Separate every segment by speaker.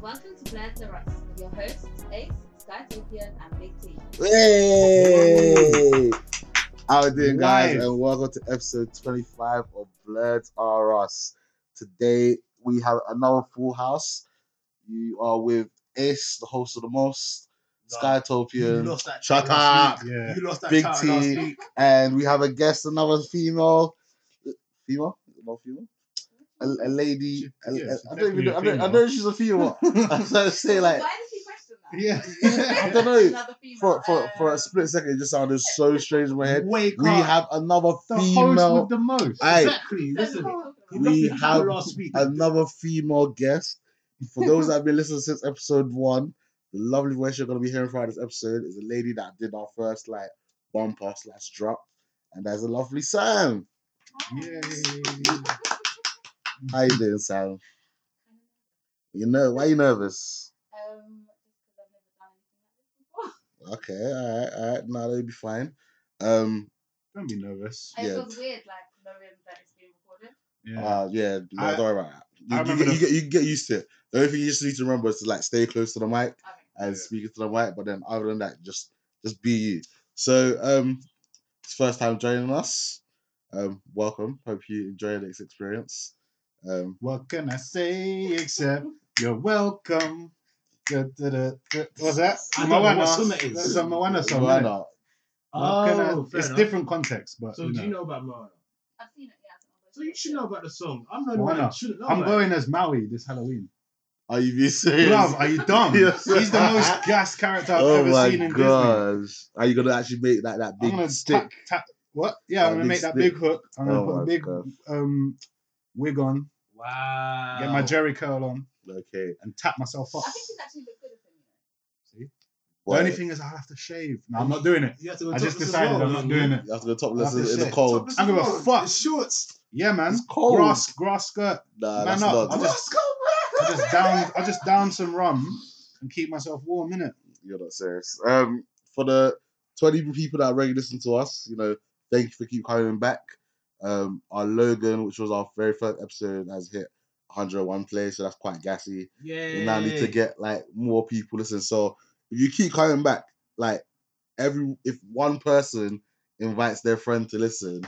Speaker 1: Welcome to Planet Terrace with your hosts, Ace, Skytopian, and Big T.
Speaker 2: Hey! How are you doing, guys?
Speaker 3: Nice.
Speaker 2: And welcome to episode 25 of Bloods R Us. Today, we have another full house. You are with Ace, the host of the most,
Speaker 4: You
Speaker 2: Skytopian,
Speaker 4: lost that
Speaker 2: Shut
Speaker 4: child last
Speaker 2: up.
Speaker 4: week.
Speaker 3: Yeah.
Speaker 4: You lost that
Speaker 2: Big
Speaker 4: child
Speaker 2: T.
Speaker 4: last week.
Speaker 2: and we have a guest, another female. Female? Not female? A, a lady.
Speaker 3: She-
Speaker 2: a-
Speaker 3: yeah,
Speaker 2: a-
Speaker 3: she's
Speaker 2: I don't even
Speaker 3: definitely
Speaker 2: know.
Speaker 3: a
Speaker 2: I don't, I
Speaker 3: female.
Speaker 2: don't know if she's a female. I was going to say, like,
Speaker 1: Why did you question that?
Speaker 3: Yeah.
Speaker 2: I don't know.
Speaker 1: Another female.
Speaker 2: For, for, for
Speaker 1: um,
Speaker 2: a split second, it just sounded so strange in my head.
Speaker 3: Wake
Speaker 2: We
Speaker 3: up.
Speaker 2: have another
Speaker 3: the host
Speaker 2: female
Speaker 3: with the most.
Speaker 2: Aye.
Speaker 3: Exactly.
Speaker 1: that's
Speaker 3: Listen.
Speaker 1: all.
Speaker 2: We
Speaker 3: you lost the child
Speaker 2: have
Speaker 3: last week.
Speaker 2: another female guest. For those that have been listening since episode one, the lovely voice you're going to be hearing throughout this episode is a lady that did our first like bumper slash drop, and that's a lovely Sam.
Speaker 3: Yay.
Speaker 2: How you doing, Sam? You know why you nervous?
Speaker 1: Um, just 'cause I've never done anything like this before.
Speaker 2: Okay, all right, all right. No, that'll be fine. Um,
Speaker 3: Don't be
Speaker 4: Uh,
Speaker 3: nervous.
Speaker 1: And
Speaker 2: Yeah.
Speaker 1: It feels weird, like, knowing that it's being recorded.
Speaker 3: Yeah.
Speaker 2: uh, yeah, no,
Speaker 3: I-
Speaker 2: don't worry about
Speaker 3: I
Speaker 2: that. You, you
Speaker 3: remember
Speaker 2: get, you get you get used to it. The only thing you just need to remember is to like stay close to the mic.
Speaker 1: I mean,
Speaker 2: and
Speaker 3: Yeah.
Speaker 2: speaking to the white, but then other than that, just just be you. So um it's first time joining us. Um welcome. Hope you enjoy this experience. Um
Speaker 3: What can I say except you're welcome? Da, da, da, da. What's that?
Speaker 4: I don't know what
Speaker 3: Moana.
Speaker 4: song that is.
Speaker 3: That's a Moana song.
Speaker 2: why
Speaker 3: innit?
Speaker 2: not?
Speaker 3: What can I-
Speaker 4: Oh, fair
Speaker 3: it's
Speaker 4: enough.
Speaker 3: different context, but
Speaker 4: So
Speaker 3: you
Speaker 4: do
Speaker 3: know.
Speaker 4: you know about Moana?
Speaker 1: I've seen it, yeah.
Speaker 4: So you should know about the song. I'm not
Speaker 3: Moana.
Speaker 4: one that shouldn't know.
Speaker 3: I'm
Speaker 4: about it.
Speaker 3: going as Maui this Halloween.
Speaker 2: Are you being serious?
Speaker 3: Love, are you dumb?
Speaker 2: Yes.
Speaker 3: He's the most gas character I've
Speaker 2: oh
Speaker 3: ever
Speaker 2: my
Speaker 3: seen in Disney.
Speaker 2: gosh. Are you gonna actually make that that
Speaker 3: I'm
Speaker 2: big
Speaker 3: gonna
Speaker 2: stick?
Speaker 3: tap- tap- what? Yeah,
Speaker 2: That
Speaker 3: I'm gonna
Speaker 2: big
Speaker 3: make that
Speaker 2: stick.
Speaker 3: big hook. I'm gonna
Speaker 2: Oh
Speaker 3: put
Speaker 2: my
Speaker 3: a big
Speaker 2: God.
Speaker 3: um wig on,
Speaker 4: Wow.
Speaker 3: get my Jerry curl on,
Speaker 2: Okay.
Speaker 3: and tap
Speaker 2: oh.
Speaker 3: myself up.
Speaker 1: I think it's actually looked good at him.
Speaker 3: See?
Speaker 2: Well,
Speaker 3: The only thing is, I have to shave. No, I'm not doing it.
Speaker 4: You have to go
Speaker 3: I just
Speaker 4: topless as
Speaker 3: decided
Speaker 4: well,
Speaker 3: I'm not
Speaker 4: man.
Speaker 3: doing it.
Speaker 2: you have to go topless
Speaker 3: I'll have to
Speaker 2: in the
Speaker 3: say-
Speaker 2: cold.
Speaker 4: Topless
Speaker 3: I don't
Speaker 4: as
Speaker 3: give a
Speaker 4: well.
Speaker 3: fuck.
Speaker 4: The Shorts.
Speaker 3: Yeah, man.
Speaker 2: It's cold.
Speaker 3: Grass, grass skirt.
Speaker 2: Nah,
Speaker 3: Man
Speaker 2: that's
Speaker 3: up.
Speaker 2: not
Speaker 3: I just-
Speaker 4: Let's go,
Speaker 3: I just down. I just down some rum and keep myself warm in it.
Speaker 2: you're not serious. Um, for the 20 people that already listen to us, you know, thank you for keep coming back. Um, our Logan, which was our very first episode, has hit 101 plays, so that's quite gassy.
Speaker 4: Yeah.
Speaker 2: We now need to get like more people listen. So if you keep coming back, like every if one person invites their friend to listen,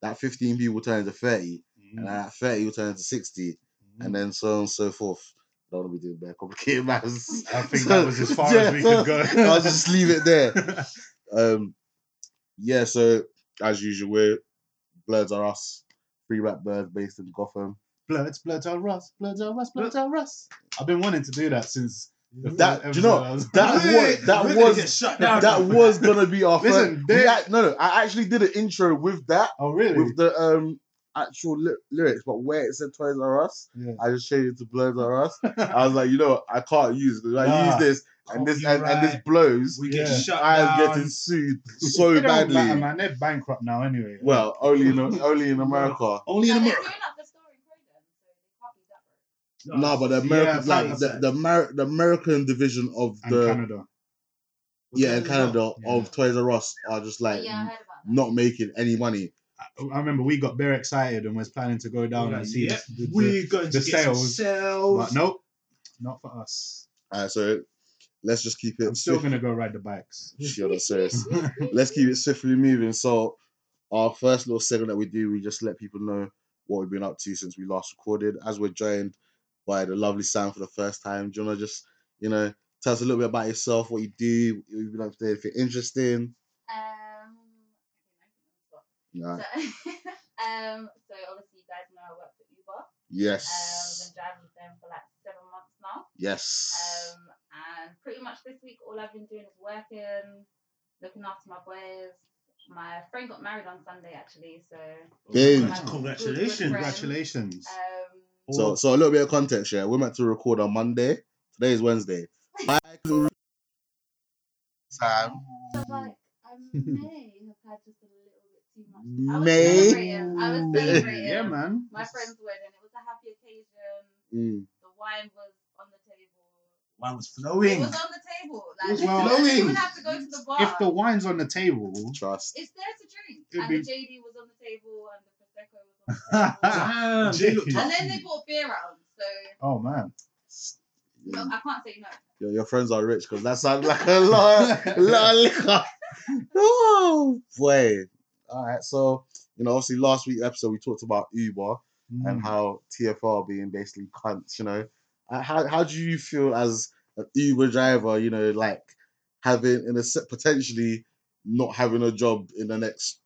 Speaker 2: that 15 people turn into 30, and then that 30 will turn into 60, and then so on and so forth. Don't want to be doing bad complicated matters.
Speaker 3: I think
Speaker 2: So-
Speaker 3: that was as far
Speaker 2: yeah,
Speaker 3: as we could
Speaker 2: I'll
Speaker 3: go.
Speaker 2: just leave it there. Um, yeah, so as usual, we're Bloods Are Us, Free Rap Birds based in Gotham.
Speaker 3: Bloods, bloods are us, bloods are us, bloods are us. I've been wanting to do that since. the
Speaker 2: That-
Speaker 3: first
Speaker 2: do you know,
Speaker 3: episode I was-
Speaker 2: that
Speaker 4: Wait,
Speaker 2: was- that
Speaker 4: we're gonna
Speaker 2: was-
Speaker 4: get shut down.
Speaker 2: That was gonna be our
Speaker 3: Listen,
Speaker 2: first.
Speaker 3: they-
Speaker 2: we act- no, no, I actually did an intro with that,
Speaker 3: Oh really?
Speaker 2: with the um actual ly- lyrics, but where it said Toys R Us,
Speaker 3: Yeah.
Speaker 2: I just changed it to Bloods Are Us. I was like, you know, what, I can't use because I
Speaker 3: Nah.
Speaker 2: use this and this and, and this
Speaker 4: Copyright.
Speaker 2: blows.
Speaker 4: We get
Speaker 3: Yeah.
Speaker 4: shut
Speaker 2: I am
Speaker 4: down.
Speaker 2: getting sued so
Speaker 3: It don't
Speaker 2: badly.
Speaker 3: matter, man. They're bankrupt now anyway.
Speaker 2: Well, only in only in America.
Speaker 3: only
Speaker 1: Now, they're doing up the story for them, so they can't be that bad.
Speaker 2: No, but the American
Speaker 3: yeah,
Speaker 2: like the the, Amer- the American division of
Speaker 3: and
Speaker 2: the
Speaker 3: Canada.
Speaker 2: yeah in Canada
Speaker 3: Yeah.
Speaker 2: of Toys R Us are just like
Speaker 1: yeah, I heard about that.
Speaker 2: not making any money.
Speaker 3: I, I remember we got very excited and was planning to go down
Speaker 4: We're
Speaker 3: and
Speaker 4: like,
Speaker 3: see
Speaker 4: yep,
Speaker 3: the, the,
Speaker 4: We're going to
Speaker 3: the
Speaker 4: get some
Speaker 3: sales,
Speaker 4: sales.
Speaker 3: But nope, not for us.
Speaker 2: Uh, so let's just keep
Speaker 3: I'm
Speaker 2: it.
Speaker 3: still
Speaker 2: Swift-
Speaker 3: gonna go ride the bikes.
Speaker 2: You're not serious. let's keep it swiftly moving. So our first little segment that we do, we just let people know what we've been up to since we last recorded. As we're joined by the lovely Sam for the first time, do you wanna just you know tell us a little bit about yourself, what you do, what you've been up to, if you're interesting.
Speaker 1: Um, so,
Speaker 2: Yeah.
Speaker 1: um, so obviously you guys know I work for Uber. Um, I've
Speaker 2: Yes.
Speaker 1: been driving with them for like seven months now.
Speaker 2: Yes.
Speaker 1: Um, and pretty much this week, all I've been doing is working, looking after my boys. My friend got married on Sunday actually, so
Speaker 2: Boom.
Speaker 4: Congratulations.
Speaker 1: Right.
Speaker 3: Congratulations.
Speaker 1: um,
Speaker 2: So, so a little bit of context here. We're meant to record on Monday. Today is Wednesday. I could re- Sam,
Speaker 1: I was like, I may have had just a little bit too much. I was
Speaker 2: May?
Speaker 1: celebrating. I was celebrating.
Speaker 3: yeah, man.
Speaker 1: My friend's wedding. It was a happy occasion.
Speaker 2: mm,
Speaker 1: The wine was on the table.
Speaker 4: Mine was
Speaker 1: It
Speaker 4: flowing.
Speaker 1: was on the table.
Speaker 3: It was
Speaker 1: Like,
Speaker 3: flowing.
Speaker 1: you would have to go to the bar.
Speaker 3: If the wine's on the table,
Speaker 2: trust.
Speaker 1: it's there to drink.
Speaker 3: It'd
Speaker 1: and
Speaker 3: be-
Speaker 1: the JD was on the table, and the prosecco was on the table.
Speaker 4: Damn, they looked
Speaker 1: and then they brought beer out. So
Speaker 3: oh man,
Speaker 1: No, I can't say no.
Speaker 2: Your, your friends are rich because that sounds like a lot, a lot of liquor. Oh boy! All right, so you know, obviously, last week episode we talked about Uber
Speaker 3: Mm.
Speaker 2: and how TFR being basically cunts. You know, Uh, how how do you feel as an Uber driver? You know, like having in a se- potentially not having a job in the next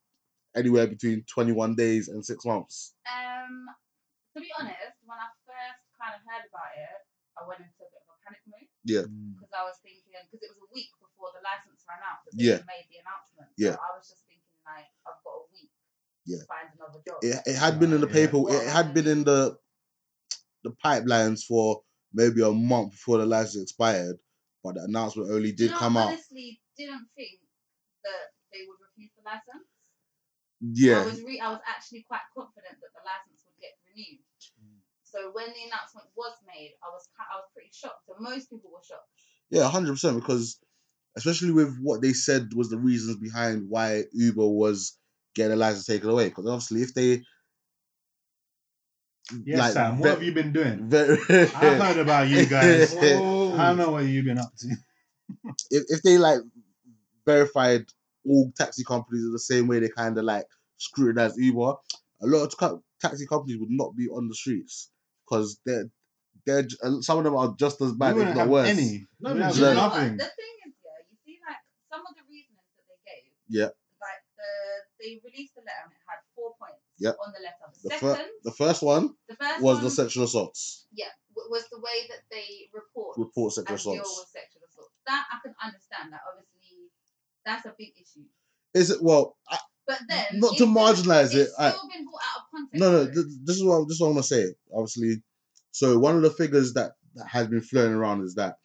Speaker 2: anywhere between twenty one days and six months.
Speaker 1: Um, to be honest, when I first kind of heard about it, I went into a bit of a panic mode because I was thinking because it was a week before the license ran out. that they
Speaker 2: Yeah.
Speaker 1: Made the announcement.
Speaker 2: Yeah.
Speaker 1: So I was just thinking like I've got a week.
Speaker 2: Yeah.
Speaker 1: To find another job.
Speaker 2: it, it had been in the
Speaker 4: Yeah.
Speaker 2: paper. It had been in the the pipelines for maybe a month before the license expired, but the announcement only
Speaker 1: Do you
Speaker 2: did
Speaker 1: know,
Speaker 2: come
Speaker 1: I
Speaker 2: out.
Speaker 1: honestly didn't think that they would refuse the license. I
Speaker 2: Yeah,
Speaker 1: was re- I was actually quite confident that the license would get renewed.
Speaker 3: Mm.
Speaker 1: So when the announcement was made, I was ki- I was pretty shocked. So most people were shocked.
Speaker 2: yeah, hundred percent. Because especially with what they said was the reasons behind why Uber was getting a license taken away. Because obviously, if they
Speaker 3: Yes, Sam. What
Speaker 2: ve-
Speaker 3: have you been doing?
Speaker 2: ve-
Speaker 3: I heard about you guys. I
Speaker 4: Oh,
Speaker 3: know what you've been up to.
Speaker 2: if, if they like verified all taxi companies in the same way they kind of like scrutinized Uber, a lot of co- taxi companies would not be on the streets because they're they're j- uh, some of them are just as
Speaker 3: We
Speaker 2: bad, if
Speaker 3: wouldn't
Speaker 2: not
Speaker 3: have
Speaker 2: worse.
Speaker 3: any.
Speaker 4: No,
Speaker 3: No,
Speaker 4: but
Speaker 3: have
Speaker 2: you know
Speaker 1: But
Speaker 3: nothing.
Speaker 1: The thing is, yeah, you see, like some of the reasonings that they gave.
Speaker 2: Yeah.
Speaker 1: Like the they released the letter and it had four points.
Speaker 2: Yeah.
Speaker 1: On the letter, the,
Speaker 2: The, fir-
Speaker 1: second,
Speaker 2: the first one
Speaker 1: the first
Speaker 2: was
Speaker 1: one,
Speaker 2: the sexual assaults
Speaker 1: yeah w- was the way that they report
Speaker 2: report, sexual
Speaker 1: and deal with
Speaker 2: assaults.
Speaker 1: sexual assault. That I can understand. That obviously that's a big issue.
Speaker 2: Is it well? I,
Speaker 1: But then
Speaker 2: Not to
Speaker 1: it's-
Speaker 2: marginalize
Speaker 1: It's
Speaker 2: it,
Speaker 1: still
Speaker 2: I-
Speaker 1: been brought out of context.
Speaker 2: no, no.
Speaker 1: though.
Speaker 2: Th- this is what this is what I'm gonna say. Obviously, so one of the figures that, that has been floating around is that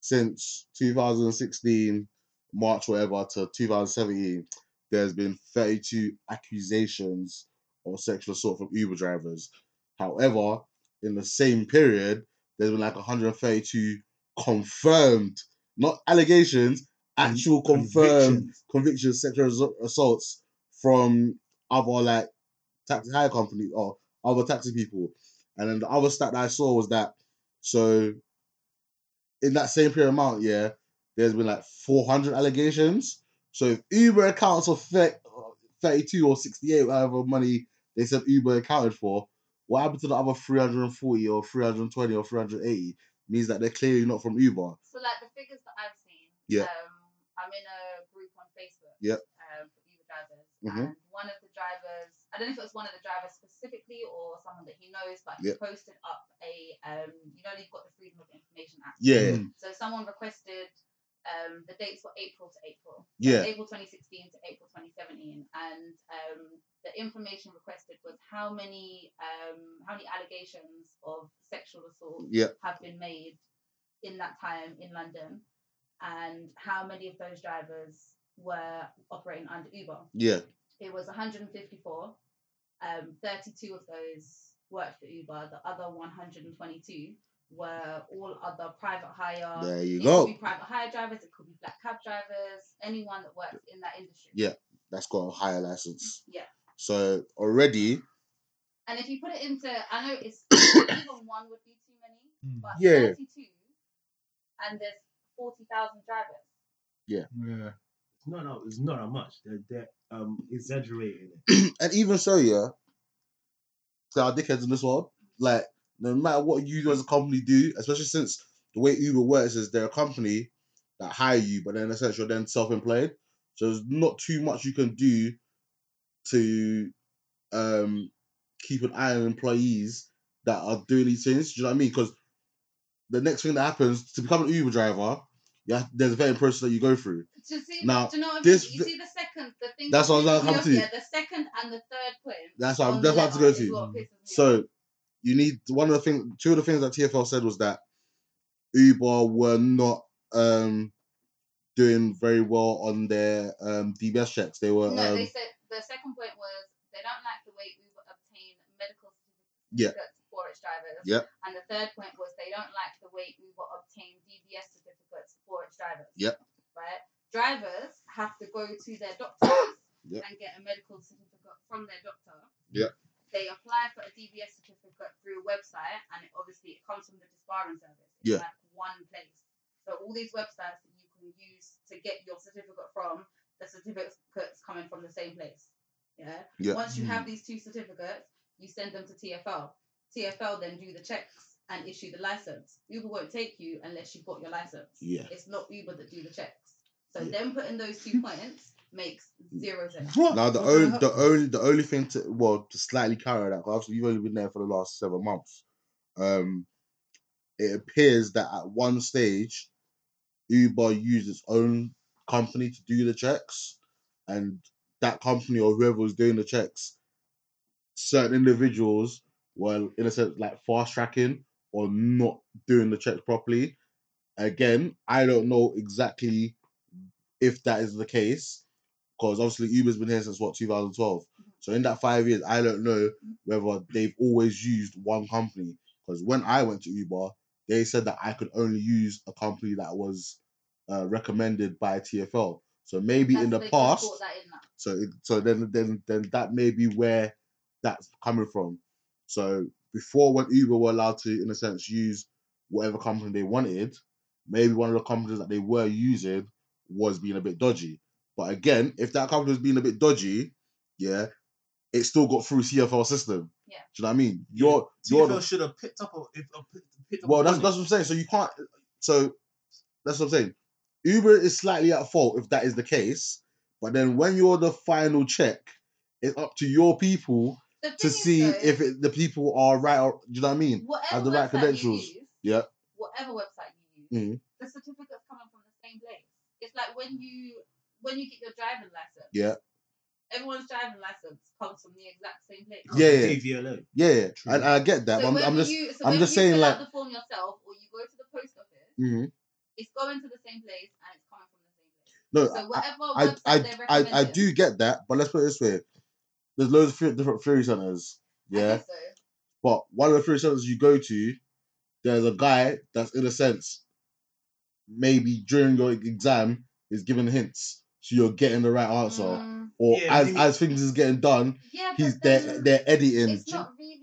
Speaker 2: since 2016 March whatever to 2017, there's been 32 accusations of sexual assault from Uber drivers. However, in the same period, there's been like 132 confirmed, not allegations, actual confirmed
Speaker 3: Convictions.
Speaker 2: convictions, sexual assault- assaults from other like taxi hire companies or other taxi people. And then the other stat that I saw was that so in that same period amount, yeah, there's been like 400 allegations. So if Uber accounts for thir- 32 or 68, whatever money they said Uber accounted for, what happened to the other 340 or 320 or 380 means that they're clearly not from Uber.
Speaker 1: So like the figures that I've seen.
Speaker 2: Yeah.
Speaker 1: Um, I'm in a group on Facebook.
Speaker 2: Yep.
Speaker 1: Um, for Uber drivers,
Speaker 2: Mhm.
Speaker 1: and one of the drivers, I don't know if it was one of the drivers specifically or someone that he knows, but he
Speaker 2: Yep.
Speaker 1: posted up a um, you know, they've got the Freedom of Information Act.
Speaker 2: Yeah,
Speaker 1: So someone requested um, the dates were April to April.
Speaker 2: yeah,
Speaker 1: April 2016 to April 2017, and um, the information requested was how many um, how many allegations of sexual assault
Speaker 2: yeah.
Speaker 1: have been made in that time in London, and how many of those drivers were operating under Uber.
Speaker 2: Yeah,
Speaker 1: It was 154. Um, 32 of those worked for Uber. The other 122 were all other private hire.
Speaker 2: there you
Speaker 1: It could
Speaker 2: go.
Speaker 1: be private hire drivers, it could be black cab drivers, anyone that works in that industry.
Speaker 2: Yeah. That's got a higher license.
Speaker 1: Yeah.
Speaker 2: So already,
Speaker 1: And if you put it into, I know it's even one would be too many, but
Speaker 2: Yeah.
Speaker 1: 32, and there's 40,000 drivers.
Speaker 3: Yeah.
Speaker 4: No, no, it's not that much. They're, they're um, exaggerating it.
Speaker 2: and even so, yeah, there are dickheads in this world. Like, no matter what you as a company do, especially since the way Uber works is they're a company that hire you, but then in a sense you're then self-employed. So there's not too much you can do to um keep an eye on employees that are doing these things. Do you know what I mean? Because the next thing that happens to become an Uber driver, yeah, there's a vetting process that you go through.
Speaker 1: To see,
Speaker 2: Now,
Speaker 1: do you know what I
Speaker 2: this
Speaker 1: mean? You
Speaker 2: vi-
Speaker 1: see the second, the thing
Speaker 2: That's what I was
Speaker 1: pisses
Speaker 2: gonna
Speaker 1: me
Speaker 2: come
Speaker 1: off
Speaker 2: to.
Speaker 1: here, The second and the third point.
Speaker 2: That's what I'm,
Speaker 1: on the
Speaker 2: that's what I have to
Speaker 1: letter
Speaker 2: go
Speaker 1: is
Speaker 2: to.
Speaker 1: what pisses me off.
Speaker 2: So you need one of the things. Two of the things that TFL said was that Uber were not um, doing very well on their um, DBS checks. They were
Speaker 1: no,
Speaker 2: um,
Speaker 1: they said the second point was they don't like the way Uber obtain medical
Speaker 2: Yeah.
Speaker 1: certificates for its drivers.
Speaker 2: Yeah.
Speaker 1: And the third point was they don't like the way Uber obtain DBS certificates for its drivers.
Speaker 2: Yeah.
Speaker 1: Right? Drivers have to go to their doctors
Speaker 2: Yeah.
Speaker 1: and get a medical certificate from their doctor.
Speaker 2: Yeah.
Speaker 1: They apply for a DBS certificate through a website and it obviously it comes from the disbarring service. It's
Speaker 2: Yeah.
Speaker 1: Like, one place. So all these websites that you can use to get your certificate from, the certificates coming from the same place. Yeah.
Speaker 2: Yeah. Mm.
Speaker 1: Once you have these two certificates, you send them to TFL. TFL then do the checks and issue the license. Uber won't take you unless you've got your license.
Speaker 2: Yeah.
Speaker 1: It's not Uber that do the checks. So
Speaker 2: Yeah.
Speaker 1: them putting those two points makes zero sense.
Speaker 2: Now the only the only the only thing to well to slightly counter that 'cause obviously you've only been there for the last seven months. Um, it appears that at one stage, Uber used its own company to do the checks, and that company or whoever was doing the checks, certain individuals were in a sense like fast tracking or not doing the checks properly. Again, I don't know exactly if that is the case because obviously Uber's been here since what 2012. So in that five years, I don't know whether they've always used one company. Because when I went to Uber, they said that I could only use a company that was uh, recommended by TFL. So maybe in
Speaker 1: That's-
Speaker 2: the
Speaker 1: they just
Speaker 2: past,
Speaker 1: brought that in now.
Speaker 2: so it, so then then then that may be where that's coming from. So before when Uber were allowed to in a sense use whatever company they wanted, maybe one of the companies that they were using was being a bit dodgy. But again, if that company was being a bit dodgy, yeah, it still got through CFL system.
Speaker 1: Yeah.
Speaker 2: Do you know what I mean? You're you're the,
Speaker 4: should have picked up. A, if, a, picked up
Speaker 2: well,
Speaker 4: a
Speaker 2: that's that's
Speaker 4: warning.
Speaker 2: what I'm saying. So you can't. So that's what I'm saying. Uber is slightly at fault if that is the case, but then when you're the final check, it's up to your people
Speaker 1: The
Speaker 2: to
Speaker 1: thing is,
Speaker 2: see
Speaker 1: though,
Speaker 2: if it, the people are right. Or, do you know what I mean?
Speaker 1: whatever
Speaker 2: have the right
Speaker 1: website
Speaker 2: credentials.
Speaker 1: You use,
Speaker 2: Yeah.
Speaker 1: Whatever website you use,
Speaker 2: Mhm.
Speaker 1: the certificate's coming from the same place. It's like when you when you get your driving license.
Speaker 2: Yeah.
Speaker 1: Everyone's driving license comes from the exact same place.
Speaker 2: Yeah, yeah.
Speaker 4: DVLA.
Speaker 2: Yeah, yeah.
Speaker 4: True.
Speaker 2: and I get that.
Speaker 1: so
Speaker 2: but I'm,
Speaker 1: whether
Speaker 2: I'm just.
Speaker 1: you, so
Speaker 2: I'm
Speaker 1: whether
Speaker 2: just
Speaker 1: you
Speaker 2: saying,
Speaker 1: fill out
Speaker 2: like-
Speaker 1: the form yourself or you go to the post office,
Speaker 2: Mhm.
Speaker 1: it's going to the same place and it's coming from the same place.
Speaker 2: No,
Speaker 1: So whatever
Speaker 2: I,
Speaker 1: website
Speaker 2: I,
Speaker 1: they're
Speaker 2: I, I
Speaker 1: recommending,
Speaker 2: do get that, but let's put it this way: there's loads of fu- different Fury centers.
Speaker 1: I
Speaker 2: Yeah,
Speaker 1: guess so.
Speaker 2: but one of the Fury centers you go to, there's a guy that's in a sense, maybe during your exam is giving hints, so you're getting the right answer,
Speaker 1: Mm,
Speaker 2: or
Speaker 4: Yeah,
Speaker 2: as
Speaker 4: maybe-
Speaker 2: as things is getting done,
Speaker 1: yeah, but
Speaker 2: he's they're
Speaker 1: then
Speaker 2: they're editing.
Speaker 1: It's not really.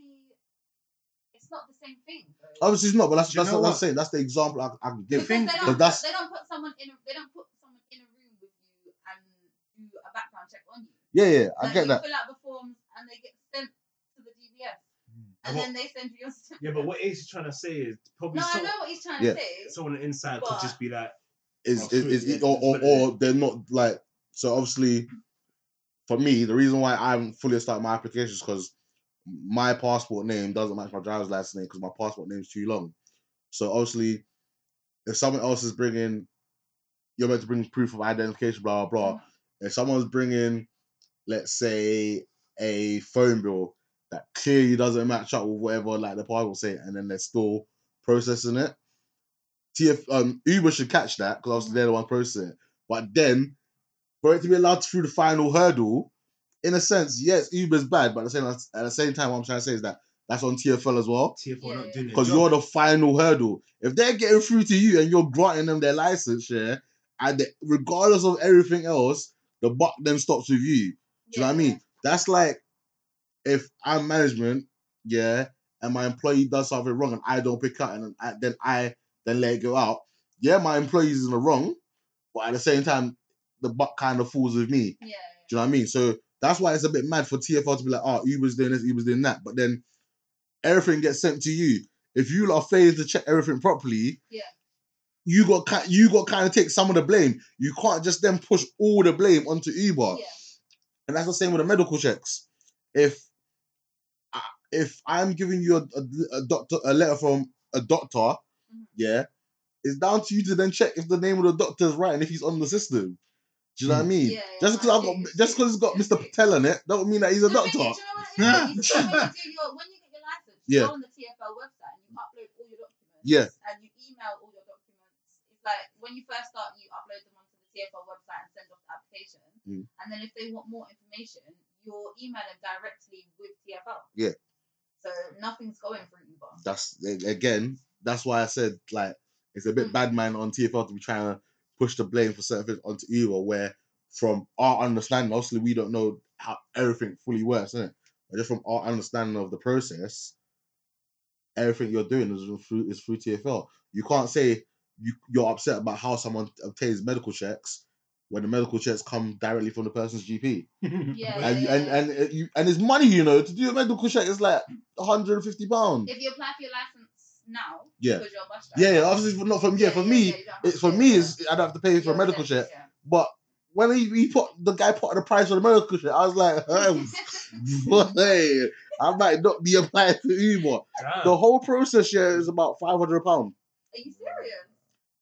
Speaker 1: It's not the same thing. Though.
Speaker 2: Obviously, it's not, but that's
Speaker 3: Do you
Speaker 2: that's
Speaker 3: know
Speaker 2: what I'm
Speaker 3: what?
Speaker 2: saying. That's the example I, I can
Speaker 1: Because they
Speaker 2: give.
Speaker 3: thing-
Speaker 1: don't,
Speaker 2: But that's-
Speaker 1: they don't put someone in a, they don't put someone in a room with you and do a background check on you.
Speaker 2: Yeah, yeah, I
Speaker 1: Like,
Speaker 2: get
Speaker 1: you
Speaker 2: that.
Speaker 1: Fill out the forms and they get sent to the DBS and
Speaker 2: Mm.
Speaker 4: What-
Speaker 1: then they send you your certificate.
Speaker 4: Yeah, but what he's trying to say is probably
Speaker 1: No, I
Speaker 4: some-
Speaker 1: know what he's trying
Speaker 2: Yeah.
Speaker 1: to say.
Speaker 4: someone on the inside could
Speaker 1: But-
Speaker 4: just be like,
Speaker 2: is
Speaker 4: Oh,
Speaker 2: is, is
Speaker 4: true, yeah,
Speaker 2: or, or,
Speaker 4: put it
Speaker 2: or they're not like so obviously for me the reason why I haven't fully started my application is because my passport name doesn't match my driver's license name because my passport name's too long. So obviously, if someone else is bringing, you're meant to bring proof of identification, blah blah blah.
Speaker 4: Mm-hmm.
Speaker 2: If someone's bringing, let's say, a phone bill that clearly doesn't match up with whatever like the passport say, and then they're still processing it. TF um Uber should catch that because obviously they're the one processing it. But then for it to be allowed through the final hurdle, in a sense, yes, Uber's bad, but at the same at the same time, what I'm trying to say is that that's on TFL as well
Speaker 4: TFL
Speaker 1: Yeah.
Speaker 4: not doing their
Speaker 2: because
Speaker 4: job.
Speaker 2: you're the final hurdle. If they're getting through to you and you're granting them their license, yeah, and they- regardless of everything else, the buck then stops with you. Do you know what I mean? That's like if I'm management, yeah, and my employee does something wrong and I don't pick up and then I then, I, then let it go out. Yeah, my employee's in the wrong, but at the same time, the buck kind of falls with me.
Speaker 1: Yeah.
Speaker 2: Do you know what I mean? So that's why it's a bit mad for TFL to be like, oh, Uber's doing this, Uber's doing that. But then everything gets sent to you. If you lot are failing to check everything properly,
Speaker 1: Yeah.
Speaker 2: you got ki- you got kind of take some of the blame. You can't just then push all the blame onto Uber.
Speaker 1: Yeah. yeah.
Speaker 2: And that's the same with the medical checks. If I- if I'm giving you a, a, a doctor a letter from a doctor,
Speaker 1: Mm-hmm.
Speaker 2: yeah, it's down to you to then check if the name of the doctor is right and if he's on the system. Do you know what I
Speaker 1: Mm.
Speaker 2: mean?
Speaker 1: Yeah, yeah,
Speaker 2: just because
Speaker 1: I
Speaker 2: I've got
Speaker 1: do,
Speaker 2: just because it's got
Speaker 1: I
Speaker 2: Mr.
Speaker 1: do.
Speaker 2: Patel on it, don't mean that he's a
Speaker 1: The thing
Speaker 2: doctor.
Speaker 1: is, you know what it is? When you do your- when you get your license, you
Speaker 2: Yeah.
Speaker 1: go on the TFL website and you upload all your documents.
Speaker 2: Yeah.
Speaker 1: And you email all your documents. It's like when you first start, you upload them onto the TFL website and send off the application.
Speaker 2: Mm.
Speaker 1: And then if they want more information, you're emailing directly with TFL.
Speaker 2: Yeah.
Speaker 1: So nothing's going through Uber.
Speaker 2: That's a- again, that's why I said like it's a bit
Speaker 1: Hmm.
Speaker 2: bad man on TFL to be trying to push the blame for certain things onto Uber, where from our understanding, obviously we don't know how everything fully works, innit? But just from our understanding of the process, everything you're doing is through is through TFL. You can't say you you're upset about how someone obtains medical checks when the medical checks come directly from the person's GP.
Speaker 1: Yeah, yeah,
Speaker 2: And you,
Speaker 1: yeah,
Speaker 2: and
Speaker 1: yeah.
Speaker 2: and it- you and it's money, you know, to do a medical check is like 150 pounds.
Speaker 1: if you apply for your license now,
Speaker 2: Yeah.
Speaker 1: because you're a bus driver.
Speaker 2: Yeah, yeah, obviously for, not for yeah, for me,
Speaker 1: you don't have
Speaker 2: it's
Speaker 1: to
Speaker 2: for
Speaker 1: pay
Speaker 2: me
Speaker 1: it.
Speaker 2: is I don't have to pay for a
Speaker 1: You're
Speaker 2: medical check.
Speaker 1: exempt,
Speaker 2: But when he, he put the guy put the price on the medical shit, I was like, um, boy, I might not be applying for Uber. The
Speaker 4: Damn.
Speaker 2: whole process here is about five hundred pounds.
Speaker 1: Are you serious?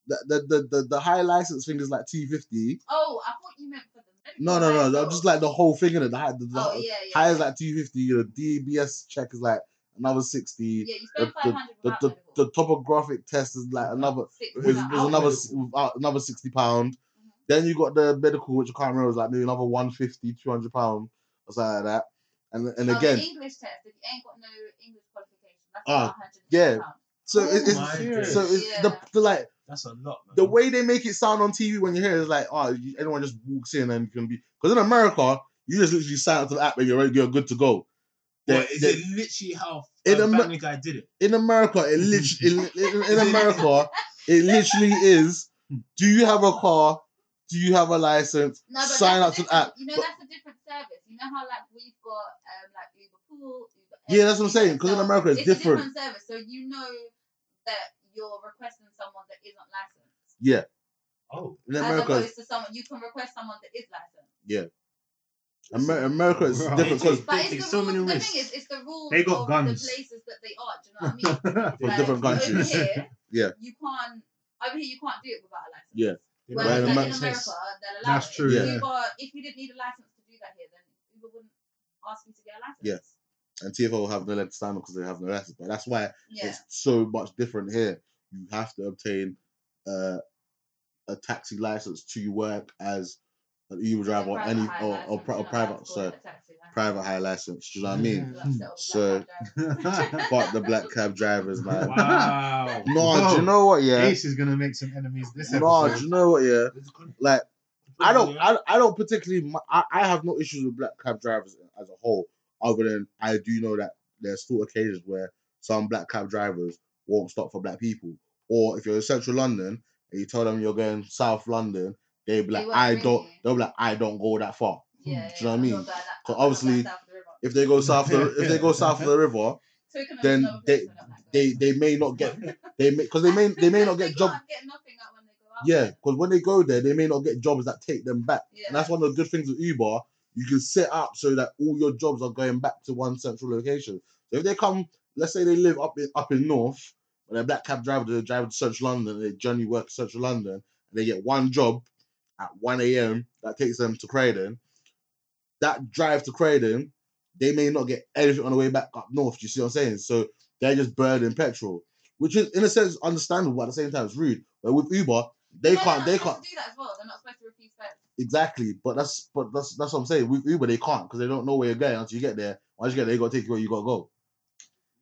Speaker 2: The, the, the, the, the high license thing is like two fifty.
Speaker 1: Oh, I thought you meant for the medical.
Speaker 2: No, no, no.
Speaker 1: license.
Speaker 2: I'm just like the whole thing in it. The, high- the, the
Speaker 1: Oh yeah, yeah.
Speaker 2: high is
Speaker 1: yeah.
Speaker 2: like two fifty. The DBS check is like another sixty.
Speaker 1: Yeah, you spend
Speaker 2: the-
Speaker 1: five hundred
Speaker 2: The, the, the topographic test is like another
Speaker 1: Six Oh,
Speaker 2: is, is
Speaker 1: without-
Speaker 2: another s- without- another sixty pound.
Speaker 1: Mm-hmm.
Speaker 2: Then you got the medical, which I can't remember, was like maybe another 150, 200 pound or something like that. And and
Speaker 1: Oh, the
Speaker 2: again,
Speaker 1: English test. If you ain't got no English qualification, that's
Speaker 2: Ah,
Speaker 1: about 100
Speaker 2: yeah.
Speaker 1: pounds.
Speaker 2: so
Speaker 3: Oh
Speaker 2: it, it's
Speaker 4: my
Speaker 2: so
Speaker 4: goodness.
Speaker 2: it's the,
Speaker 1: Yeah.
Speaker 2: the like
Speaker 4: That's a lot, man.
Speaker 2: the way they make it sound on TV when you hear it is like, oh, you, anyone just walks in and can be because in America you just literally sign up to the app and you're ready, you're good to go. They-
Speaker 4: What, is
Speaker 2: they-
Speaker 4: it literally how
Speaker 2: In
Speaker 4: um,
Speaker 2: Amer-
Speaker 4: Family Guy did it?
Speaker 2: in America, it literally in, in, in America, it literally is. Do you have a car? Do you have a license?
Speaker 1: No, but
Speaker 2: Sign
Speaker 1: that's
Speaker 2: up to
Speaker 1: a
Speaker 2: the app.
Speaker 1: different- You know
Speaker 2: but-
Speaker 1: that's a different service. You know how like we've got um like Uber Pool. Uber
Speaker 2: Yeah, that's what I'm
Speaker 1: everything,
Speaker 2: saying. Because in
Speaker 1: so
Speaker 2: America, it's,
Speaker 1: it's
Speaker 2: different.
Speaker 1: a different service, so you know that you're requesting someone that isn't licensed.
Speaker 2: Yeah,
Speaker 4: Oh,
Speaker 2: in
Speaker 1: As
Speaker 2: America,
Speaker 1: opposed to someone, you can request someone that is licensed.
Speaker 2: Amer- America is
Speaker 3: Right.
Speaker 2: different because
Speaker 1: But
Speaker 3: They
Speaker 1: it's
Speaker 3: take
Speaker 1: the
Speaker 3: so many
Speaker 1: rules. The
Speaker 3: risks.
Speaker 1: thing is, it's the rules
Speaker 3: They got
Speaker 1: of
Speaker 3: guns.
Speaker 1: the places that they are. Do you know what I mean?
Speaker 2: From different countries.
Speaker 1: Over here,
Speaker 2: Yeah.
Speaker 1: you can't. Over here, you can't do it without a license.
Speaker 2: Yeah.
Speaker 4: they
Speaker 1: Whereas like,
Speaker 2: Right,
Speaker 1: in
Speaker 2: Amer-
Speaker 4: might
Speaker 1: America,
Speaker 4: have a test.
Speaker 1: they'll allow
Speaker 3: That's
Speaker 1: it.
Speaker 3: true,
Speaker 1: If
Speaker 2: yeah.
Speaker 1: Uber, if you didn't need a license to do that here, then Uber wouldn't ask you to get a license.
Speaker 2: Yeah. and TFL will have no leg to stand because they have no license. But that's why
Speaker 1: Yeah.
Speaker 2: it's so much different here. You have to obtain uh, a taxi license to work as an Uber driver or any
Speaker 1: hire
Speaker 2: or,
Speaker 1: license,
Speaker 2: or, pri-
Speaker 1: you're
Speaker 2: or
Speaker 1: not allowed
Speaker 2: private
Speaker 1: to call
Speaker 2: so
Speaker 1: it a taxi license.
Speaker 2: private hire license. Do you know what I mean?
Speaker 1: You're upset with
Speaker 2: So-
Speaker 1: black cab
Speaker 2: But the black cab drivers, man.
Speaker 4: Wow.
Speaker 2: No, do you
Speaker 3: Whoa.
Speaker 2: know what? Yeah.
Speaker 3: Ace is gonna make some enemies this
Speaker 2: No,
Speaker 3: episode.
Speaker 2: do you know what? Yeah. Like. I don't,
Speaker 4: Uh,
Speaker 2: I, I don't particularly, mi- I, I have no issues with black cab drivers as a whole, other than I do know that there's still occasions where some black cab drivers won't stop for black people. Or if you're in central London and you tell them you're going south London, they be
Speaker 1: They
Speaker 2: like,
Speaker 1: won't
Speaker 2: I
Speaker 1: really.
Speaker 2: don't, they'll be like, I don't go that far.
Speaker 1: driver. Yeah,
Speaker 2: Do you know what I
Speaker 1: yeah,
Speaker 2: mean?
Speaker 1: I'm not going that-
Speaker 2: So
Speaker 1: I'm not going
Speaker 2: obviously,
Speaker 1: south of the river.
Speaker 2: If they go south, of the, if they go south of the river,
Speaker 1: So we can
Speaker 2: then
Speaker 1: another place where black
Speaker 2: they
Speaker 1: guys-
Speaker 2: they may not get they because they may they may not get job.
Speaker 1: can't get nothing out when they go out
Speaker 2: Yeah,
Speaker 1: there.
Speaker 2: because when they go there, they may not get jobs that take them back.
Speaker 1: Yeah.
Speaker 2: And that's one of the good things with Uber. You can set up so that all your jobs are going back to one central location. So if they come, let's say they live up in up in north, but they're black cab driver, they drive to central London, they journey work to central London, and they get one job at 1 a.m. that takes them to Croydon. That drive to Croydon, they may not get anything on the way back up north. Do you see what I'm saying? So they're just burning petrol, which is in a sense understandable, but at the same time it's rude. But with Uber, they
Speaker 1: No,
Speaker 2: can't,
Speaker 1: they're
Speaker 2: they
Speaker 1: not supposed
Speaker 2: can't.
Speaker 1: to do that as well. They're not supposed to refuse first.
Speaker 2: Exactly, but that's but that's that's what I'm saying. With Uber, they can't because they don't know where you're going until you get there. Once you get there, you gotta take you where you gotta go.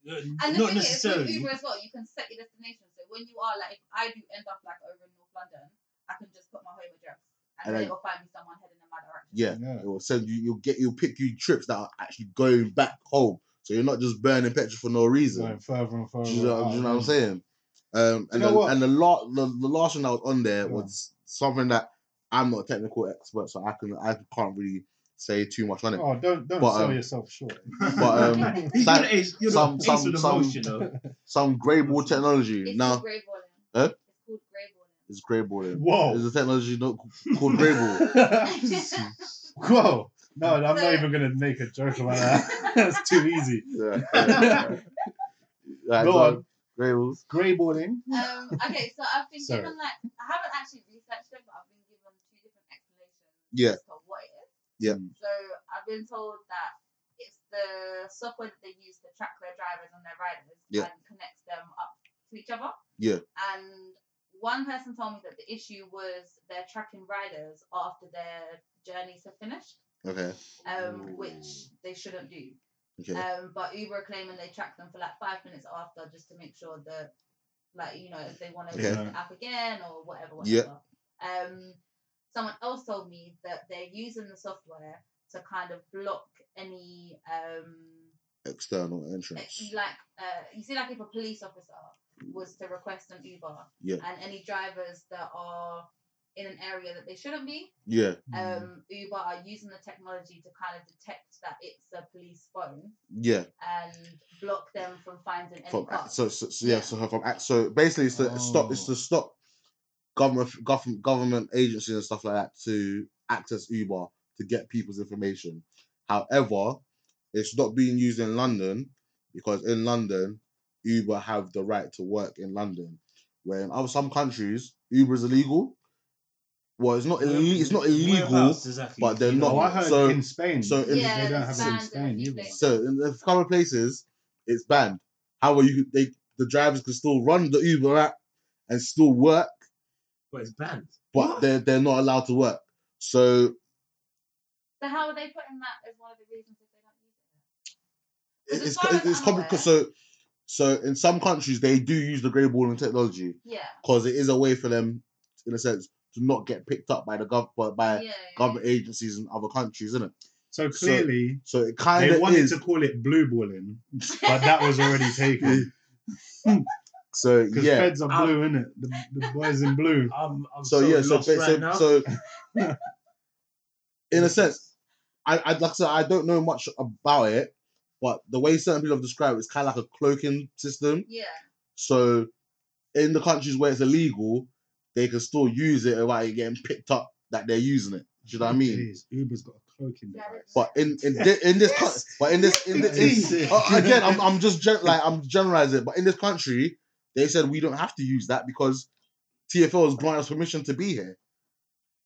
Speaker 1: And the
Speaker 4: not
Speaker 1: thing is, with
Speaker 4: necessarily.
Speaker 1: Uber as well, you can set your destination. So when you are like, if I do end up like over in North London, I can just put my home address and,
Speaker 2: And
Speaker 1: then
Speaker 2: I-
Speaker 1: it'll find me someone heading in my direction.
Speaker 2: Yeah,
Speaker 3: Yeah.
Speaker 2: it will send you. You'll get. You'll pick you trips that are actually going back home, so you're not just burning petrol for no reason.
Speaker 3: Going further and further.
Speaker 2: Do you, know,
Speaker 3: out.
Speaker 2: do uh, you know what I'm saying? Um, and
Speaker 3: know
Speaker 2: the,
Speaker 3: what?
Speaker 2: and the, la- the the last one that was on there
Speaker 3: Yeah.
Speaker 2: was something that I'm not a technical expert, so I can I can't really say too much on it.
Speaker 3: Oh, don't don't
Speaker 2: But,
Speaker 3: sell
Speaker 2: um,
Speaker 3: yourself short.
Speaker 2: But um,
Speaker 4: You're
Speaker 2: some-
Speaker 4: the ace- you're
Speaker 2: some-
Speaker 4: the ace
Speaker 2: some-
Speaker 4: of the
Speaker 2: some-
Speaker 4: most, you know.
Speaker 2: some grey ball technology
Speaker 1: It's
Speaker 2: now
Speaker 1: called grey balling.
Speaker 2: Huh?
Speaker 1: It's called grey balling.
Speaker 2: is grey balling. Is
Speaker 3: Whoa.
Speaker 2: a technology not called grey ball?
Speaker 3: Whoa. No, I'm not even gonna make a joke about that. That's too easy.
Speaker 2: Yeah.
Speaker 3: Go on.
Speaker 2: Grey balls.
Speaker 3: Greyboarding.
Speaker 1: um, okay, so I've been
Speaker 3: Sorry.
Speaker 1: given like I haven't actually researched it, but I've been given two different explanations
Speaker 2: Yeah.
Speaker 1: as to what it is.
Speaker 2: Yeah.
Speaker 1: So I've been told that it's the software that they use to track their drivers and their riders
Speaker 2: Yeah.
Speaker 1: and connects them up to each other.
Speaker 2: Yeah.
Speaker 1: And one person told me that the issue was they're tracking riders after their journeys have finished,
Speaker 2: Okay.
Speaker 1: um, which they shouldn't do.
Speaker 2: Okay.
Speaker 1: Um, but Uber are claiming they track them for like five minutes after just to make sure that, like, you know, if they want to
Speaker 2: Yeah.
Speaker 1: use the app again or whatever,
Speaker 2: Yeah.
Speaker 1: whatever. Um, someone else told me that they're using the software to kind of block any um,
Speaker 2: external entrance.
Speaker 1: like uh, you see, like if a police officer was to request an Uber,
Speaker 2: Yeah.
Speaker 1: and any drivers that are in an area that they shouldn't be,
Speaker 2: Yeah,
Speaker 3: Hmm.
Speaker 1: um, Uber are using the technology to kind of detect that it's a police phone
Speaker 2: yeah.
Speaker 1: and block them from finding any
Speaker 2: From uh,
Speaker 1: parts.
Speaker 2: so, so, so yeah, so from act- so basically it's to stop it's
Speaker 3: Oh.
Speaker 2: to stop government government government agencies and stuff like that to access Uber to get people's information. However, it's not being used in London because in London Uber have the right to work in London, where in other some countries Uber is illegal. Well, it's not ille- it's not illegal.
Speaker 4: Um, Whereabouts exactly?
Speaker 2: but they're
Speaker 4: You
Speaker 2: not-
Speaker 3: Oh,
Speaker 4: know?
Speaker 3: I heard
Speaker 2: so-
Speaker 3: in Spain.
Speaker 2: so in-
Speaker 3: they
Speaker 1: Yeah,
Speaker 3: don't
Speaker 1: it's
Speaker 3: have it in
Speaker 1: banned in a
Speaker 3: Spain
Speaker 1: few
Speaker 3: either.
Speaker 1: places.
Speaker 2: So in a couple of places, it's banned. However, you they the drivers can still run the Uber app and still work,
Speaker 4: But it's banned.
Speaker 2: but they're they're not allowed to work. So
Speaker 1: So how are they putting that as one of the reasons if they don't use it? But as
Speaker 2: it's
Speaker 1: far as
Speaker 2: it's
Speaker 1: I'm
Speaker 2: complicated. So so in some countries they do use the grey balling technology
Speaker 1: Yeah.
Speaker 2: because it is a way for them, in a sense, to not get picked up by the gov by, by
Speaker 1: yeah, yeah.
Speaker 2: government agencies in other countries, isn't it?
Speaker 3: So
Speaker 2: So-
Speaker 3: clearly,
Speaker 2: So it
Speaker 3: they
Speaker 2: kind of
Speaker 3: wanted
Speaker 2: is.
Speaker 3: to call it blue balling, but that was already taken.
Speaker 2: so
Speaker 3: Because
Speaker 2: yeah.
Speaker 3: feds are blue,
Speaker 1: Um,
Speaker 3: innit? The, the boys in blue.
Speaker 4: I'm, I'm
Speaker 2: so
Speaker 4: so
Speaker 2: yeah, so
Speaker 4: lost
Speaker 2: ba-
Speaker 4: right
Speaker 2: so,
Speaker 4: now.
Speaker 2: so in a sense, I, I like I said, I don't know much about it, but the way certain people have described it, it's kind of like a cloaking system.
Speaker 1: Yeah.
Speaker 2: So in the countries where it's illegal, they can still use it without it getting picked up that they're using it. Do you know what I mean?
Speaker 3: Jeez, Uber's got a cloak in
Speaker 1: yeah.
Speaker 3: there.
Speaker 2: But in in, thi- in this, coun- but in this, in,
Speaker 3: That
Speaker 2: thi- in,
Speaker 3: is sick.
Speaker 2: uh, again, I'm, I'm just gen- like I'm generalizing, but in this country, they said we don't have to use that because TFL has granted us permission to be here.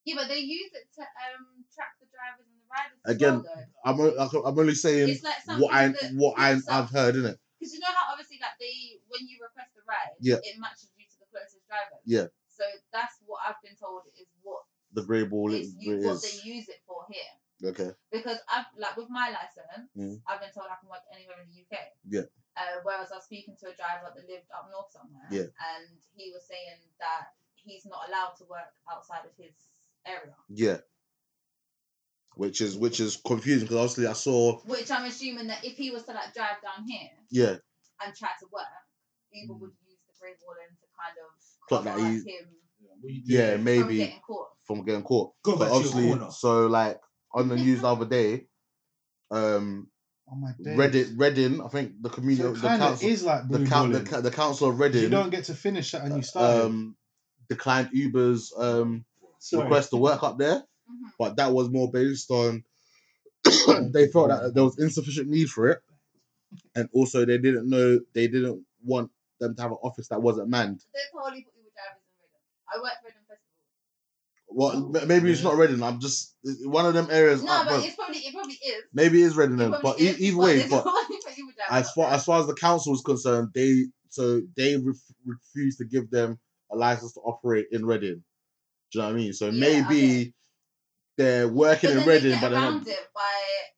Speaker 1: Yeah, but they use it to um track the drivers and the riders.
Speaker 2: Again,
Speaker 1: as well, though.
Speaker 2: I'm o- I'm only saying
Speaker 1: it's like something
Speaker 2: what I
Speaker 1: that
Speaker 2: what I
Speaker 1: picks up
Speaker 2: I've heard in it.
Speaker 1: Because you know how obviously like they when you request a ride,
Speaker 2: Yeah.
Speaker 1: it matches you to the closest driver.
Speaker 2: Yeah.
Speaker 1: So that's what I've been told is what
Speaker 2: The grey ball
Speaker 1: is
Speaker 2: is,
Speaker 1: you, what
Speaker 2: is
Speaker 1: they use it for here.
Speaker 2: okay.
Speaker 1: Because I've like with my license,
Speaker 2: Mm.
Speaker 1: I've been told I can work anywhere in the UK.
Speaker 2: Yeah.
Speaker 1: Uh, whereas I was speaking to a driver that lived up north somewhere,
Speaker 2: Yeah.
Speaker 1: and he was saying that he's not allowed to work outside of his area,
Speaker 2: Yeah. Which is which is confusing because obviously I saw
Speaker 1: which I'm assuming that if he was to like drive down here
Speaker 2: yeah
Speaker 1: and try to work, Uber
Speaker 3: Mm.
Speaker 1: would use the grey walling to kind of
Speaker 2: Clock that
Speaker 1: cover
Speaker 2: he-
Speaker 1: him
Speaker 4: What you doing?
Speaker 2: yeah
Speaker 1: from
Speaker 2: maybe
Speaker 1: getting caught.
Speaker 2: from getting caught.
Speaker 4: Go
Speaker 2: But
Speaker 4: back to your
Speaker 2: obviously,
Speaker 4: corner.
Speaker 2: so like on the news the other day, um,
Speaker 3: Oh my days.
Speaker 2: Reddit Reading, I think the community,
Speaker 3: So
Speaker 2: the
Speaker 3: kind of
Speaker 2: council,
Speaker 3: is like blue
Speaker 2: the, coun the,
Speaker 3: balling.
Speaker 2: ca- the council of
Speaker 3: you
Speaker 2: Reading,
Speaker 3: don't get to finish that and you start.
Speaker 2: um, declined Uber's um
Speaker 3: Sorry.
Speaker 2: request to work up there,
Speaker 1: Mhm.
Speaker 2: but that was more based on they felt that there was insufficient need for it, and also they didn't know they didn't want them to have an office that wasn't manned.
Speaker 1: There's wholly put Uber drivers in Reading. I work for Reading Festival.
Speaker 2: Well, m- maybe it's not Reading. I'm just it- one of them areas.
Speaker 1: No,
Speaker 2: I-
Speaker 1: but
Speaker 2: well,
Speaker 1: it's probably it probably is.
Speaker 2: maybe it's Reading,
Speaker 1: It
Speaker 2: then,
Speaker 1: probably
Speaker 2: but
Speaker 1: is,
Speaker 2: e- either way,
Speaker 1: there's
Speaker 2: but
Speaker 1: wholly put Uber drivers
Speaker 2: as
Speaker 1: up
Speaker 2: far
Speaker 1: there.
Speaker 2: as far as the council is concerned, they so they ref, refused to give them a license to operate in Reading. Do you know what I mean? So
Speaker 1: Yeah,
Speaker 2: maybe
Speaker 1: okay.
Speaker 2: they're
Speaker 1: But
Speaker 2: working
Speaker 1: then
Speaker 2: in
Speaker 1: they
Speaker 2: Reading,
Speaker 1: get
Speaker 2: but they're not-
Speaker 1: around it by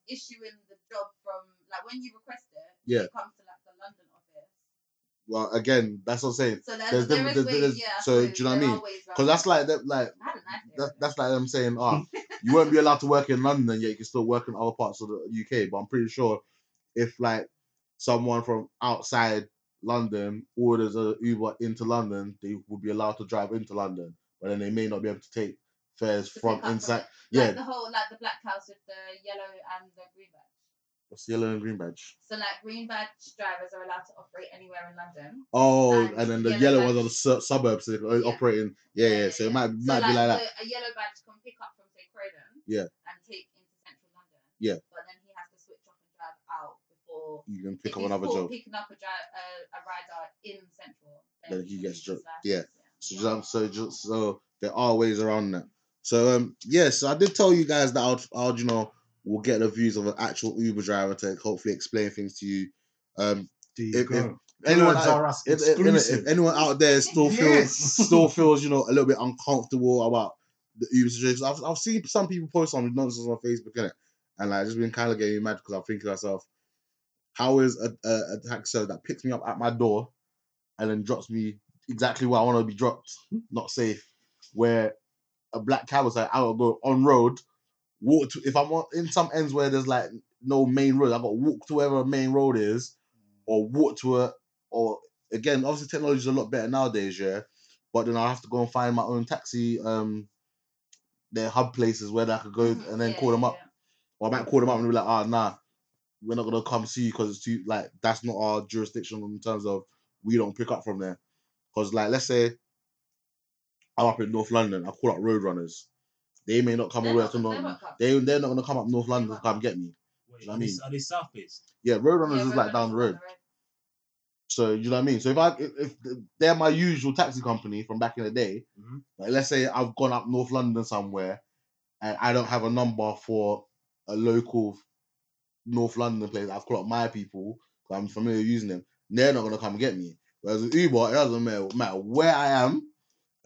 Speaker 1: issuing the job from like when you request it,
Speaker 2: Yeah.
Speaker 1: it comes to like the London office.
Speaker 2: well, again, that's what I'm saying.
Speaker 1: So there's,
Speaker 2: There's
Speaker 1: there
Speaker 2: different-
Speaker 1: is
Speaker 2: there's-
Speaker 1: ways,
Speaker 2: there's-
Speaker 1: yeah. I
Speaker 2: so do you
Speaker 1: suppose
Speaker 2: know what I
Speaker 1: there
Speaker 2: mean?
Speaker 1: are ways around
Speaker 2: Because that's
Speaker 1: it.
Speaker 2: like that, like
Speaker 1: I had a nice day.
Speaker 2: that, that's like them saying, ah, you won't be allowed to work in London, yet you can still work in other parts of the UK. But I'm pretty sure if like someone from outside London orders a Uber into London, they would be allowed to drive into London, but then they may not be able to take fares
Speaker 1: To
Speaker 2: from
Speaker 1: pick up
Speaker 2: inside.
Speaker 1: it.
Speaker 2: Yeah,
Speaker 1: Like the whole like the black house with the yellow and the green badge.
Speaker 2: what's the yellow and green badge?
Speaker 1: So like green badge drivers are allowed to operate anywhere in London.
Speaker 2: Oh,
Speaker 1: And
Speaker 2: and, then the
Speaker 1: yellow badge.
Speaker 2: yellow ones are the su- suburbs, so they can
Speaker 1: Yeah.
Speaker 2: operate in. Yeah, yeah. So it might might be like that.
Speaker 1: the- A yellow badge can pick up from say Croydon.
Speaker 2: Yeah.
Speaker 1: And take into central London.
Speaker 2: Yeah.
Speaker 1: But then he has to switch off and drive out before.
Speaker 2: You can
Speaker 1: if
Speaker 2: pick up
Speaker 1: he's
Speaker 2: another
Speaker 1: caught
Speaker 2: job.
Speaker 1: Picking up a, dri- a, a rider in central.
Speaker 2: Then he gets
Speaker 1: loses his license,
Speaker 2: dropped. So just, so just so there are ways around that. So um yeah, so I did tell you guys that I'll, I'll you know we'll get the views of an actual Uber driver to hopefully explain things to you. Um,
Speaker 3: Do you
Speaker 2: if-
Speaker 3: go?
Speaker 2: anyone
Speaker 3: Words
Speaker 2: out,
Speaker 3: are us
Speaker 2: if, if,
Speaker 3: exclusive.
Speaker 2: if anyone out there still feels
Speaker 3: Yes.
Speaker 2: still feels you know a little bit uncomfortable about the Uber situation, I've, I've seen some people post some nonsense on Facebook innit? and like just been kind of getting mad because I'm thinking to myself, how is a, a, a taxi service that picks me up at my door and then drops me exactly where I want to be dropped, not safe, where a black cab was like, I will go on road, walk to, if I'm on, in some ends where there's like no main road. I got to walk to wherever a main road is, or walk to a or again. Obviously, technology is a lot better nowadays, yeah. But then I have to go and find my own taxi. Um, their hub places where I could go and then
Speaker 1: Mm-hmm. Yeah,
Speaker 2: call them
Speaker 1: yeah,
Speaker 2: up. Or I might call them up and be like, ah, nah, we're not gonna come see you because it's too like that's not our jurisdiction in terms of we don't pick up from there. Because like let's say I'm up in North London, I call up Roadrunners. They may
Speaker 1: yeah.
Speaker 2: not come
Speaker 1: They're
Speaker 2: all the way
Speaker 1: not-
Speaker 2: up to
Speaker 1: they
Speaker 2: North.
Speaker 1: won't come.
Speaker 2: They they're not gonna come up North London to
Speaker 1: won't
Speaker 2: come get me.
Speaker 4: Wait,
Speaker 2: know what I
Speaker 4: are, they,
Speaker 2: mean?
Speaker 4: are they South based?
Speaker 2: Yeah, Roadrunners
Speaker 1: Yeah,
Speaker 2: is like down the road.
Speaker 1: Roadrunners
Speaker 2: So you know what I mean. So if I if, if they're my usual taxi company from back in the day,
Speaker 4: Mhm.
Speaker 2: like let's say I've gone up North London somewhere, and I don't have a number for a local North London place, I've called up my people. 'cause I'm familiar using them. They're not gonna come get me. Whereas with Uber, it doesn't matter, matter where I am,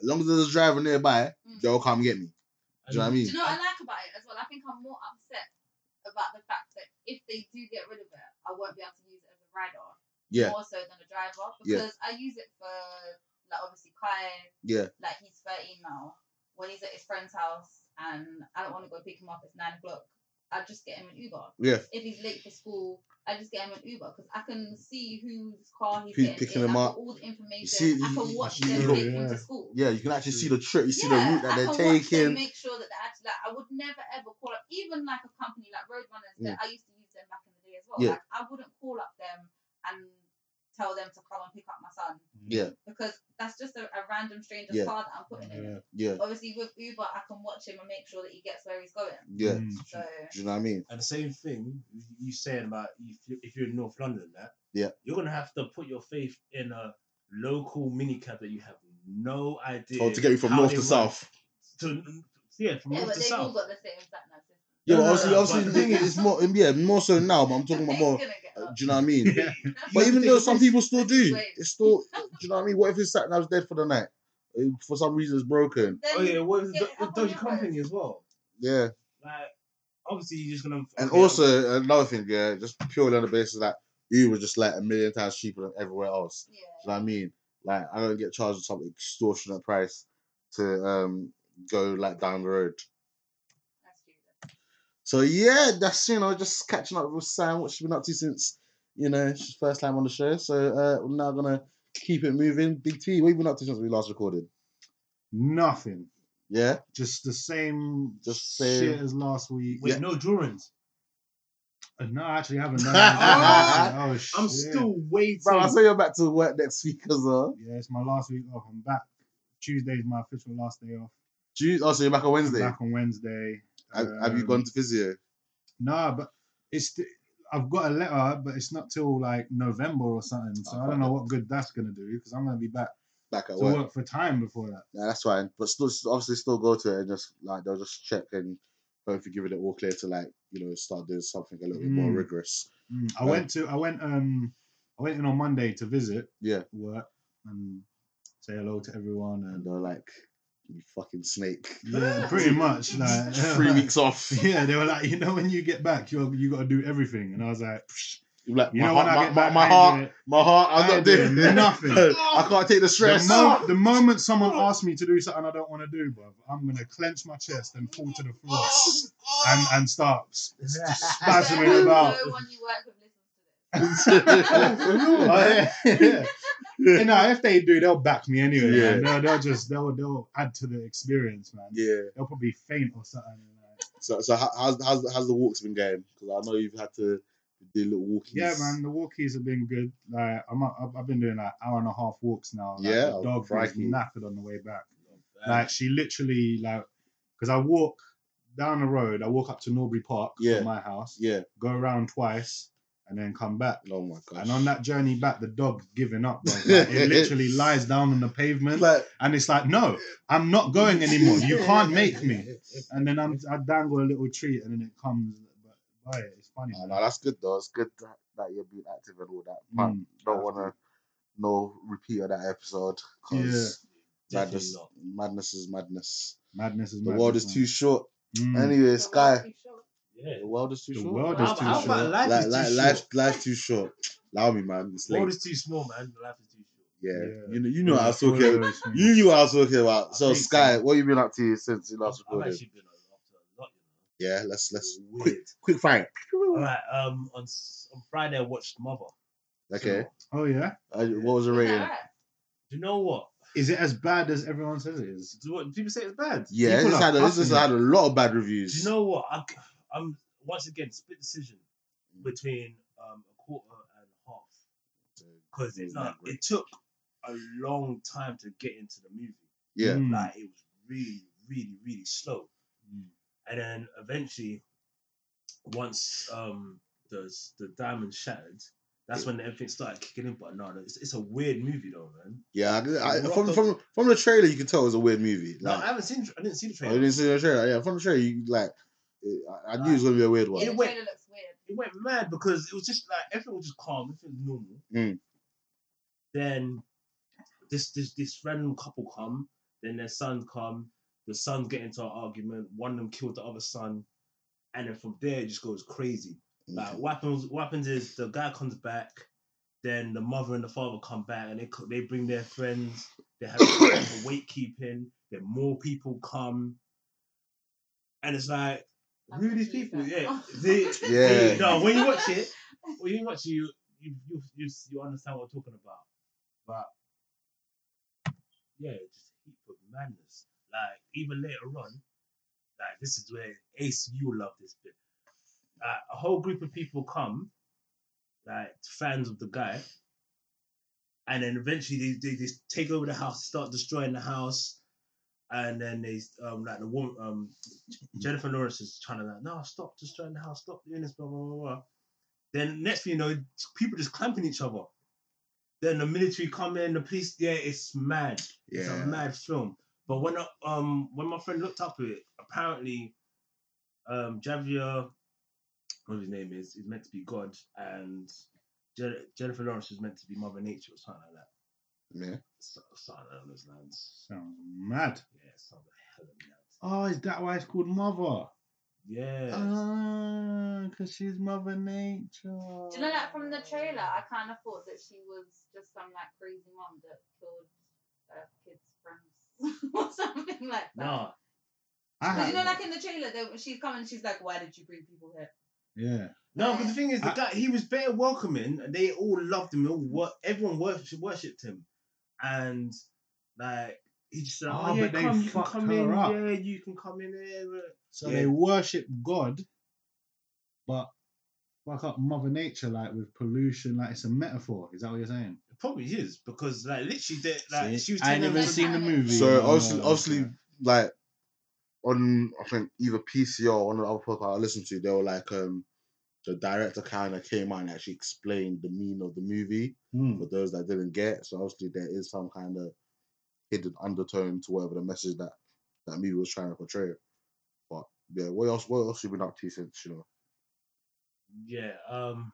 Speaker 2: as long as there's a driver nearby,
Speaker 1: Mm.
Speaker 2: they'll come get me. Do you know what I
Speaker 1: Do
Speaker 2: mean?
Speaker 1: you know what I like about it as well? I think I'm more upset about the fact that if they do get rid of it, I won't be able to use it as a rider
Speaker 2: Yeah,
Speaker 1: more so than a driver
Speaker 2: Yeah.
Speaker 1: because I use it for like obviously Kai,
Speaker 2: yeah,
Speaker 1: like he's 13 now. When he's at his friend's house and I don't want to go pick him up, it's nine o'clock. I just get him an Uber.
Speaker 2: yeah.
Speaker 1: If he's late for school, I just get him an Uber because I can see whose car he's
Speaker 2: Who's
Speaker 1: getting
Speaker 2: picking
Speaker 1: in.
Speaker 2: him
Speaker 1: I've
Speaker 2: up.
Speaker 1: got all the information.
Speaker 2: see-
Speaker 1: I
Speaker 2: you-
Speaker 1: can
Speaker 2: you-
Speaker 1: watch
Speaker 2: you
Speaker 1: them
Speaker 2: look-
Speaker 1: take him
Speaker 3: yeah.
Speaker 1: to school.
Speaker 2: Yeah, you can actually see the trip. You see
Speaker 1: Yeah,
Speaker 2: the route that
Speaker 1: I
Speaker 2: they're
Speaker 1: can watch them
Speaker 2: taking.
Speaker 1: Make sure that they're actually, like I would never ever call up even like a company like Roadrunners that I used to use them back in the day as well.
Speaker 2: Yeah.
Speaker 1: Like I wouldn't call up them and tell them to come and pick up my son
Speaker 2: Yeah,
Speaker 1: because that's just a, a random stranger's
Speaker 2: Yeah.
Speaker 1: car that I'm putting in.
Speaker 2: yeah,
Speaker 1: Obviously with Uber I can watch him and make sure that he gets where he's going.
Speaker 2: yeah.
Speaker 3: Mm.
Speaker 1: So
Speaker 2: Do you know what I mean?
Speaker 4: And the same thing you saying about if you if you're in North London, that
Speaker 2: Yeah.
Speaker 4: you're gonna have to put your faith in a local minicab that you have no idea.
Speaker 2: Or Oh, to get me from
Speaker 4: how
Speaker 2: north
Speaker 4: they
Speaker 2: to
Speaker 4: run.
Speaker 2: south.
Speaker 4: To yeah, from
Speaker 1: yeah,
Speaker 4: north
Speaker 1: but
Speaker 4: to
Speaker 1: they've all
Speaker 4: south.
Speaker 1: got the same sat nav system.
Speaker 2: Yeah,
Speaker 4: No,
Speaker 2: but
Speaker 4: no,
Speaker 2: obviously,
Speaker 4: no,
Speaker 2: obviously,
Speaker 4: but-
Speaker 2: the thing is, it's more, yeah, more so now. But I'm talking about
Speaker 1: He's
Speaker 2: more.
Speaker 1: gonna get
Speaker 2: uh,
Speaker 1: up.
Speaker 2: do you know what I mean?
Speaker 3: Yeah.
Speaker 2: But even though some people still do,
Speaker 1: Wait.
Speaker 2: it's still. Do you know what I mean? What if his sat nav's dead for the night? Uh, For some reason, it's broken.
Speaker 1: Then-
Speaker 4: Oh yeah, what is
Speaker 1: Yeah,
Speaker 4: the,
Speaker 1: how
Speaker 4: the dodgy
Speaker 1: about
Speaker 4: company as well?
Speaker 2: Yeah,
Speaker 4: Like obviously you're just gonna
Speaker 2: and
Speaker 4: okay,
Speaker 2: also another thing, yeah, just purely on the basis that Uber was just like a million times cheaper than everywhere else. Do you
Speaker 1: Yeah.
Speaker 2: know what I mean? Like I don't get charged some extortionate price to um go like down the road.
Speaker 1: That's true.
Speaker 2: So yeah, that's you know just catching up with Sam, what she's been up to since you know she's first time on the show. So uh, we're now gonna keep it moving. Big T, what have you been up to since we last recorded?
Speaker 3: Nothing.
Speaker 2: Yeah,
Speaker 3: Just the same
Speaker 2: Just
Speaker 3: shit
Speaker 2: same.
Speaker 3: as last week.
Speaker 4: with
Speaker 2: yeah.
Speaker 4: no drawings.
Speaker 3: Uh, No, I actually haven't done
Speaker 2: Ah!
Speaker 3: anything. oh, shit.
Speaker 4: I'm still waiting.
Speaker 2: bro, I say you're back to work next week as well.
Speaker 3: Yeah, it's my last week off. I'm back. Tuesday's my official last day off.
Speaker 2: Tuesday, oh, so you're back on
Speaker 3: I'm
Speaker 2: Wednesday.
Speaker 3: back on Wednesday.
Speaker 2: Have, have you
Speaker 3: Um,
Speaker 2: gone to physio?
Speaker 3: Nah, but it's th- I've got a letter, but it's not till like November or something. So
Speaker 2: Oh,
Speaker 3: I don't know what good that's gonna do because I'm gonna be back
Speaker 2: Back at
Speaker 3: to
Speaker 2: work.
Speaker 3: work for time before that.
Speaker 2: Yeah, that's fine. But still, obviously, still go to it and just like they'll just check and hopefully give it all clear to like you know start doing something a little bit more
Speaker 3: Mm.
Speaker 2: rigorous.
Speaker 3: Mm, I
Speaker 2: Right.
Speaker 3: went to I went um I went in on Monday to visit
Speaker 2: Yeah,
Speaker 3: work and say hello to everyone
Speaker 2: and
Speaker 3: and
Speaker 2: they're like, you fucking snake.
Speaker 3: yeah, pretty much like
Speaker 2: uh, Three weeks off.
Speaker 3: Yeah, they were like, you know, when you get back, you you got to do everything, and I was like, "Psh,
Speaker 2: You're like,
Speaker 3: you
Speaker 2: my,
Speaker 3: know,
Speaker 2: heart,
Speaker 3: when I
Speaker 2: my,
Speaker 3: get
Speaker 2: my,
Speaker 3: back,
Speaker 2: my
Speaker 3: I ain't
Speaker 2: heart,
Speaker 3: doing it."
Speaker 2: my heart, I'm
Speaker 3: I
Speaker 2: not
Speaker 3: ain't
Speaker 2: doing
Speaker 3: doing nothing.
Speaker 2: I can't take the stress.
Speaker 3: The, mo- the moment someone asks me to do something I don't want to do, bruv, I'm gonna clench my chest and fall to the floor and and start s- s- spasming about.
Speaker 1: No one you work with listens to this.
Speaker 3: Oh, yeah, yeah. You know, if they do, they'll back me anyway.
Speaker 2: Yeah.
Speaker 3: Yeah. They'll, they'll just they'll they'll add to the experience, man.
Speaker 2: yeah.
Speaker 3: They'll probably faint or something. like.
Speaker 2: So, so how- how's, how's how's the walks been going? Because I know you've had to do little walkies.
Speaker 3: Yeah, man, the walkies have been good. Like I'm, I've- I've been doing like hour and a half walks now. Like,
Speaker 2: Yeah,
Speaker 3: the dog was
Speaker 2: crikey.
Speaker 3: knackered on the way back. Like she literally like because I walk down the road, I walk up to Norbury Park
Speaker 2: Yeah.
Speaker 3: from my house,
Speaker 2: Yeah.
Speaker 3: go around twice, and then come back.
Speaker 2: Oh my god.
Speaker 3: And on that journey back, the dog's giving up. Bro. Like, it literally lies down on the pavement,
Speaker 2: like,
Speaker 3: and it's like, "No, I'm not going anymore. You can't make me." And then I'm, I dangle a little treat, and then it comes. But boy, it's funny.
Speaker 2: Oh,
Speaker 3: man.
Speaker 2: no, that's good though. It's good that, that you're being active and all that. But
Speaker 3: Mm,
Speaker 2: don't
Speaker 3: that's
Speaker 2: want to no repeat of that episode. 'cause Madness,
Speaker 4: Definitely not.
Speaker 2: madness is madness.
Speaker 3: Madness is
Speaker 2: The
Speaker 3: madness,
Speaker 2: world is
Speaker 3: man.
Speaker 2: too short.
Speaker 3: Mm.
Speaker 2: Anyway,
Speaker 1: The
Speaker 2: Sky,
Speaker 1: world's too short.
Speaker 4: Yeah.
Speaker 2: the world is too
Speaker 3: The
Speaker 2: short.
Speaker 3: world
Speaker 4: How
Speaker 3: is
Speaker 4: about- how
Speaker 3: too
Speaker 4: about
Speaker 3: short.
Speaker 4: life
Speaker 2: Like,
Speaker 4: is
Speaker 2: like,
Speaker 4: too
Speaker 2: life,
Speaker 4: short?
Speaker 2: life's too short. Allow me, man. It's late.
Speaker 4: World is too small, man. Life is too short.
Speaker 2: Yeah.
Speaker 3: Yeah.
Speaker 2: you know, you know what I was
Speaker 3: It's one of
Speaker 2: talking. About.
Speaker 3: those things.
Speaker 2: You knew what I was talking about.
Speaker 4: I
Speaker 2: So
Speaker 4: think so.
Speaker 2: Sky, what you been up to since you last
Speaker 4: I've
Speaker 2: recorded?
Speaker 4: actually been up to a lot, you know.
Speaker 2: Yeah, let's let's
Speaker 4: Weird.
Speaker 2: quick fire.
Speaker 4: All right. Um, on, s- on Friday I watched Mother.
Speaker 2: Okay.
Speaker 4: So,
Speaker 3: Oh yeah.
Speaker 2: Uh, what was the rating?
Speaker 4: do you know what?
Speaker 3: Is it as bad as everyone says it is?
Speaker 4: Do, what, do people say it's bad?
Speaker 2: Yeah,
Speaker 3: People
Speaker 2: this
Speaker 3: are
Speaker 2: had a, this
Speaker 3: passing
Speaker 2: has
Speaker 3: it.
Speaker 2: had a lot of bad
Speaker 4: Do
Speaker 2: reviews.
Speaker 4: you know what? I'm, I'm once again split decision between um, a quarter and half because it's
Speaker 2: Not
Speaker 4: not.
Speaker 2: great.
Speaker 4: It took a long time to get into the movie.
Speaker 2: yeah.
Speaker 3: Mm.
Speaker 4: Like it was really, really, really slow.
Speaker 2: Mm.
Speaker 4: And then eventually, once um the the diamond shattered, that's when everything started kicking in. But no, no, it's, it's a weird movie though, man.
Speaker 2: Yeah, I, I,
Speaker 4: What
Speaker 2: from
Speaker 4: the-
Speaker 2: from from the trailer you can tell it's a weird movie.
Speaker 4: No, I
Speaker 2: Like,
Speaker 4: haven't seen. I didn't see the
Speaker 2: I
Speaker 4: trailer.
Speaker 2: didn't see the trailer. Yeah, from the trailer you like, I, I knew it was gonna be a weird one.
Speaker 4: It
Speaker 1: It
Speaker 4: went-
Speaker 1: looks weird.
Speaker 4: it went mad because it was just like everything was just calm, everything was normal.
Speaker 2: Mm.
Speaker 4: Then this this this random couple come, then their son come, the sons get into an argument, one of them killed the other son, and then from there it just goes crazy. Like what happens what happens is the guy comes back, then the mother and the father come back and they co- they bring their friends, they have the weight keeping, then more people come. And it's like
Speaker 1: I'm
Speaker 4: who are these
Speaker 1: confused
Speaker 4: people? Yeah.
Speaker 1: now.
Speaker 4: They,
Speaker 2: Yeah.
Speaker 4: no, when you watch it, when you watch it, you you you, you, you understand what I'm talking about. But yeah, just heap of madness. Like even later on, like this is where Ace, you will love this bit. Like a whole group of people come, like fans of the guy, and then eventually they they just take over the house, start destroying the house. And then they um like the woman um Jennifer Lawrence is trying to like, no, stop, destroying the house, stop doing this, blah blah blah. blah. Then next thing you know, people just clamping each other. Then the military come in, the police. Yeah, it's mad. It's a
Speaker 2: Yeah.
Speaker 4: mad film. But when I, um when my friend looked up at it, apparently, um Javier, what his name is, is meant to be God, and Je- Jennifer Lawrence is meant to be Mother Nature or something like that.
Speaker 2: yeah.
Speaker 4: So- Something along those lines.
Speaker 3: Sounds mad.
Speaker 4: Yeah, something hell of mad.
Speaker 3: Oh, is that why it's called Mother?
Speaker 4: Yeah.
Speaker 3: Uh, Ah, because she's Mother Nature.
Speaker 1: Do you know that from the trailer, I kind of thought that she was just some like crazy mom that killed uh, kids' friends or something like that.
Speaker 4: nah,
Speaker 3: I
Speaker 1: Because
Speaker 3: had,
Speaker 1: you know, like in the trailer, they, she's coming and she's like, "Why did you bring people here?"
Speaker 3: yeah.
Speaker 4: No, but the thing is, the
Speaker 3: I-
Speaker 4: guy he was better welcoming. and They all loved him. All wor- everyone worshipped, worshipped him, and like he just said, "Oh,
Speaker 3: Oh,
Speaker 4: yeah,
Speaker 3: but they
Speaker 4: come, you can
Speaker 3: fucked
Speaker 4: come
Speaker 3: her
Speaker 4: in.
Speaker 3: up.
Speaker 4: Yeah, you can come in here."
Speaker 3: So
Speaker 4: Yeah.
Speaker 3: they worship God, but fuck up Mother Nature, like with pollution, like it's a metaphor. Is that what you're saying?
Speaker 4: It probably is because like literally, they, like
Speaker 3: See?
Speaker 4: she was
Speaker 3: I ain't
Speaker 4: telling
Speaker 3: even
Speaker 4: them,
Speaker 3: seen the movie.
Speaker 2: So
Speaker 3: No,
Speaker 2: obviously,
Speaker 3: no, no,
Speaker 2: obviously,
Speaker 3: no.
Speaker 2: like on I think either PCR or one of the other podcasts I listened to, they were like, um, the director kind of came out and actually explained the meaning of the movie
Speaker 3: Hmm.
Speaker 2: for those that didn't get. So obviously, there is some kind of hidden undertone to whatever the message that that movie was trying to portray. But yeah, what else? What else you been up to since you know?
Speaker 4: yeah. Um.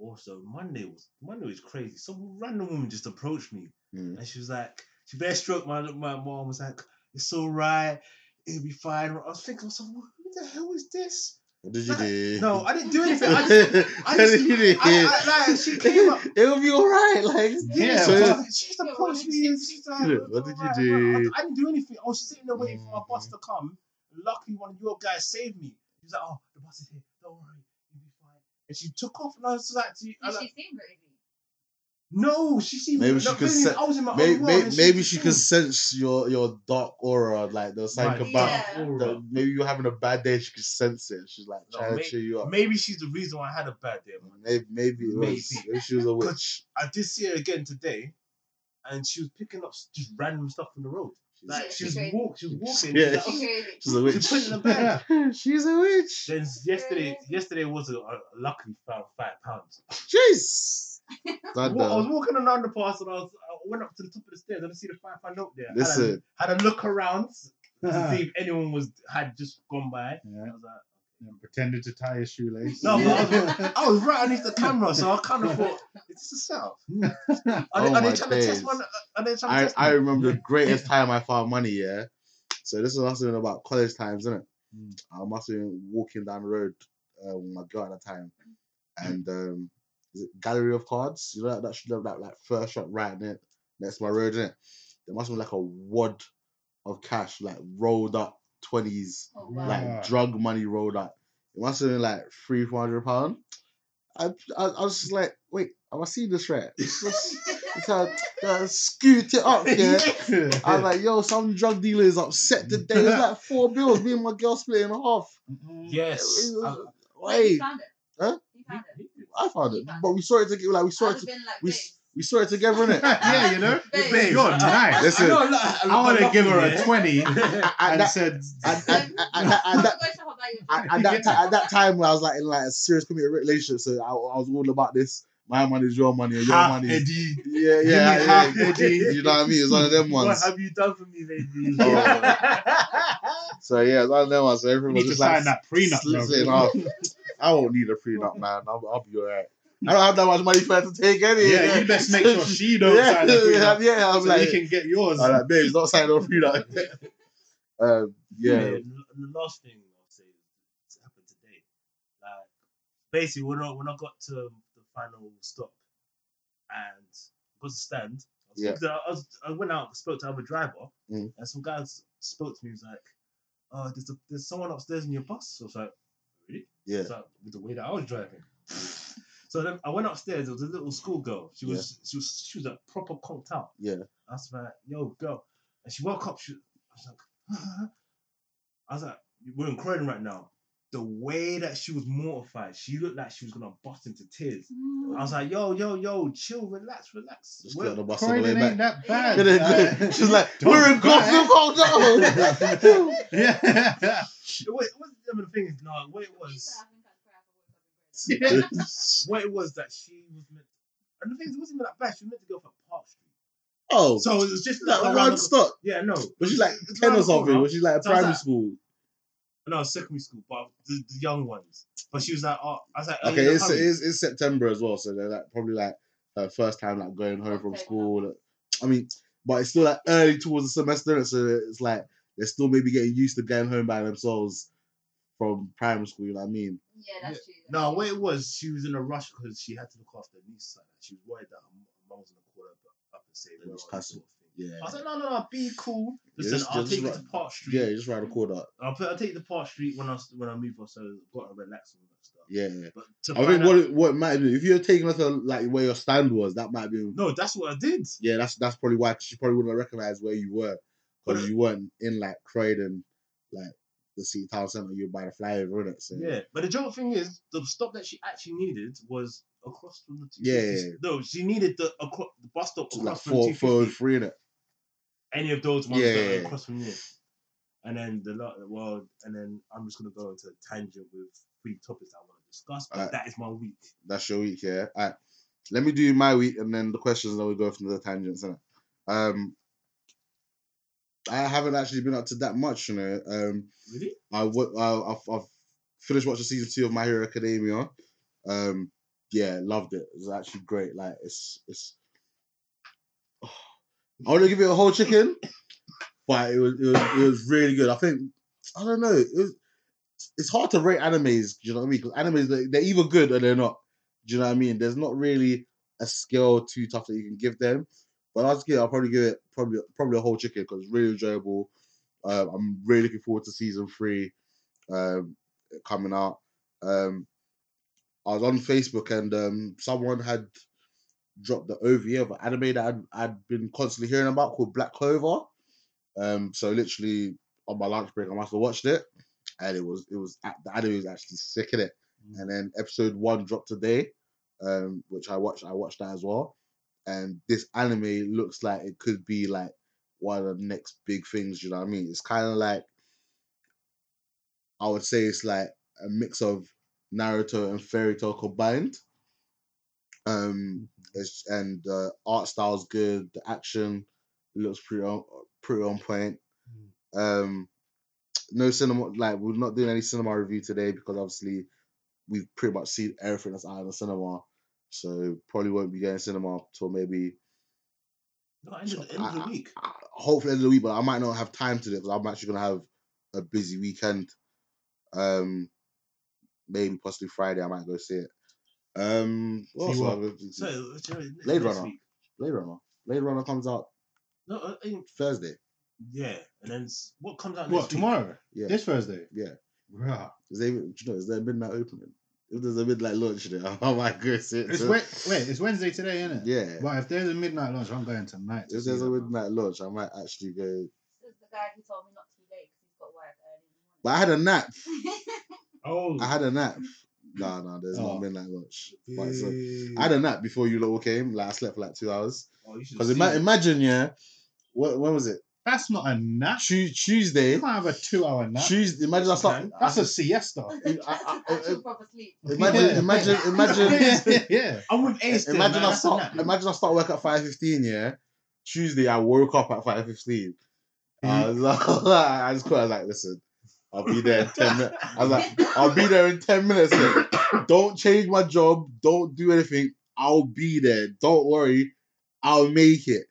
Speaker 4: Also, Monday was Monday was crazy. Some random woman just approached me
Speaker 2: Mm.
Speaker 4: And she was like, she bare stroked my my mom was like, it's all right, it'll be fine. I was thinking, I was like, who the hell is this?
Speaker 2: What did you
Speaker 4: Like,
Speaker 2: do?
Speaker 4: No, I didn't do anything. I just, I
Speaker 2: What
Speaker 4: just-
Speaker 2: did you do?
Speaker 4: I, I, like, she came up.
Speaker 2: It'll be alright. Like
Speaker 4: Yeah,
Speaker 2: So-
Speaker 4: but she just approached me. And she's like,
Speaker 2: Yeah, what did you
Speaker 4: "Alright,
Speaker 2: do?" Mm.
Speaker 4: alright." I, I didn't do anything. I was just sitting there waiting for my bus to come. Luckily, one of your guys saved me. He was like, oh, the bus is here. Don't worry, you'll be fine. And she took off, and I was like, to, I
Speaker 1: And
Speaker 4: was
Speaker 1: she
Speaker 4: like
Speaker 1: seemed crazy.
Speaker 4: no, she seemed.
Speaker 2: Maybe she
Speaker 4: no,
Speaker 2: could
Speaker 4: really,
Speaker 2: set-
Speaker 4: I was in my
Speaker 2: Maybe,
Speaker 4: own world
Speaker 2: maybe,
Speaker 4: and
Speaker 2: maybe she
Speaker 4: was
Speaker 2: can sense your your dark aura, like there's
Speaker 4: doing-
Speaker 2: something
Speaker 4: Right,
Speaker 2: about
Speaker 1: Yeah.
Speaker 4: aura.
Speaker 2: that maybe you're having a bad day. She can sense it. She's like
Speaker 4: No,
Speaker 2: trying
Speaker 4: may-
Speaker 2: to cheer you up.
Speaker 4: Maybe she's the reason why I had a bad day, man.
Speaker 2: Maybe maybe, it was,
Speaker 4: Maybe.
Speaker 2: maybe she was a witch.
Speaker 4: I did see her again today, and she was picking up s- just random stuff from the road. Like she was
Speaker 1: She's
Speaker 4: walk, she was walking.
Speaker 2: Yeah.
Speaker 1: She's crazy.
Speaker 2: She's a
Speaker 4: She's putting them
Speaker 2: witch.
Speaker 4: back.
Speaker 2: She's a witch.
Speaker 4: Then s- yesterday, yesterday was a, a luckily found five pounds.
Speaker 2: Jeez.
Speaker 4: I
Speaker 2: God
Speaker 4: wa- I was
Speaker 2: damn.
Speaker 4: walking on the underpass, and I, was, I went up to the top of the stairs, and I see the five pound note there. Had a-
Speaker 2: Listen.
Speaker 4: had a, look around to
Speaker 3: yeah.
Speaker 4: see if anyone was had just gone by. I was like,
Speaker 3: And pretended to tie his shoelace.
Speaker 4: No,
Speaker 3: yeah.
Speaker 4: I was right underneath the camera, so I kind of thought, is this a setup? Are they,
Speaker 2: Oh
Speaker 4: are they
Speaker 2: my
Speaker 4: trying to
Speaker 2: days.
Speaker 4: test one? Are they trying to
Speaker 2: I,
Speaker 4: test
Speaker 2: I
Speaker 4: me?
Speaker 2: remember the greatest time I found money, yeah. So this is also about college times, isn't it?
Speaker 3: Mm.
Speaker 2: I must have been walking down the road uh, with my girl at the time, and um, is it Gallery of Cards? You know that that should have that like first shop right there next to my road, innit? There must have been like a wad of cash like rolled up twenties,
Speaker 1: Oh,
Speaker 3: Right.
Speaker 1: wow.
Speaker 2: like drug money rolled up. It must have been like three, four hundred pound. I, I, I was just like, wait, have I seen this right? It's like, uh, scoot it up, yeah. I was like, yo, some drug dealer is upset today. It's like four bills. Me and my girl split in half.
Speaker 4: Yes.
Speaker 2: It was-
Speaker 4: I-
Speaker 1: Wait, you
Speaker 2: Wait,
Speaker 1: found it.
Speaker 2: Huh?
Speaker 1: You found it.
Speaker 2: I found it, but we saw it together. Like we saw
Speaker 1: I'd
Speaker 2: it,
Speaker 1: have
Speaker 2: to-
Speaker 1: been like,
Speaker 2: we
Speaker 1: we,
Speaker 2: s- we saw it together, innit?
Speaker 3: yeah, you know.
Speaker 1: Babe.
Speaker 3: Babe, You're
Speaker 4: I-
Speaker 3: nice.
Speaker 2: Listen,
Speaker 4: know a lot- a
Speaker 3: I
Speaker 4: lot
Speaker 3: would
Speaker 4: of
Speaker 3: have given her a
Speaker 4: people,
Speaker 3: twenty
Speaker 4: yeah.
Speaker 2: At
Speaker 3: and
Speaker 2: that,
Speaker 3: said,
Speaker 2: at, at, at, at, at
Speaker 1: I'm
Speaker 2: that
Speaker 1: not going to help buy you a
Speaker 2: at,
Speaker 1: drink.
Speaker 2: at that ti- at that time, I was like in like a serious committed relationship, so I, I was all about this. My money is your money, and your
Speaker 3: "Ha,
Speaker 2: money. Is,
Speaker 3: Eddie,
Speaker 2: yeah,
Speaker 3: Give me
Speaker 2: yeah, yeah,
Speaker 3: half, Eddie.
Speaker 2: You know what I mean? It's one of them
Speaker 4: What
Speaker 2: ones. Oh,
Speaker 4: have you done for me, lady?
Speaker 2: So yeah, it's one of them ones. So
Speaker 3: you
Speaker 2: everyone was
Speaker 3: need to
Speaker 2: just
Speaker 3: sign
Speaker 2: like
Speaker 3: that prenup,
Speaker 2: slits
Speaker 3: bro."
Speaker 2: it off. I won't need a prenup, man. I'll, I'll be alright. I don't have that much money for her to take anyway.
Speaker 3: Yeah, you best make sure she don't
Speaker 2: yeah,
Speaker 3: sign the prenup
Speaker 2: yeah, yeah, I'm
Speaker 3: so
Speaker 2: like,
Speaker 3: you can get yours.
Speaker 2: I'm like, babe, it's not signing no prenup. um, yeah,
Speaker 4: And the last thing I'll say that's happened today, like basically when I when I got to the final stop and got to stand, I, was
Speaker 2: Yeah.
Speaker 4: speaking to- I, was, I went out and spoke to other driver,
Speaker 2: Mm.
Speaker 4: and some guys spoke to me. He was like, "Oh, there's a, there's someone upstairs in your bus." So I was like, "Really?"
Speaker 2: yeah,
Speaker 4: So with the way that I was driving. So then I went upstairs. There was a little schoolgirl. She was she was she was like proper conked out.
Speaker 2: yeah.
Speaker 4: I was like, yo, girl. And she woke up. She, I was like, I was like, we're in Croydon right now. The way that she was mortified, she looked like she was gonna bust into tears. I was like, yo, yo, yo, chill, relax, relax.
Speaker 2: Just
Speaker 4: We're-
Speaker 2: get on the bus on the way
Speaker 3: Croydon
Speaker 2: back.
Speaker 3: ain't that
Speaker 2: And
Speaker 3: bad.
Speaker 2: then She's like, we're in Gotham, hold on.
Speaker 3: yeah.
Speaker 4: it was, it was, I mean, the thing is, no, what it was, what it was that she was meant. And the thing is, it wasn't even that bad. She was meant to go for Park Street.
Speaker 2: oh, so
Speaker 4: So it was just
Speaker 2: like
Speaker 4: around
Speaker 2: one
Speaker 4: the-
Speaker 2: stop.
Speaker 4: Yeah, no.
Speaker 2: Was she like
Speaker 4: It's
Speaker 2: ten
Speaker 4: around
Speaker 2: or
Speaker 4: the corner.
Speaker 2: something? Was she like
Speaker 4: So I was
Speaker 2: primary
Speaker 4: like-
Speaker 2: school?
Speaker 4: No, secondary school, but the, the young ones. But she was like, oh, I was like, oh,
Speaker 2: Okay,
Speaker 4: you're
Speaker 2: it's,
Speaker 4: coming.
Speaker 2: it's it's September as well, so they're like probably like her first time like going home from
Speaker 1: Okay.
Speaker 2: school. like- I mean, but it's still like early towards the semester, so it's like they're still maybe getting used to going home by themselves from primary school. You know what I mean?
Speaker 1: yeah, that's true.
Speaker 4: No, what it was, she was in a rush because she had to look after her niece. Like, she was worried that her mum mum was gonna call her up and say,
Speaker 2: Yeah,
Speaker 4: "Where
Speaker 2: just
Speaker 4: are you?"
Speaker 2: cussing.
Speaker 4: Sort of thing.
Speaker 2: Yeah,
Speaker 4: I was like, "No, no, no, be cool.
Speaker 2: Yeah,
Speaker 4: Listen,
Speaker 2: just-
Speaker 4: I'll
Speaker 2: just
Speaker 4: take you
Speaker 2: right-
Speaker 4: to Park Street.
Speaker 2: yeah, you just round the corner.
Speaker 4: I'll, put, I'll take you to Park Street when I s- when I move off, so I've got to relax and all that stuff."
Speaker 2: Yeah, yeah.
Speaker 4: But to
Speaker 2: I
Speaker 4: find
Speaker 2: think what
Speaker 4: out-
Speaker 2: it, what it might have been if you're taking her to like where your stand was, that might have been
Speaker 4: no, that's what I did.
Speaker 2: yeah, that's that's probably why 'cause she probably wouldn't have recognized where you were because you weren't in like Croydon, like the city town center. You were by the flyover, innit? So
Speaker 4: Yeah, but the joke thing is, the stop that she actually needed was across from the.
Speaker 2: Yeah,
Speaker 4: 250. No, she needed the across the bus stop
Speaker 2: it was
Speaker 4: across
Speaker 2: like
Speaker 4: from
Speaker 2: four,
Speaker 4: the
Speaker 2: four,
Speaker 4: 250.
Speaker 2: and three, innit?
Speaker 4: any of those ones that
Speaker 2: Yeah.
Speaker 4: are across from you. And then the lot, well, and then I'm just gonna go into a tangent with three topics I want to discuss. But
Speaker 2: Alright.
Speaker 4: that is my week.
Speaker 2: That's your week, yeah. All right, let me do my week and then the questions, and we go from the tangents, innit? Um, I haven't actually been up to that much, you know. Um,
Speaker 4: Really?
Speaker 2: I w- I, I've, I've finished watching season two of My Hero Academia. Um, yeah, loved it. It was actually great. Like it's it's. I want to give it a whole chicken, but it was, it was it was really good. I think I don't know. It was, it's hard to rate animes. Do you know what I mean? Because animes they- they're either good or they're not. Do you know what I mean? There's not really a scale too tough that you can give them. But I'll give I'll probably give it probably probably a whole chicken because it's really enjoyable. Um, I'm really looking forward to season three um, coming out. Um, I was on Facebook and um, someone had dropped the OVA of an anime that I'd, I'd been constantly hearing about called Black Clover. Um, so literally on my lunch break, I must have watched it, and it was it was a- the anime was actually sick in it.
Speaker 4: Mm.
Speaker 2: And then episode one dropped today, um, which I watched. I watched that as well. And this anime looks like it could be like one of the next big things. You know what I mean? It's kind of like I would say it's like a mix of Naruto and Fairy Tale combined. Um, it's, and the art style's good. The action looks pretty on pretty on point. Um, no cinema like we're not doing any cinema review today because obviously we've pretty much seen everything that's out in the cinema. So probably won't be going cinema till maybe
Speaker 4: No, end of,
Speaker 2: So,
Speaker 4: the, end of
Speaker 2: I-
Speaker 4: the week.
Speaker 2: I- hopefully end of the week, but I might not have time today because I'm actually gonna have a busy weekend. Um, maybe possibly Friday I might go see it. Um, what
Speaker 3: See
Speaker 2: else
Speaker 3: what?
Speaker 2: am I gonna do?
Speaker 4: So uh, it's- it's
Speaker 2: Blade
Speaker 4: next
Speaker 2: Runner.
Speaker 4: week.
Speaker 2: Blade Runner. Blade Runner comes out
Speaker 4: No, I think
Speaker 2: Thursday.
Speaker 4: Yeah, and then s- what comes out
Speaker 3: What
Speaker 4: next week?
Speaker 3: tomorrow?
Speaker 2: Yeah.
Speaker 3: This Thursday?
Speaker 2: Yeah.
Speaker 3: Bruh.
Speaker 2: Is there, even- do you know, is there a midnight opening? If there's a midnight launch there, oh my goodness.
Speaker 3: It's
Speaker 2: a-
Speaker 3: wait, wait, it's Wednesday today, isn't it?
Speaker 2: Yeah.
Speaker 3: But if there's a midnight launch, I'm going tonight. to
Speaker 2: If
Speaker 3: see
Speaker 2: there's a
Speaker 3: that, bro.
Speaker 2: midnight launch, I might actually go.
Speaker 1: This is the guy who told me not to be late because he's got work early. in the morning.
Speaker 2: But I had a nap.
Speaker 4: Oh,
Speaker 2: I had a nap. No, no, there's
Speaker 3: Oh.
Speaker 2: not midnight launch. But it's a- I had a nap before you all came. Like I slept for like two hours.
Speaker 4: Oh,
Speaker 2: Because ima- imagine, yeah, what when was it?
Speaker 3: That's not a nap.
Speaker 2: Tu- Tuesday.
Speaker 3: You can't have a two-hour nap.
Speaker 2: Tuesday. Imagine I
Speaker 4: Okay.
Speaker 2: start.
Speaker 3: That's a siesta.
Speaker 2: I- I- I-
Speaker 1: Actual proper sleep.
Speaker 2: Imagine,
Speaker 3: Yeah.
Speaker 2: imagine, imagine,
Speaker 3: yeah.
Speaker 4: I'm with Ace. then,
Speaker 2: imagine
Speaker 4: man,
Speaker 2: I
Speaker 4: that's a
Speaker 2: start.
Speaker 4: nap.
Speaker 2: Imagine I start work at five fifteen. Yeah, Tuesday I woke up at five fifteen. I was like, I just called. I was like, listen, I'll be there in ten minutes. I was like, I'll be there in ten minutes. mate. Don't change my job. Don't do anything. I'll be there. Don't worry, I'll make it.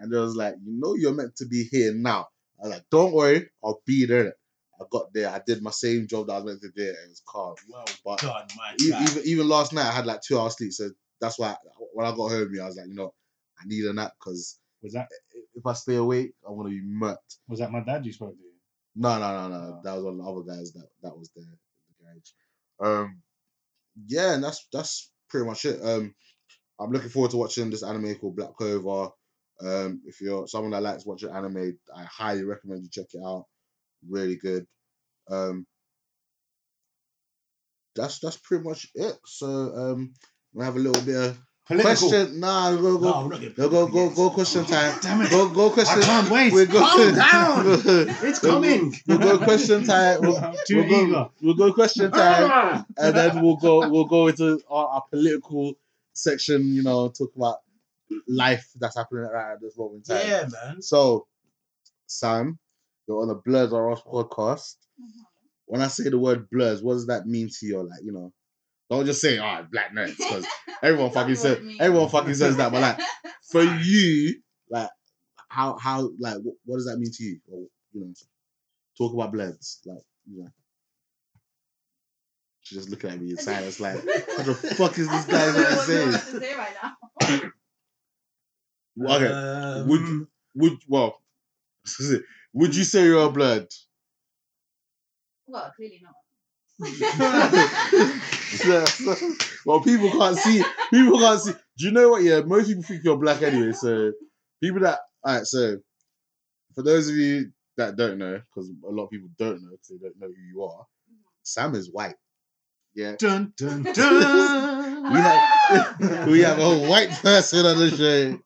Speaker 2: And they was like, you know, you're meant to be here now. I was like, don't worry, I'll be there. I got there. I did my same job that I was meant to do. and It was calm.
Speaker 4: Well
Speaker 2: But
Speaker 4: done, my
Speaker 2: E-
Speaker 4: guy.
Speaker 2: even even last night I had like two hours sleep, so that's why when I got home, yeah, I was like, you know, I need a nap because
Speaker 3: Was that
Speaker 2: if I stay awake, I'm gonna be murked.
Speaker 3: was that my dad you spoke to?
Speaker 2: No, no, no, no.
Speaker 3: Oh.
Speaker 2: That was one of the other guys that that was there in the garage. Um, yeah, and that's that's pretty much it. Um, I'm looking forward to watching this anime called Black Clover. Um, if you're someone that likes watching anime, I highly recommend you check it out. Really good. Um, that's that's pretty much it. So um, we have a little bit of
Speaker 3: Political.
Speaker 2: question. Nah, go go.
Speaker 4: No, I'm not getting
Speaker 2: Go go go
Speaker 4: political
Speaker 2: go
Speaker 4: yet.
Speaker 2: question time.
Speaker 3: Damn it.
Speaker 2: Go go question.
Speaker 3: can't wait.
Speaker 2: We're go-
Speaker 4: Calm down. It's coming.
Speaker 2: We'll go question time. We'll,
Speaker 3: I'm too
Speaker 2: we'll
Speaker 3: eager.
Speaker 2: go, we'll go question time, and then we'll go we'll go into our, our political section. You know, talk about life that's happening right at this moment in time.
Speaker 4: Yeah, man.
Speaker 2: So, Sam, you're on the Blurs or Us podcast.
Speaker 1: Mm-hmm.
Speaker 2: When I say the word blurs, what does that mean to you? Like, you know, don't just say, "Oh, black nerds," because everyone
Speaker 1: Tell me
Speaker 2: fucking
Speaker 1: what
Speaker 2: says
Speaker 1: it means.
Speaker 2: everyone fucking says that. But like, for you, like, how how like what, what does that mean to you? Or, you know, talk about blurs, like, you know. She's just looking at me in silence, like, what the fuck is this guy
Speaker 1: I
Speaker 2: even
Speaker 1: don't know
Speaker 2: saying?
Speaker 1: what to say right now.
Speaker 2: Okay,
Speaker 4: Um,
Speaker 2: would you- would well, would you say you're a blood?
Speaker 1: Well, clearly not.
Speaker 2: Yeah, so- well, people can't see. People can't see. Do you know what? Yeah, most people think you're black anyway. So people that all right. So for those of you that don't know, because a lot of people don't know, because they don't know who you are. Sam is white. Yeah,
Speaker 3: Dun dun dun.
Speaker 2: we have we have a whole white person on the show.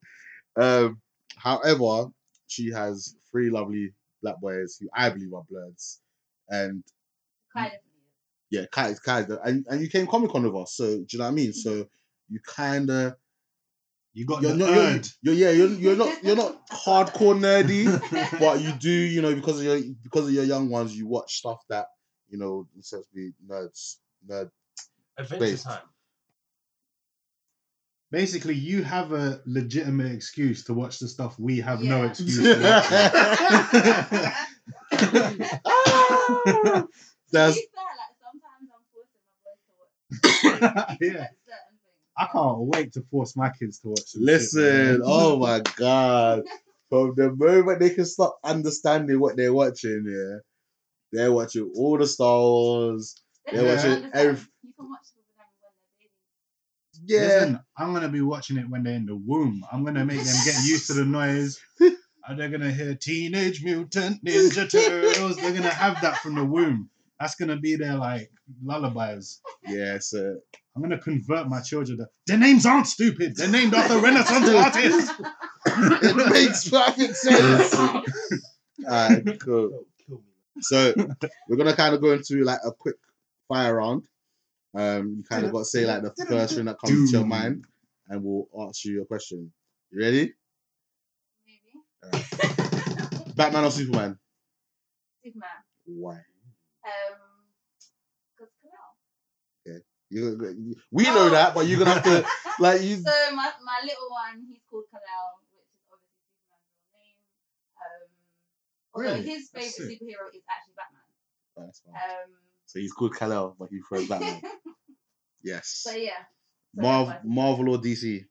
Speaker 2: Um, however, she has three lovely black boys who I believe are bloods, and
Speaker 1: Kind of.
Speaker 2: yeah, Kai, Kai, and, and you came Comic Con with us, so do you know what I mean? So you kind of
Speaker 3: You got
Speaker 2: you're
Speaker 3: the
Speaker 2: not you're,
Speaker 3: urge.
Speaker 2: you're yeah you're, you're not you're not hardcore nerdy, but you do you know because of your because of your young ones you watch stuff that you know in a sense be nerds nerd
Speaker 4: Adventure
Speaker 2: Based.
Speaker 4: time.
Speaker 3: Basically, you have a legitimate excuse to watch the stuff we have no
Speaker 1: Yeah.
Speaker 3: excuse to watch.
Speaker 2: Ah!
Speaker 1: That's...
Speaker 2: That's
Speaker 1: To be fair, like, sometimes I'm forcing my boys to watch
Speaker 3: yeah.
Speaker 1: certain things.
Speaker 3: I can't wait to force my kids to watch. some shit,
Speaker 2: listen.
Speaker 3: man.
Speaker 2: Oh my god! From the moment they can stop understanding what they're watching, yeah, they're watching all the Star Wars.
Speaker 1: They
Speaker 2: Yeah,
Speaker 1: don't
Speaker 3: watch it
Speaker 1: understand.
Speaker 2: every-
Speaker 1: You can watch it with them when they're babies.
Speaker 2: Yeah,
Speaker 3: Listen, I'm gonna be watching it when they're in the womb. I'm gonna make them get used to the noise. And they're gonna hear Teenage Mutant Ninja Turtles. They're gonna have that from the womb. That's gonna be their like lullabies.
Speaker 2: yeah. So
Speaker 3: I'm gonna convert my children. To, their names aren't stupid. They're named after Renaissance artists.
Speaker 2: it makes perfect sense. Alright, cool.
Speaker 4: Don't kill me.
Speaker 2: So we're gonna kind of go into like a quick fire round. Um, you kind of got to say like the first thing that comes to your mind, and we'll ask you a question. You ready?
Speaker 1: Maybe.
Speaker 2: Batman or Superman?
Speaker 1: Superman.
Speaker 2: Why?
Speaker 1: Um, because Canal.
Speaker 2: You, you- we know that, but you're gonna have to like you.
Speaker 1: So my, my little one, he's called Kalel, which is obviously Superman's real name. Um, although
Speaker 3: Really?
Speaker 1: his
Speaker 3: That's
Speaker 1: favorite
Speaker 3: sick.
Speaker 1: superhero is actually Batman.
Speaker 2: Oh, that's fine.
Speaker 1: Um,
Speaker 2: So he's called Kal-El, but he throws Batman. Yes.
Speaker 1: so yeah. So
Speaker 2: Marvel,
Speaker 1: that's why-
Speaker 2: Marvel or DC?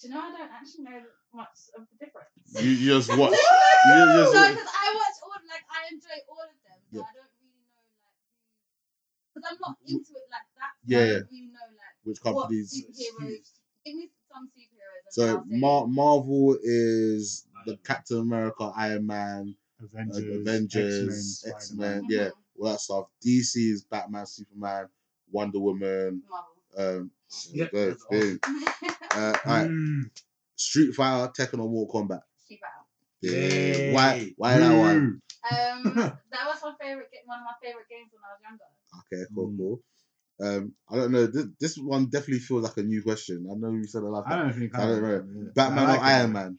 Speaker 1: Do you know I don't actually know much of the difference.
Speaker 2: You you just watch.
Speaker 1: no,
Speaker 2: you just watch.
Speaker 1: because I watch all like I enjoy all of them, so
Speaker 2: Yeah.
Speaker 1: I don't really know like because I'm not into it like that. so
Speaker 2: Yeah,
Speaker 1: I
Speaker 2: yeah.
Speaker 1: don't really know like
Speaker 2: Which
Speaker 1: what
Speaker 2: companies?
Speaker 1: superheroes. Give me some superheroes. and
Speaker 2: So
Speaker 1: I'll say-
Speaker 2: Mar- Marvel is the Captain America, Iron Man, uh,
Speaker 3: Avengers,
Speaker 2: Avengers,
Speaker 3: X-Men,
Speaker 2: X
Speaker 3: Spider-Man.
Speaker 2: Men, yeah,
Speaker 1: Mhm.
Speaker 2: all that stuff. DC is Batman, Superman, Wonder Woman.
Speaker 1: Marvel.
Speaker 2: Um,
Speaker 4: Yeah,
Speaker 2: there you
Speaker 4: that's
Speaker 2: go,
Speaker 4: awesome.
Speaker 2: uh, all right.
Speaker 3: Hmm.
Speaker 4: Mm.
Speaker 2: Street Fighter, Tekken, and Mortal Kombat.
Speaker 1: She out.
Speaker 2: Yeah.
Speaker 4: Yay.
Speaker 2: Why? Why that one?
Speaker 3: Woo!
Speaker 1: Um, that was my favorite. ga- One of my favorite games when I was younger.
Speaker 2: Okay, cool,
Speaker 3: Mm.
Speaker 2: cool. Um, I don't know. This, this one definitely feels like a new question. I know you said a lot.
Speaker 3: Hmm. I don't think
Speaker 2: I don't know.
Speaker 3: know. Yeah.
Speaker 2: Batman
Speaker 3: I like
Speaker 2: or
Speaker 3: it.
Speaker 2: Iron Man?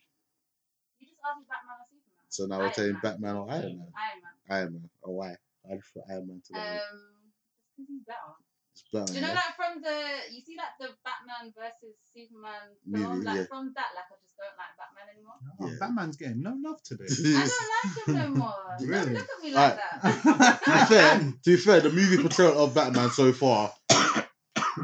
Speaker 1: You just asked me Batman or Superman.
Speaker 2: So now we're
Speaker 1: Iron
Speaker 2: saying
Speaker 1: Man.
Speaker 2: Batman or Iron Man.
Speaker 1: Iron Man.
Speaker 2: Iron Man. Or why? I just put Iron Man to that.
Speaker 1: Um, just 'cause he's better.
Speaker 2: it's better.
Speaker 1: Do you know
Speaker 2: Oh, yeah?
Speaker 1: that from the you see like the Batman versus Superman film?
Speaker 2: Movie,
Speaker 1: like
Speaker 2: yeah.
Speaker 1: from that, like I just don't like Batman anymore.
Speaker 3: Oh,
Speaker 2: Yeah.
Speaker 3: Batman's getting no love today.
Speaker 1: I don't like him no more. Don't
Speaker 3: Really?
Speaker 1: look at me like that.
Speaker 2: to be fair, to be fair, the movie portrayal of Batman so far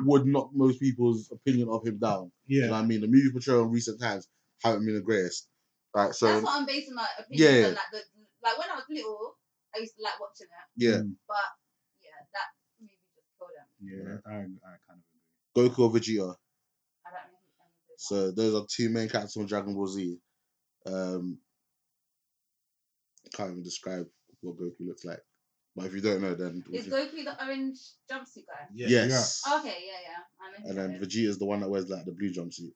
Speaker 2: would knock most people's opinion of him down. You know
Speaker 3: yeah.
Speaker 2: what I mean? The movie portrayal in recent times haven't been the greatest. Right,
Speaker 1: That's
Speaker 2: so
Speaker 1: what I'm basing my opinion
Speaker 2: Yeah.
Speaker 1: on. Like the like when I was little, I used to like watching it,
Speaker 2: yeah,
Speaker 1: but yeah, that movie just killed him.
Speaker 3: Yeah, I, I kind of agree.
Speaker 2: Goku or
Speaker 1: I
Speaker 2: Vegeta.
Speaker 1: don't know. who- I don't know who that
Speaker 2: So those are two main characters from Dragon Ball Z. Um, I can't even describe what Goku looks like, but if you don't know, then
Speaker 1: is. Is Goku the orange jumpsuit guy?
Speaker 4: Yeah.
Speaker 2: yes.
Speaker 1: Okay, yeah, yeah. I know who
Speaker 2: And
Speaker 1: that
Speaker 2: then
Speaker 1: is.
Speaker 2: Vegeta is the one that wears like the blue jumpsuit.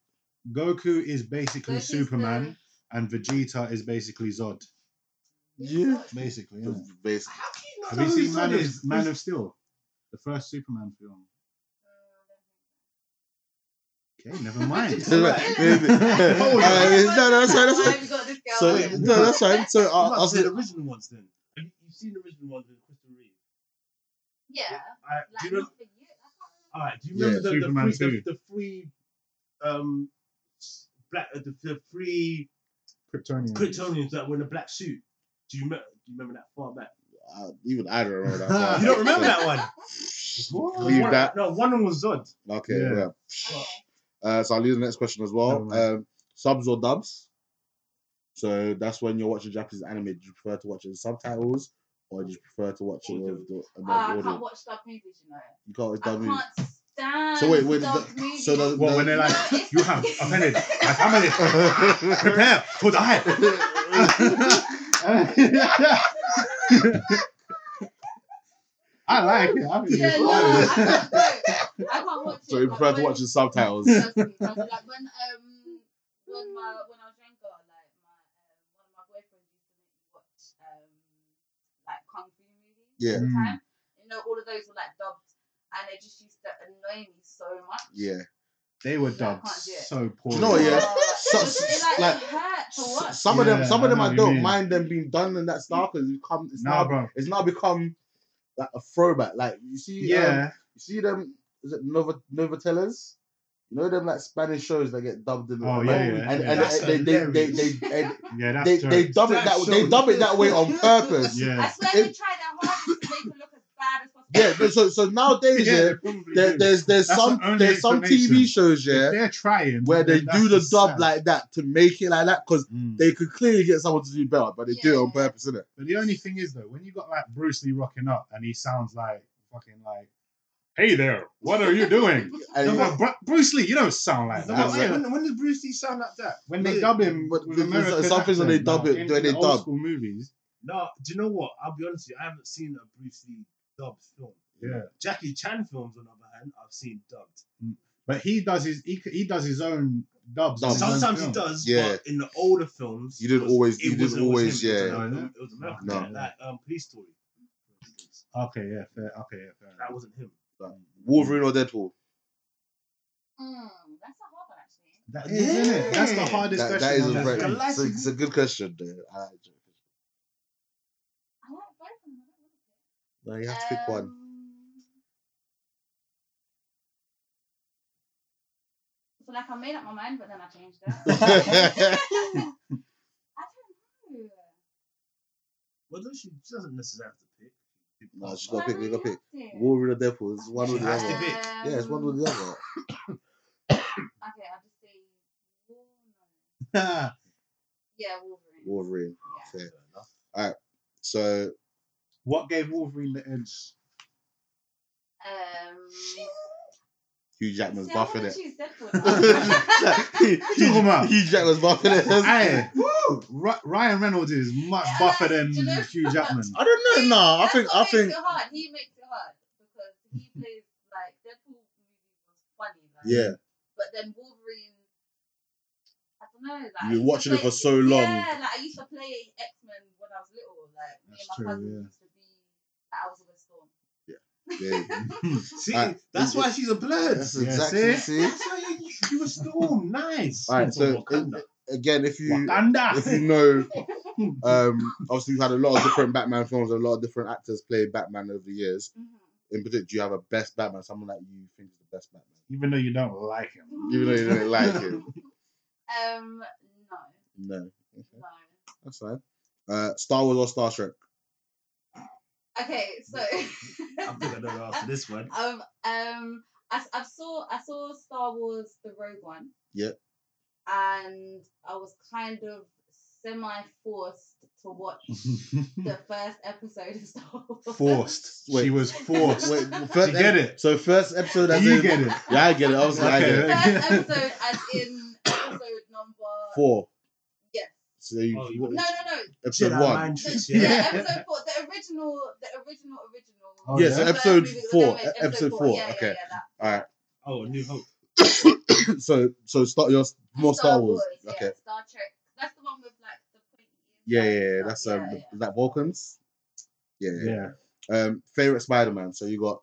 Speaker 3: Goku is basically
Speaker 1: Goku's
Speaker 3: Superman, and Vegeta is basically Zod.
Speaker 2: Yeah.
Speaker 3: Basically,
Speaker 2: Yeah.
Speaker 3: yeah.
Speaker 2: Basically,
Speaker 3: Have you seen Man of, Man of Steel? The first Superman film. Okay, never mind. Oh,
Speaker 2: So,
Speaker 1: Alright.
Speaker 2: like, maybe- Alright, it's- Oh, no, no, that's fine, that's
Speaker 1: Why
Speaker 2: fine.
Speaker 1: have you got this girl?
Speaker 2: So
Speaker 1: on?
Speaker 2: no, that's fine. So
Speaker 4: I
Speaker 2: I, I
Speaker 4: was
Speaker 2: was
Speaker 4: the original ones then. Have you- You've seen the original ones with Crystal Reeve.
Speaker 1: yeah.
Speaker 4: Alright,
Speaker 1: Like,
Speaker 4: do you remember?
Speaker 1: not for you. I
Speaker 4: All right, do you
Speaker 2: Yeah,
Speaker 4: remember the,
Speaker 3: Superman
Speaker 4: the, three,
Speaker 3: two.
Speaker 4: the, the three, um, s- black uh, the, the three
Speaker 3: Kryptonian.
Speaker 4: Kryptonians that were in the black suit? Do you remember? Do you remember that far back?
Speaker 2: I, uh, even I don't remember that.
Speaker 4: You don't remember that one?
Speaker 3: What?
Speaker 2: Leave
Speaker 4: One-
Speaker 2: that.
Speaker 4: No, one of them was Zod.
Speaker 2: Okay,
Speaker 3: Yeah.
Speaker 1: can't
Speaker 2: yeah.
Speaker 1: remember.
Speaker 2: Uh, so I'll leave the next question as
Speaker 3: Never
Speaker 2: well.
Speaker 3: mind.
Speaker 2: Um, subs or dubs? So that's when you're watching Japanese anime. Do you prefer to watch it with subtitles, or do you prefer to watch it with the
Speaker 1: Oh, I
Speaker 2: American
Speaker 1: can't
Speaker 2: audio?
Speaker 1: watch dub movies, you know.
Speaker 2: You can't watch
Speaker 1: I
Speaker 2: dub movies.
Speaker 1: can't stand
Speaker 2: So wait, wait,
Speaker 1: dub
Speaker 2: the-
Speaker 1: movies.
Speaker 2: so the-
Speaker 3: Well, when they're like,
Speaker 1: No, it's-
Speaker 3: you have offended my family. Prepare for the I like it. I think
Speaker 1: yeah,
Speaker 3: it's
Speaker 1: no,
Speaker 3: funny.
Speaker 1: I can't, no, I can't watch it.
Speaker 2: so you
Speaker 1: Like,
Speaker 2: prefer to
Speaker 1: when-
Speaker 2: watch the subtitles?
Speaker 1: Trust me, trust me. Like when um when my when I was younger, like my um, one of my boyfriends used to make me watch um like kung fu movies all
Speaker 2: Yeah.
Speaker 1: the
Speaker 3: Mm.
Speaker 1: time. You know, all of those were like dubbed, and they just used to annoy me so much.
Speaker 2: Yeah.
Speaker 3: They were
Speaker 1: Yeah, I
Speaker 3: dubbed
Speaker 1: can't do it.
Speaker 3: so
Speaker 2: Do
Speaker 3: poorly.
Speaker 2: you know what? Yeah.
Speaker 1: It, was,
Speaker 2: So-
Speaker 1: it like,
Speaker 2: like-
Speaker 1: hurt to
Speaker 2: S-
Speaker 1: watch.
Speaker 2: Some of them,
Speaker 3: Yeah,
Speaker 2: some of
Speaker 3: I
Speaker 2: them,
Speaker 3: know
Speaker 2: I
Speaker 3: what you
Speaker 2: don't
Speaker 3: mean.
Speaker 2: mind them being done and that stuff because it's come. It's now,
Speaker 3: Nah, bro.
Speaker 2: it's now become like a throwback. Like you see, um,
Speaker 3: Yeah.
Speaker 2: you see them. Is it Nova Novatellas? You know them like Spanish shows that get dubbed in the
Speaker 3: Oh,
Speaker 2: like,
Speaker 3: yeah, yeah,
Speaker 2: and,
Speaker 3: yeah.
Speaker 2: and
Speaker 4: That's
Speaker 2: they, they, they,
Speaker 4: hilarious.
Speaker 2: they, they,
Speaker 3: Yeah, that's
Speaker 2: they,
Speaker 3: true.
Speaker 2: they dub it
Speaker 4: That
Speaker 2: that they
Speaker 4: show.
Speaker 2: dub it that way on purpose.
Speaker 1: I
Speaker 3: yeah.
Speaker 1: swear they tried their hardest to make it look as bad as possible.
Speaker 2: Yeah, but so so nowadays, yeah,
Speaker 3: they probably
Speaker 2: there,
Speaker 3: do.
Speaker 2: there's there's
Speaker 3: That's
Speaker 2: some
Speaker 3: the only
Speaker 2: there's some TV
Speaker 3: explanation.
Speaker 2: shows,
Speaker 3: If
Speaker 2: yeah,
Speaker 3: They're trying.
Speaker 2: where they
Speaker 3: then that's
Speaker 2: do the
Speaker 3: just
Speaker 2: dub
Speaker 3: sad.
Speaker 2: like that to make it like that because
Speaker 3: Mm.
Speaker 2: they could clearly get someone to do better, but they do it on
Speaker 1: Yeah.
Speaker 2: purpose, innit?
Speaker 3: But the only thing is though, when you got like Bruce Lee rocking up and he sounds like fucking like, "Hey there, what are you doing?"
Speaker 2: And
Speaker 3: No, but Bru- Bruce Lee, you don't sound like
Speaker 4: No,
Speaker 3: that.
Speaker 2: but
Speaker 3: When-
Speaker 4: when, when does Bruce Lee sound like that?
Speaker 3: When they dub him,
Speaker 2: But
Speaker 3: with
Speaker 2: there's
Speaker 3: American
Speaker 2: some things when they
Speaker 3: accent
Speaker 2: dub
Speaker 3: now,
Speaker 2: it,
Speaker 3: in,
Speaker 2: when
Speaker 3: in
Speaker 2: they
Speaker 3: the
Speaker 2: dub.
Speaker 3: old school movies.
Speaker 4: No, do you know what? I'll be honest with you. I haven't seen a Bruce Lee dubbed film.
Speaker 3: Yeah,
Speaker 4: Jackie Chan films, on the other hand, I've seen dubbed.
Speaker 3: but he does his he, he does his own
Speaker 4: Oh,
Speaker 3: dubs.
Speaker 2: Dubs.
Speaker 3: on his own
Speaker 4: Sometimes he
Speaker 3: film.
Speaker 4: does,
Speaker 2: Yeah.
Speaker 4: but in the older films,
Speaker 2: You didn't
Speaker 4: it was-
Speaker 2: always-
Speaker 4: it
Speaker 2: you didn't
Speaker 4: was
Speaker 2: always-
Speaker 4: him. It was
Speaker 3: yeah.
Speaker 4: American- It was American,
Speaker 2: No.
Speaker 4: guy, like um, Police Story. for instance.
Speaker 3: Okay, yeah, fair. Okay, yeah, fair.
Speaker 4: That wasn't him.
Speaker 2: Wolverine or Deadpool?
Speaker 1: Mm, that's a hard one actually.
Speaker 3: That is, isn't it? That's the
Speaker 4: Yeah.
Speaker 3: hardest
Speaker 2: That, that
Speaker 3: question.
Speaker 2: is a
Speaker 3: I've
Speaker 2: very,
Speaker 3: ever
Speaker 4: Galactic-
Speaker 2: it's, a, it's a good question. Dude. I like it.
Speaker 1: I like both of them. I don't know.
Speaker 2: No, you have to pick one.
Speaker 1: Um, So like I made up my mind, but then I changed it. I don't know.
Speaker 4: Well, no, she she doesn't necessarily have to pick.
Speaker 2: No, she's
Speaker 1: Well,
Speaker 2: got
Speaker 1: I
Speaker 2: to pick. We
Speaker 1: really
Speaker 2: got to
Speaker 1: liked Um, it.
Speaker 2: pick. Wolverine or Deadpool? It's one or
Speaker 4: She
Speaker 2: the
Speaker 4: has
Speaker 2: other.
Speaker 4: to
Speaker 2: Yeah, it's one or the other.
Speaker 1: Um, Okay, I'll just say Wolverine.
Speaker 3: Nah.
Speaker 1: Yeah, Wolverine.
Speaker 2: Wolverine.
Speaker 1: Yeah.
Speaker 2: Fair. So
Speaker 3: What gave Wolverine the edge?
Speaker 1: Um,
Speaker 2: Hugh Jackman's
Speaker 1: see, I
Speaker 2: buffing
Speaker 1: wanna
Speaker 2: it.
Speaker 1: choose Deadpool.
Speaker 3: talking about?
Speaker 2: Hugh Jackman's buffing it.
Speaker 3: Aye. Ri- Ryan Reynolds is much
Speaker 1: Yeah,
Speaker 3: buffer
Speaker 1: like,
Speaker 3: than
Speaker 1: you know-
Speaker 3: Hugh Jackman.
Speaker 2: I don't know. Nah, I
Speaker 1: That's
Speaker 2: think
Speaker 1: what
Speaker 2: I
Speaker 1: makes
Speaker 2: think
Speaker 1: it hard. He makes it hard because he plays like Deadpool movie was funny, like,
Speaker 2: yeah.
Speaker 1: But then Wolverine, I don't know. Like,
Speaker 2: You've been
Speaker 1: I used to
Speaker 2: watching it
Speaker 1: play-
Speaker 2: for so long.
Speaker 1: Yeah, like I used to play X Men when I was little. Like me
Speaker 3: That's
Speaker 1: and my
Speaker 3: true,
Speaker 1: cousins
Speaker 3: yeah.
Speaker 1: used to be. Like, I was always Storm.
Speaker 2: yeah.
Speaker 4: See,
Speaker 2: Alright,
Speaker 4: that's
Speaker 2: is it-
Speaker 4: why she's a blurred.
Speaker 2: That's
Speaker 3: Yeah,
Speaker 2: exactly. See
Speaker 4: That's why you, you were storm. Nice.
Speaker 2: Alright,
Speaker 4: That's
Speaker 2: so-
Speaker 4: Wakanda.
Speaker 2: again, if you if you
Speaker 3: Wakanda.
Speaker 2: know, um, obviously we've had a lot of different Batman films, a lot of different actors play Batman over the years.
Speaker 1: Mhm.
Speaker 2: In particular, do you have a best Batman? Someone that you think is the best Batman,
Speaker 3: Even though you don't like him.
Speaker 2: even though Mm-hmm. you don't like him.
Speaker 1: Um, no,
Speaker 2: No,
Speaker 1: no.
Speaker 2: that's fine. Uh, Star Wars or Star Trek?
Speaker 1: Okay, so
Speaker 4: I'm gonna know after this one.
Speaker 1: um um I, I saw I saw Star Wars the Rogue One.
Speaker 2: Yeah.
Speaker 1: And I was kind of semi forced to watch the first episode of Star Wars.
Speaker 3: forced.
Speaker 2: Wait.
Speaker 3: she was forced.
Speaker 2: Wait, first
Speaker 3: You get it?
Speaker 2: So first episode.
Speaker 3: Do
Speaker 2: as
Speaker 3: you
Speaker 2: in-
Speaker 3: get it?
Speaker 2: Yeah, I get it. Obviously, I get
Speaker 3: Okay.
Speaker 2: it.
Speaker 1: First episode as in episode number
Speaker 2: Four.
Speaker 1: Yes.
Speaker 2: So you,
Speaker 4: Oh, you-
Speaker 2: what-
Speaker 1: No no no.
Speaker 2: episode
Speaker 4: Jedi
Speaker 2: one.
Speaker 4: mind tricks,
Speaker 1: The, yeah.
Speaker 4: yeah.
Speaker 1: episode four. The original the original original
Speaker 3: Oh,
Speaker 2: yeah, so
Speaker 1: first
Speaker 2: episode
Speaker 1: movie that they
Speaker 2: four.
Speaker 1: made,
Speaker 2: e- Episode four.
Speaker 1: Yeah, yeah,
Speaker 2: Okay.
Speaker 1: yeah, that.
Speaker 2: All right.
Speaker 4: Oh, New Hope.
Speaker 2: So so start your more Star Wars.
Speaker 1: yeah,
Speaker 2: Okay.
Speaker 1: Star Trek. That's the one with like the pointy ears.
Speaker 2: Yeah,
Speaker 1: and stuff.
Speaker 2: yeah, yeah. That's um,
Speaker 1: Yeah,
Speaker 2: the-
Speaker 1: yeah.
Speaker 2: is that Vulcans. Yeah, yeah.
Speaker 3: Yeah.
Speaker 2: Um, favorite Spider-Man. So you got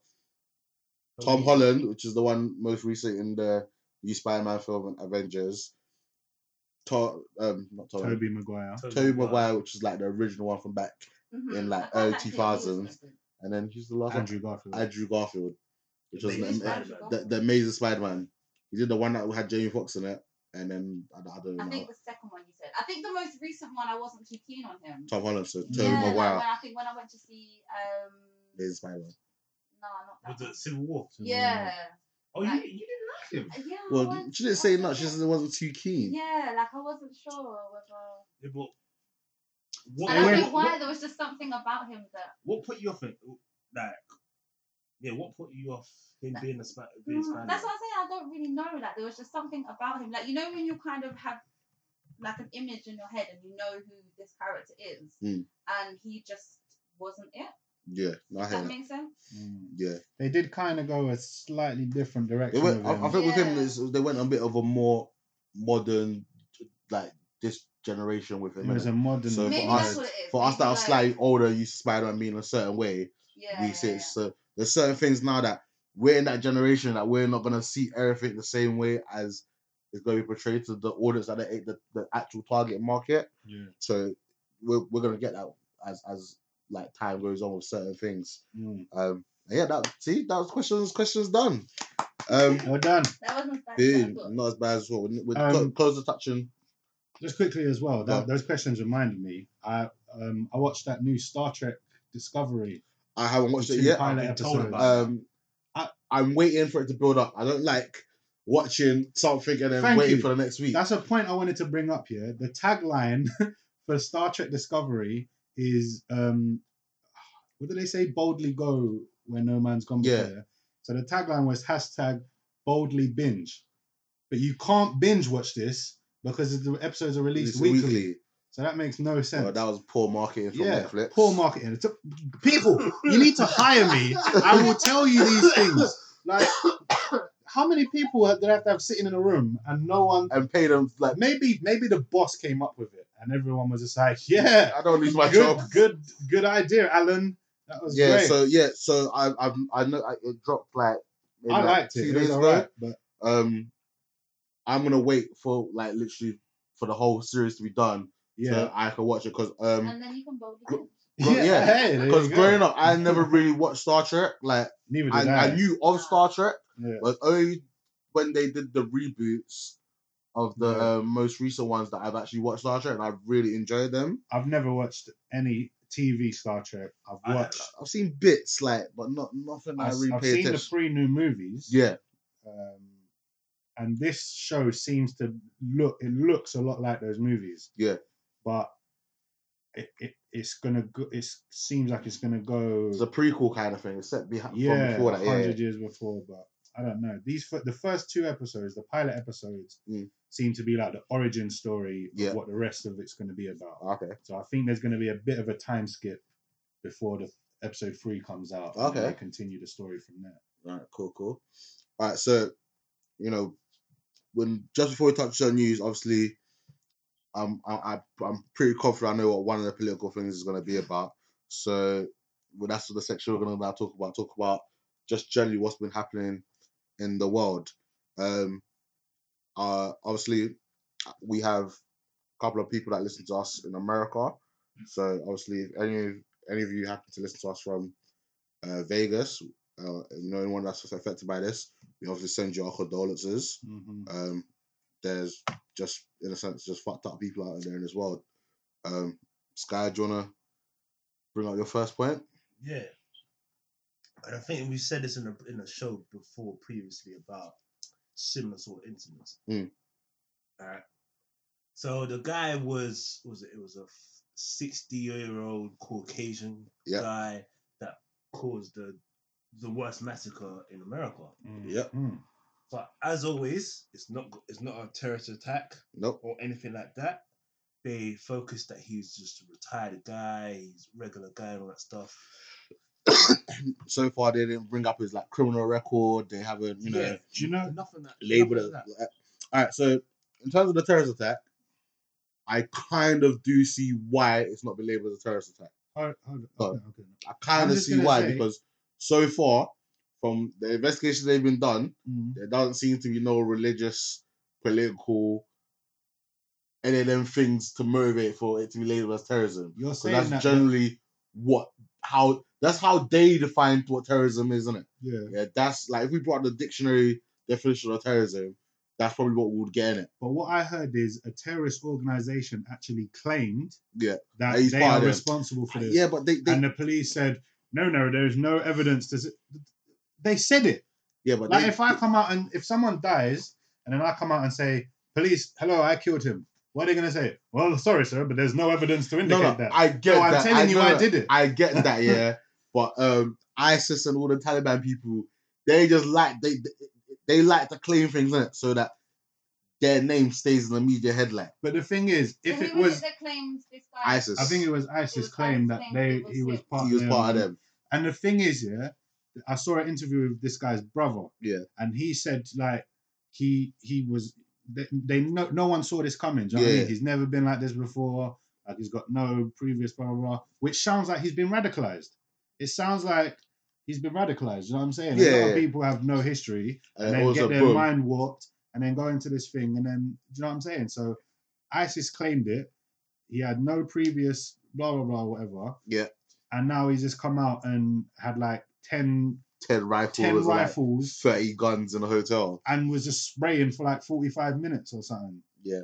Speaker 2: Tom
Speaker 3: Oh,
Speaker 4: Okay.
Speaker 2: Holland, which is the one most recent in the new Spider-Man film and Avengers. To- um, not Tom. Toby.
Speaker 3: Toby Maguire.
Speaker 2: Tobey Maguire, which is like the original one from back,
Speaker 1: Mhm.
Speaker 2: in, like,
Speaker 1: I thought
Speaker 2: early
Speaker 1: that shit
Speaker 2: 2000s.
Speaker 1: was different.
Speaker 2: and then who's the last one?
Speaker 3: Andrew Garfield.
Speaker 2: Andrew Garfield, which was an,
Speaker 1: Amazing
Speaker 2: ama-
Speaker 1: Spider-Man.
Speaker 2: the, the Amazing Spider-Man. He did the one that had Jamie Foxx in it, and then I, I don't know.
Speaker 1: I think the second one you said. I think the most recent one I wasn't too keen on him.
Speaker 2: Tom Holland, so
Speaker 1: yeah,
Speaker 2: Tobey
Speaker 1: like,
Speaker 2: Maguire,
Speaker 1: when I think when I went to see um
Speaker 2: Amazing Spider-Man.
Speaker 1: no not that
Speaker 4: With
Speaker 1: one.
Speaker 4: the Civil War.
Speaker 1: yeah.
Speaker 4: Oh, you, you didn't like him.
Speaker 1: Yeah. I
Speaker 2: Well,
Speaker 1: was-
Speaker 2: she didn't say
Speaker 1: I
Speaker 2: much. She
Speaker 1: was-
Speaker 2: just wasn't too keen.
Speaker 1: Yeah, like I wasn't sure whether
Speaker 4: Yeah, but what,
Speaker 1: and I
Speaker 3: They
Speaker 1: don't
Speaker 3: went-
Speaker 1: know why
Speaker 4: what,
Speaker 1: there was just something about him that
Speaker 4: what put you off it? Like, yeah, what put you off him being a spa- being
Speaker 1: Mm,
Speaker 4: Spaniard?
Speaker 1: That's what I'm saying. I don't really know. Like there was just something about him. Like you know when you kind of have like an image in your head and you know who this character is,
Speaker 2: Mm.
Speaker 1: and he just wasn't it.
Speaker 2: Yeah, no, I
Speaker 1: Does
Speaker 2: hear
Speaker 1: that
Speaker 2: that.
Speaker 1: make sense?
Speaker 3: Mm.
Speaker 2: Yeah,
Speaker 3: They did kind of go a slightly different
Speaker 2: They
Speaker 3: direction.
Speaker 2: went, I,
Speaker 3: with him.
Speaker 2: I think with him,
Speaker 1: Yeah.
Speaker 2: it's, they went a bit of a more modern, like this generation with him.
Speaker 3: it was
Speaker 2: innit?
Speaker 3: a modern.
Speaker 2: So for
Speaker 1: Maybe
Speaker 2: us-
Speaker 1: that's what it is.
Speaker 2: For us
Speaker 1: Maybe,
Speaker 2: that are
Speaker 1: like,
Speaker 2: slightly older, used to Spider-Man being a certain way,
Speaker 1: yeah,
Speaker 2: we
Speaker 1: yeah,
Speaker 2: see
Speaker 1: yeah.
Speaker 2: it. So there's certain things now that we're in that generation that we're not gonna see everything the same way as it's gonna be portrayed to the audience that they, the the actual target market.
Speaker 3: yeah.
Speaker 2: So we're we're gonna get that as as like time goes on with certain things.
Speaker 3: Mm.
Speaker 2: Um, yeah, that see that was questions questions done. Um,
Speaker 3: Well done.
Speaker 1: That wasn't bad.
Speaker 2: Dude, not as bad as what we're, we're
Speaker 3: Um,
Speaker 2: clo- close to touching.
Speaker 3: Just quickly as well. That,
Speaker 2: Go.
Speaker 3: those questions reminded me. I um I watched that new Star Trek Discovery.
Speaker 2: I haven't watched it
Speaker 3: two
Speaker 2: yet.
Speaker 3: Pilot
Speaker 4: I've been told
Speaker 3: episode.
Speaker 4: about
Speaker 2: Um, I, I'm waiting for it to build up. I don't like watching something and then
Speaker 3: Thank
Speaker 2: waiting
Speaker 3: you.
Speaker 2: for the next week.
Speaker 3: That's a point I wanted to bring up here. The tagline for Star Trek Discovery is um, what do they say? Boldly go where no man's gone before.
Speaker 2: Yeah.
Speaker 3: Yeah. So the tagline was hashtag boldly binge, but you can't binge watch this because the episodes are released
Speaker 2: Released
Speaker 3: weekly. So that makes no sense.
Speaker 2: Well, that was poor marketing from
Speaker 3: yeah,
Speaker 2: Netflix.
Speaker 3: poor marketing. It's a- people, you need to hire me. I will tell you these things. Like, how many people do they have to have sitting in a room and no one
Speaker 2: and pay them like
Speaker 3: maybe maybe the boss came up with it and everyone was just like, yeah,
Speaker 2: I don't lose my
Speaker 3: good,
Speaker 2: job.
Speaker 3: good, good idea, Alan. That was
Speaker 2: Yeah,
Speaker 3: great.
Speaker 2: so yeah, so I I've, I know I, it dropped like maybe,
Speaker 3: I
Speaker 2: like,
Speaker 3: liked it.
Speaker 2: two
Speaker 3: It
Speaker 2: days
Speaker 3: was
Speaker 2: ago.
Speaker 3: alright, but
Speaker 2: Um, I'm gonna wait for like literally for the whole series to be done
Speaker 3: yeah,
Speaker 2: so I can watch it because um
Speaker 1: And then you can boldly.
Speaker 2: Gr-
Speaker 1: go.
Speaker 2: Gro- yeah,
Speaker 3: hey, there
Speaker 2: Because
Speaker 3: you go.
Speaker 2: growing up, I never really watched Star Trek. Like,
Speaker 3: neither
Speaker 2: I,
Speaker 3: did
Speaker 2: I
Speaker 3: I.
Speaker 2: knew of Star Trek,
Speaker 3: Yeah.
Speaker 2: but only when they did the reboots of the
Speaker 3: Yeah.
Speaker 2: uh, most recent ones that I've actually watched Star Trek, and I really enjoyed them.
Speaker 3: I've never watched any TV Star Trek. I've
Speaker 4: I-
Speaker 3: watched.
Speaker 2: I've seen bits, like, but not nothing
Speaker 3: I,
Speaker 2: I really
Speaker 3: have
Speaker 2: paid
Speaker 3: seen the
Speaker 2: attention.
Speaker 3: three new movies.
Speaker 2: Yeah,
Speaker 3: Um, and this show seems to look it looks a lot like those movies
Speaker 2: Yeah.
Speaker 3: but it, it it's gonna go it seems like it's gonna go
Speaker 2: It's a prequel kind of thing. It's set behind from
Speaker 3: yeah
Speaker 2: before that. Yeah.
Speaker 3: 100 years before but i don't know these fir- the first two episodes the pilot episodes
Speaker 2: Mm.
Speaker 3: seem to be like the origin story
Speaker 2: Yeah.
Speaker 3: of what the rest of it's going to be about
Speaker 2: Oh, Okay.
Speaker 3: so I think there's going to be a bit of a time skip before the episode three comes out. and
Speaker 2: Okay.
Speaker 3: they continue the story from there.
Speaker 2: All right, cool, cool. All right, so you know, when just before we touch on news, obviously, I'm I, I- I'm pretty confident I know what one of the political things is going to be about. So well, that's what the section we're going to now talk about. Talk about just generally what's been happening in the world. Um, uh, obviously, we have a couple of people that listen to us in America. So obviously, if any of any of you happen to listen to us from uh, Vegas, uh, you know anyone that's affected by this, we obviously send you our condolences.
Speaker 3: Mm-hmm.
Speaker 2: Um, there's just in a sense just fucked up people out there in this world. Um, Sky, do you wanna bring up your first point?
Speaker 4: Yeah. And I think we said this in a in a show before previously about similar sort of incidents.
Speaker 2: Mm.
Speaker 4: Alright. So the guy was was it was a sixty year old Caucasian
Speaker 2: Yeah.
Speaker 4: guy that caused the the worst massacre in America.
Speaker 2: Yep.
Speaker 3: Mm.
Speaker 4: But as always, it's not it's not a terrorist attack
Speaker 2: Nope.
Speaker 4: or anything like that. They focus that he's just a retired guy, he's a regular guy and all that stuff.
Speaker 2: So far, they didn't bring up his like criminal record. They haven't, you know,
Speaker 4: Yeah.
Speaker 3: Do you know?
Speaker 4: Nothing that
Speaker 2: labeled
Speaker 4: nothing
Speaker 2: it. All right. So in terms of the terrorist attack, I kind of do see why it's not been labeled as a terrorist attack.
Speaker 3: Hold, Oh, hold,
Speaker 2: No.
Speaker 3: okay, okay.
Speaker 2: I kind
Speaker 3: I'm
Speaker 2: of
Speaker 3: just
Speaker 2: see
Speaker 3: gonna
Speaker 2: why
Speaker 3: say-
Speaker 2: because so far from the investigations they've been done,
Speaker 3: Mm.
Speaker 2: there doesn't seem to be no religious, political, any of them things to motivate for it to be labeled as terrorism.
Speaker 3: You're
Speaker 2: So
Speaker 3: saying
Speaker 2: that's
Speaker 3: that.
Speaker 2: generally what how that's how they define what terrorism is, isn't it?
Speaker 3: yeah,
Speaker 2: Yeah, that's like if we brought the dictionary definition of terrorism, that's probably what we would get in it.
Speaker 3: but what I heard is a terrorist organization actually claimed
Speaker 2: Yeah.
Speaker 3: that
Speaker 2: That he's
Speaker 3: they
Speaker 2: part of
Speaker 3: are
Speaker 2: them.
Speaker 3: responsible for this.
Speaker 2: Uh, Yeah, but they, they
Speaker 3: and the police said, "No, no, there is no evidence." To s-. They said it.
Speaker 2: yeah, but
Speaker 3: like
Speaker 2: they,
Speaker 3: if I come out and if someone dies and then I come out and say, "Police, hello, I killed him," what are they gonna say? Well, sorry, sir, but there's no evidence to
Speaker 2: no,
Speaker 3: indicate
Speaker 2: no,
Speaker 3: that.
Speaker 2: I get
Speaker 3: No, I'm
Speaker 2: that.
Speaker 3: telling you
Speaker 2: know
Speaker 3: I
Speaker 2: that.
Speaker 3: did it.
Speaker 2: I get that, yeah. but um, ISIS and all the Taliban people, they just like they they like to claim things in it so that their name stays in the media headline.
Speaker 3: but the thing is, if
Speaker 1: So
Speaker 3: it
Speaker 1: who
Speaker 3: was,
Speaker 1: that claims this guy?
Speaker 2: ISIS.
Speaker 3: I think it was ISIS
Speaker 1: was
Speaker 3: claimed that
Speaker 1: ISIS
Speaker 3: they
Speaker 1: claimed
Speaker 3: he
Speaker 1: it
Speaker 3: was
Speaker 1: was
Speaker 3: part.
Speaker 2: he was part of them.
Speaker 3: And the thing is, yeah, I saw an interview with this guy's brother.
Speaker 2: Yeah.
Speaker 3: And he said like he he was they, they no no one saw this coming. Do you know what I
Speaker 2: Yeah.
Speaker 3: mean? He's never been like this before. Like he's got no previous blah blah blah. Which sounds like he's been radicalized. It sounds like he's been radicalized. You know what I'm saying? A lot
Speaker 2: Yeah.
Speaker 3: of people have no history
Speaker 2: And
Speaker 3: and then
Speaker 2: also,
Speaker 3: get their
Speaker 2: boom.
Speaker 3: mind warped and then go into this thing and then do you know what I'm saying? So ISIS claimed it. He had no previous blah blah blah whatever
Speaker 2: yeah,
Speaker 3: and now he's just come out and had like 10,
Speaker 2: ten rifles,
Speaker 3: 10
Speaker 2: and, like,
Speaker 3: rifles
Speaker 2: thirty guns in a hotel.
Speaker 3: and was just spraying for like 45 minutes or something.
Speaker 2: Yeah.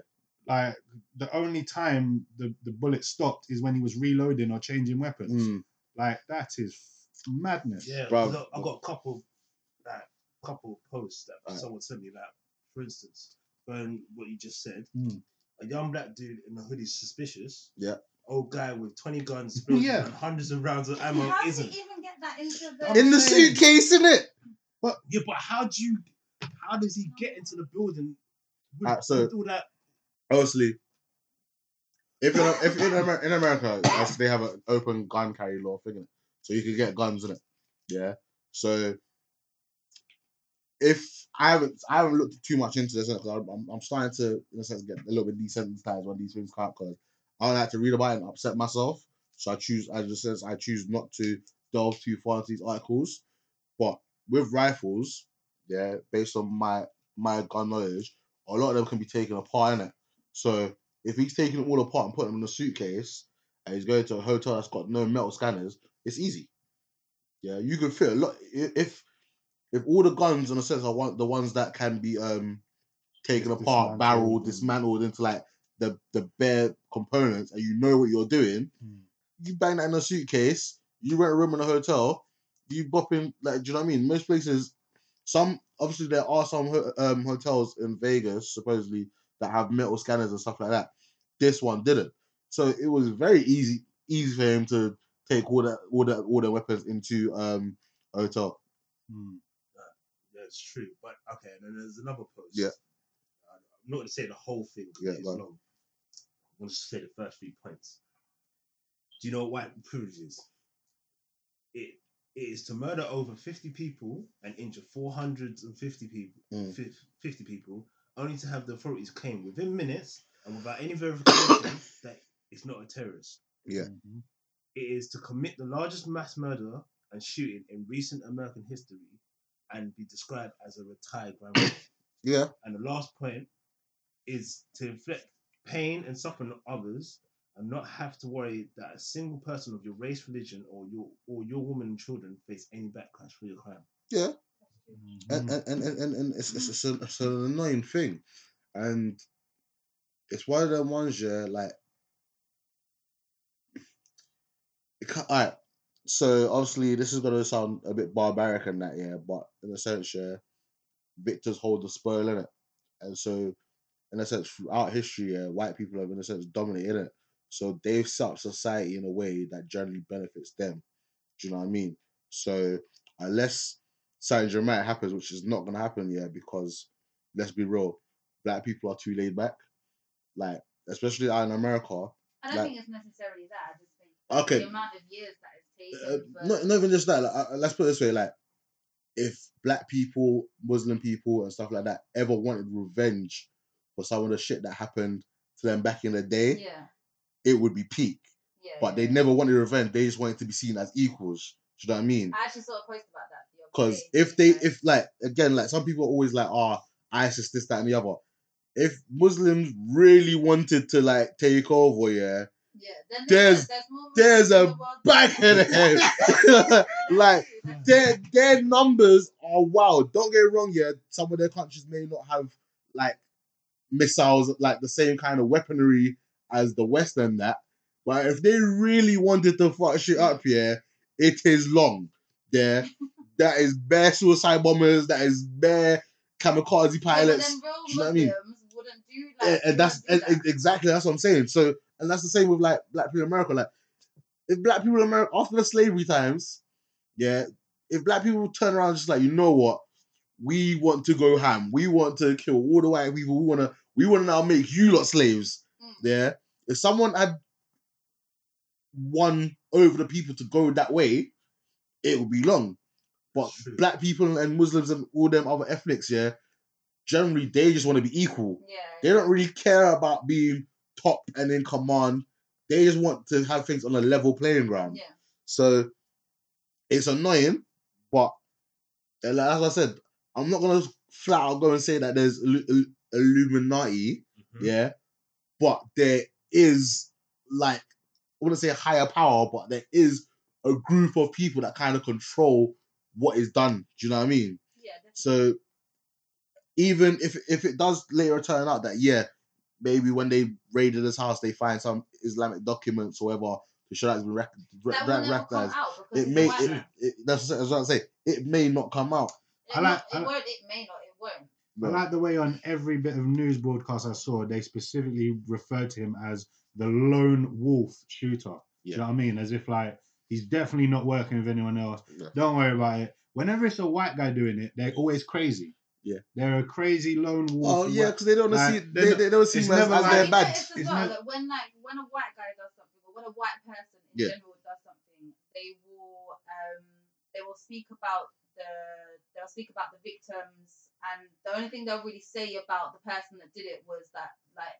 Speaker 3: Like the only time the, the bullet stopped is when he was reloading or changing weapons.
Speaker 2: Mm.
Speaker 3: Like that is madness.
Speaker 4: Yeah,
Speaker 2: Bruv.
Speaker 4: 'cause I, I got a couple, like, couple posts that
Speaker 2: Right.
Speaker 4: someone sent me. Like, for instance, when what you just said,
Speaker 3: Mm.
Speaker 4: a young black dude in a hoodie suspicious.
Speaker 2: Hmm. Yeah.
Speaker 4: Old guy with twenty guns,
Speaker 3: Yeah.
Speaker 4: and hundreds of rounds of ammo
Speaker 1: How did he
Speaker 4: isn't.
Speaker 1: even get that into
Speaker 3: I'm
Speaker 1: the?
Speaker 2: In the
Speaker 3: saying-
Speaker 2: suitcase, in it.
Speaker 4: Yeah, but how do you? How does he get into the building with,
Speaker 2: Ah, so-
Speaker 4: with all that?
Speaker 2: Obviously, if in if in, Amer- in America, as they have an open gun carry law thing, innit? so you can get guns in it. Yeah. So if I haven't I haven't looked too much into this because I'm, I'm I'm starting to in a sense get a little bit desensitized when these things come up because I don't like to read about it and upset myself. So I choose I just says I choose not to delve too far into these articles. But with rifles, yeah, based on my my gun knowledge, a lot of them can be taken apart in it. So if he's taking it all apart and putting them in a suitcase and he's going to a hotel that's got no metal scanners, it's easy. Yeah, you can fit a lot i- if if all the guns in a sense are one the ones that can be um taken
Speaker 3: Just
Speaker 2: apart,
Speaker 3: dismantled
Speaker 2: barreled,
Speaker 3: and-
Speaker 2: dismantled into like the the bare components and you know what you're doing,
Speaker 3: Mm.
Speaker 2: you bang that in a suitcase, you rent a room in a hotel, you bopping like do you know what I mean? Most places Some obviously there are some ho- um, hotels in Vegas supposedly that have metal scanners and stuff like that. This one didn't, so it was very easy easy for him to take all that all that all their weapons into um a hotel.
Speaker 3: Mm.
Speaker 4: That's true. But okay, then there's another post.
Speaker 2: Yeah.
Speaker 4: Uh, I'm not going to say the whole thing
Speaker 2: Yeah,
Speaker 4: because it's
Speaker 2: go on.
Speaker 4: long. I'm going to say the first three points. Do you know what privilege is? It, it is to murder over 50 people and injure 450 people,
Speaker 2: Mm.
Speaker 4: fif- 50 people, only to have the authorities claim within minutes and without any verification that it's not a terrorist.
Speaker 2: Yeah.
Speaker 3: Mhm.
Speaker 4: It is to commit the largest mass murder and shooting in recent American history and be described as a retired grandma.
Speaker 2: Yeah,
Speaker 4: and the last point is to inflict pain and suffering on others and not have to worry that a single person of your race, religion, or your or your woman and children face any backlash for your crime.
Speaker 3: Mm-hmm.
Speaker 2: and and and and, and- and it's, it's, it's, an, it's an annoying thing, and it's one of them ones yeah like. It ca- all right, so obviously this is gonna sound a bit barbaric and that yeah, but in a sense yeah, victors hold the spoil in it, and so in a sense throughout history yeah, white people have in a sense dominated it, so they've set up society in a way that generally benefits them. Do you know what I mean? So unless something dramatic happens, which is not gonna happen, yeah, because let's be real, black people are too laid back. Like, especially out in America.
Speaker 1: I don't
Speaker 2: Like-
Speaker 1: think it's necessarily that. I just think
Speaker 2: Okay.
Speaker 1: the amount of years that it's
Speaker 2: Uh,
Speaker 1: taken. for-
Speaker 2: not, not even just that, like, uh, let's put it this way, like if black people, Muslim people and stuff like that ever wanted revenge for some of the shit that happened to them back in the day,
Speaker 1: yeah,
Speaker 2: it would be peak.
Speaker 1: yeah.
Speaker 2: But they
Speaker 1: yeah.
Speaker 2: never wanted revenge, they just wanted to be seen as equals. Do you know what I mean?
Speaker 1: I actually saw a post about that. the other
Speaker 2: Because
Speaker 1: day,
Speaker 2: if they,
Speaker 1: like,
Speaker 2: if like again, like some people are always like, ah, ISIS this, that, and the other. If Muslims really wanted to like take over, yeah,
Speaker 1: yeah, then
Speaker 2: there's-
Speaker 1: there's more
Speaker 2: there's
Speaker 1: Muslims in
Speaker 2: a
Speaker 1: the world than-
Speaker 2: back in the head. like
Speaker 1: That's
Speaker 2: their their numbers are wild. Don't get it wrong, yeah. Some of their countries may not have like missiles, like the same kind of weaponry as the West and that. But if they really wanted to fuck shit up, yeah, it is long. There, that is bare suicide bombers. That is bare kamikaze pilots.
Speaker 1: Yeah, but then real
Speaker 2: do you know what I mean?
Speaker 1: Muslims wouldn't do like,
Speaker 2: Yeah, and Eh, that's
Speaker 1: wouldn't do
Speaker 2: and- and exactly that's what I'm saying. So, and that's the same with like black people in America. Like, if black people in America after the slavery times, yeah, if black people turn around just like you know what, we want to go ham. We want to kill all the white people. We wanna we wanna now make you lot slaves.
Speaker 1: Mm.
Speaker 2: Yeah, if someone had won over the people to go that way, it would be long. But
Speaker 4: That's true.
Speaker 2: black people and Muslims and all them other ethnics, yeah, generally they just want to be equal.
Speaker 1: yeah,
Speaker 2: They don't really care about being top and in command. They just want to have things on a level playing ground.
Speaker 1: yeah.
Speaker 2: So it's annoying, but uh, like, as I said, I'm not gonna flat out go and say that there's Illu- Ill- Illuminati,
Speaker 4: Mhm.
Speaker 2: yeah, but there is like I wouldn't say higher power, but there is a group of people that kind of control what is done. Do you know what I mean?
Speaker 1: yeah that's-
Speaker 2: So even if if it does later turn out that yeah, maybe when they raided his house they find some Islamic documents or whatever to show that's been rec- rec-
Speaker 1: that will never come
Speaker 2: recognized.
Speaker 1: out because
Speaker 2: It
Speaker 1: it's
Speaker 2: may
Speaker 1: white
Speaker 2: it,
Speaker 1: man.
Speaker 2: it, that's what I- that's what I'm saying. It may not come out.
Speaker 1: It
Speaker 3: I
Speaker 1: won't-
Speaker 3: like-
Speaker 1: it
Speaker 3: I like-
Speaker 1: won't. It may not. It won't.
Speaker 3: I
Speaker 2: But
Speaker 3: like the way on every bit of news broadcast I saw, they specifically referred to him as the lone wolf shooter. Do you
Speaker 2: Yeah.
Speaker 3: know what I mean? As if like he's definitely not working with anyone else.
Speaker 2: Yeah.
Speaker 3: Don't worry about it. Whenever it's a white guy doing it, they're always crazy.
Speaker 2: Yeah.
Speaker 3: they're a crazy lone
Speaker 2: oh
Speaker 3: wolf.
Speaker 2: yeah, because they don't wanna
Speaker 3: Like,
Speaker 2: see
Speaker 3: they're
Speaker 2: they,
Speaker 3: not-
Speaker 2: they don't see
Speaker 3: it's
Speaker 2: him as,
Speaker 3: never
Speaker 2: as
Speaker 3: like-
Speaker 2: their
Speaker 1: I
Speaker 2: bad.
Speaker 1: noticed as
Speaker 3: It's
Speaker 1: well
Speaker 3: not-
Speaker 1: that when like when a white guy does something or when a white person in
Speaker 2: Yeah.
Speaker 1: general does something, they will um they will speak about the they'll speak about the victims and the only thing they'll really say about the person that did it was that like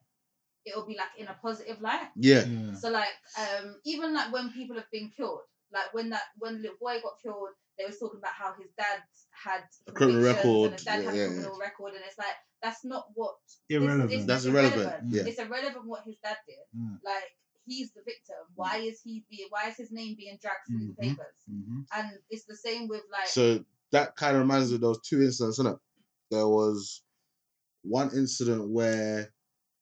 Speaker 1: it'll be like in a positive light.
Speaker 2: Yeah,
Speaker 3: Yeah.
Speaker 1: So like um even like when people have been killed, like when that when the little boy got killed, they was talking about how his dad had
Speaker 2: A criminal
Speaker 1: convictions
Speaker 2: record,
Speaker 1: and his dad
Speaker 2: yeah,
Speaker 1: had
Speaker 2: yeah,
Speaker 1: a
Speaker 2: yeah.
Speaker 1: criminal record and it's like that's not what
Speaker 3: irrelevant.
Speaker 1: It's, it's, it's
Speaker 2: that's irrelevant.
Speaker 1: irrelevant.
Speaker 2: Yeah,
Speaker 1: It's irrelevant what his dad did.
Speaker 3: Mm.
Speaker 1: Like he's the victim. Why
Speaker 2: Mm.
Speaker 1: is he being? Why is his name being dragged through the
Speaker 3: Mhm.
Speaker 1: papers?
Speaker 3: Mhm.
Speaker 1: And it's the same with like.
Speaker 2: Mm-hmm. So that kind of reminds me of those two incidents, innit? There was one incident where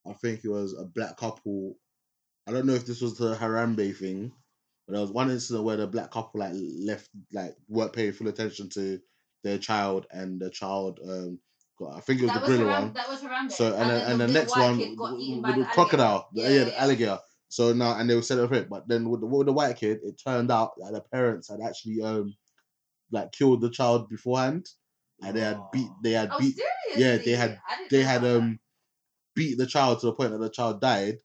Speaker 2: I think it was a black couple. I don't know if this was the Harambe thing, but there was one incident where the black couple like left like weren't paying full attention to their child, and the child um got I think it was
Speaker 1: that
Speaker 2: the
Speaker 1: was
Speaker 2: gorilla
Speaker 1: Haram-
Speaker 2: one.
Speaker 1: That was Harambe.
Speaker 2: So and then, and the
Speaker 1: little
Speaker 2: next
Speaker 1: white
Speaker 2: one
Speaker 1: kid got
Speaker 2: w-
Speaker 1: eaten by
Speaker 2: with the
Speaker 1: the
Speaker 2: crocodile, the-
Speaker 1: alligator.
Speaker 2: yeah, the alligator. So now and they were celebrating, but then with the, with the white kid, it turned out that the parents had actually um like killed the child beforehand, and they had beat they had
Speaker 1: Oh,
Speaker 2: beat
Speaker 1: seriously?
Speaker 2: yeah, they had-
Speaker 1: I didn't
Speaker 2: they
Speaker 1: know
Speaker 2: had
Speaker 1: about
Speaker 2: um beat the child to the point that the child died,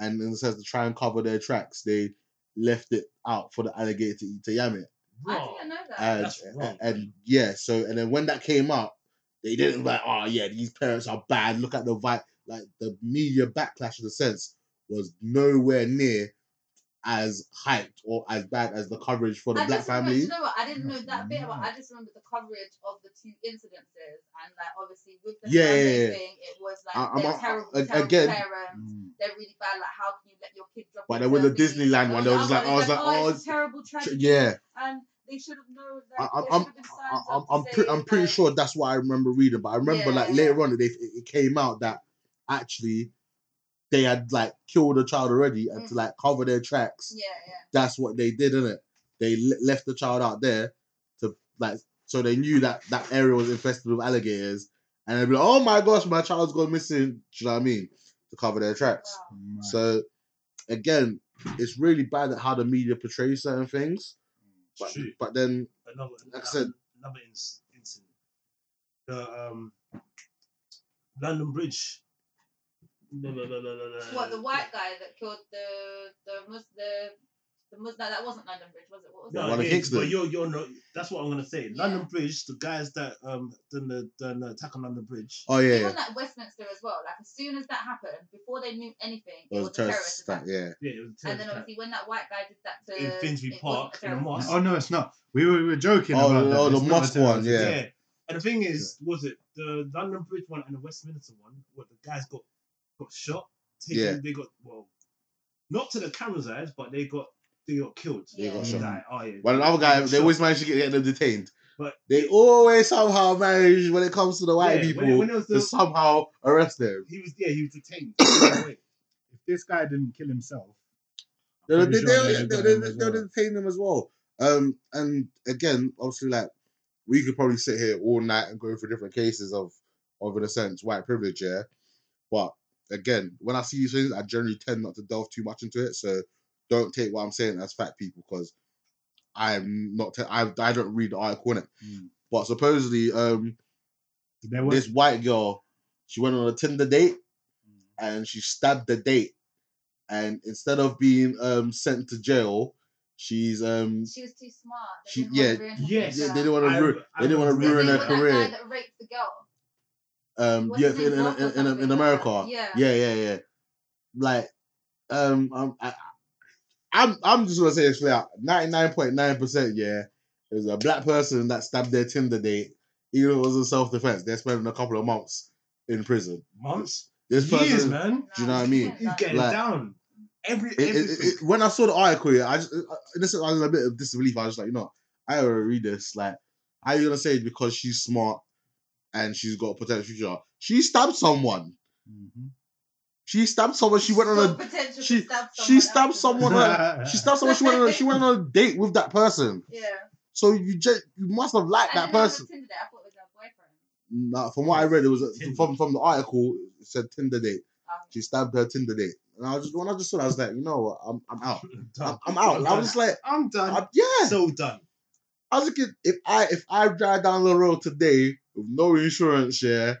Speaker 2: and in a sense to try and cover their tracks, they left it out for the alligator to eat to yam it.
Speaker 1: that. I
Speaker 4: Raw.
Speaker 1: didn't know that.
Speaker 2: And,
Speaker 4: That's wrong.
Speaker 2: and yeah, so and then when that came up, they didn't like, oh yeah, these parents are bad. Look at the vi like the media backlash in a sense was nowhere near as hyped or as bad as the coverage for the
Speaker 1: I
Speaker 2: black
Speaker 1: just remember,
Speaker 2: family.
Speaker 1: you
Speaker 2: Mm.
Speaker 1: know what? I didn't know
Speaker 3: That's
Speaker 1: that bit about.
Speaker 3: mad.
Speaker 1: I just remember the coverage of the two incidences, and like obviously with the
Speaker 2: Yeah,
Speaker 1: Harambe
Speaker 2: yeah, yeah.
Speaker 1: thing, it was like
Speaker 2: I- I'm-
Speaker 1: they're
Speaker 2: I-
Speaker 1: terrible,
Speaker 2: I-
Speaker 1: terrible
Speaker 2: again-
Speaker 1: parents.
Speaker 3: Mm-hmm.
Speaker 1: They're really bad. Like, how can you let your kid drop?
Speaker 2: But
Speaker 1: into
Speaker 2: then with the
Speaker 1: a sea?
Speaker 2: Disneyland one, they were just like, I was like, oh,
Speaker 1: it's a terrible
Speaker 2: it's-
Speaker 1: tragedy.
Speaker 2: yeah.
Speaker 1: and they should have known.
Speaker 2: I-
Speaker 1: Like,
Speaker 2: I'm
Speaker 1: there
Speaker 2: I'm
Speaker 1: should have been
Speaker 2: I-
Speaker 1: signs
Speaker 2: I'm
Speaker 1: up to
Speaker 2: I'm, pre-
Speaker 1: say,
Speaker 2: I'm pretty
Speaker 1: like,
Speaker 2: sure that's what I remember reading, but I remember like
Speaker 1: Yeah.
Speaker 2: later on it, it it came out that actually they had like killed a child already, and to
Speaker 1: Mm.
Speaker 2: like cover their tracks,
Speaker 1: Yeah, yeah.
Speaker 2: that's what they did, innit? They le- left the child out there to like so they knew that that area was infested with alligators, and they'd be like, oh my gosh, my child's gone missing. Do you know what I mean? To cover their tracks.
Speaker 1: Wow.
Speaker 2: So again, it's really bad at how the media portrays certain things, but
Speaker 4: True.
Speaker 2: but then
Speaker 4: another
Speaker 2: Like I said-
Speaker 4: another inc- incident. The um, London Bridge. No, no, no, no, no, no.
Speaker 1: What the white guy that killed the the Mus the the Mus that that wasn't London Bridge, was it? What was
Speaker 4: No,
Speaker 2: One
Speaker 1: that?
Speaker 2: of
Speaker 4: yeah,
Speaker 2: Kingston.
Speaker 4: but you're you're not. That's what I'm gonna say.
Speaker 1: Yeah.
Speaker 4: London Bridge. The guys that um done the done the attack on London Bridge.
Speaker 2: oh yeah,
Speaker 1: Even
Speaker 2: yeah.
Speaker 1: like Westminster as well. Like as soon as that happened, before they knew anything,
Speaker 2: It was a terrorist attack, yeah.
Speaker 4: Yeah, it was a
Speaker 1: And then
Speaker 4: terrorist attack.
Speaker 1: obviously when that white guy did that to
Speaker 4: In Finsbury
Speaker 1: it wasn't
Speaker 4: Park,
Speaker 1: a
Speaker 4: in
Speaker 1: terrorist
Speaker 4: the mosque.
Speaker 1: attack.
Speaker 3: Oh no, it's not. We were, we were joking
Speaker 2: Oh,
Speaker 3: about
Speaker 2: the-
Speaker 3: that.
Speaker 2: oh, the
Speaker 3: It's not a
Speaker 2: mosque one,
Speaker 3: terrorist attack.
Speaker 2: yeah.
Speaker 4: yeah. And the thing is, was it the London Bridge one and the Westminster one? What the guys got got shot. Taken,
Speaker 2: Yeah.
Speaker 4: They got well, not to the camera's eyes, but they got they got killed.
Speaker 1: They got
Speaker 4: They
Speaker 3: shot.
Speaker 4: died. Oh yeah.
Speaker 2: But another guy,
Speaker 4: got
Speaker 2: they
Speaker 4: shot.
Speaker 2: always manage to get, get them detained.
Speaker 4: But-
Speaker 2: they always somehow manage when it comes to the white
Speaker 4: Yeah,
Speaker 2: people
Speaker 4: when it- when it was
Speaker 2: to
Speaker 4: the-
Speaker 2: somehow arrest them.
Speaker 4: He was yeah, he was detained. straight away.
Speaker 3: If this guy didn't kill himself,
Speaker 2: They
Speaker 3: I'm
Speaker 2: they,
Speaker 3: pretty sure
Speaker 2: they,
Speaker 3: they
Speaker 2: they,
Speaker 3: got
Speaker 2: they,
Speaker 3: him as
Speaker 2: they
Speaker 3: well.
Speaker 2: detain them as well. Um, and again, obviously, like we could probably sit here all night and go through different cases of, of in a sense, white privilege. Yeah, but again, when I see these things, I generally tend not to delve too much into it. So don't take what I'm saying as fact, people, because I'm not. Te- I I don't read the article in it.
Speaker 3: Mm.
Speaker 2: But supposedly, um,
Speaker 3: there was
Speaker 2: this white girl, she went on a Tinder date and she stabbed the date. And instead of being um sent to jail, she's um
Speaker 1: She was too smart. They
Speaker 2: She-
Speaker 1: didn't wanna ruin
Speaker 2: yeah,
Speaker 1: her
Speaker 4: yes,
Speaker 2: they,
Speaker 1: future.
Speaker 2: they didn't want
Speaker 4: I-
Speaker 2: to ruin
Speaker 4: I
Speaker 2: they didn't want to
Speaker 1: They
Speaker 2: ruin
Speaker 1: were
Speaker 2: her
Speaker 1: that
Speaker 2: career.
Speaker 1: guy that raped the girl.
Speaker 2: Um,
Speaker 1: What's
Speaker 2: yeah,
Speaker 1: his
Speaker 2: in in,
Speaker 1: name, Rob or
Speaker 2: in, in, in
Speaker 1: something like
Speaker 2: America.
Speaker 1: that? Yeah.
Speaker 2: yeah, yeah, yeah. Like, um, um, I, I- I'm I'm just gonna say this flat. Ninety nine point nine percent. Yeah, it was a black person that stabbed their Tinder date. Even if it was in self defense, they're spending a couple of months in prison.
Speaker 4: Months,
Speaker 2: This person,
Speaker 4: years, man.
Speaker 2: Do you know what I mean?
Speaker 4: He's getting
Speaker 2: Like-
Speaker 4: down. Every
Speaker 2: it, it,
Speaker 4: everything.
Speaker 2: it, when I saw the article, yeah, I just I, this, I was in a bit of disbelief. I was like, you know, I already read this. Like, how you gonna say it because she's smart and she's got a potential future? She stabbed someone.
Speaker 3: Mhm.
Speaker 2: She stabbed someone. She went on
Speaker 1: Still
Speaker 2: a
Speaker 1: potential to
Speaker 2: she-
Speaker 1: stab
Speaker 2: she
Speaker 1: someone
Speaker 2: stabbed
Speaker 1: else.
Speaker 2: someone.
Speaker 3: Mm-hmm.
Speaker 2: on- she stabbed someone. She went on. A, she went on a date with that person.
Speaker 1: Yeah.
Speaker 2: So you just you must have liked
Speaker 1: I
Speaker 2: that
Speaker 1: didn't know it was
Speaker 2: person.
Speaker 1: Tinder date, I thought it was her boyfriend.
Speaker 2: Nah, from what I read, it was a,
Speaker 4: Tinder.
Speaker 2: from from the article. It said Tinder date.
Speaker 1: Um,
Speaker 2: She stabbed her Tinder date. And I was just when I just saw, that, I was like, you know what? I'm I'm out. I'm,
Speaker 4: Done.
Speaker 2: I'm out. I
Speaker 4: done.
Speaker 2: was just like,
Speaker 4: I'm done.
Speaker 2: I- yeah.
Speaker 4: so done.
Speaker 2: I was thinking if I if I drive down the road today with no insurance, yeah,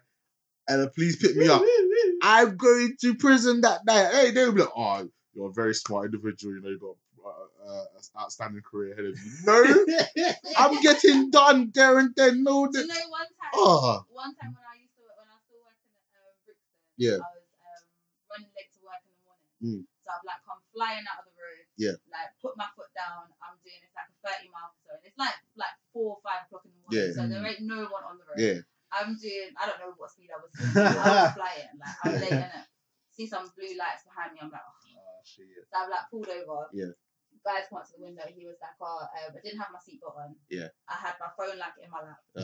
Speaker 2: and the police pick me up, I'm going to prison that night. Hey, they'll be like, oh, you're a very smart individual. You know, you got uh, uh, an outstanding career ahead of you. No, I'm getting done there and then. No,
Speaker 1: Do you
Speaker 2: that-
Speaker 1: know one time?
Speaker 2: oh,
Speaker 1: One time when I used to when I was still working at um, Brixton,
Speaker 2: Yeah. Hmm.
Speaker 1: I was um, running late to work in the morning. So I've like come flying out of the road.
Speaker 2: Yeah.
Speaker 1: Like put my foot down. I'm doing it's like a 30 mile per zone. It's like like four or five o'clock in the morning.
Speaker 2: Yeah.
Speaker 1: So there ain't no one on the road.
Speaker 2: yeah,
Speaker 1: I'm doing, I don't know what speed I was doing. I was flying. Like, I'm late in it. See some blue lights behind me. I'm like, oh. So I've like pulled over.
Speaker 2: Yeah.
Speaker 1: Guys come up to the window. He was like, oh, um, I didn't have my seatbelt on.
Speaker 2: Yeah.
Speaker 1: I had my phone like in my lap.
Speaker 2: uh,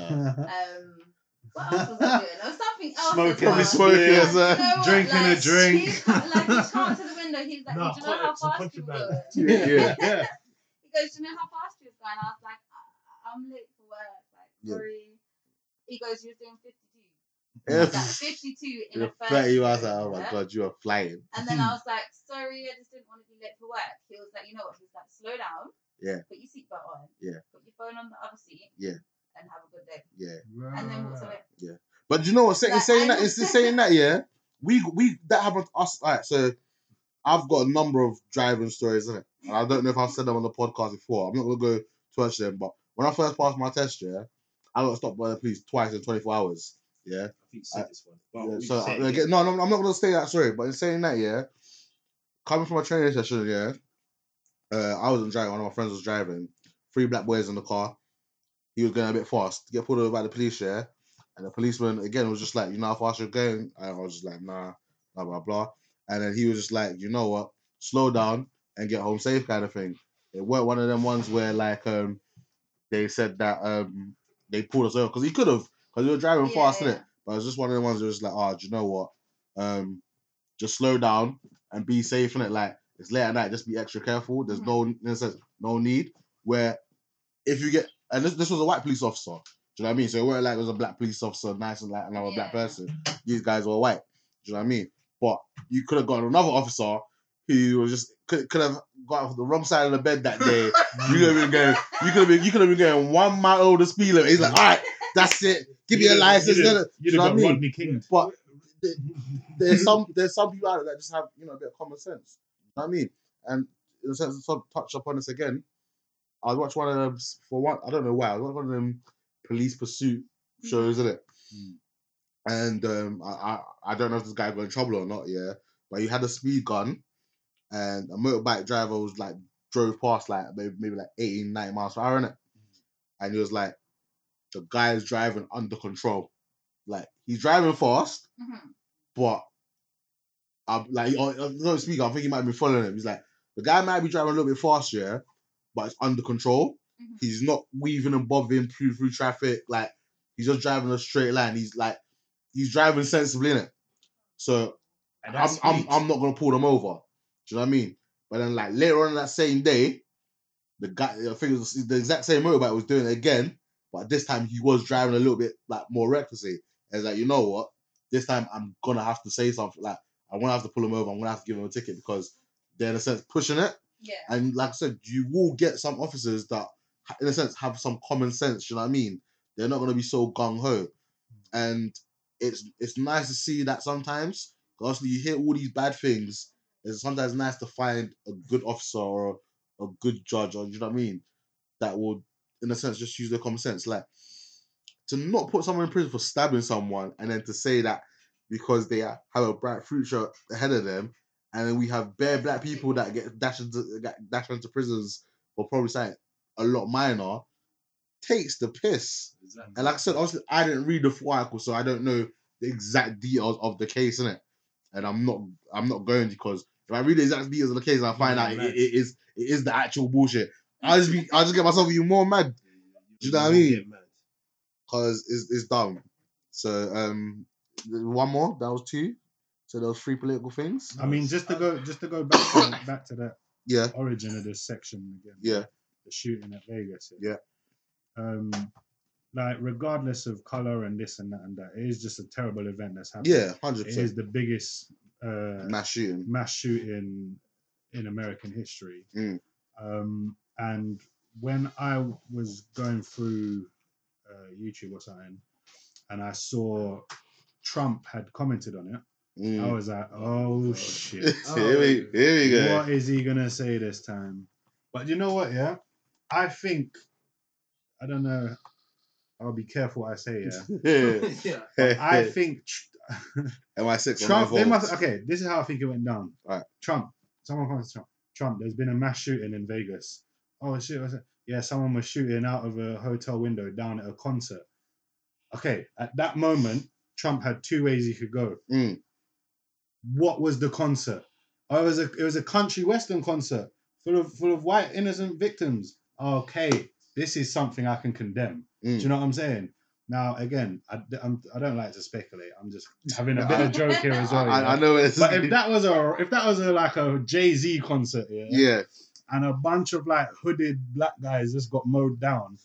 Speaker 1: Um, what else was I doing? There was something else.
Speaker 3: Smoking
Speaker 2: probably
Speaker 1: as well.
Speaker 2: smoking as
Speaker 1: You
Speaker 2: a
Speaker 1: know what,
Speaker 3: Drinking a
Speaker 1: like,
Speaker 3: drink.
Speaker 1: He, like, he come up to the window. He's like,
Speaker 4: No,
Speaker 1: do you know how
Speaker 4: it's
Speaker 1: fast
Speaker 4: a
Speaker 1: you were
Speaker 4: contraband.
Speaker 1: going?
Speaker 2: yeah, yeah.
Speaker 3: yeah.
Speaker 1: He goes, do you know how fast you was going? I was like, I- I'm late for work. Like,
Speaker 2: Yeah.
Speaker 1: sorry. he goes, "You're doing 52."
Speaker 2: Every-
Speaker 1: That 52 in the first.
Speaker 2: Thirty hours. I was like, oh
Speaker 1: yeah?
Speaker 2: my god, you are flying.
Speaker 1: And then I was like, sorry, I just didn't want to be late for work. He was like, you know what? He was like, slow down.
Speaker 2: Yeah.
Speaker 1: Put your seatbelt on.
Speaker 2: Yeah.
Speaker 1: Put your phone on the other seat.
Speaker 2: Yeah.
Speaker 1: And have a good day.
Speaker 2: Yeah.
Speaker 1: And then
Speaker 3: Ah.
Speaker 1: walked away.
Speaker 2: But you know what? Saying,
Speaker 1: Like,
Speaker 2: saying
Speaker 1: I
Speaker 2: that,
Speaker 1: know-
Speaker 2: it's just saying that, yeah. We we that happened to us. Like, so I've got a number of driving stories in it, and I don't know if I've said them on the podcast before. I'm not gonna go touch them, but when I first passed my test, yeah, I got stopped by the police twice in 24 hours. Yeah.
Speaker 4: I think you said this one. But
Speaker 2: Uh, Yeah,
Speaker 4: we
Speaker 2: so uh,
Speaker 4: said
Speaker 2: I-
Speaker 4: it.
Speaker 2: again, no, no, I'm not gonna say that. Sorry, but in saying that, yeah, coming from a training session, yeah, uh, I wasn't driving. One of my friends was driving. Three black boys in the car. He was going a bit fast. Get pulled over by the police, yeah. And the policeman again was just like, "You know how fast you're going?" And I was just like, "Nah, blah blah blah." And then he was just like, "You know what? Slow down and get home safe," kind of thing. It weren't one of them ones where like um they said that um they pulled us over because he could have because we were driving
Speaker 1: Yeah,
Speaker 2: fast,
Speaker 1: yeah.
Speaker 2: innit? But it was just one of the ones that was like, oh, do you know what? Um, just slow down and be safe in it. Like it's late at night, just be extra careful. There's no in a sense, no need. Where if you get and this, this was a white police officer, do you know what I mean? So it weren't like it was a black police officer, nice and like another black
Speaker 1: Yeah.
Speaker 2: person. These guys were white. Do you know what I mean? But you could have got another officer who was just could, could have got off the wrong side of the bed that day. you could have been going, you could have been, you could have been going one mile over the speed limit. He's like, all right, that's it. Give me
Speaker 4: You
Speaker 2: a
Speaker 4: done-
Speaker 2: license.
Speaker 4: you
Speaker 2: no,
Speaker 4: done-
Speaker 2: no. Do
Speaker 4: You'd
Speaker 2: you know what
Speaker 4: have
Speaker 2: I
Speaker 4: got
Speaker 2: mean?
Speaker 4: Rodney King.
Speaker 2: But there's some there's some people out there that just have you know a bit of common sense. You know what I mean? And in a sense, to sort of touch upon this again, I watched one of them s- for one. I don't know why I watched one of them police pursuit
Speaker 1: Mm-hmm.
Speaker 2: shows, isn't it?
Speaker 3: Mm.
Speaker 2: And um, I, I I don't know if this guy got in trouble or not. Yeah, but he had a speed gun, and a motorbike driver was like drove past like maybe, maybe like 80, 90 miles per hour in it, and he was like, the guy is driving under control, like he's driving fast
Speaker 1: Mhm.
Speaker 2: but I'm like, oh, I don't speak. I think he might be following him. He's like, the guy might be driving a little bit faster, yeah, but it's under control.
Speaker 1: Mhm.
Speaker 2: He's not weaving and bothering through through traffic. Like he's just driving a straight line. He's like, he's driving sensibly in it. So I'm,
Speaker 4: And that's
Speaker 2: I'm
Speaker 4: sweet.
Speaker 2: I'm not gonna pull them over. Do you know what I mean? But then like later on that same day, the guy I think it was the exact same motorbike was doing it again, but this time he was driving a little bit like more recklessly. And it's like, you know what? This time I'm gonna have to say something. Like I'm gonna have to pull him over. I'm gonna have to give him a ticket because they're in a sense pushing it.
Speaker 1: Yeah.
Speaker 2: And like I said, you will get some officers that, ha- in a sense, have some common sense. You know what I mean? They're not going to be so gung ho, and it's it's nice to see that sometimes. 'cause Obviously, you hear all these bad things. It's sometimes nice to find a good officer or a, a good judge, or do you know what I mean, that will, in a sense, just use their common sense. Like to not put someone in prison for stabbing someone, and then to say that because they have a bright future ahead of them, and then we have bare black people that get dashed into get dashed into prisons for probably something a lot minor, takes the piss.
Speaker 4: Exactly.
Speaker 2: And like I said, obviously I didn't read the full article, so I don't know the exact details of the case in it. And I'm not I'm not going because if I read the exact details of the case and I find out it, it is it is the actual bullshit, I'll just be I'll just get myself even more mad Do you know what I mean?
Speaker 4: Yeah, man.
Speaker 2: because it's, it's dumb. So um, one more. That was two. So there was three political things.
Speaker 3: I mean, just to go, just to go back to, back to that
Speaker 2: Yeah,
Speaker 3: origin of this section again.
Speaker 2: yeah,
Speaker 3: The shooting at Vegas.
Speaker 2: Yeah.
Speaker 3: Um, like regardless of color and this and that and that, it is just a terrible event that's happened.
Speaker 2: yeah, hundred
Speaker 3: It is
Speaker 2: percent
Speaker 3: the biggest uh,
Speaker 2: mass shooting.
Speaker 3: mass shooting in American history.
Speaker 2: Mm.
Speaker 3: Um, and when I was going through uh, YouTube or something, and I saw Trump had commented on it, I
Speaker 2: Mm.
Speaker 3: was like, "Oh shit!
Speaker 2: here, we, here we go.
Speaker 3: What is he gonna say this time?" But you know what? Yeah, I think I don't know. I'll be careful what I say. Yeah,
Speaker 4: yeah.
Speaker 3: I think tr-
Speaker 2: MI6
Speaker 3: Trump.
Speaker 2: Trump,
Speaker 3: They must. Okay, this is how I think it went down.
Speaker 2: Alright.
Speaker 3: Trump. Someone comes. Trump. Trump. There's been a mass shooting in Vegas. Oh shit! What's that? Yeah, someone was shooting out of a hotel window down at a concert. Okay, at that moment, Trump had two ways he could go.
Speaker 2: Mm.
Speaker 3: What was the concert? Oh, it was a it was a country western concert full of full of white innocent victims. Okay, this is something I can condemn. Do you know what I'm saying? Now, again, I, I'm, I don't like to speculate. I'm just having a bit of joke here as well.
Speaker 2: I,
Speaker 3: you
Speaker 2: I know it's
Speaker 3: but if that was a if that was a, like a Jay Z concert, yeah,
Speaker 2: yeah,
Speaker 3: and a bunch of like hooded black guys just got mowed down,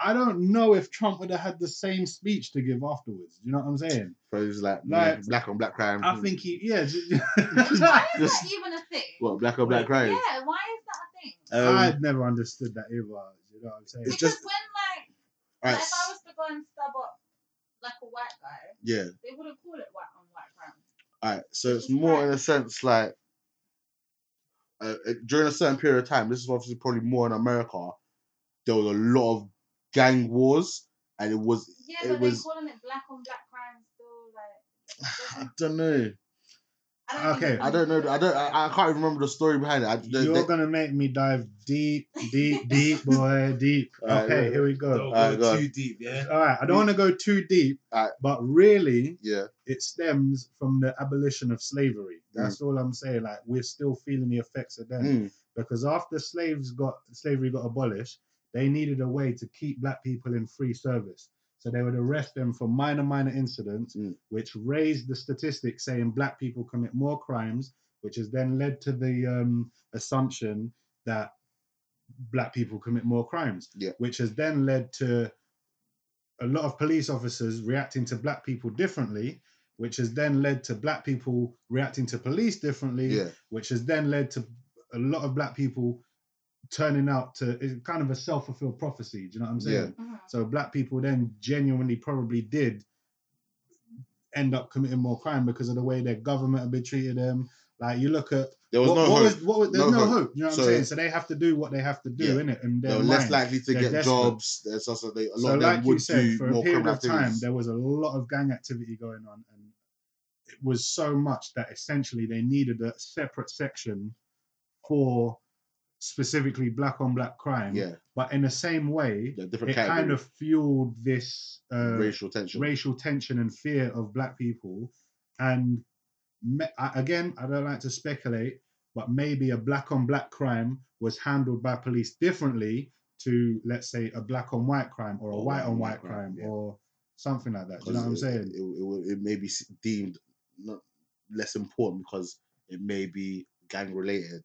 Speaker 3: I don't know if Trump would have had the same speech to give afterwards. Do you know what I'm saying?
Speaker 2: So he's like,
Speaker 3: Like-
Speaker 2: mm, black on black crime.
Speaker 3: I think he, yeah. j-
Speaker 1: Why
Speaker 3: j-
Speaker 1: is
Speaker 2: Just-
Speaker 1: that even a thing?
Speaker 2: what black on black crime.
Speaker 1: Yeah, why is that a thing?
Speaker 2: Um,
Speaker 3: I'd never understood that either. You know what I'm saying?
Speaker 2: It's
Speaker 1: Because
Speaker 2: just-
Speaker 1: when like, like,
Speaker 2: all right,
Speaker 1: if I was to go and stab up like a white guy,
Speaker 2: yeah.
Speaker 1: they wouldn't call it white on white crime.
Speaker 2: All right, so it's more in a sense like uh, uh, during a certain period of time. This is obviously probably more in America. There was a lot of gang wars, and it was
Speaker 1: Yeah,
Speaker 2: It
Speaker 1: but
Speaker 2: was-
Speaker 1: they're calling it black on black crime still like.
Speaker 2: I
Speaker 1: doesn't-
Speaker 2: don't know.
Speaker 1: I don't think
Speaker 3: Okay.
Speaker 1: it's
Speaker 2: I don't know. I don't. I, I can't even remember the story behind it. I, they-
Speaker 3: You're
Speaker 2: they-
Speaker 3: gonna make me dive deep, deep, deep, boy, deep.
Speaker 2: Alright,
Speaker 3: okay,
Speaker 2: right,
Speaker 3: here we
Speaker 4: Don't
Speaker 3: go.
Speaker 4: go
Speaker 2: Alright, go
Speaker 4: too deep, yeah.
Speaker 3: All right, I don't want to go too deep,
Speaker 2: Alright.
Speaker 3: but really,
Speaker 2: yeah,
Speaker 3: it stems from the abolition of slavery. That's all I'm saying. Like we're still feeling the effects of that
Speaker 2: Mm,
Speaker 3: because after slaves got slavery got abolished, they needed a way to keep black people in free service. So they would arrest them for minor minor incidents,
Speaker 2: Mm.
Speaker 3: which raised the statistics saying black people commit more crimes, which has then led to the um, assumption that black people commit more crimes,
Speaker 2: Yeah.
Speaker 3: which has then led to a lot of police officers reacting to black people differently, which has then led to black people reacting to police differently,
Speaker 2: yeah.
Speaker 3: which has then led to a lot of black people turning out to it's kind of a self-fulfilled prophecy. Do you know what I'm saying?
Speaker 1: Mhm.
Speaker 3: So black people then genuinely probably did end up committing more crime because of the way their government had been treating them. Like you look at
Speaker 2: There was
Speaker 3: what,
Speaker 2: no
Speaker 3: what
Speaker 2: hope.
Speaker 3: was what was
Speaker 2: No
Speaker 3: there's no,
Speaker 2: hope.
Speaker 3: hope. You know what
Speaker 2: So-
Speaker 3: I'm saying? So they have to do what they have to do,
Speaker 2: Yeah.
Speaker 3: innit? And
Speaker 2: they were less likely to
Speaker 3: They're
Speaker 2: get
Speaker 3: desperate.
Speaker 2: jobs. There's also they, a lot
Speaker 3: So
Speaker 2: of them
Speaker 3: like
Speaker 2: would
Speaker 3: you said,
Speaker 2: do
Speaker 3: for a
Speaker 2: more
Speaker 3: period
Speaker 2: criminal
Speaker 3: of time
Speaker 2: activities.
Speaker 3: there was a lot of gang activity going on and it was so much that essentially they needed a separate section for specifically black on black crime.
Speaker 2: yeah,
Speaker 3: But in the same way,
Speaker 2: yeah, different
Speaker 3: it kind
Speaker 2: category.
Speaker 3: of fueled this uh,
Speaker 2: racial tension.
Speaker 3: racial tension and fear of black people. And me- I- again, I don't like to speculate, but maybe a black on black crime was handled by police differently to, let's say, a black on white crime or a
Speaker 2: Or
Speaker 3: white on white crime
Speaker 2: yeah.
Speaker 3: or something like that. Do you know what I'm
Speaker 2: because
Speaker 3: saying?
Speaker 2: It, it, it, it may be s- deemed not less important because it may be gang related.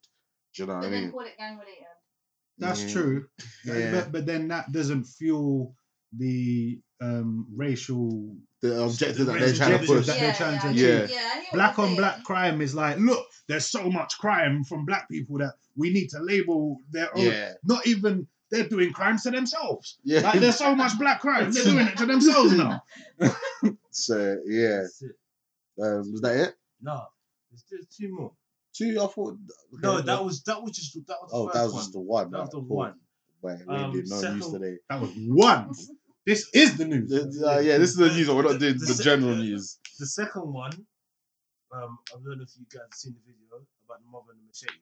Speaker 2: Do you know what
Speaker 1: They
Speaker 2: I
Speaker 1: didn't
Speaker 2: mean?
Speaker 1: call it gang related.
Speaker 3: That's
Speaker 2: Yeah.
Speaker 3: true.
Speaker 2: Yeah.
Speaker 3: But, but then that doesn't fuel the um, racial
Speaker 2: The objective that they're
Speaker 4: racial
Speaker 2: trying to
Speaker 3: objective
Speaker 2: push.
Speaker 3: that they're trying to
Speaker 1: I
Speaker 2: achieve.
Speaker 1: hear- yeah. I hear what
Speaker 3: black
Speaker 1: you're
Speaker 3: on black
Speaker 1: saying.
Speaker 3: crime is like, look, there's so much crime from black people that we need to label their own.
Speaker 2: Yeah,
Speaker 3: Not even they're doing crimes to themselves.
Speaker 2: yeah.
Speaker 3: Like there's so much black crime, they're doing it to themselves now.
Speaker 2: so yeah,
Speaker 4: That's it.
Speaker 2: um, was that it?
Speaker 4: No, there's, there's two more.
Speaker 2: Two, I thought.
Speaker 4: No,
Speaker 2: okay,
Speaker 4: that was that was just that was the
Speaker 2: Oh,
Speaker 4: first
Speaker 2: that was
Speaker 4: one.
Speaker 2: just the one.
Speaker 4: that was the
Speaker 2: right, cool.
Speaker 4: one.
Speaker 2: Wait, we
Speaker 4: Um,
Speaker 2: did no news
Speaker 4: second-
Speaker 2: today.
Speaker 3: That was one. This is the news.
Speaker 2: The- uh, yeah, this is the news. We're not doing the
Speaker 4: The-
Speaker 2: general news.
Speaker 4: The second one, um, I don't know if you guys have seen the video about the mother and the machete.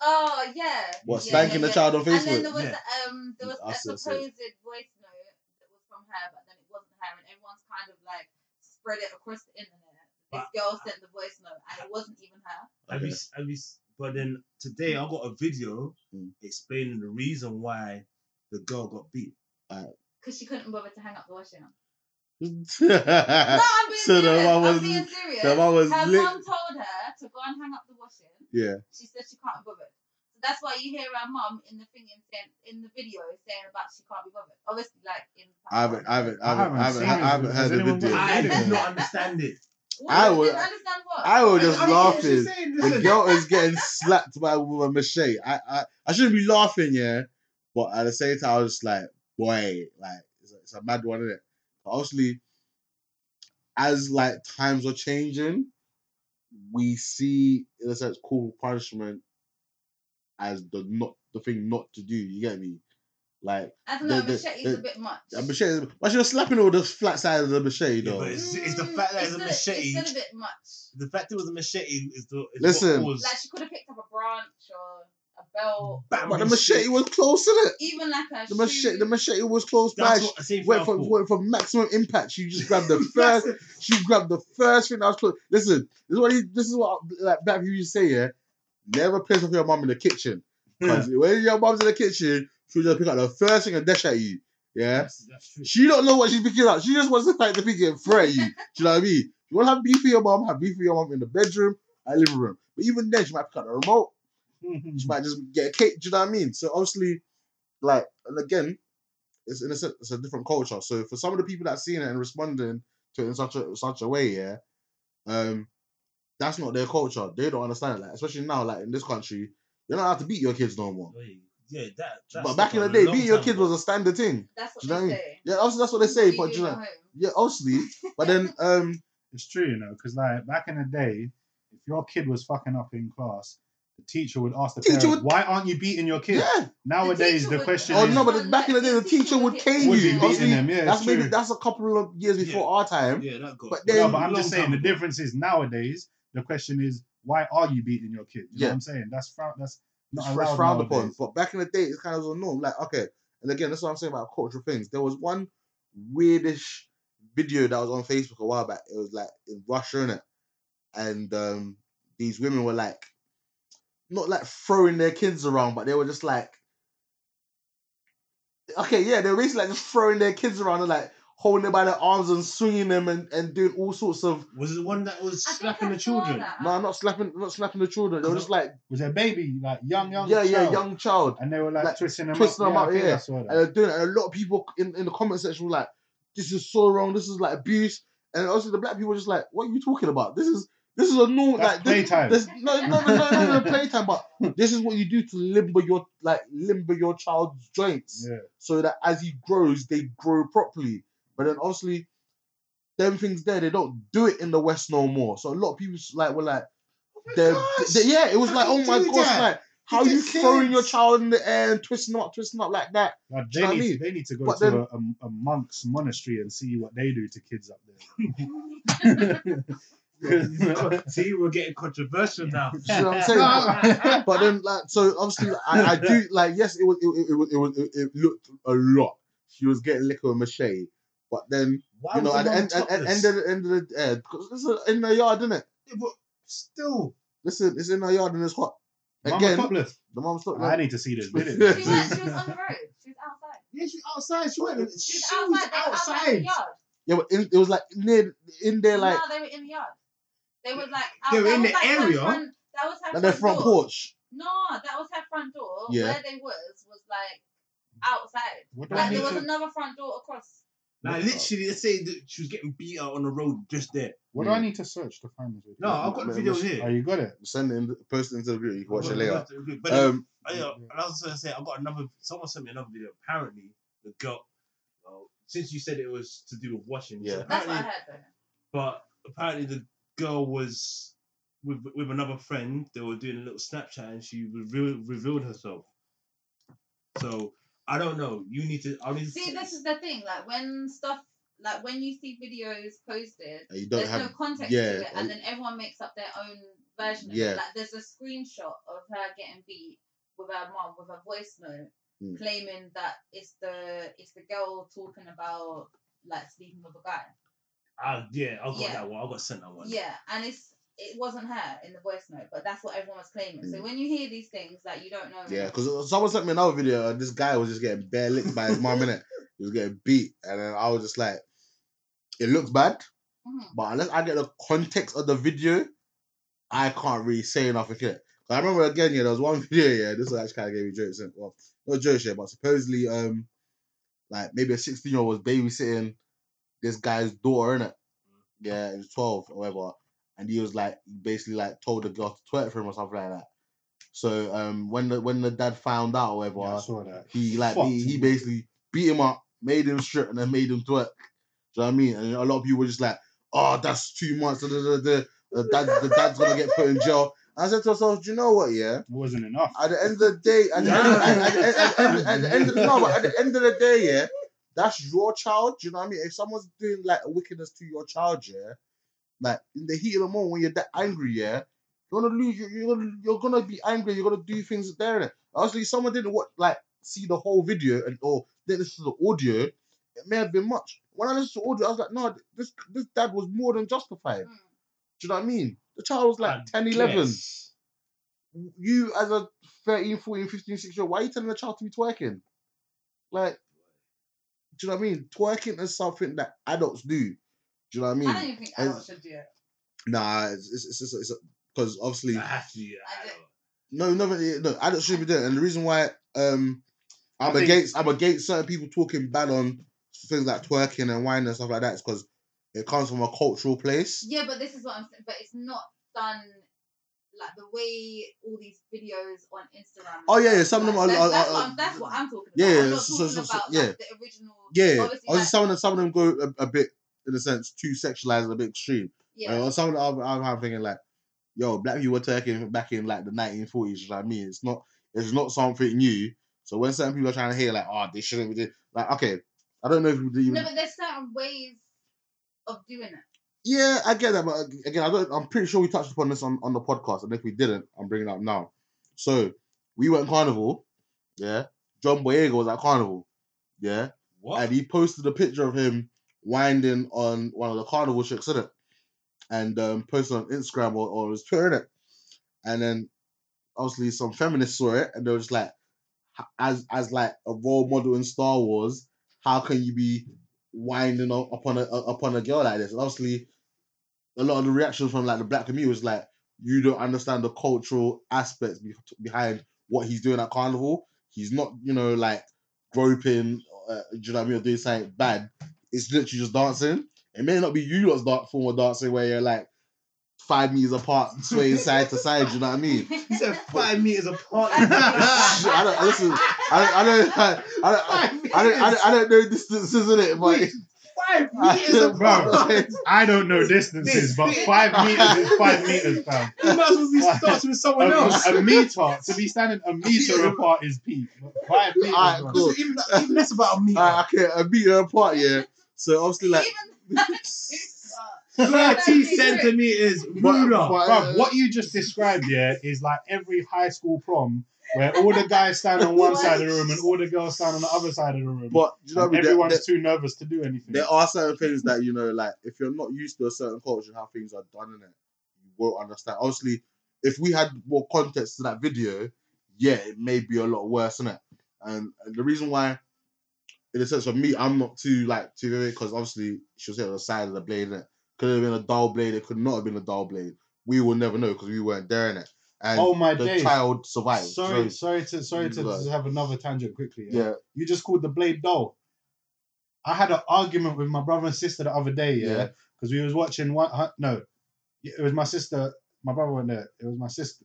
Speaker 1: Oh yeah.
Speaker 2: What
Speaker 1: yeah,
Speaker 2: spanking
Speaker 1: yeah,
Speaker 2: the
Speaker 1: yeah.
Speaker 2: child on
Speaker 1: And then there
Speaker 2: Facebook?
Speaker 1: was
Speaker 4: Yeah.
Speaker 1: um there was
Speaker 2: I
Speaker 1: a
Speaker 2: saw- saw it.
Speaker 1: supposed voice note that was from her, but then it wasn't her, and everyone's kind of like spread it across the internet. This
Speaker 4: But-
Speaker 1: girl sent the voice note, and it wasn't even her.
Speaker 4: Have you, s- have you, s- but then today I got a video
Speaker 2: Mm.
Speaker 4: explaining the reason why the girl got beat.
Speaker 1: Because she couldn't bother to hang up the washing. No,
Speaker 2: yeah,
Speaker 1: I'm being
Speaker 2: So the
Speaker 1: serious.
Speaker 2: one was-
Speaker 1: I'm being serious.
Speaker 2: the one was
Speaker 1: her
Speaker 2: lit.
Speaker 1: mom told her to go and hang up the washing. She said she can't be bothered. So that's why you hear her mum in the thing in, saying, in the video saying about she can't be bothered. Obviously, like in.
Speaker 2: I haven't, I haven't, I
Speaker 3: I
Speaker 2: haven't, I haven't,
Speaker 3: haven't
Speaker 2: I
Speaker 3: seen
Speaker 2: haven't
Speaker 3: it.
Speaker 2: heard
Speaker 3: Has
Speaker 2: the
Speaker 3: anyone
Speaker 2: video.
Speaker 3: watched
Speaker 4: I did not understand it.
Speaker 1: What?
Speaker 2: I would-
Speaker 1: Didn't understand what.
Speaker 2: I would just
Speaker 1: I- I-
Speaker 2: laugh
Speaker 3: She's
Speaker 2: laughing.
Speaker 3: saying,
Speaker 2: The
Speaker 3: listen,
Speaker 2: girl is getting slapped by a woman machete. I, I, I shouldn't be laughing, yeah. But at the same time, I was just like, boy, like it's a, it's a mad one, isn't it? But obviously, as like times are changing, we see in a sense cruel punishment as the not the thing not to do. You get me? Like
Speaker 1: I don't know.
Speaker 2: the- the-
Speaker 1: Machete is a bit much.
Speaker 2: a machete, but she was slapping all the flat sides of the machete
Speaker 4: Yeah,
Speaker 2: though.
Speaker 4: but it's, it's the
Speaker 1: Mm,
Speaker 4: fact that it's a
Speaker 1: it's still-
Speaker 4: machete.
Speaker 1: It's still a bit much.
Speaker 4: The fact it was a machete is the is
Speaker 2: Listen.
Speaker 4: What caused-
Speaker 1: Like she could have picked up a branch or a belt,
Speaker 4: Bam,
Speaker 2: But the
Speaker 4: you
Speaker 2: machete
Speaker 4: see-
Speaker 2: was close, innit?
Speaker 1: even like a
Speaker 2: The
Speaker 1: shoe.
Speaker 2: machete, the machete was close by.
Speaker 4: That's
Speaker 2: She
Speaker 4: what I say.
Speaker 2: went from, went from maximum impact. You just grabbed the first. she grabbed the first thing that was close. Listen, this is what he, this is what like black people used to say. Yeah, never piss off your mum in the kitchen. 'Cause when your mum's in the kitchen, she'll just pick up the first thing and dash at you. Yeah,
Speaker 4: That's, that's true.
Speaker 2: she don't know what she's picking up. She just wants to fight the thing and threat you. Do you know what I mean? You want to have beef with your mum? Have beef with your mum in the bedroom, and living room. But even then, she might pick up the remote she might just get a cake. Do you know what I mean? So obviously, like, and again, it's in a sense, it's a different culture. So for some of the people that seen it and responding to it in such a such a way, yeah, um, that's not their culture. They don't understand it. Like especially now, like in this country, you're not allowed to beat your kids no more.
Speaker 4: Wait, Yeah, that. that's
Speaker 2: But back in the
Speaker 4: a
Speaker 2: day,
Speaker 4: long
Speaker 2: beating your
Speaker 4: time
Speaker 2: kids
Speaker 4: ago.
Speaker 2: was a standard thing.
Speaker 1: That's what
Speaker 2: Do you know
Speaker 1: they
Speaker 2: what I
Speaker 1: say.
Speaker 2: Yeah, obviously that's what they say. But do you know, yeah, obviously. But then, um,
Speaker 3: It's true, you know, because like back in the day, if your kid was fucking up in class, the teacher would ask the
Speaker 2: Teacher
Speaker 3: parent,
Speaker 2: would-
Speaker 3: "Why aren't you beating your kid?"
Speaker 2: yeah.
Speaker 3: Nowadays, the,
Speaker 1: teacher would-
Speaker 3: question
Speaker 2: Oh
Speaker 3: is,
Speaker 2: no, but back in the day, the teacher would cane
Speaker 3: would be
Speaker 2: you.
Speaker 1: Obviously,
Speaker 3: beating them. Yeah,
Speaker 2: That's
Speaker 3: it's
Speaker 2: maybe
Speaker 3: true.
Speaker 2: that's a couple of years before
Speaker 4: Yeah.
Speaker 2: our time.
Speaker 4: Yeah, that goes.
Speaker 2: But
Speaker 4: back.
Speaker 2: then-
Speaker 3: no, but I'm just
Speaker 4: Long
Speaker 3: saying the
Speaker 4: time ago.
Speaker 3: difference is nowadays the question is, "Why are you beating your kid?" You know
Speaker 2: Yeah.
Speaker 3: what I'm saying? That's frown. That's not
Speaker 2: It's
Speaker 3: allowed
Speaker 2: frowned upon.
Speaker 3: nowadays.
Speaker 2: But back in the day, it's kind of a norm. Like, okay, and again, that's what I'm saying about cultural things. There was one weirdish video that was on Facebook a while back. It was like in Russia, innit? And um, these women were like, not like throwing their kids around, but they were just like, okay, yeah, they were basically like just throwing their kids around and like holding them by their arms and swinging them and, and doing all sorts of.
Speaker 4: Was it the one that was
Speaker 1: I think
Speaker 4: slapping
Speaker 1: I
Speaker 4: the
Speaker 1: saw
Speaker 4: children?
Speaker 1: that.
Speaker 2: No, not slapping, not slapping the children. They were just like,
Speaker 3: Was a baby like young, young?
Speaker 2: yeah, yeah,
Speaker 3: child,
Speaker 2: young child.
Speaker 3: And they were like,
Speaker 2: Like,
Speaker 3: twisting them
Speaker 2: twisting
Speaker 3: up.
Speaker 2: them
Speaker 3: yeah,
Speaker 2: up,
Speaker 3: I think
Speaker 2: yeah.
Speaker 3: I saw that.
Speaker 2: and they're doing it. And a lot of people in, in the comment section were like, "This is so wrong. This is like abuse." And also the black people were just like, "What are you talking about? This is this is a normal
Speaker 3: That's
Speaker 2: like this,
Speaker 3: playtime."
Speaker 2: this, no, no, no, no, no, no, playtime. But this is what you do to limber your like limber your child's joints
Speaker 3: yeah.
Speaker 2: so that as he grows, they grow properly. But then obviously, them things there, they don't do it in the West no more. So a lot of people s- like were like, they're- they- yeah, it was
Speaker 3: How
Speaker 2: like,
Speaker 3: you
Speaker 2: oh my
Speaker 3: do
Speaker 2: gosh,
Speaker 3: that?
Speaker 2: like how
Speaker 3: Look
Speaker 2: you
Speaker 3: at
Speaker 2: throwing your
Speaker 3: kids.
Speaker 2: child in the air and twisting them up, twisting them up like that.
Speaker 3: Like,
Speaker 2: Do
Speaker 3: they,
Speaker 2: you know
Speaker 3: need,
Speaker 2: what I
Speaker 3: they need to go
Speaker 2: But
Speaker 3: to
Speaker 2: then-
Speaker 3: a, a, a monk's monastery and see what they do to kids up there.
Speaker 4: See, we're getting controversial now.
Speaker 2: Do you know what I'm saying? But then, like, so obviously, like, I, I do like. Yes, it was, it, it, it was, it was, it, it looked a lot. She was getting liquor and mache, but then
Speaker 4: Why
Speaker 2: you know, at
Speaker 4: was the
Speaker 2: the
Speaker 4: mum
Speaker 2: end, at, at
Speaker 4: topless?
Speaker 2: end of the end of the day, because it's uh, in the yard, isn't it?
Speaker 4: Yeah, but still,
Speaker 2: Listen, it's in the yard and it's hot.
Speaker 3: Again,
Speaker 2: Again, the mum's not
Speaker 3: I
Speaker 2: there.
Speaker 3: need to see this
Speaker 1: She was, she was
Speaker 3: video.
Speaker 1: on the road. She was outside.
Speaker 4: yeah, she's outside. She went.
Speaker 1: She
Speaker 4: She
Speaker 1: was
Speaker 4: was
Speaker 1: outside. They were outside in the yard.
Speaker 2: Yeah, but in, it was like near in there, like
Speaker 1: no, they were in the yard. They were like out,
Speaker 4: They were
Speaker 1: that
Speaker 4: in
Speaker 1: was,
Speaker 4: the
Speaker 1: like, her
Speaker 4: area?
Speaker 1: front- that was her
Speaker 2: at their front
Speaker 1: door.
Speaker 2: porch.
Speaker 1: No, that was her front door.
Speaker 2: Yeah.
Speaker 1: Where they was was like outside.
Speaker 3: What do I
Speaker 1: Like
Speaker 3: need
Speaker 1: there was
Speaker 3: to-
Speaker 1: another front door across.
Speaker 4: Like literally, they say that she was getting beat out on the road just there.
Speaker 3: what do I need to search to find this
Speaker 4: No,
Speaker 3: video?
Speaker 4: I've got the video here.
Speaker 3: Oh, you got it.
Speaker 2: Send it, in, post it into the group. You can watch
Speaker 4: I've
Speaker 2: it
Speaker 4: got-
Speaker 2: later.
Speaker 4: But then,
Speaker 2: Um,
Speaker 4: I, uh, and I was gonna say I got another. Someone sent me another video. Apparently, the girl. Well, since you said it was to do with washing, so
Speaker 2: Yeah.
Speaker 1: That's what I
Speaker 4: apparently-
Speaker 1: heard. Though.
Speaker 4: but apparently the girl was with with another friend. They were doing a little Snapchat, and she revealed revealed herself. So I don't know. You need to. I need to
Speaker 1: See, this is the thing. Like when stuff, like when you see videos posted,
Speaker 2: and you don't
Speaker 1: there's
Speaker 2: have
Speaker 1: no context
Speaker 2: yeah,
Speaker 1: to it,
Speaker 2: and-
Speaker 1: and then everyone makes up their own version. Of
Speaker 2: Yeah.
Speaker 1: it. Like there's a screenshot of her getting beat with her mom with a voice note
Speaker 2: Mm.
Speaker 1: claiming that it's the it's the girl talking about like sleeping with a guy.
Speaker 4: Ah, yeah, I got
Speaker 1: Yeah.
Speaker 4: that one. I got sent that one.
Speaker 1: Yeah, and it's it wasn't her in the voice note, but that's what everyone was claiming. So when you hear these things, like you don't know.
Speaker 2: Hmm. Yeah, because someone sent me another video. And this guy was just getting bare licked by his mom, innit? He was getting beat, and then I was just like, it looks bad,
Speaker 1: Mhm.
Speaker 2: but unless I get the context of the video, I can't really say nothing yet. I remember again, yeah, there was one video, yeah, this one actually kind of gave me jokes. innit? Well, not jokes, yeah, but supposedly, um, like maybe a 16 year old was babysitting this guy's daughter, innit? Yeah, he was 12 or whatever. And he was like, basically, like, told the girl to twerk for him or something like that. So, um, when the when the dad found out or whatever,
Speaker 3: Yeah, I saw that.
Speaker 2: he like
Speaker 3: Fucked
Speaker 2: he, he
Speaker 3: him.
Speaker 2: basically beat him up, made him strip, and then made him twerk. Do you know what I mean? And a lot of people were just like, "Oh, that's too much." Da, da, da, da. The dad, the dad's gonna get put in jail. I said to myself, "Do you know what? Yeah,
Speaker 3: It wasn't enough.
Speaker 2: at the end of the day, at the end, at, the end- at the end- at the end of no, but at the end of the day, yeah, that's your child. Do you know what I mean? If someone's doing like wickedness to your child, yeah, like in the heat of the moment when you're that angry, yeah, you're gonna lose. You're, you're gonna you're gonna be angry. You're gonna do things there. And obviously, if someone didn't what like see the whole video and or didn't listen to the audio. It may have been much. When I listened to the audio, I was like, no, this this dad was more than justified.
Speaker 1: Mm.
Speaker 2: Do you know what I mean? The child was like
Speaker 4: I
Speaker 2: 10, 11
Speaker 4: guess.
Speaker 2: you as a 13, 14, 15, 16 year old, why are you telling a child to be twerking? Like, do you know what I mean? Twerking is something that adults do. Do you know what I
Speaker 1: I don't
Speaker 2: mean?
Speaker 1: even think
Speaker 2: I-
Speaker 1: adults should do it.
Speaker 2: Nah, it's it's it's it's because obviously
Speaker 4: I have to. Yeah,
Speaker 1: I
Speaker 4: I
Speaker 1: don't-
Speaker 4: know.
Speaker 2: no no no adults should be doing it. and the reason why um I'm
Speaker 4: I think-
Speaker 2: against. I'm against certain people talking bad on things like twerking and wine and stuff like that. It's because it comes from a cultural place.
Speaker 1: Yeah, but this is what I'm saying. But it's not done like the way all these videos on Instagram.
Speaker 2: Oh, yeah,
Speaker 1: are
Speaker 2: yeah, some of them
Speaker 1: like,
Speaker 2: are-
Speaker 1: That's,
Speaker 2: are-
Speaker 1: that's,
Speaker 2: are-
Speaker 1: what I'm, that's what I'm talking about.
Speaker 2: Yeah,
Speaker 1: I'm not
Speaker 2: so- so-
Speaker 1: talking
Speaker 2: so- so-
Speaker 1: about
Speaker 2: yeah.
Speaker 1: like, the original.
Speaker 2: Yeah,
Speaker 1: obviously,
Speaker 2: obviously
Speaker 1: like,
Speaker 2: some of them, some of them go a, a bit in a sense too sexualized, and a bit extreme.
Speaker 1: yeah.
Speaker 2: Or some of the other, I'm, I'm thinking like, yo, black people were twerking back in like the 1940s. You know what I mean? It's not. It's not something new. So when certain people are trying to hear like, oh, they shouldn't be doing like, okay, I don't know if you even
Speaker 1: No, but there's certain ways of doing it.
Speaker 2: Yeah, I get that, but ag- again, I don't, I'm pretty sure we touched upon this on, on the podcast, and if we didn't, I'm bringing it up now. So we went carnival, yeah. John Boyega was at carnival, yeah,
Speaker 4: What?
Speaker 2: and he posted a picture of him winding on one of the carnival chicks in it, and um, posted on Instagram or, or his Twitter in it, and then obviously some feminists saw it, and they were just like, h- as as like a role model in Star Wars, how can you be winding up upon a upon a girl like this? And obviously a lot of the reactions from like the black community was like, you don't understand the cultural aspects be- behind what he's doing at carnival. He's not, you know, like groping, uh, do you know what I mean, or doing something bad. It's literally just dancing. It may not be you lot's da- form of dancing where you're like five meters apart, swaying side to side. Do you know what I mean?
Speaker 4: He said five meters apart.
Speaker 2: I don't listen. I don't. I don't. I don't. I don't, I don't, I don't, I don't know distances in it, but
Speaker 4: Five meters apart.
Speaker 2: Bro.
Speaker 3: I don't know distances, but five meters is five meters, fam.
Speaker 4: You might as well be starting with
Speaker 3: A,
Speaker 4: someone else.
Speaker 3: a meter to be standing a meter apart is peak. but Five meters.
Speaker 2: Alright,
Speaker 3: bro.
Speaker 2: cool.
Speaker 4: Even, even that's about a meter.
Speaker 2: I, I can't. I beat her apart, yeah. So obviously, like,
Speaker 1: Even
Speaker 4: Thirty centimeters ruler.
Speaker 3: Bruv, what you just described, yeah, is like every high school prom where all the guys stand on one side of the room and all the girls stand on the other side of the room.
Speaker 2: but do you know what I
Speaker 3: And
Speaker 2: mean? There-
Speaker 3: everyone's
Speaker 2: there-
Speaker 3: too nervous to do anything.
Speaker 2: there are certain things that you know, like if you're not used to a certain culture and how things are done in it, you won't understand. Obviously, if we had more context to that video, yeah, it may be a lot worse, innit? And, and the reason why, in a sense, for me, I'm not too like too because obviously she was hit on the side of the blade, innit? Could have been a dull blade. It could not have been a dull blade. We will never know because we weren't there in it. And
Speaker 3: Oh my
Speaker 2: the
Speaker 3: days.
Speaker 2: child survived. So,
Speaker 3: sorry, sorry to sorry to
Speaker 2: Right.
Speaker 3: just have another tangent quickly. Yeah?
Speaker 2: yeah,
Speaker 3: You just called the blade dull. I had an argument with my brother and sister the other day, yeah,
Speaker 2: Yeah.
Speaker 3: because we was watching one. hu- No, it was my sister. My brother wasn't there. It was my sister.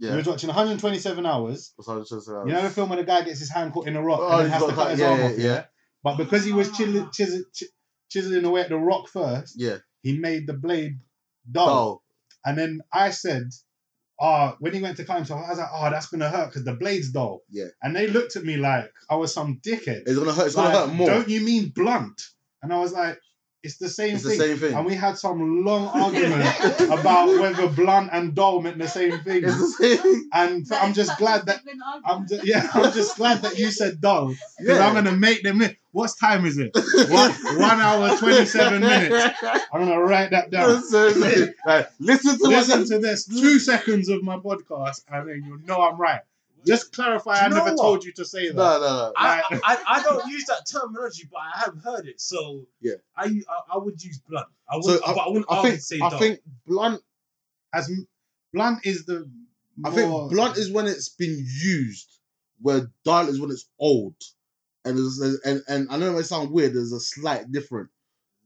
Speaker 3: We
Speaker 2: yeah.
Speaker 3: was watching 127 hours.
Speaker 2: So I was just, uh,
Speaker 3: You know the film where the guy gets his hand caught in a rock
Speaker 2: Oh,
Speaker 3: and then
Speaker 2: he's
Speaker 3: has to
Speaker 2: got
Speaker 3: cut
Speaker 2: cut.
Speaker 3: his
Speaker 2: Yeah,
Speaker 3: arm
Speaker 2: yeah,
Speaker 3: off. Yeah.
Speaker 2: yeah,
Speaker 3: But because he was chiseling, chisel, chi- chiseling away at the rock first,
Speaker 2: yeah.
Speaker 3: he made the blade dull.
Speaker 2: Dull.
Speaker 3: And then I said, "Ah, when he went to climb, so I was like, oh, that's gonna hurt because the blade's dull."
Speaker 2: Yeah.
Speaker 3: And they looked at me like I was some dickhead.
Speaker 2: It's gonna hurt. It's
Speaker 3: Like,
Speaker 2: gonna hurt more.
Speaker 3: Don't you mean blunt? And I was like, "It's the same
Speaker 2: It's the
Speaker 3: thing."
Speaker 2: same thing.
Speaker 3: And we had some long argument about whether blunt and dull meant the same thing.
Speaker 2: It's the same.
Speaker 3: And I'm just glad that I'm just, yeah, I'm just glad that you said dull. Because I'm gonna make them. Li- What's time is it? One, one hour twenty-seven minutes. I'm gonna write that down.
Speaker 2: Listen, like, listen to
Speaker 3: Listen
Speaker 2: what
Speaker 3: to this two seconds of my podcast, and then you'll know I'm right. Just clarify.
Speaker 4: Do you
Speaker 3: I
Speaker 4: know
Speaker 3: never
Speaker 4: what?
Speaker 3: told you to say
Speaker 2: No, no,
Speaker 3: that.
Speaker 2: no.
Speaker 4: I, I, I don't use that terminology, but I have heard it. So
Speaker 2: Yeah.
Speaker 4: I I, I would use blunt. I would,
Speaker 2: So,
Speaker 4: but I wouldn't
Speaker 2: I
Speaker 4: argue
Speaker 2: think
Speaker 4: to say
Speaker 2: I
Speaker 4: dull.
Speaker 2: think blunt.
Speaker 3: As m- blunt is the.
Speaker 2: I think
Speaker 3: more-
Speaker 2: blunt is when it's been used. Where dull is when it's old, and there's, there's- and and I know it might sound weird. There's a slight different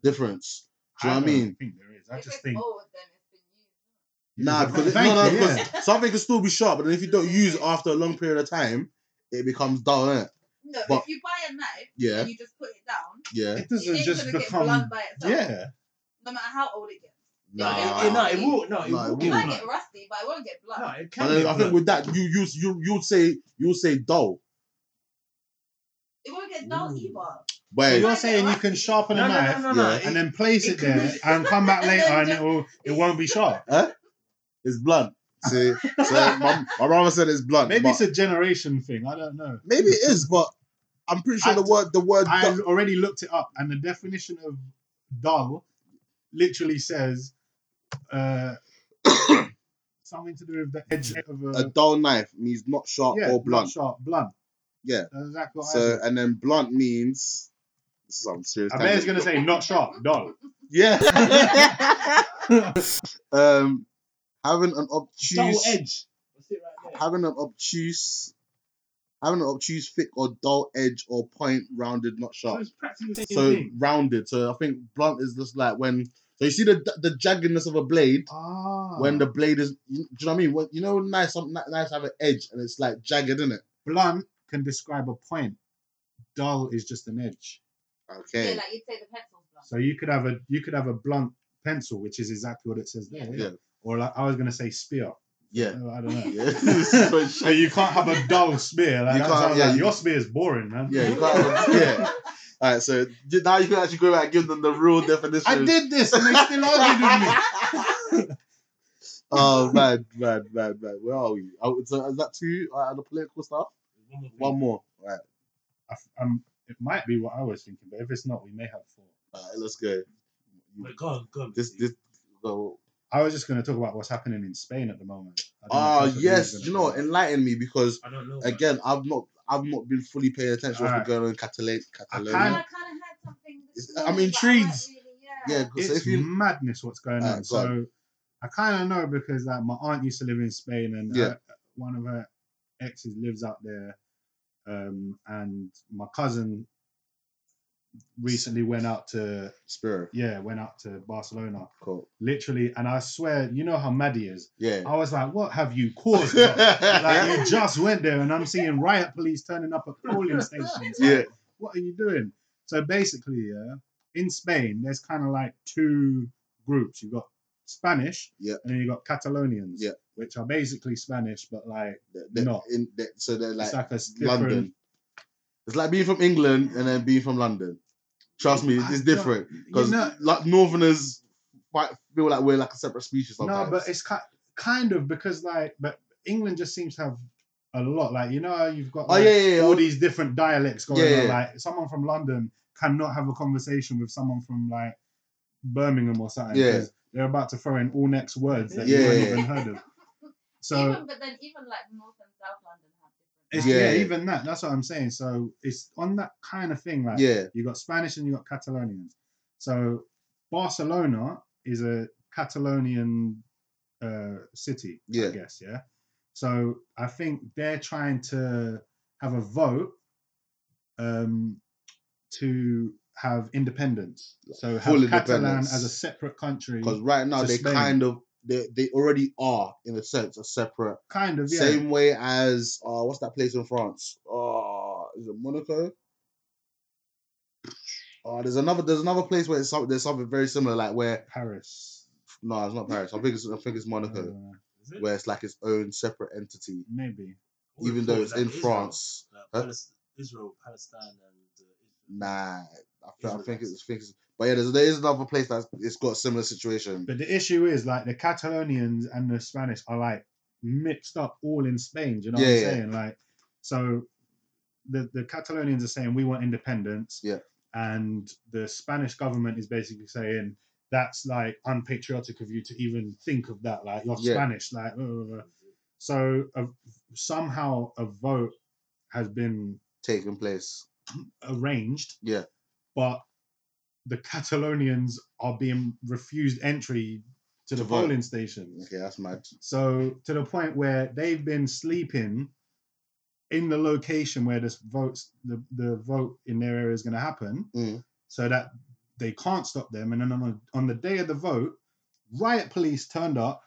Speaker 2: difference. Do you know what I
Speaker 3: don't
Speaker 2: mean?
Speaker 3: think there is. I just think.
Speaker 1: Old, then it's been used.
Speaker 2: Nah, because it, no,
Speaker 3: Thank
Speaker 2: no,
Speaker 3: you,
Speaker 2: because
Speaker 3: yeah.
Speaker 2: something can still be sharp, but then if you don't use it after a long period of time, it becomes dull. Innit?
Speaker 1: No,
Speaker 2: But-
Speaker 1: if you buy a knife
Speaker 2: Yeah,
Speaker 1: and you just put it down,
Speaker 2: yeah.
Speaker 3: It doesn't
Speaker 1: it's
Speaker 3: just
Speaker 1: gonna get
Speaker 3: become.
Speaker 1: blunt by itself.
Speaker 3: Yeah.
Speaker 1: No matter how old it gets,
Speaker 2: Nah.
Speaker 4: Yeah, yeah, no, it will. No, it
Speaker 2: Nah, it
Speaker 4: will.
Speaker 1: it
Speaker 2: won't.
Speaker 4: get
Speaker 1: might
Speaker 4: blunt.
Speaker 1: get rusty, but it won't get blunt.
Speaker 4: No, it
Speaker 2: I
Speaker 4: can.
Speaker 2: think,
Speaker 4: Get
Speaker 2: I
Speaker 4: blunt.
Speaker 2: think with that, you you you you'd say you'd say dull,
Speaker 1: It won't get dull
Speaker 4: Ooh.
Speaker 1: either.
Speaker 3: So
Speaker 2: but
Speaker 3: you're saying you can sharpen a
Speaker 4: no,
Speaker 3: knife.
Speaker 4: no, no, no, no.
Speaker 2: yeah.
Speaker 4: It-
Speaker 3: and then place it
Speaker 4: it
Speaker 3: there and come back
Speaker 1: And
Speaker 3: later
Speaker 1: then
Speaker 3: and it will it won't be sharp.
Speaker 2: it's blunt. See, so my, my brother said it's blunt.
Speaker 3: Maybe
Speaker 2: but-
Speaker 3: it's a generation thing. I don't know.
Speaker 2: maybe it is, but I'm pretty sure
Speaker 3: I-
Speaker 2: the word the word
Speaker 3: I
Speaker 2: dull-
Speaker 3: already looked it up, and the definition of dull literally says uh, something to do with the edge of a,
Speaker 2: a dull knife means not sharp
Speaker 3: yeah,
Speaker 2: or
Speaker 3: Not
Speaker 2: blunt.
Speaker 3: sharp, blunt.
Speaker 2: Yeah.
Speaker 3: That's exactly what I
Speaker 2: So
Speaker 3: said.
Speaker 2: and then blunt means this is some serious.
Speaker 3: I bet it's
Speaker 2: tangent.
Speaker 3: gonna say not sharp, dull.
Speaker 2: yeah. um, having an
Speaker 4: Double
Speaker 2: obtuse
Speaker 4: edge. That's it right there.
Speaker 2: having an obtuse having an obtuse, thick, or dull edge or point, rounded, not
Speaker 4: So
Speaker 2: sharp.
Speaker 4: it's practically the same
Speaker 2: So
Speaker 4: thing.
Speaker 2: rounded. So I think blunt is just like when. So you see the the jaggedness of a blade
Speaker 3: Ah.
Speaker 2: when the blade is. You, do you know what I mean? When, you know, nice, some ni- nice have an edge and it's like jagged, isn't it?
Speaker 3: blunt can describe a point, dull is just an edge.
Speaker 2: Okay.
Speaker 1: Yeah, like you'd say the pencil's blunt.
Speaker 3: So you could have a you could have a blunt pencil, which is exactly what it says there.
Speaker 2: Yeah.
Speaker 3: Or like, I was gonna say spear.
Speaker 2: Yeah.
Speaker 3: Oh, I don't know.
Speaker 2: Yeah. So
Speaker 3: So you can't have a dull spear. Like,
Speaker 2: You
Speaker 3: that
Speaker 2: can't-
Speaker 3: sounds
Speaker 2: yeah,
Speaker 3: like
Speaker 2: you-
Speaker 3: your spear is boring, man.
Speaker 2: Yeah, you can't. yeah. All right, so j- now you can actually go back and give them the real definition.
Speaker 3: I did this and they still argued with me.
Speaker 2: Oh man, man, man, man. Where are we? Oh, so is that two uh, the political stuff?
Speaker 4: One more thing.
Speaker 2: One more. All right,
Speaker 3: I f- um, it might be what I was thinking, but if it's not, we may have four.
Speaker 2: all right, let's go.
Speaker 4: Wait, go on, go on.
Speaker 2: This, this. oh, Go.
Speaker 3: I was just going to talk about what's happening in Spain at the moment. I don't
Speaker 2: Ah,
Speaker 3: know if that's what you
Speaker 2: yes.
Speaker 3: were gonna
Speaker 2: You know, what?
Speaker 3: do.
Speaker 2: enlighten me because
Speaker 4: I don't know. man.
Speaker 2: again, I've not, I've not been fully paying attention to what's been
Speaker 3: Alright.
Speaker 2: going on in Catala-
Speaker 1: Yeah,
Speaker 3: And-
Speaker 2: Catalonia.
Speaker 1: I kind of had something. this
Speaker 2: It's- I'm
Speaker 1: morning, but I weren't
Speaker 2: intrigued.
Speaker 1: really-
Speaker 2: Yeah,
Speaker 1: yeah.
Speaker 2: so
Speaker 3: it's
Speaker 2: if you,
Speaker 3: madness what's going
Speaker 2: Alright,
Speaker 3: on.
Speaker 2: go
Speaker 3: So I kind of know because like my aunt used to live in Spain, and
Speaker 2: Yeah.
Speaker 3: uh, one of her exes lives out there, um, and my cousin recently went out to
Speaker 2: Spiro,
Speaker 3: yeah went out to Barcelona,
Speaker 2: cool,
Speaker 3: literally, and I swear you know how mad he is.
Speaker 2: yeah.
Speaker 3: I was like, what have you caused? bro? like you just went there, and I'm seeing riot police turning up at polling stations. Like,
Speaker 2: Yeah.
Speaker 3: what are you doing? So basically, yeah, in Spain, there's kind of like two groups. You've got Spanish,
Speaker 2: Yeah.
Speaker 3: and then you've got Catalonians,
Speaker 2: Yeah.
Speaker 3: which are basically Spanish, but like
Speaker 2: They- they-
Speaker 3: No.
Speaker 2: in, they- so they're like,
Speaker 3: it's like a s- different.
Speaker 2: London. It's like being from England and then being from London. Trust me,
Speaker 3: I
Speaker 2: it's
Speaker 3: don't-
Speaker 2: different
Speaker 3: You
Speaker 2: because
Speaker 3: know,
Speaker 2: like Northerners quite feel like we're like a separate species.
Speaker 3: no,
Speaker 2: Sometimes.
Speaker 3: but it's ki- kind of because like, but England just seems to have a lot. Like you know, how you've got
Speaker 2: oh
Speaker 3: like,
Speaker 2: yeah, yeah, yeah.
Speaker 3: all these different dialects going
Speaker 2: Yeah,
Speaker 3: on.
Speaker 2: yeah.
Speaker 3: Like someone from London cannot have a conversation with someone from like Birmingham or something.
Speaker 2: Yeah.
Speaker 3: 'cause They're about to throw in all next words that
Speaker 2: Yeah,
Speaker 3: you haven't
Speaker 2: yeah,
Speaker 3: even heard of. So
Speaker 1: even, but then even like North and South London have different.
Speaker 3: it's,
Speaker 1: dialects.
Speaker 3: yeah.
Speaker 2: Yeah.
Speaker 3: even that. That's what I'm saying. So it's on that kind of thing. Like
Speaker 2: yeah,
Speaker 3: you got Spanish and you got Catalonians. So Barcelona is a Catalonian uh, city, I
Speaker 2: Yeah.
Speaker 3: guess. Yeah. So I think they're trying to have a vote um, to have independence. So have
Speaker 2: Full
Speaker 3: Catalan
Speaker 2: independence.
Speaker 3: as a separate country,
Speaker 2: because right now
Speaker 3: To
Speaker 2: they
Speaker 3: Spain.
Speaker 2: kind of they, they already are in a sense a separate.
Speaker 3: kind of. Yeah.
Speaker 2: Same way as uh, what's that place in France? Oh, is it Monaco? Oh, there's another there's another place where it's some, there's something very similar like where
Speaker 3: Paris.
Speaker 2: no it's not Paris I think it's I think it's Monaco
Speaker 3: Uh,
Speaker 4: Is it?
Speaker 2: where it's like its own separate entity
Speaker 3: maybe.
Speaker 4: All the
Speaker 2: even though
Speaker 4: talk
Speaker 2: it's
Speaker 4: about
Speaker 2: in
Speaker 4: Israel,
Speaker 2: France.
Speaker 4: like
Speaker 2: Huh?
Speaker 4: Palis- Israel, Palestine, and uh,
Speaker 2: Nah, I, feel, I think
Speaker 4: Israelites.
Speaker 2: it's fixed. But yeah, there's, there is another place that's it's got a similar situation.
Speaker 3: But the issue is like the Catalonians and the Spanish are like mixed up all in Spain. Do you know what
Speaker 2: Yeah,
Speaker 3: I'm
Speaker 2: yeah.
Speaker 3: saying? Like, so the the Catalonians are saying we want independence.
Speaker 2: Yeah.
Speaker 3: And the Spanish government is basically saying that's like unpatriotic of you to even think of that. Like you're
Speaker 2: Yeah.
Speaker 3: Spanish. Like blah, blah, blah. so a, somehow a vote has been
Speaker 2: Taking place.
Speaker 3: arranged.
Speaker 2: Yeah.
Speaker 3: But the Catalonians are being refused entry to the
Speaker 2: To vote.
Speaker 3: polling stations.
Speaker 2: Okay, that's mad.
Speaker 3: So to the point where they've been sleeping in the location where this votes the, the vote in their area is going to happen,
Speaker 2: Mm.
Speaker 3: so that they can't stop them. And then on, a, on the day of the vote, riot police turned up,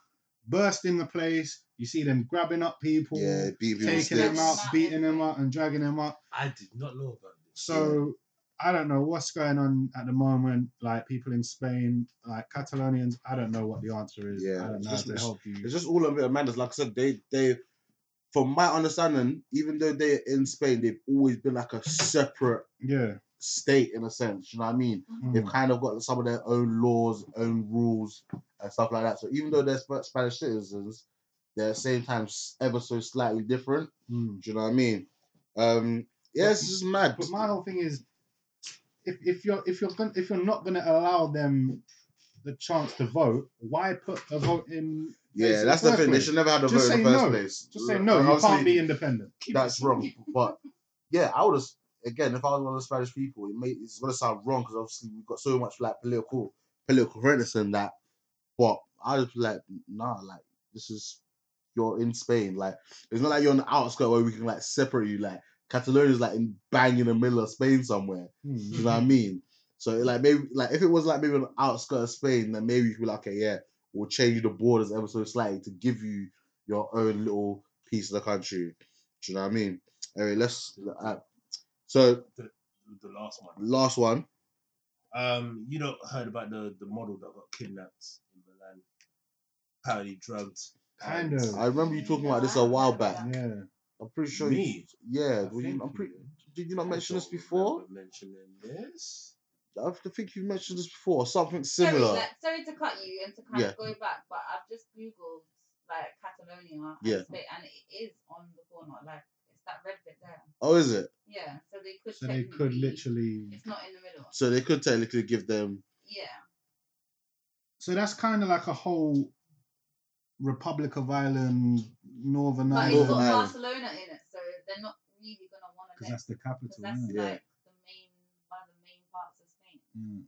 Speaker 3: burst in the place. You see them grabbing up people,
Speaker 2: Yeah, beating people with
Speaker 3: taking them
Speaker 2: sticks.
Speaker 3: out, beating them up, and dragging them up.
Speaker 4: I did not know about this.
Speaker 3: So I don't know what's going on at the moment. Like people in Spain, like Catalonians, I don't know what the answer is.
Speaker 2: Yeah,
Speaker 3: I don't
Speaker 2: it's
Speaker 3: know
Speaker 2: just-
Speaker 3: how to help you.
Speaker 2: It's just all a bit of madness. Like I said, they they, from my understanding, even though they're in Spain, they've always been like a separate
Speaker 3: yeah.
Speaker 2: state in a sense. You know what I mean? They've
Speaker 3: Mm.
Speaker 2: kind of got some of their own laws, own rules, and stuff like that. So even though they're Sp- Spanish citizens, they're at the same time s- ever so slightly different.
Speaker 3: Mm.
Speaker 2: Do you know what I mean? Um, yeah, it's just mad.
Speaker 3: But my whole thing is, if, if you're if you're gon- if you're not going to allow them the chance to vote, why put a vote in? place
Speaker 2: Yeah,
Speaker 3: in
Speaker 2: that's the
Speaker 3: first
Speaker 2: thing. They
Speaker 3: place?
Speaker 2: should never have the
Speaker 3: Just
Speaker 2: vote in
Speaker 3: say
Speaker 2: the first
Speaker 3: no.
Speaker 2: place.
Speaker 3: Just say no. You can't
Speaker 2: Obviously,
Speaker 3: be independent.
Speaker 2: That's wrong. But yeah, I would have again if I was one of the Spanish people, it may it's gonna sound wrong because obviously we've got so much like political political correctness in that. But I just be like, nah, like this is you're in Spain. Like it's not like you're on the outskirts where we can like separate you. Like Catalonia's like in bang in the middle of Spain somewhere. You
Speaker 3: Hmm.
Speaker 2: know what I
Speaker 4: Mm-hmm.
Speaker 2: mean? So like maybe like if it was like maybe on the outskirts of Spain, then maybe you could be like, okay, yeah, we'll change the borders ever so slightly to give you your own little piece of the country. Do you know what I mean? Anyway, let's. Uh, so
Speaker 4: The last one.
Speaker 2: last one.
Speaker 4: Um, you don't heard about the the model that got kidnapped in Milan, apparently drugged.
Speaker 3: Kind of.
Speaker 2: I remember you talking about this a while back.
Speaker 3: Yeah.
Speaker 2: I'm pretty sure. You,
Speaker 4: Me.
Speaker 2: yeah,
Speaker 4: I
Speaker 2: well, you,
Speaker 4: think
Speaker 2: I'm
Speaker 4: you
Speaker 2: pretty.
Speaker 4: did.
Speaker 2: Did you not
Speaker 4: I
Speaker 2: mention this
Speaker 4: don't
Speaker 2: before?
Speaker 4: remember Mentioning this.
Speaker 2: I have to think you mentioned this before. or Something
Speaker 1: Sorry,
Speaker 2: similar.
Speaker 1: like, sorry to cut you and to kind
Speaker 2: Yeah.
Speaker 1: of go back, but I've just googled like Catalonia
Speaker 2: Yeah.
Speaker 1: and, Spain, and it is on the corner, like it's that red bit there.
Speaker 2: Oh, is it?
Speaker 1: Yeah, so they could.
Speaker 3: So they could
Speaker 1: technically-
Speaker 3: literally.
Speaker 1: It's not in the middle.
Speaker 2: So they could technically give them.
Speaker 1: Yeah.
Speaker 3: So that's kind of like a whole Republic of Ireland, Northern
Speaker 1: But
Speaker 2: Northern
Speaker 1: it's
Speaker 3: Ireland,
Speaker 1: got
Speaker 2: Ireland.
Speaker 1: Barcelona in it, so they're not really gonna want to
Speaker 3: because that's the capital.
Speaker 1: because that's
Speaker 3: yeah.
Speaker 2: Yeah.
Speaker 1: like the main one of the main parts of Spain.
Speaker 3: Mm.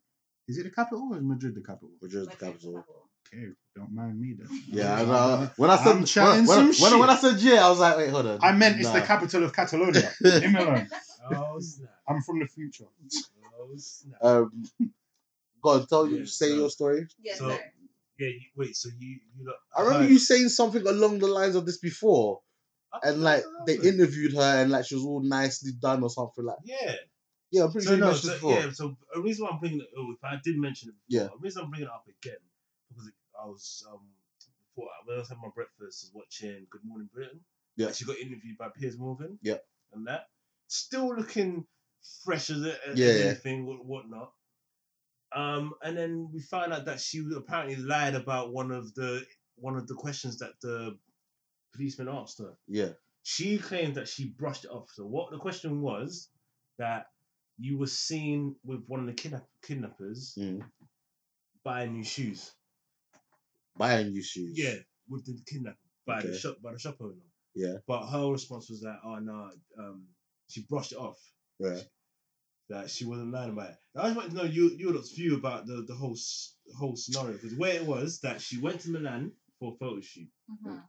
Speaker 3: Is it the capital or is Madrid the capital?
Speaker 2: Which is the
Speaker 1: Madrid's the
Speaker 2: capital.
Speaker 1: capital.
Speaker 3: Okay, don't mind me then.
Speaker 2: Yeah, uh, I
Speaker 3: I'm-
Speaker 2: know. When I said
Speaker 3: I'm chatting
Speaker 2: when, when,
Speaker 3: some
Speaker 2: when, when I
Speaker 3: shit.
Speaker 2: said yeah, I was like, wait, hold on.
Speaker 3: I meant it's the
Speaker 2: Nah.
Speaker 3: capital of Catalonia. Leave me alone.
Speaker 4: Oh snap!
Speaker 3: I'm from the future.
Speaker 4: Oh snap!
Speaker 2: Um, go on, tell you
Speaker 4: Yeah,
Speaker 2: say
Speaker 4: so-
Speaker 2: your story.
Speaker 1: Yeah,
Speaker 4: So-
Speaker 1: so,
Speaker 4: yeah, you, wait. So you you lot
Speaker 2: I remember
Speaker 4: heard-
Speaker 2: you saying something along the lines of this before,
Speaker 4: I
Speaker 2: and like they
Speaker 4: remember.
Speaker 2: interviewed her, and like she was all nicely done or something like.
Speaker 4: yeah.
Speaker 2: Yeah, I'm pretty
Speaker 4: So
Speaker 2: sure you
Speaker 4: no,
Speaker 2: mentioned
Speaker 4: so,
Speaker 2: this before.
Speaker 4: yeah. So a reason why I'm bringing it up, if I did mention it,
Speaker 2: Yeah.
Speaker 4: before, a reason I'm bringing it up again because it, I was um before I- when I was having my breakfast, I was watching Good Morning Britain.
Speaker 2: Yeah.
Speaker 4: And She got interviewed by Piers Morgan.
Speaker 2: Yeah.
Speaker 4: And that still looking fresh as, a- as
Speaker 2: Yeah, yeah.
Speaker 4: anything, what whatnot. Um, and then we found out that she apparently lied about one of the one of the questions that the policeman asked her
Speaker 2: Yeah,
Speaker 4: she claimed that she brushed it off. So what the question was that you were seen with one of the kidnap- kidnappers
Speaker 2: Mm.
Speaker 4: buying new shoes.
Speaker 2: buying new shoes.
Speaker 4: Yeah, with the kidnapper by the
Speaker 2: Okay.
Speaker 4: shop by the shop owner.
Speaker 2: Yeah.
Speaker 4: But her response was that, oh no, um, she brushed it off.
Speaker 2: Yeah.
Speaker 4: That she wasn't lying about it. I just want to know you your lot's view about the the whole s- whole scenario because the way it was that she went to Milan for a photo shoot.
Speaker 2: Mm.
Speaker 1: mhm.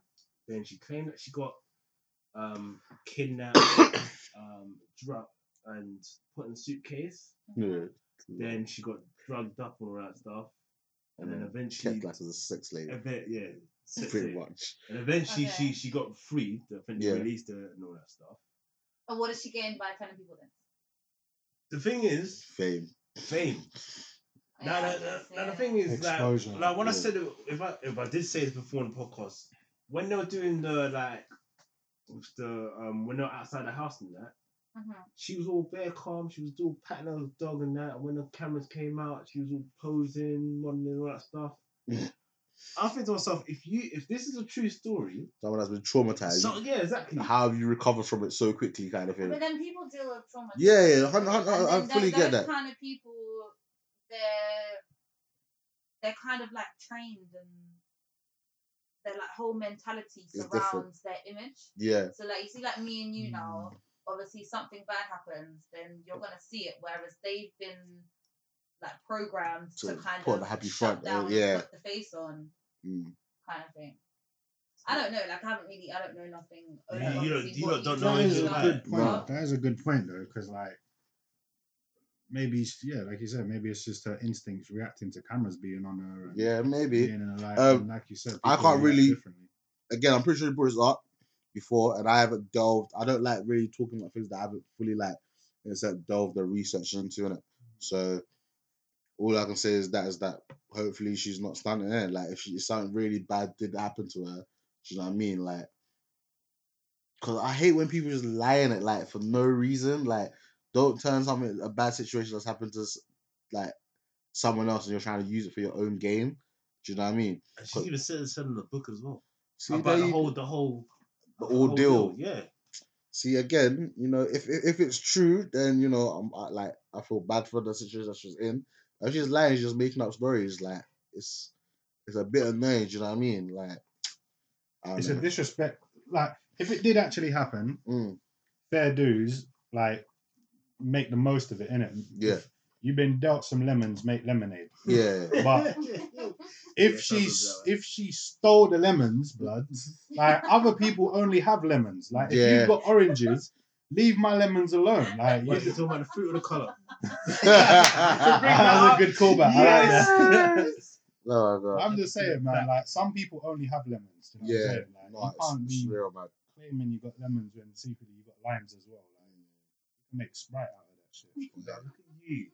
Speaker 4: Then she claimed that she got um, kidnapped, um, drugged, and put in a suitcase.
Speaker 1: mm-hmm.
Speaker 2: yeah.
Speaker 4: Then she got drugged up and all that stuff. And then
Speaker 2: Mm.
Speaker 4: eventually,
Speaker 2: kept like as a sex slave,
Speaker 4: ev- yeah, that's
Speaker 2: pretty
Speaker 4: it.
Speaker 2: much.
Speaker 4: and eventually she,
Speaker 1: Okay.
Speaker 4: she got freed. I think they
Speaker 2: Yeah.
Speaker 4: released her and all that stuff.
Speaker 1: And what does she gain by telling people then?
Speaker 4: The thing is,
Speaker 2: Fame.
Speaker 4: fame. Now,
Speaker 1: Yeah, I
Speaker 4: the- the,
Speaker 1: guess,
Speaker 4: now the
Speaker 1: yeah.
Speaker 4: thing is, like,
Speaker 3: Exposure.
Speaker 4: like when I
Speaker 2: Yeah.
Speaker 4: said it, if I if I did say this before in the podcast, when they were doing the like, with the um, when they were outside the house and that.
Speaker 1: Mhm.
Speaker 4: she was all bare calm. She was all patting her dog and that. And when the cameras came out, she was all posing, modeling, all that stuff. I think to myself, if you if this is a true story,
Speaker 2: Someone that's been traumatized.
Speaker 4: so yeah, exactly.
Speaker 2: How have you recovered from it so quickly, kind of thing?
Speaker 1: But then people deal with trauma.
Speaker 2: Yeah, yeah, I- I-
Speaker 1: And
Speaker 2: I- I
Speaker 1: then
Speaker 2: fully
Speaker 1: tho-
Speaker 2: get
Speaker 1: those
Speaker 2: that.
Speaker 1: kind of people, they're they're kind of like trained and their like whole mentality
Speaker 2: different.
Speaker 1: surrounds their image.
Speaker 2: Yeah,
Speaker 1: So like you see, like me and you now,
Speaker 2: Hmm.
Speaker 1: obviously something bad happens, then you're gonna see it. Whereas they've been like programmed
Speaker 2: To
Speaker 1: to kind
Speaker 2: put on
Speaker 1: of
Speaker 2: the happy
Speaker 1: shut
Speaker 2: front,
Speaker 1: down,
Speaker 2: uh,
Speaker 1: and
Speaker 2: yeah.
Speaker 1: put the face on,
Speaker 2: mm.
Speaker 1: kind of thing. I don't know. Like I haven't really. I don't know nothing.
Speaker 4: You-
Speaker 1: over
Speaker 4: you don't-
Speaker 1: obviously
Speaker 4: you
Speaker 1: what
Speaker 4: lot don't
Speaker 1: you've
Speaker 4: know
Speaker 3: That
Speaker 1: done
Speaker 3: is
Speaker 4: anything
Speaker 3: a
Speaker 1: about
Speaker 4: about
Speaker 3: good
Speaker 1: it.
Speaker 3: point.
Speaker 1: Well,
Speaker 3: That is a good point though, because like maybe it's- yeah, like you said, maybe it's just her instincts reacting to cameras being on her. And
Speaker 2: yeah, maybe.
Speaker 3: Being in her life,
Speaker 2: Um,
Speaker 3: and like you said,
Speaker 2: I
Speaker 3: people
Speaker 2: can't
Speaker 3: react
Speaker 2: really-
Speaker 3: differently.
Speaker 2: Again, I'm pretty sure you brought this up before, and I haven't delved. I don't like really talking about things that I haven't fully like, except delved the research into it. So all I can say is that is that hopefully she's not standing there. Like if, she, if something really bad did happen to her, do you know what I mean? Like, cause I hate when people just lying it like for no reason. Like, don't turn something a bad situation that's happened to s- like someone else and you're trying to use it for your own gain. Do you know what I mean?
Speaker 4: And she even said said in the book as well
Speaker 2: See,
Speaker 4: about
Speaker 2: there
Speaker 4: the
Speaker 2: you-
Speaker 4: whole the whole
Speaker 2: The
Speaker 4: whole
Speaker 2: ordeal.
Speaker 4: Yeah,
Speaker 2: see again, you know, if if, if it's true, then you know, I'm I, like I feel bad for the situation that she's in. If she's lying, she's just making up stories. Like it's it's a bit annoying. Do you know what I mean? Like I don't
Speaker 3: It's a
Speaker 2: know.
Speaker 3: disrespect. Like if it did actually happen,
Speaker 2: Mm,
Speaker 3: fair dues, like make the most of it, innit?
Speaker 2: Yeah.
Speaker 3: If You've been dealt some lemons, make lemonade.
Speaker 2: yeah,
Speaker 3: But
Speaker 4: Yeah,
Speaker 3: If she
Speaker 4: probably
Speaker 3: s-
Speaker 4: that way.
Speaker 3: if she stole the lemons, blood, like other people only have lemons. Like if
Speaker 2: Yeah.
Speaker 3: you've got oranges, leave my lemons alone. Like
Speaker 4: What is
Speaker 3: you-
Speaker 4: it talking about? The fruit or the color?
Speaker 3: that was a good callback. I like that.
Speaker 2: Yes. no, no.
Speaker 3: I'm just saying, man. Like some people only have lemons. You
Speaker 2: Yeah.
Speaker 3: know What I'm saying? Like,
Speaker 2: No,
Speaker 3: you
Speaker 2: it's,
Speaker 3: can't
Speaker 2: it's
Speaker 3: be
Speaker 2: real, man.
Speaker 3: claiming you got lemons when secretly you got limes as well. Like you can make sprite out of that shit.
Speaker 4: Look at you.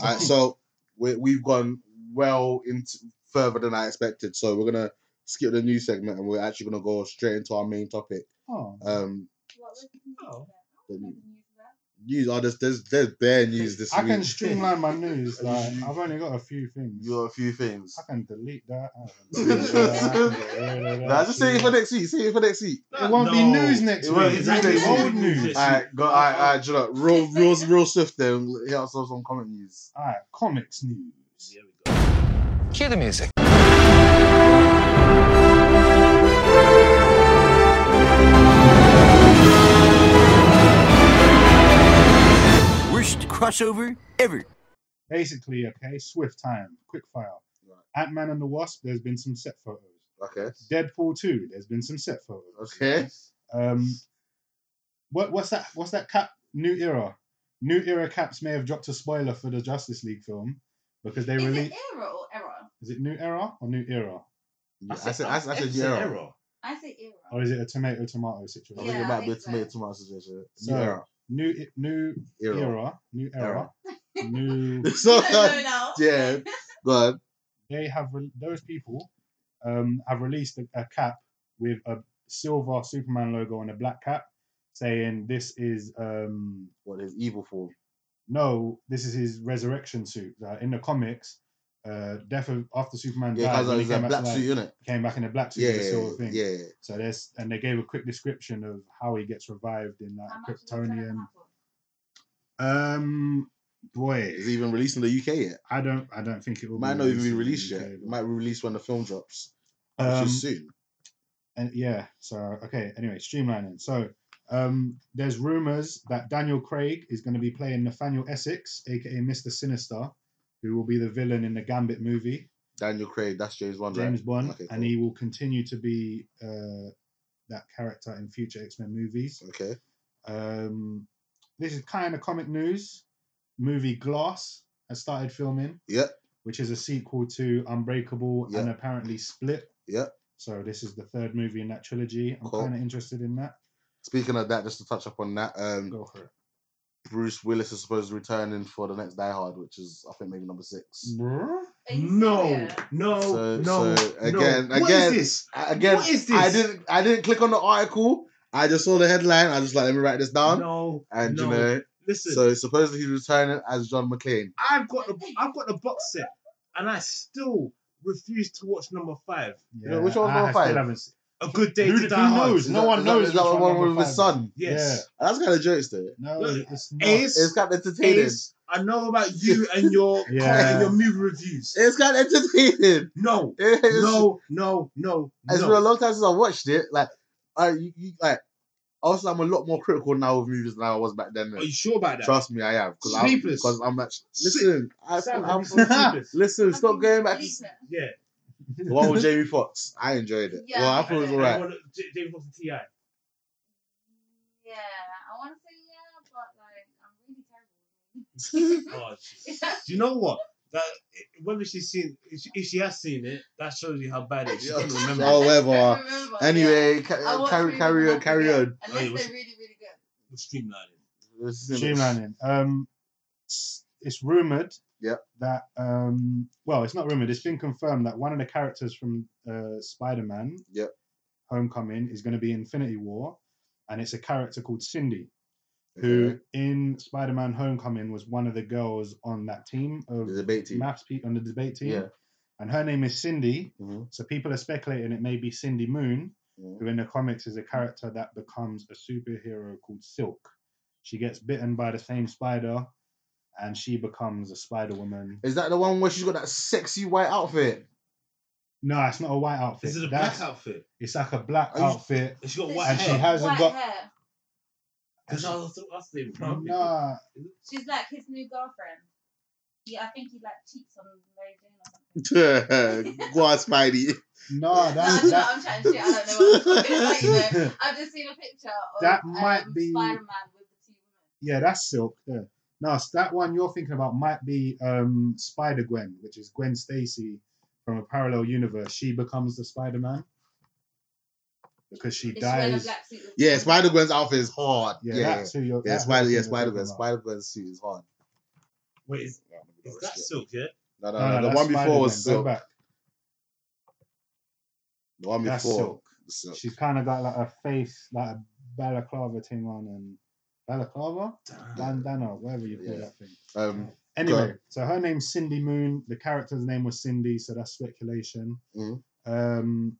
Speaker 2: All right, so we, we've gone well into further than I expected. So we're gonna skip the new segment and we're actually gonna go straight into our main topic.
Speaker 3: Oh,
Speaker 2: Um,
Speaker 1: What was the news there? I
Speaker 4: Oh.
Speaker 1: don't know
Speaker 2: The-
Speaker 1: the news there.
Speaker 2: news. Oh, there's there's, there's bare news this
Speaker 3: I
Speaker 2: week.
Speaker 3: can streamline my news. Like I've only got a few things.
Speaker 2: You got a few things.
Speaker 3: I can delete that.
Speaker 2: Nah, just save it for next week. Save it for next week.
Speaker 3: It won't be
Speaker 4: No.
Speaker 3: news next
Speaker 2: It
Speaker 3: week.
Speaker 2: won't be
Speaker 3: It's actually
Speaker 2: news next
Speaker 3: old
Speaker 4: week.
Speaker 3: news.
Speaker 4: Yes.
Speaker 2: All right, go. All right, all right, Julia, real, real, real swift. Then hit us with some comment news.
Speaker 3: All right, comics news.
Speaker 4: Here we go.
Speaker 5: Cue the music.
Speaker 6: Worst crossover ever.
Speaker 3: Basically, okay, swift time, quick fire.
Speaker 2: Right.
Speaker 3: Ant Man and the Wasp. There's been some set photos.
Speaker 2: Okay.
Speaker 3: Deadpool 2. There's been some set photos.
Speaker 2: Okay.
Speaker 3: Um, what what's that? What's that cap? New Era. New Era caps may have dropped a spoiler for the Justice League film because they
Speaker 1: Is
Speaker 3: released.
Speaker 1: it era or error?
Speaker 3: Is it New Era or New Era,
Speaker 2: I said, I said, I said, yeah.
Speaker 1: I say era.
Speaker 3: or is it a tomato tomato
Speaker 2: I
Speaker 3: situation?
Speaker 2: think it
Speaker 1: Yeah, I
Speaker 2: might be a
Speaker 1: think so.
Speaker 2: tomato tomato situation.
Speaker 3: So- New New
Speaker 2: Era. Era.
Speaker 3: Era. New Era. New.
Speaker 2: so,
Speaker 1: no, no, no.
Speaker 2: yeah. Go ahead.
Speaker 3: They have re- those people um, have released a, a cap with a silver Superman logo and a black cap, saying this is um,
Speaker 2: What is evil form?
Speaker 3: no, this is his resurrection suit. Uh, in the comics, uh, death of, after Superman
Speaker 2: Yeah,
Speaker 3: died,
Speaker 2: because
Speaker 3: when he
Speaker 2: it's a
Speaker 3: uh, came,
Speaker 2: black
Speaker 3: back, to life,
Speaker 2: suit, innit?
Speaker 3: came back in a black suit
Speaker 2: Yeah,
Speaker 3: with a silver thing.
Speaker 2: yeah.
Speaker 3: So there's and they gave a quick description of how he gets revived in that
Speaker 1: How much was it
Speaker 3: Kryptonian.
Speaker 1: that for?
Speaker 3: Um, boy,
Speaker 2: Is it even released in the UK yet?
Speaker 3: I don't, I don't think it will.
Speaker 2: Might
Speaker 3: be
Speaker 2: not even be
Speaker 3: released
Speaker 2: released
Speaker 3: in
Speaker 2: yet.
Speaker 3: the
Speaker 2: It
Speaker 3: UK,
Speaker 2: might be released when the film drops,
Speaker 3: but-
Speaker 2: which
Speaker 3: Um,
Speaker 2: is soon.
Speaker 3: and yeah, so okay. Anyway, streamlining. So um, there's rumors that Daniel Craig is going to be playing Nathaniel Essex, aka Mister Sinister, who will be the villain in the Gambit movie.
Speaker 2: Daniel Craig, that's James Bond.
Speaker 3: James
Speaker 2: right?
Speaker 3: Bond,
Speaker 2: Okay,
Speaker 3: and he will continue to be uh, that character in future X Men movies.
Speaker 2: cool. Okay.
Speaker 3: Um, this is kind of comic news. Movie Glass has started filming,
Speaker 2: Yep.
Speaker 3: which is a sequel to Unbreakable
Speaker 2: Yeah.
Speaker 3: and apparently Split.
Speaker 2: Yeah.
Speaker 3: So this is the third movie in that trilogy. I'm
Speaker 2: Cool.
Speaker 3: kind of interested in that.
Speaker 2: Speaking of that, just to touch up on that, um,
Speaker 3: Go for it.
Speaker 2: Bruce Willis is supposed to return in for the next Die Hard, which is I think maybe number
Speaker 4: Mm.
Speaker 2: six.
Speaker 1: Are you
Speaker 4: No,
Speaker 1: serious?
Speaker 4: no,
Speaker 2: So-
Speaker 4: no.
Speaker 2: so,
Speaker 4: no.
Speaker 2: again-
Speaker 4: what is
Speaker 2: again-
Speaker 4: this?
Speaker 2: I- Again,
Speaker 4: What is
Speaker 2: I
Speaker 4: this?
Speaker 2: didn't I didn't click on the article. I just saw the headline. I just like let me write this down.
Speaker 4: No,
Speaker 2: and
Speaker 4: no.
Speaker 2: you know,
Speaker 4: listen,
Speaker 2: so supposedly he's returning as John McClane.
Speaker 4: I've got the I've got the box set, and I still refuse to watch number five.
Speaker 2: know, which one's
Speaker 3: I-
Speaker 2: number
Speaker 3: I still
Speaker 2: five?
Speaker 3: haven't seen-
Speaker 4: A good day
Speaker 3: Who-
Speaker 4: to
Speaker 3: who
Speaker 4: die hard.
Speaker 3: knows? No
Speaker 2: that-
Speaker 3: one
Speaker 2: is
Speaker 3: knows
Speaker 2: That, is that
Speaker 3: which
Speaker 2: the
Speaker 3: one
Speaker 2: one with
Speaker 3: number
Speaker 2: his
Speaker 3: five
Speaker 2: son?
Speaker 4: Yes,
Speaker 2: That's kind of jokes though.
Speaker 3: No,
Speaker 4: Look,
Speaker 3: it's not.
Speaker 4: Ace,
Speaker 2: It's kind of entertaining.
Speaker 4: Ace. I know about you and your
Speaker 3: Yeah.
Speaker 4: comment and your movie reviews.
Speaker 2: It's kind of entertaining.
Speaker 4: No,
Speaker 2: It's,
Speaker 4: no, no, no,
Speaker 2: it's
Speaker 4: no.
Speaker 2: been a long time since I watched it. Like, I you, you, like also I'm a lot more critical now with movies than I was back then.
Speaker 4: Are you sure about that?
Speaker 2: Trust me, I am.
Speaker 4: Sleepers.
Speaker 2: Because I'm actually listen. I,
Speaker 4: Sam,
Speaker 2: I'm,
Speaker 4: have you seen Sleepers?
Speaker 2: listen.
Speaker 1: I
Speaker 2: Stop
Speaker 1: think
Speaker 2: going back. To,
Speaker 1: it's
Speaker 2: the
Speaker 1: decent.
Speaker 4: yeah.
Speaker 2: one with Jamie Foxx. I enjoyed it.
Speaker 1: Yeah.
Speaker 2: Well, I thought it was
Speaker 4: And-
Speaker 2: alright.
Speaker 4: and one of- J- James Bond T.I.
Speaker 1: Yeah, I want to say yeah, but like I'm really terrible.
Speaker 4: Oh, jeez. Do you know what? That whether she's seen if she, if she has seen it, that shows you how bad it is. She doesn't remember.
Speaker 2: Oh, whatever.
Speaker 1: I remember,
Speaker 2: Anyway,
Speaker 1: yeah. I
Speaker 2: ca-
Speaker 1: watch
Speaker 2: carry,
Speaker 1: movies
Speaker 2: carry on,
Speaker 1: once
Speaker 2: carry
Speaker 1: again,
Speaker 2: on.
Speaker 1: Unless
Speaker 4: Oh, you watch-
Speaker 1: they're really, really good.
Speaker 4: We're streamlining.
Speaker 2: This is-
Speaker 3: Streamlining. Um, it's, it's rumored.
Speaker 2: Yep.
Speaker 3: That um, well, it's not rumored. It's been confirmed that one of the characters from uh, Spider-Man.
Speaker 2: Yep.
Speaker 3: Homecoming is going to be Infinity War, and it's a character called Cindy, who in Spider-Man Homecoming was one of the girls on that team of
Speaker 2: The debate team.
Speaker 3: maths pe- on the debate team.
Speaker 2: Yeah.
Speaker 3: And her name is Cindy.
Speaker 2: Mhm.
Speaker 3: So people are speculating it may be Cindy Moon,
Speaker 2: Mhm.
Speaker 3: who in the comics is a character that becomes a superhero called Silk. She gets bitten by the same spider, and she becomes a Spider Woman.
Speaker 2: Is that the one where she's got that sexy white outfit?
Speaker 3: No, it's not a white outfit.
Speaker 4: Is it a
Speaker 3: That's-
Speaker 4: black outfit?
Speaker 3: It's like a black
Speaker 2: Are you-
Speaker 3: outfit.
Speaker 4: And she got
Speaker 1: She's
Speaker 4: white
Speaker 3: And she
Speaker 1: got
Speaker 4: hair.
Speaker 3: hasn't
Speaker 1: white
Speaker 3: got-
Speaker 1: hair.
Speaker 4: Because I was I was thinking, probably.
Speaker 3: Nah,
Speaker 1: She's like his new girlfriend. Yeah, I think he like cheats on Mary Jane or something.
Speaker 2: Go on, Spidey.
Speaker 3: No,
Speaker 1: no,
Speaker 3: that
Speaker 1: no,
Speaker 3: that
Speaker 1: I'm chatting shit. I don't know what I'm talking about. You know. I've just seen a picture of
Speaker 3: That might
Speaker 1: um,
Speaker 3: be-
Speaker 1: Spider-Man with the two women.
Speaker 3: yeah, that's silk. Yeah. No, s- that one you're thinking about might be um, Spider Gwen, which is Gwen Stacy from a parallel universe. She becomes the Spider Man because she
Speaker 1: Is she wearing a
Speaker 3: dies.
Speaker 1: black suit? with
Speaker 2: Yeah,
Speaker 1: blue?
Speaker 2: Spider Gwen's outfit is hard.
Speaker 3: Yeah,
Speaker 2: Yeah, yeah,
Speaker 3: that's who you're.
Speaker 2: yeah
Speaker 3: that's
Speaker 2: Spider,
Speaker 3: who
Speaker 2: yeah,
Speaker 3: you're
Speaker 2: Spider
Speaker 3: talking
Speaker 2: Gwen.
Speaker 3: about.
Speaker 2: Spider Gwen's suit is hard.
Speaker 4: Wait, is, is that silk? Yeah.
Speaker 2: No, no,
Speaker 3: No,
Speaker 2: no.
Speaker 3: no,
Speaker 2: the
Speaker 3: that's
Speaker 2: one before
Speaker 3: Spider-Man.
Speaker 2: was
Speaker 3: Go
Speaker 2: silk.
Speaker 3: back.
Speaker 2: The one
Speaker 3: That's
Speaker 2: before.
Speaker 3: silk.
Speaker 2: was Silk.
Speaker 3: She's kind of got like a face, like a balaclava thing on, and balaclava, bandana, whatever you call
Speaker 2: Yeah.
Speaker 3: that thing.
Speaker 2: Um,
Speaker 3: Anyway,
Speaker 2: Go.
Speaker 3: so her name's Cindy Moon. The character's name was Cindy, so that's speculation.
Speaker 2: Mhm.
Speaker 3: Um,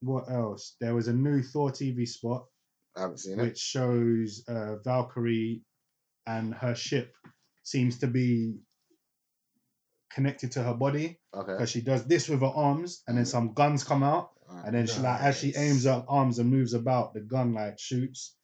Speaker 3: what else? There was a new Thor TV spot
Speaker 2: I haven't seen it.
Speaker 3: which shows uh, Valkyrie and her ship seems to be connected to her body
Speaker 2: Okay.
Speaker 3: because she does this with her arms, and then some guns come out.
Speaker 2: Alright.
Speaker 3: And then she like as she
Speaker 4: Nice.
Speaker 3: aims her arms and moves about, the gun like shoots.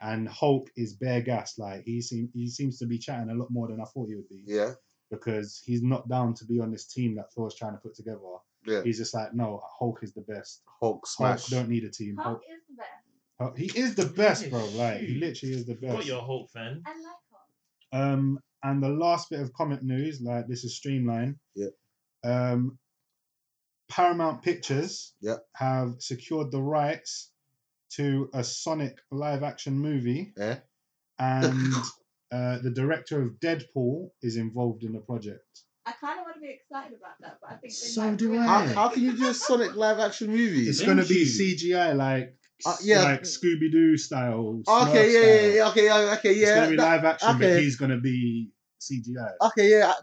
Speaker 3: And Hulk is bare gas. Like he seem he seems to be chatting a lot more than I thought he would be
Speaker 2: Yeah.
Speaker 3: because he's not down to be on this team that Thor's trying to put together.
Speaker 2: Yeah.
Speaker 3: He's just like, no, Hulk is the best.
Speaker 2: Hulk
Speaker 3: Hulk
Speaker 2: smash.
Speaker 3: don't need a team.
Speaker 1: Hulk
Speaker 3: Hulk,
Speaker 1: is the best.
Speaker 3: Hulk- he is the best, bro.
Speaker 4: Yes,
Speaker 3: Like he
Speaker 4: huge.
Speaker 3: literally is the
Speaker 4: Got
Speaker 3: best.
Speaker 4: your Hulk fan.
Speaker 1: I like Hulk.
Speaker 3: Um, and the last bit of comic news, like this is Streamline.
Speaker 2: Yeah.
Speaker 3: Um, Paramount Pictures.
Speaker 2: Yeah.
Speaker 3: Have secured the rights to a Sonic live-action movie,
Speaker 2: Yeah.
Speaker 3: and uh, the director of Deadpool is involved in the project.
Speaker 1: I kind of want to be excited about that, but I think they
Speaker 3: So
Speaker 1: might
Speaker 3: do
Speaker 1: ruin
Speaker 3: I.
Speaker 2: How,
Speaker 1: it.
Speaker 2: how can you do a Sonic live action movie?
Speaker 3: It's
Speaker 4: Thank
Speaker 3: gonna be
Speaker 4: you.
Speaker 3: CGI like
Speaker 2: Uh, yeah.
Speaker 3: like Scooby Doo style. Smurf
Speaker 2: okay, yeah,
Speaker 3: style.
Speaker 2: yeah, yeah, okay, yeah, okay,
Speaker 3: It's
Speaker 2: yeah.
Speaker 3: gonna be
Speaker 2: that-
Speaker 3: live action, but
Speaker 2: okay. Uh,
Speaker 3: he's gonna be CGI.
Speaker 2: okay, yeah, I-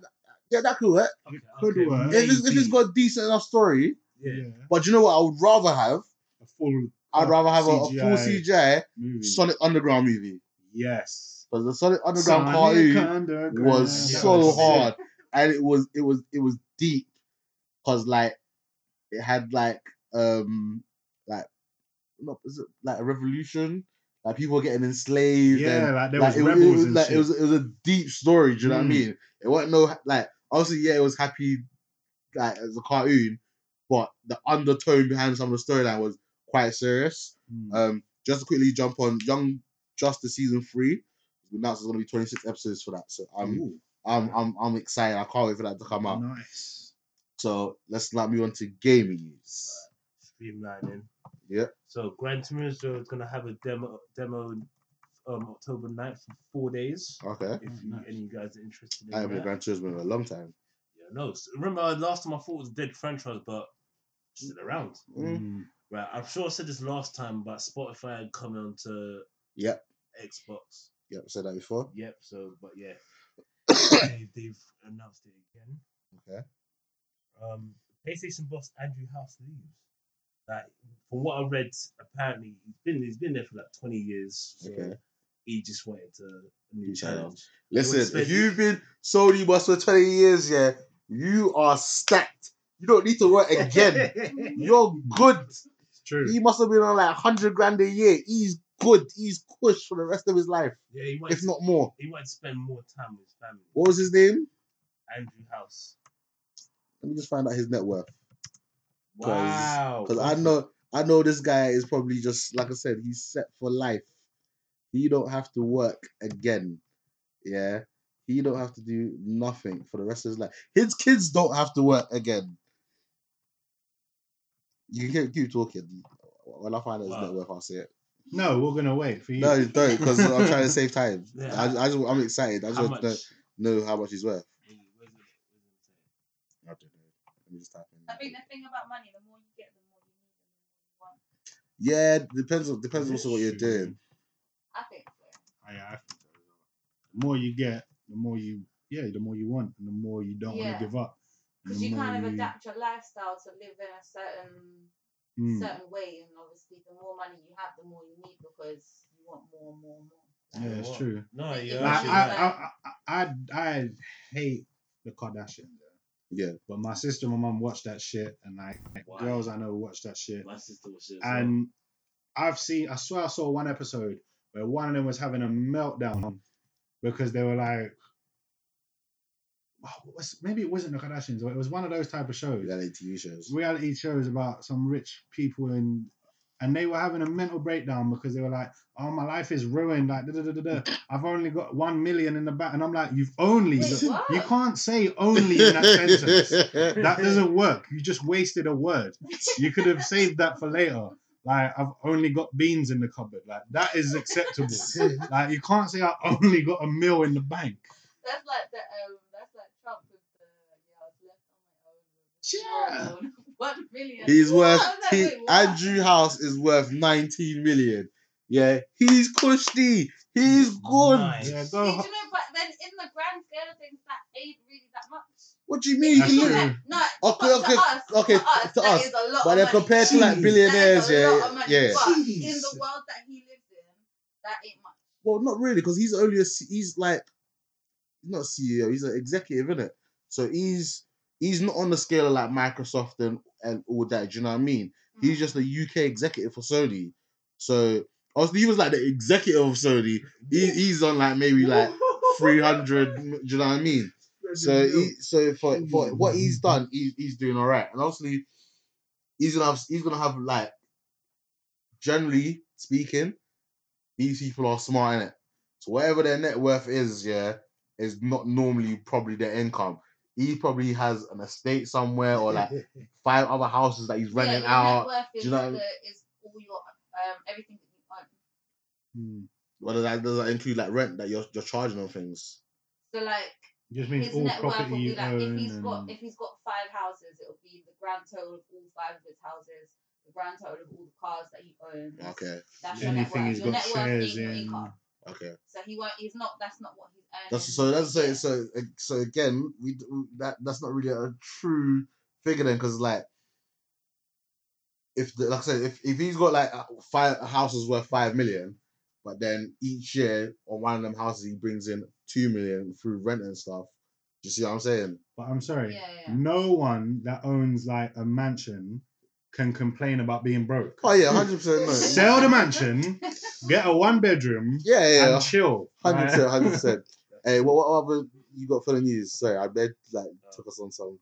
Speaker 2: yeah, that could work.
Speaker 4: Okay,
Speaker 3: Could
Speaker 4: okay,
Speaker 3: work.
Speaker 2: If, it's, if it's
Speaker 4: maybe.
Speaker 2: got a decent enough story,
Speaker 4: yeah.
Speaker 2: but you know what? I would rather have.
Speaker 3: A full.
Speaker 2: I'd
Speaker 3: uh,
Speaker 2: rather have a, a
Speaker 3: CGI
Speaker 2: full CGI
Speaker 3: movie.
Speaker 2: Sonic Underground movie
Speaker 3: yes.
Speaker 2: because the Sonic Underground
Speaker 3: Sonic
Speaker 2: cartoon
Speaker 3: Underground.
Speaker 2: was
Speaker 4: Yeah,
Speaker 2: so
Speaker 4: that was sick.
Speaker 2: hard, and it was it was it was deep, cause like it had like um like not is it like a revolution, like people were getting enslaved. and,
Speaker 3: Yeah, like there
Speaker 2: like,
Speaker 3: was
Speaker 2: it,
Speaker 3: rebels
Speaker 2: it was
Speaker 3: and
Speaker 2: like
Speaker 3: shit.
Speaker 2: it was it was a deep story. Do you know what I
Speaker 3: Mm.
Speaker 2: mean? It wasn't no like obviously yeah it was happy like as a cartoon, but the undertone behind some of the storyline was quite serious.
Speaker 3: Mm.
Speaker 2: Um, just to quickly jump on Young Justice season three. That's going to be twenty six episodes for that, so I'm
Speaker 3: Ooh,
Speaker 2: I'm I'm I'm excited. I can't wait for that to um, come out.
Speaker 3: nice.
Speaker 2: So let's now move on to gaming news.
Speaker 4: Streamlining.
Speaker 2: Yeah.
Speaker 4: So Gran Turismo is gonna have a demo demo um October 9th for four days.
Speaker 2: Okay,
Speaker 4: If
Speaker 3: Oh,
Speaker 4: you,
Speaker 3: nice.
Speaker 4: any of you guys are interested in
Speaker 2: I haven't
Speaker 4: that.
Speaker 2: been Gran Turismo in a long time.
Speaker 4: Yeah, no. s- Remember last time I thought it was a dead franchise, but it's still around.
Speaker 2: Mm.
Speaker 3: Mm.
Speaker 4: Right. I'm sure I said this last time, but Spotify had come on to
Speaker 2: Yep,
Speaker 4: Xbox.
Speaker 2: yep, said that before.
Speaker 4: Yep. So, but yeah, they, they've announced it again.
Speaker 2: Okay.
Speaker 4: Um, PlayStation boss Andrew House leaves. Like, from what I read, apparently he's been he's been there for like 20 years. So
Speaker 2: Okay.
Speaker 4: He just wanted to, a new
Speaker 2: New
Speaker 4: challenge.
Speaker 2: Listen, if
Speaker 4: expect-
Speaker 2: you've been Sony boss for 20 years, yeah, you are stacked. You don't need to work again. You're good.
Speaker 3: It's true.
Speaker 2: He must have been on like 100 grand a year. He's good. He's cush for the rest of his life,
Speaker 4: yeah, he wanted,
Speaker 2: if
Speaker 4: to-
Speaker 2: not more.
Speaker 4: he wanted to spend more time with his family.
Speaker 2: What was his name?
Speaker 4: Andrew House.
Speaker 2: Let me just find out his net worth.
Speaker 4: Wow.
Speaker 2: Because I know I know this guy is probably just like I said, he's set for life. He don't have to work again. Yeah. He don't have to do nothing for the rest of his life. His kids don't have to work again. You can keep, keep talking. When I find out his net
Speaker 4: Wow.
Speaker 2: worth, I'll say it.
Speaker 3: No, we're gonna wait for you.
Speaker 2: No, you don't, because I'm trying to save time.
Speaker 4: Yeah.
Speaker 2: I, I just, I'm excited. I just
Speaker 4: How
Speaker 2: want
Speaker 4: much?
Speaker 2: to know, know how much he's worth.
Speaker 4: Wait, wait, wait, wait, wait.
Speaker 2: I don't know. Let me just type in.
Speaker 1: I think the thing about money, the more you get, the more you need and the more you want.
Speaker 2: Yeah, depends on depends also what you're doing.
Speaker 1: I think so.
Speaker 3: I, I think so. as well. The more you get, the more you yeah, the more you want, and the more you don't
Speaker 1: Yeah.
Speaker 3: want to give up. and
Speaker 1: Because
Speaker 3: the
Speaker 1: you
Speaker 3: more
Speaker 1: kind of
Speaker 2: Mm.
Speaker 3: you-
Speaker 1: adapt your lifestyle to live in a certain
Speaker 3: Mm.
Speaker 1: certain way, and obviously, the more money you have, the more you need because you want more and more and more.
Speaker 3: Yeah, it's true.
Speaker 4: No,
Speaker 1: Like,
Speaker 4: yeah.
Speaker 1: if
Speaker 3: Like,
Speaker 1: she
Speaker 3: I,
Speaker 1: was
Speaker 3: I, I, I, I hate the Kardashians. yeah.
Speaker 2: Yeah.
Speaker 3: But my sister and my mum watch that shit, and like, like,
Speaker 4: Why?
Speaker 3: girls I know watch that shit.
Speaker 4: my sister was here.
Speaker 3: And I've seen, I swear I saw one episode where one of them was having a meltdown because they were like, oh, was- maybe it wasn't the Kardashians, but it was one of those type of shows.
Speaker 2: reality TV shows.
Speaker 3: reality shows about some rich people and and they were having a mental breakdown because they were like, "Oh, my life is ruined. Like, da, da, da, da, da. I've only got one million in the bank," and I'm like, "You've only.
Speaker 1: Wait, what?
Speaker 3: you can't say only in that sentence. That doesn't work. You just wasted a word. You could have saved that for later. Like, I've only got beans in the cupboard. Like, that is acceptable. like, you can't say I only got a meal in the bank.
Speaker 1: That's like the um, that's like Trump with the yeah, I was left on my own.
Speaker 3: Yeah.
Speaker 1: One million.
Speaker 2: He's worth
Speaker 1: I was like,
Speaker 2: he,
Speaker 1: wait, what?
Speaker 2: Andrew House is worth 19 million. Yeah, he's cushy. He's good.
Speaker 4: Nice.
Speaker 3: Yeah,
Speaker 1: See, do
Speaker 3: go.
Speaker 1: you know, but then in the grand scale of things, that ain't really that much.
Speaker 2: What do you mean? You
Speaker 3: That's
Speaker 2: can look-
Speaker 3: true.
Speaker 1: No, but
Speaker 2: Okay,
Speaker 1: to
Speaker 2: okay,
Speaker 1: us,
Speaker 2: okay,
Speaker 1: to us,
Speaker 2: to
Speaker 1: that
Speaker 2: us.
Speaker 1: is a lot
Speaker 2: But
Speaker 1: of
Speaker 2: they're
Speaker 1: money.
Speaker 2: compared to like
Speaker 3: Jeez.
Speaker 2: billionaires,
Speaker 1: That is a lot
Speaker 2: yeah,
Speaker 1: of money,
Speaker 2: yeah.
Speaker 1: But in
Speaker 3: Jeez.
Speaker 1: the world that he lives in, that ain't much.
Speaker 2: Well, not really, because he's only a C- he's like not CEO. He's an executive, innit? So he's he's not on the scale of like Microsoft and and all that. Do you know what I mean? He's just a UK executive for Sony. So obviously he was like the executive of Sony. He, he's on like maybe like three hundred. Do you know what I mean? So he, so for, for what he's done, he's he's doing all right. And obviously, he's gonna have he's gonna have like generally speaking, these people are smart in it. So whatever their net worth is, yeah, is not normally probably their income. He probably has an estate somewhere or like five other houses that he's renting
Speaker 1: Mm. yeah, your
Speaker 2: out.
Speaker 1: Net worth is,
Speaker 2: do you know what I
Speaker 1: the, is all your um everything that you own.
Speaker 3: Hmm.
Speaker 2: Whether that does that include like rent that you're you're charging on things.
Speaker 1: So like
Speaker 3: Just means
Speaker 1: his
Speaker 3: all
Speaker 1: net worth
Speaker 3: property
Speaker 1: will be
Speaker 3: you
Speaker 1: like
Speaker 3: own.
Speaker 1: if he's got
Speaker 3: and-
Speaker 1: if he's got five houses, it'll be the grand total of all five of his houses, the grand total of all the cars that he owns.
Speaker 2: Okay,
Speaker 1: That's your net
Speaker 3: anything
Speaker 1: worth.
Speaker 3: he's
Speaker 1: your
Speaker 3: got
Speaker 1: net worth
Speaker 3: shares
Speaker 1: ain't your
Speaker 3: in.
Speaker 1: income.
Speaker 2: okay.
Speaker 1: So he won't. He's not. That's not what he's earning.
Speaker 2: That's so. That's so.
Speaker 1: Yeah.
Speaker 2: So so again, we d- that that's not really a true figure then, because like. If the, like I said, if, if he's got like uh, five houses worth five million, but then each year on one of them houses he brings in two million through rent and stuff. Do you see what I'm saying?
Speaker 3: But I'm sorry,
Speaker 1: Yeah, yeah.
Speaker 3: no one that owns like a mansion can complain about being broke.
Speaker 2: Oh yeah, hundred percent. No.
Speaker 3: Sell the mansion, get a one bedroom,
Speaker 2: Yeah, yeah,
Speaker 3: and chill.
Speaker 2: hundred percent,
Speaker 3: Like,
Speaker 2: hundred percent. Hey, what, what other you got for the news? Sorry, I read like took us on some.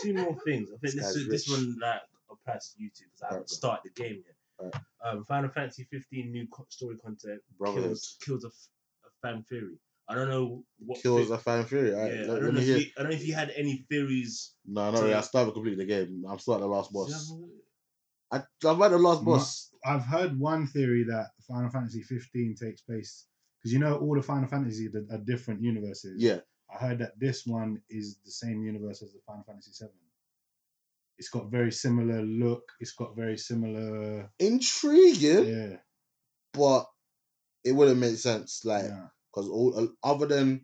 Speaker 4: two more things. I think
Speaker 2: This
Speaker 4: this
Speaker 2: guy's
Speaker 4: is, this
Speaker 2: rich.
Speaker 4: one like applies to you two because I
Speaker 2: Alright,
Speaker 4: haven't
Speaker 2: bro.
Speaker 4: started the game yet.
Speaker 2: Alright.
Speaker 4: Um, Final Fantasy 15 new co- story content kills
Speaker 2: Brothers.
Speaker 4: kills a, f- a fan theory. I don't know what
Speaker 2: Kills
Speaker 4: thi-
Speaker 2: a fan fury. All right,
Speaker 4: yeah, I,
Speaker 2: let,
Speaker 4: don't
Speaker 2: let
Speaker 4: know
Speaker 2: me
Speaker 4: if
Speaker 2: hear.
Speaker 4: you, I don't know if you had any theories.
Speaker 2: No, not really. I still haven't completed the game. I'm still at the last boss.
Speaker 4: Do you
Speaker 2: I, I've had the last
Speaker 3: Ma-
Speaker 2: boss.
Speaker 3: I've heard one theory that Final Fantasy 15 takes place because you know all the Final Fantasy that are different universes.
Speaker 2: Yeah.
Speaker 3: I heard that this one is the same universe as the Final Fantasy 7. It's got very similar look. It's got very similar.
Speaker 2: Intriguing,
Speaker 3: Yeah.
Speaker 2: but it wouldn't make sense. Like,
Speaker 3: yeah.
Speaker 2: because all uh, other than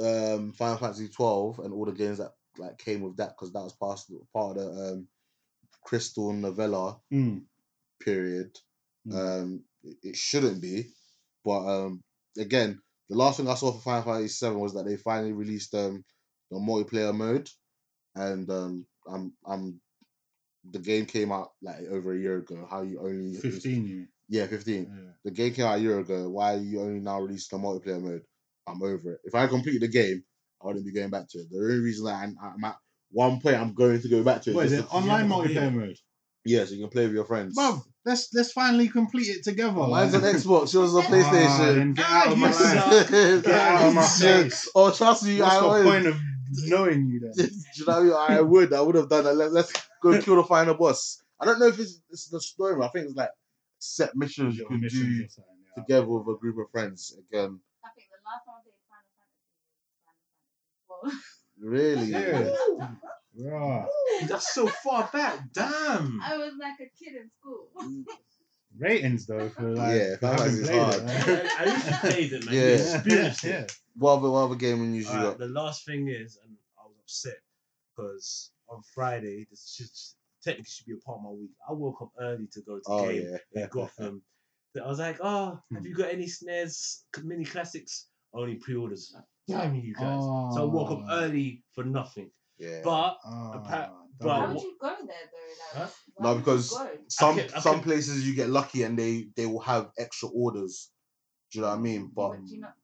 Speaker 2: um Final Fantasy 12 and all the games that like came with that, because that was part, part of the um, Crystal novella
Speaker 3: Mm.
Speaker 2: period.
Speaker 3: Mm.
Speaker 2: Um, it, it shouldn't be, but um, again, the last thing I saw for Final Fantasy Seven was that they finally released um the multiplayer mode, and um, I'm I'm the game came out like over a year ago. How you only
Speaker 3: 15 you.
Speaker 2: Yeah, fifteen.
Speaker 3: Yeah.
Speaker 2: The game came out a year ago. Why you only now released the multiplayer mode? I'm over it. If I completed the game, I wouldn't be going back to it. The only reason that I'm, I'm at one point I'm going to go back to it.
Speaker 3: What is
Speaker 2: just
Speaker 3: it?
Speaker 2: to-
Speaker 3: Online
Speaker 4: have a
Speaker 3: multiplayer
Speaker 4: computer.
Speaker 3: mode.
Speaker 2: Yeah, so you can play with your friends.
Speaker 3: Bruv, let's let's finally complete it together.
Speaker 2: Mine's on
Speaker 3: like.
Speaker 2: Xbox. Yours on
Speaker 1: Ah,
Speaker 3: Ah,
Speaker 2: PlayStation.
Speaker 3: then get out of my
Speaker 4: Yes.
Speaker 3: life. Get out of my face.
Speaker 2: Oh, trust me,
Speaker 3: What's
Speaker 2: I
Speaker 3: the
Speaker 2: would.
Speaker 3: point of knowing you
Speaker 2: Do
Speaker 3: then?
Speaker 2: you know what I mean? I would. I would have done that. Let, let's go kill the final boss. I don't know if it's, it's the story. but I think it's like set missions you
Speaker 3: Your
Speaker 2: can
Speaker 3: missions
Speaker 2: do
Speaker 3: or something, yeah.
Speaker 2: together with a group of friends. Again,
Speaker 1: I think the last time I played Final Fantasy was
Speaker 2: really.
Speaker 3: Yeah.
Speaker 1: Final Fantasy. IV.
Speaker 3: Bruh.
Speaker 4: Ooh, that's so far back. Damn.
Speaker 1: I was like a kid in school.
Speaker 3: Ratings though for like
Speaker 2: Yeah,
Speaker 3: for
Speaker 2: that
Speaker 3: having
Speaker 2: is
Speaker 3: played
Speaker 2: hard.
Speaker 3: it, man.
Speaker 4: I, I used to play them. Man.
Speaker 2: Yeah.
Speaker 4: You experienced it.
Speaker 3: yeah.
Speaker 2: What other, what other gaming news you
Speaker 4: Alright,
Speaker 2: got?
Speaker 4: the last thing is, and I was upset because on Friday, this should technically should be a part of my week. I woke up early to go to
Speaker 2: Oh
Speaker 4: game
Speaker 2: yeah. Hmm.
Speaker 4: in Gotham. So I was like, oh, have you got any snares, c- mini classics? Only pre orders. Damn you guys. So I woke up
Speaker 3: Oh.
Speaker 4: early for nothing.
Speaker 2: Yeah.
Speaker 4: But
Speaker 3: Ah,
Speaker 4: Appa-
Speaker 3: double.
Speaker 4: but
Speaker 1: How
Speaker 4: what-
Speaker 1: would you go there though? Like,
Speaker 4: Huh?
Speaker 1: why
Speaker 2: No,
Speaker 1: would you
Speaker 2: because-
Speaker 1: go?
Speaker 2: some
Speaker 4: I can- I
Speaker 2: some
Speaker 4: can-
Speaker 2: places you get lucky and they they will have extra orders. Do you know what I mean? But
Speaker 1: Would you not-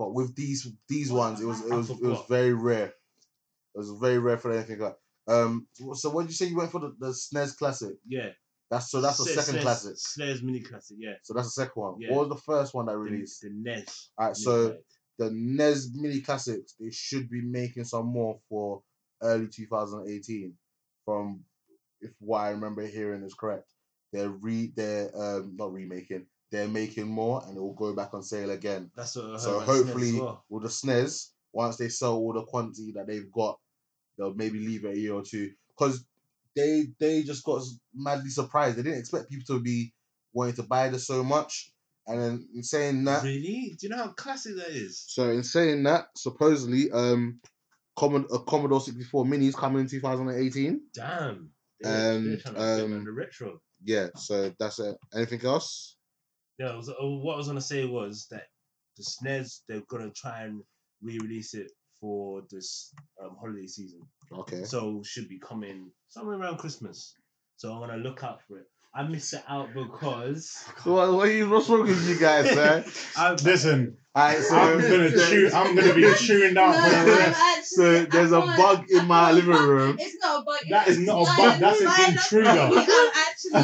Speaker 2: But with these these ones, it was it was
Speaker 4: I
Speaker 2: it was
Speaker 4: forgot.
Speaker 2: very rare. It was very rare for anything like. Um. So, so what did you say you went for the, the SNES Classic?
Speaker 4: Yeah.
Speaker 2: That's so that's the
Speaker 4: Sla-
Speaker 2: second
Speaker 4: Slare's-
Speaker 2: classic.
Speaker 4: Slare's mini classic, yeah.
Speaker 2: So that's the second one.
Speaker 4: E Yeah.
Speaker 2: What was the first one that
Speaker 4: The,
Speaker 2: released?
Speaker 4: the NES.
Speaker 2: Alright, so-
Speaker 4: Midnight.
Speaker 2: The NES Mini Classics. They should be making some more for early 2018. From if what I remember hearing is correct, they're re they're um not remaking. They're making more and it will go back on sale again.
Speaker 4: That's what I heard
Speaker 2: So
Speaker 4: about SNES as
Speaker 2: hopefully,
Speaker 4: well.
Speaker 2: with the SNES, once they sell all the quantity that they've got, they'll maybe leave it a year or two. Because they they just got s- madly surprised. They didn't expect people to be wanting to buy this so much. And then in saying that,
Speaker 4: Really? Do you know how classic that is?
Speaker 2: so in saying that, supposedly, um, Commod- a Commodore sixty four mini is coming in two thousand and eighteen.
Speaker 4: Damn.
Speaker 2: And,
Speaker 4: they're trying to get
Speaker 2: um,
Speaker 4: on the retro.
Speaker 2: Yeah. So that's it. Anything else?
Speaker 4: No, it was, oh, what I was gonna say was that the SNES they're gonna try and re-release it for this um, holiday season,
Speaker 2: Okay.
Speaker 4: so should be coming somewhere around Christmas. So I'm gonna look out for it. I missed it out because
Speaker 2: What, what you, what's wrong with you guys, man?
Speaker 4: I,
Speaker 3: Listen,
Speaker 2: All right. So
Speaker 3: I'm gonna chew. I'm gonna be chewing
Speaker 1: No,
Speaker 3: out for
Speaker 1: I'm
Speaker 3: the rest.
Speaker 1: actually-
Speaker 2: So there's a
Speaker 1: I can't-
Speaker 2: bug in my
Speaker 1: I
Speaker 2: living
Speaker 1: can't-
Speaker 2: room.
Speaker 1: It's not a bug.
Speaker 3: That
Speaker 1: it's
Speaker 3: is not a
Speaker 1: lion-
Speaker 3: bug, that's an
Speaker 1: lion-
Speaker 3: intruder.
Speaker 1: I'm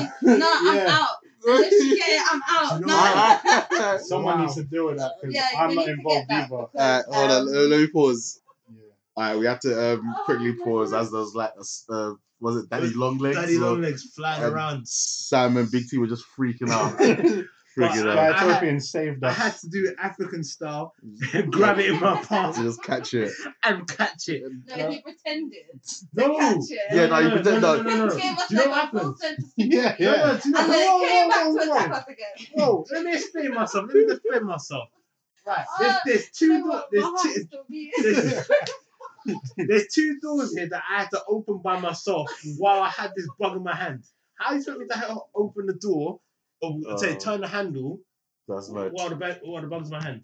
Speaker 1: actually no. I'm
Speaker 3: Yeah.
Speaker 1: out. Unless you get it, I'm out.
Speaker 3: You know
Speaker 1: No.
Speaker 3: Someone
Speaker 2: Wow.
Speaker 3: needs to deal with that because
Speaker 1: Yeah, we
Speaker 3: I'm
Speaker 1: need
Speaker 3: not
Speaker 1: to get
Speaker 3: involved
Speaker 1: that.
Speaker 2: Alright,
Speaker 3: either.
Speaker 2: Uh, hold on.
Speaker 1: Um,
Speaker 2: Let let me pause.
Speaker 3: Yeah.
Speaker 2: All right, we have to um,
Speaker 1: Oh
Speaker 2: quickly
Speaker 1: my
Speaker 2: pause
Speaker 1: God.
Speaker 2: as there was like, a s- uh, was it Daddy
Speaker 4: Was
Speaker 2: Longlegs?
Speaker 4: Daddy
Speaker 2: or-
Speaker 4: Longlegs flying
Speaker 2: um,
Speaker 4: around.
Speaker 2: Sam and Big T were just freaking out. freaking
Speaker 4: But
Speaker 2: out.
Speaker 4: I-
Speaker 3: Ethiopian saved
Speaker 4: I
Speaker 3: us.
Speaker 4: had to do it African style, grab it in my
Speaker 2: To
Speaker 4: palm
Speaker 2: just catch it.
Speaker 4: and catch it.
Speaker 1: No, he pretended.
Speaker 4: No,
Speaker 1: Catch it.
Speaker 2: Yeah, no, you pretend-
Speaker 4: no, no,
Speaker 1: He
Speaker 4: no, no. Do you
Speaker 1: gave us
Speaker 4: know
Speaker 1: like
Speaker 4: what
Speaker 1: a full
Speaker 4: happened?
Speaker 1: sentence.
Speaker 3: Yeah,
Speaker 4: No,
Speaker 3: yeah.
Speaker 4: no, do you know-
Speaker 1: And then
Speaker 4: whoa,
Speaker 1: he came
Speaker 4: whoa,
Speaker 1: back
Speaker 4: whoa,
Speaker 1: to attack
Speaker 4: whoa.
Speaker 1: us again.
Speaker 4: Whoa, let me explain myself. Let me explain myself. Right, there's, there's two
Speaker 1: No, Uh,
Speaker 4: doors.
Speaker 1: my
Speaker 4: There's
Speaker 1: heart
Speaker 4: two.
Speaker 1: still beats.
Speaker 4: There's, there's two doors here that I had to open by myself while I had this bug in my hand. How you expect me to help open the door or say
Speaker 2: Oh.
Speaker 4: turn the handle
Speaker 2: That's mad.
Speaker 4: while the bug, while the bug's in my hand?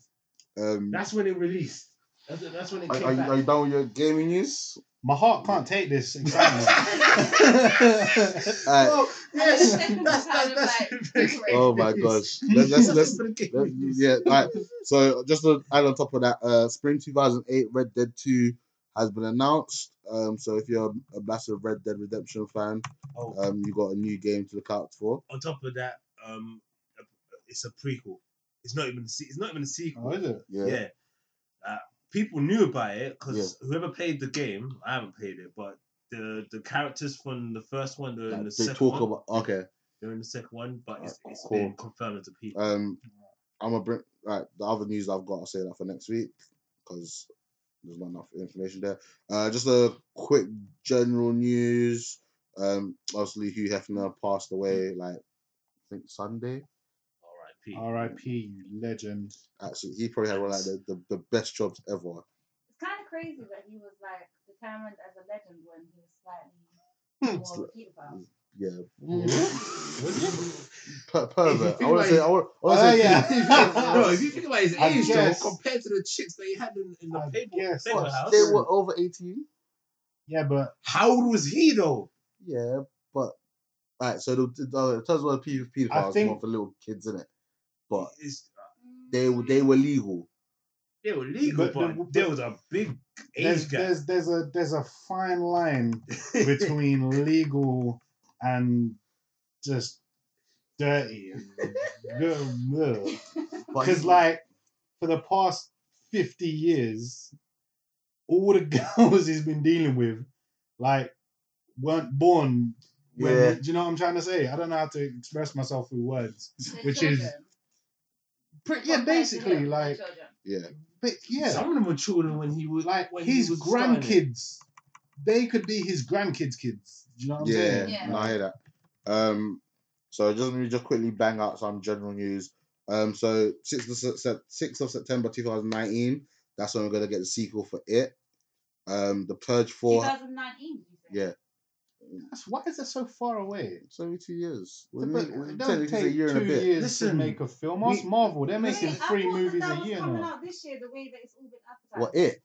Speaker 2: Um,
Speaker 4: That's when it released. That's, that's when it
Speaker 2: are, are
Speaker 4: came
Speaker 2: you,
Speaker 4: back.
Speaker 2: are you done with your gaming news?
Speaker 3: My heart can't take this excitement.
Speaker 2: All right.
Speaker 4: Oh, yes, that's that's that's.
Speaker 2: Oh my gosh. Let's, let's, let's, let's yeah. All right. So just to add on top of that, uh, spring 2008 Red Dead 2 has been announced. Um, so if you're a massive Red Dead Redemption fan,
Speaker 4: Oh,
Speaker 2: um, you got a new game to look out for.
Speaker 4: on top of that, um, it's a prequel. It's not even a se- it's not even a sequel.
Speaker 3: Oh, is it?
Speaker 2: Yeah.
Speaker 4: Yeah. Uh, people knew about it because
Speaker 2: Yeah.
Speaker 4: whoever played the game, I haven't played it, but the the characters from the first one, they're in
Speaker 2: Like,
Speaker 4: the
Speaker 2: they
Speaker 4: second
Speaker 2: talk
Speaker 4: one.
Speaker 2: about okay.
Speaker 4: They're in the second one, but it's, it's
Speaker 2: Cool.
Speaker 4: been confirmed as a peak.
Speaker 2: Um, I'm gonna bring right the other news I've got. I'll say that for next week because there's not enough information there. Uh, just a quick general news. Um, obviously Hugh Hefner passed away like I think Sunday.
Speaker 4: All right, peak.
Speaker 3: uh, R.I.P. You legend.
Speaker 2: Actually, he probably had one of like, the, the, the best jobs ever.
Speaker 1: It's kind of crazy that he was like determined as a legend when he was
Speaker 3: Hmm.
Speaker 1: slightly more repeat about.
Speaker 2: Yeah,
Speaker 1: Mm-hmm.
Speaker 3: Oh, Was
Speaker 2: per-
Speaker 5: If you
Speaker 2: pervert. I
Speaker 5: think
Speaker 2: want
Speaker 5: about
Speaker 2: to say.
Speaker 5: it-
Speaker 2: I want to
Speaker 3: Oh,
Speaker 2: say.
Speaker 3: yeah.
Speaker 5: Bro, if you think about his
Speaker 3: I
Speaker 5: age, though,
Speaker 3: guess-
Speaker 5: compared to the chicks that he had in, in the
Speaker 3: I
Speaker 5: paper,
Speaker 3: guess-
Speaker 5: paper
Speaker 4: What?
Speaker 5: house,
Speaker 2: They were over eighteen.
Speaker 3: Yeah, but
Speaker 4: How old was he though?
Speaker 2: Yeah, but alright. So the, the, the in terms of the P-
Speaker 3: I
Speaker 2: pedophiles,
Speaker 3: think-
Speaker 2: more for little kids, in it. But
Speaker 4: It's-
Speaker 2: they were
Speaker 1: Mm.
Speaker 2: they were legal.
Speaker 4: they were legal,
Speaker 3: But-
Speaker 4: but,
Speaker 3: but-
Speaker 4: there was a big
Speaker 3: there's,
Speaker 4: age gap.
Speaker 3: there's there's a there's a fine line between legal and just dirty. Because
Speaker 2: But
Speaker 3: like for the past fifty years, all the girls he's been dealing with, like, weren't born. When,
Speaker 2: yeah,
Speaker 3: Do you know what I'm trying to say? I don't know how to express myself with words.
Speaker 1: They're
Speaker 3: which is-
Speaker 1: children.
Speaker 3: Pretty, yeah,
Speaker 1: Compared to
Speaker 3: basically,
Speaker 1: him, they're
Speaker 3: like,
Speaker 1: children.
Speaker 2: yeah.
Speaker 3: but yeah.
Speaker 4: Some of them were children when he was
Speaker 3: like
Speaker 4: when he
Speaker 3: his
Speaker 4: was starting it.
Speaker 3: grandkids, they could be his grandkids' kids. Do you know what I'm
Speaker 2: yeah,
Speaker 3: saying?
Speaker 1: Yeah.
Speaker 2: no, I hear that. Um, so just let me just quickly bang out some general news. Um, so sixth of Sep- Sep- sixth of September two thousand nineteen. That's when we're gonna get the sequel for it. Um, the Purge four.
Speaker 1: 2019. you said?
Speaker 2: Yeah,
Speaker 3: That's, why is it so far away?
Speaker 2: it's only two years.
Speaker 3: But
Speaker 2: What do you mean? Technically,
Speaker 3: it don't
Speaker 2: it's a
Speaker 3: take
Speaker 2: year and a
Speaker 3: two
Speaker 2: bit.
Speaker 3: years to
Speaker 4: Listen,
Speaker 3: make a film. Ask
Speaker 4: we-
Speaker 3: Marvel. They're
Speaker 1: Wait,
Speaker 3: making
Speaker 1: I
Speaker 3: three
Speaker 1: thought that
Speaker 3: movies
Speaker 1: that
Speaker 3: a
Speaker 1: was
Speaker 3: year
Speaker 1: coming
Speaker 3: now.
Speaker 1: out this year, the way that it's all been advertised.
Speaker 2: What it?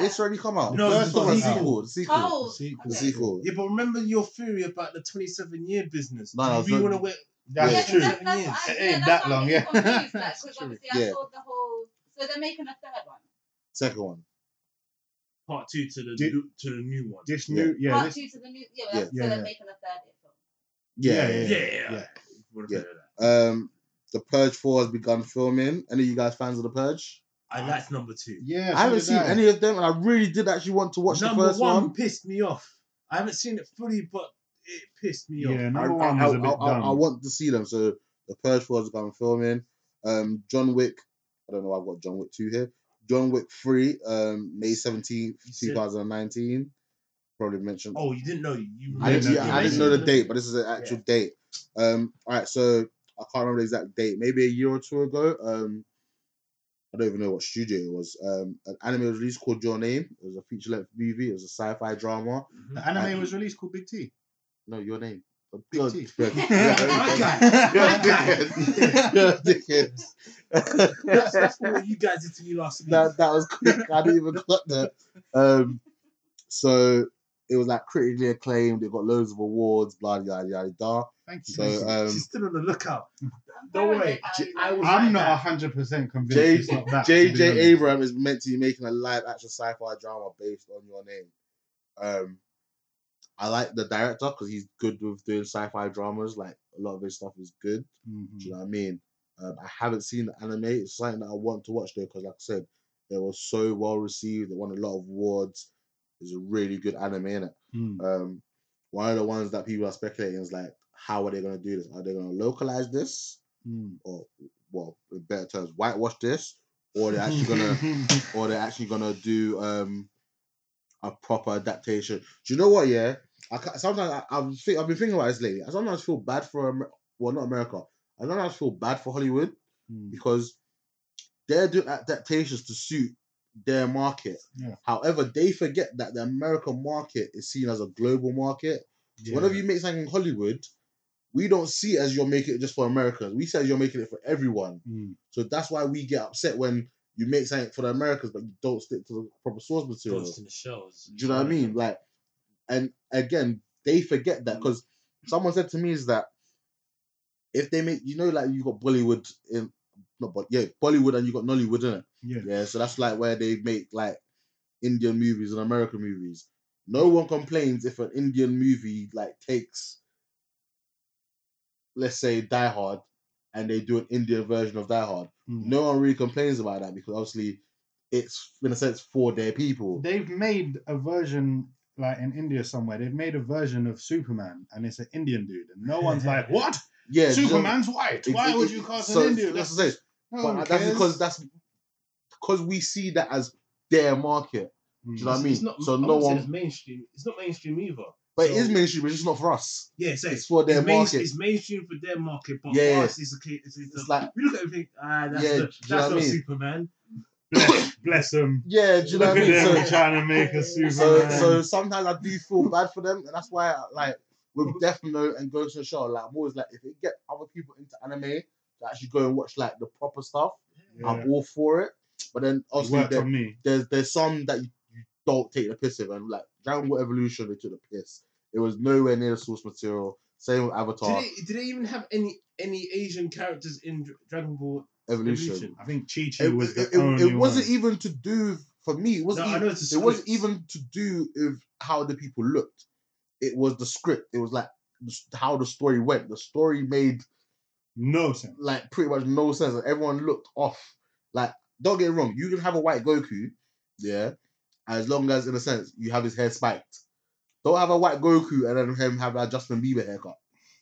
Speaker 1: Yeah.
Speaker 2: It's already come out.
Speaker 4: No,
Speaker 2: The
Speaker 4: it's
Speaker 2: first one,
Speaker 4: the
Speaker 2: the
Speaker 4: sequel.
Speaker 2: sequel. The sequel.
Speaker 1: Oh,
Speaker 3: Sequel.
Speaker 2: The
Speaker 1: okay.
Speaker 2: sequel.
Speaker 4: Yeah, but remember your theory about the 27 year business.
Speaker 2: No, no,
Speaker 4: Do you
Speaker 2: so-
Speaker 4: want to wait?
Speaker 3: That's
Speaker 1: yeah,
Speaker 3: true.
Speaker 1: That's, that's,
Speaker 4: Yes.
Speaker 1: I,
Speaker 3: It
Speaker 1: yeah,
Speaker 3: ain't
Speaker 1: that's
Speaker 3: that
Speaker 1: why I'm
Speaker 3: long,
Speaker 1: getting
Speaker 3: yeah.
Speaker 1: confused, like, 'cause
Speaker 3: True.
Speaker 1: obviously I
Speaker 2: Yeah.
Speaker 1: saw the whole So they're making a third one.
Speaker 2: Second one.
Speaker 4: Part two to the
Speaker 3: Did-
Speaker 4: new, to the new one.
Speaker 3: This new, yeah,
Speaker 1: Part
Speaker 3: this,
Speaker 1: two to the new. Yeah,
Speaker 2: Yeah.
Speaker 1: so they're
Speaker 3: Yeah.
Speaker 1: making a third film.
Speaker 2: Yeah.
Speaker 3: Yeah,
Speaker 4: yeah, yeah.
Speaker 3: yeah.
Speaker 4: Wanna
Speaker 2: Yeah.
Speaker 4: put it like
Speaker 2: Um, the Purge Four has begun filming. Any of you guys fans of the Purge?
Speaker 4: that. I liked number two.
Speaker 3: yeah.
Speaker 2: I haven't
Speaker 3: so
Speaker 2: seen
Speaker 3: did I.
Speaker 2: any of them, and I really did actually want to watch
Speaker 4: number
Speaker 2: the first one.
Speaker 4: pissed me off. I haven't seen it fully, but it pissed me
Speaker 3: Yeah,
Speaker 4: off.
Speaker 2: I,
Speaker 3: number
Speaker 2: I-
Speaker 3: one
Speaker 2: I-
Speaker 3: was a bit
Speaker 2: I- I- I
Speaker 3: dumb.
Speaker 2: want to see them. So the Purge Four has begun filming. Um, John Wick. I don't know. why I've got John Wick two here. John Wick three. Um, May seventeenth,
Speaker 4: You said-
Speaker 2: two thousand and nineteen. Probably mentioned.
Speaker 4: Oh, you didn't know you.
Speaker 2: I didn't,
Speaker 3: didn't
Speaker 2: yeah,
Speaker 3: know
Speaker 2: I
Speaker 3: the
Speaker 2: didn't know the
Speaker 3: date.
Speaker 2: date, but this is an actual date. Um, all right, so I can't remember the exact date. Maybe a year or two ago. Um, I don't even know what studio it was. Um, an anime was released called Your Name. It was a feature-length movie. It was a sci-fi drama.
Speaker 3: The anime was released called Big T.
Speaker 2: No, Your Name. Oh,
Speaker 3: Big
Speaker 2: God,
Speaker 3: T.
Speaker 2: God.
Speaker 3: My
Speaker 2: Yeah,
Speaker 4: guy.
Speaker 2: yeah, dickhead. Yeah,
Speaker 4: That's,
Speaker 2: dickhead.
Speaker 4: that's what you guys did to me last week.
Speaker 2: that that was quick. I didn't even cut that. Um, so it was like critically acclaimed. It got loads of awards. Blah yada yada. yada.
Speaker 3: Thank you.
Speaker 2: So um,
Speaker 4: She's still on the lookout.
Speaker 1: I'm
Speaker 4: Don't
Speaker 1: very
Speaker 4: worry,
Speaker 1: excited.
Speaker 4: I was-
Speaker 3: I'm not hundred percent convinced.
Speaker 2: J-
Speaker 3: it's not that, to be
Speaker 2: JJ
Speaker 3: honest.
Speaker 2: Abrams is meant to be making a live action sci fi drama based on your name. Um, I like the director because he's good with doing sci fi dramas. Like a lot of his stuff is good. Do you
Speaker 3: Mhm.
Speaker 2: know what I mean? Um, I haven't seen the anime. It's something that I want to watch though because, like I said, it was so well received. It won a lot of awards. It's a really good anime in it.
Speaker 3: Mm.
Speaker 2: Um, one of the ones that people are speculating is like, how are they going to do this? Are they going to localize this?
Speaker 3: Mm.
Speaker 2: Or, well, in better terms, whitewash this? Or they're actually going to or they're actually gonna do um a proper adaptation. Do you know what? Yeah, I ca- sometimes I, I'm thi- I've been thinking about this lately. I sometimes feel bad for Amer- well, not America. I sometimes feel bad for Hollywood
Speaker 3: Mm.
Speaker 2: because they're doing adaptations to suit their market.
Speaker 3: Yeah.
Speaker 2: However, they forget that the American market is seen as a global market. So
Speaker 3: Yeah.
Speaker 2: Whenever you make something in Hollywood, we don't see it as you're making it just for Americans. We say you're making it for everyone.
Speaker 3: Mm.
Speaker 2: So that's why we get upset when you make something for the Americans, but you don't stick to the proper source material.
Speaker 4: Dodged
Speaker 2: Do
Speaker 4: in the shells.
Speaker 2: you know what I mean? Like, and again, they forget that because someone said to me is that if they make, you know, like you got Bollywood in, not but yeah, Bollywood and you got Nollywood in it.
Speaker 3: Yeah.
Speaker 2: Yeah, so that's like where they make like Indian movies and American movies. No one complains if an Indian movie like takes, let's say, Die Hard, and they do an Indian version of Die Hard.
Speaker 3: Mm.
Speaker 2: No one really complains about that because obviously it's in a sense for their people.
Speaker 3: They've made a version like in India somewhere. They've made a version of Superman, and it's an Indian dude, and no one's like, "What?
Speaker 2: Yeah, do you know-
Speaker 3: Superman's white?
Speaker 2: it-
Speaker 3: Why
Speaker 2: it-
Speaker 3: would
Speaker 2: it-
Speaker 3: you cast
Speaker 2: so
Speaker 3: an Indian?"
Speaker 2: That's what I say.
Speaker 3: no
Speaker 2: But
Speaker 3: one
Speaker 2: that's
Speaker 3: cares.
Speaker 2: because that's because we see that as their market.
Speaker 3: Mm.
Speaker 2: Do you know what I mean?
Speaker 4: It's not,
Speaker 2: so
Speaker 4: I
Speaker 2: no
Speaker 4: wouldn't say
Speaker 2: one,
Speaker 4: It's mainstream. It's not mainstream either.
Speaker 2: but it
Speaker 4: so-
Speaker 2: is mainstream. But it's just not for us.
Speaker 4: Yeah, so
Speaker 2: It's
Speaker 4: it's,
Speaker 2: for their
Speaker 4: it's, main,
Speaker 2: market.
Speaker 4: it's mainstream for their market, but
Speaker 2: Yeah.
Speaker 4: for us, it's, a, it's, it's,
Speaker 2: It's
Speaker 4: like
Speaker 2: like
Speaker 4: we look at everything. Ah, that's,
Speaker 2: Yeah,
Speaker 4: the-
Speaker 2: do you know
Speaker 4: that's
Speaker 2: what I
Speaker 4: not
Speaker 2: mean?
Speaker 4: Superman.
Speaker 3: bless them.
Speaker 2: yeah, do you know
Speaker 3: Look
Speaker 2: what I
Speaker 3: at
Speaker 2: mean?
Speaker 3: them
Speaker 2: So-
Speaker 3: trying to make a Superman.
Speaker 2: So, so sometimes I do feel bad for them, and that's why, like, with Death Note and Ghost in the Shell, like, I'm always like, if it get other people into anime to actually go and watch like the proper stuff,
Speaker 3: yeah.
Speaker 2: I'm all for it. But then
Speaker 3: It
Speaker 2: obviously
Speaker 3: worked
Speaker 2: there,
Speaker 3: on me.
Speaker 2: there's there's some that you, you don't take the piss with, and like Dragon Ball Evolution, they took the piss. It was nowhere near the source material. Same with Avatar
Speaker 4: Did they, did they even have any any Asian characters in Dra- Dragon Ball
Speaker 2: Evolution.
Speaker 4: Evolution?
Speaker 3: I think Chi Chi
Speaker 2: It,
Speaker 3: was the
Speaker 2: it,
Speaker 3: only
Speaker 2: it, it wasn't
Speaker 3: one.
Speaker 2: even to do for me. It wasn't
Speaker 4: No, I
Speaker 2: even,
Speaker 4: know it's a
Speaker 2: it wasn't
Speaker 4: script.
Speaker 2: even to do with how the people looked. It was the script. It was like the s- how the story went. The story made
Speaker 3: no sense.
Speaker 2: like pretty much no sense. and Everyone looked off. Like, don't get it wrong. You can have a white Goku, yeah, as long as in a sense you have his hair spiked. Don't have a white Goku and then him have a Justin Bieber haircut.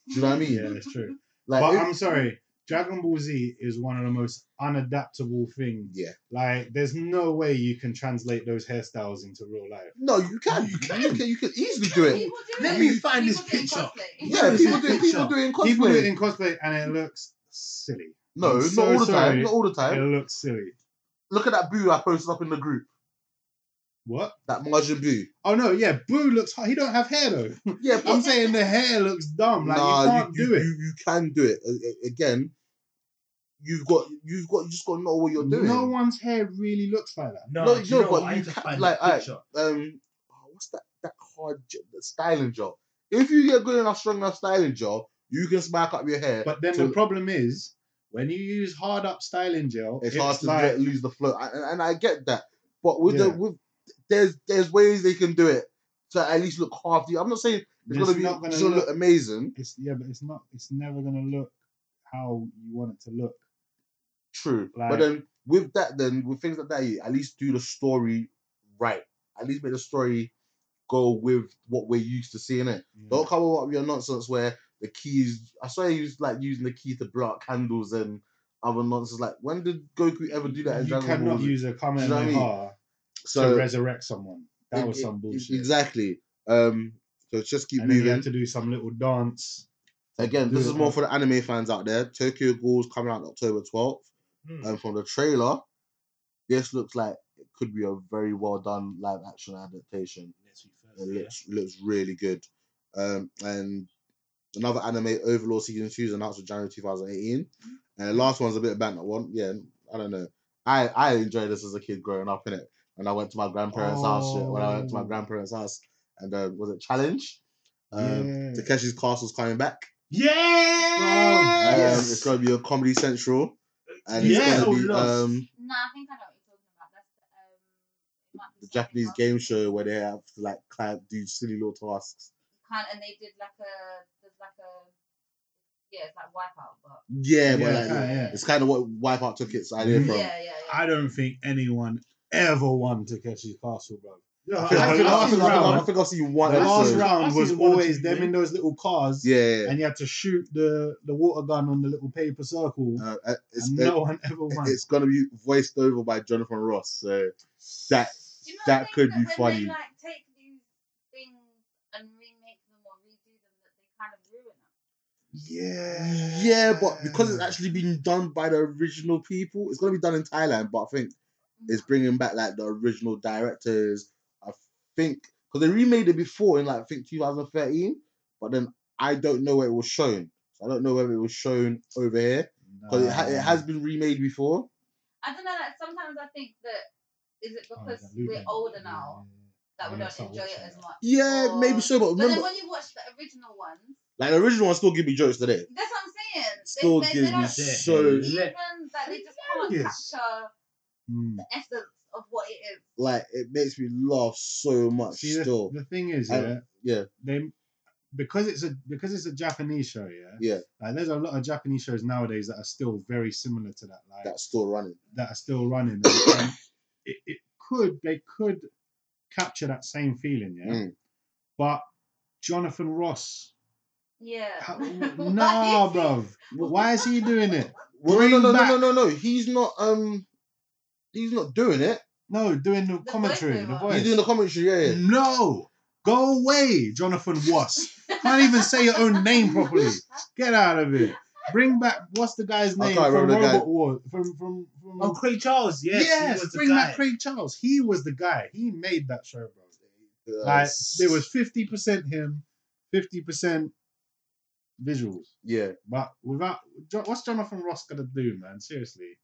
Speaker 2: Do you know what I mean?
Speaker 3: Yeah, that's true.
Speaker 2: Like,
Speaker 3: but
Speaker 2: it-
Speaker 3: I'm sorry, Dragon Ball Z is one of the most unadaptable things.
Speaker 2: yeah.
Speaker 3: Like, there's no way you can translate those hairstyles into real life.
Speaker 2: No, you can. You can. You can, you can easily do it.
Speaker 1: People do
Speaker 4: Let
Speaker 1: it.
Speaker 4: me find
Speaker 1: People
Speaker 4: this
Speaker 1: do it
Speaker 4: picture.
Speaker 1: constantly.
Speaker 2: Yeah, people do. People do it in cosplay.
Speaker 3: People do it in cosplay, and it looks silly.
Speaker 2: No,
Speaker 3: I'm
Speaker 2: not
Speaker 3: so
Speaker 2: all the time.
Speaker 3: sorry.
Speaker 2: Not all the time.
Speaker 3: It looks silly.
Speaker 2: Look at that boo I posted up in the group.
Speaker 3: What?
Speaker 2: That margin boo.
Speaker 3: Oh no, yeah, Boo looks hot. He don't have hair though.
Speaker 2: Yeah,
Speaker 3: I'm saying the hair looks dumb. Like you can't do it.
Speaker 2: You, you can do it. A- a- Again, you've got you've got you just got to know what you're doing.
Speaker 3: No one's hair really looks like that.
Speaker 4: No,
Speaker 2: No,
Speaker 4: do you
Speaker 2: no,
Speaker 4: know
Speaker 2: but
Speaker 4: what? I
Speaker 2: you
Speaker 4: need to
Speaker 2: can't-
Speaker 4: find
Speaker 2: like,
Speaker 4: the
Speaker 2: I-
Speaker 4: picture.
Speaker 2: Um, oh, what's that that hard job, the styling job? If you get good enough, strong enough styling job, you can smack up your hair.
Speaker 3: But then
Speaker 2: to-
Speaker 3: the problem is When you use hard up styling gel,
Speaker 2: It's, hard to
Speaker 3: like,
Speaker 2: get, lose the flow, I, and, and I get that. But with the
Speaker 3: Yeah.
Speaker 2: with there's there's ways they can do it to at least look half. The, I'm not saying it's, gonna be
Speaker 3: not gonna
Speaker 2: it's gonna look,
Speaker 3: look-
Speaker 2: amazing.
Speaker 3: It's yeah, but it's not. It's never gonna look how you want it to look.
Speaker 2: True, but
Speaker 3: Like-
Speaker 2: then with that, then with things like that, you at least do the story right. At least make the story go with what we're used to seeing it. Don't come up with your nonsense where the keys. I saw he was like using the key to blow out candles and other nonsense. Like when did Goku ever do that? In
Speaker 3: You
Speaker 2: Dragon Ball
Speaker 3: cannot
Speaker 2: Z?
Speaker 3: use a Kamehameha
Speaker 2: you know what I mean?
Speaker 3: to resurrect someone. That
Speaker 2: it-
Speaker 3: was
Speaker 2: it-
Speaker 3: some
Speaker 2: it-
Speaker 3: bullshit.
Speaker 2: Exactly. Um. So just keep
Speaker 3: And then you
Speaker 2: moving.
Speaker 3: had to do some little dance.
Speaker 2: Again,
Speaker 3: do
Speaker 2: this
Speaker 3: it,
Speaker 2: is more
Speaker 3: man.
Speaker 2: for the anime fans out there. Tokyo Ghouls coming out October 12th.
Speaker 4: Hmm.
Speaker 2: And from the trailer, this looks like it could be a very well done live action adaptation.
Speaker 4: Next week
Speaker 2: It
Speaker 4: Thursday, yeah.
Speaker 2: looks looks really good. Um, and another anime, Overlord Season 2, is announced for January 2018. And the last one's a bit of banter one. Yeah, I don't know. I, I enjoyed this as a kid growing up in it. When I went to my grandparents' house, shit, when I went to my
Speaker 3: Oh.
Speaker 2: grandparents' house, and uh, was it Challenge? Um,
Speaker 3: yeah.
Speaker 2: Takeshi's Castle's coming back. Um,
Speaker 3: Yes!
Speaker 2: it's going to be on Comedy Central. And
Speaker 4: Yeah,
Speaker 2: it's
Speaker 4: oh,
Speaker 2: going to be
Speaker 4: loves.
Speaker 2: um,
Speaker 1: Nah, I think I know what you're talking about. That's the, um, it might be
Speaker 2: the Japanese
Speaker 1: something
Speaker 2: game
Speaker 1: else.
Speaker 2: show where they have to like kind of do silly little tasks.
Speaker 1: Can't, and they did like a, there's like a, yeah, it's like Wipeout, but
Speaker 2: Yeah, but
Speaker 3: Yeah,
Speaker 2: like,
Speaker 3: kinda, yeah.
Speaker 2: it's kind of what Wipeout took its idea
Speaker 3: Mhm.
Speaker 2: from.
Speaker 1: yeah, yeah, yeah.
Speaker 3: I don't think anyone ever won Takeshi's Castle, bro.
Speaker 2: I
Speaker 4: Yeah,
Speaker 2: think- I think-
Speaker 3: I- the
Speaker 2: I
Speaker 3: last
Speaker 2: think- I think- I
Speaker 3: round-
Speaker 2: think I've seen one
Speaker 3: the last
Speaker 2: episode.
Speaker 4: I've
Speaker 3: round
Speaker 4: seen
Speaker 3: was
Speaker 4: one or two,
Speaker 3: always them
Speaker 4: yeah.
Speaker 3: in those little cars,
Speaker 2: Yeah, yeah, yeah.
Speaker 3: and you had to shoot the the water gun on the little paper circle,
Speaker 2: Uh, uh, it's,
Speaker 3: and
Speaker 2: it-
Speaker 3: no one ever won.
Speaker 2: it's gonna be voiced over by Jonathan Ross, so that
Speaker 1: Do you not
Speaker 2: that
Speaker 1: think
Speaker 2: could be
Speaker 1: when
Speaker 2: funny.
Speaker 1: They, like, take these things and remake them or redo them, that they kind of ruin them.
Speaker 3: yeah,
Speaker 2: yeah, but because it's actually been done by the original people, it's gonna be done in Thailand. But I think is bringing back like the original directors. I think because they remade it before in like I think 2013, but then I don't know where it was shown. So I don't know whether it was shown over here because it, ha- it has
Speaker 1: Ah.
Speaker 2: been remade before.
Speaker 1: I don't know. Like sometimes I think that is it
Speaker 3: Oh,
Speaker 1: because
Speaker 3: that Luke
Speaker 1: we're
Speaker 3: one.
Speaker 1: older now that we
Speaker 3: Yeah,
Speaker 1: don't
Speaker 3: start
Speaker 1: enjoy it
Speaker 3: watching
Speaker 1: as
Speaker 3: that.
Speaker 1: much.
Speaker 2: Yeah,
Speaker 1: Or-
Speaker 2: maybe so, but
Speaker 1: Oh. But then
Speaker 2: remember,
Speaker 1: when you watch the original ones,
Speaker 2: like the original one still give me jokes today.
Speaker 1: that's what I'm saying. They-
Speaker 2: Still
Speaker 1: they, they,
Speaker 2: gives me
Speaker 1: don't
Speaker 2: so
Speaker 1: even that they just can't
Speaker 4: Hilarious.
Speaker 1: capture
Speaker 3: Mm.
Speaker 1: the essence of what it is.
Speaker 2: like it makes me laugh so much
Speaker 3: See, the,
Speaker 2: still.
Speaker 3: the thing is,
Speaker 2: I-
Speaker 3: yeah,
Speaker 2: yeah.
Speaker 3: they because it's a because it's a Japanese show, yeah,
Speaker 2: Yeah.
Speaker 3: Like, there's a lot of Japanese shows nowadays that are still very similar to that, like
Speaker 2: That's still running.
Speaker 3: that are still running. And, and it, it could they could capture that same feeling, yeah.
Speaker 2: Mm.
Speaker 3: But Jonathan Ross,
Speaker 1: Yeah.
Speaker 3: how,
Speaker 1: Why
Speaker 3: nah,
Speaker 1: is it-
Speaker 3: bruv, why is he doing it?
Speaker 2: Well, no, no,
Speaker 3: Bring
Speaker 2: no,
Speaker 3: back-
Speaker 2: no, no, no, no. He's not. Um, he's not doing it.
Speaker 3: No, doing the,
Speaker 1: The
Speaker 3: commentary, the
Speaker 1: voiceover.
Speaker 3: voice.
Speaker 2: He's doing the commentary. Yeah, yeah.
Speaker 3: No, go away, Jonathan Ross. Can't even say your own name properly. Get out of it. Bring back what's the guy's
Speaker 2: I
Speaker 3: name
Speaker 2: can't
Speaker 3: from
Speaker 2: remember
Speaker 3: Robot
Speaker 2: the guy.
Speaker 3: War? From from from.
Speaker 4: Oh, Craig Charles, yes. he was the
Speaker 3: bring
Speaker 4: guy.
Speaker 3: back Craig Charles. He was the guy. He made that show, bro.
Speaker 2: Uh,
Speaker 3: Like there was fifty percent him, fifty percent visuals.
Speaker 2: Yeah.
Speaker 3: But without Jo- what's Jonathan Ross gonna do, man? Seriously,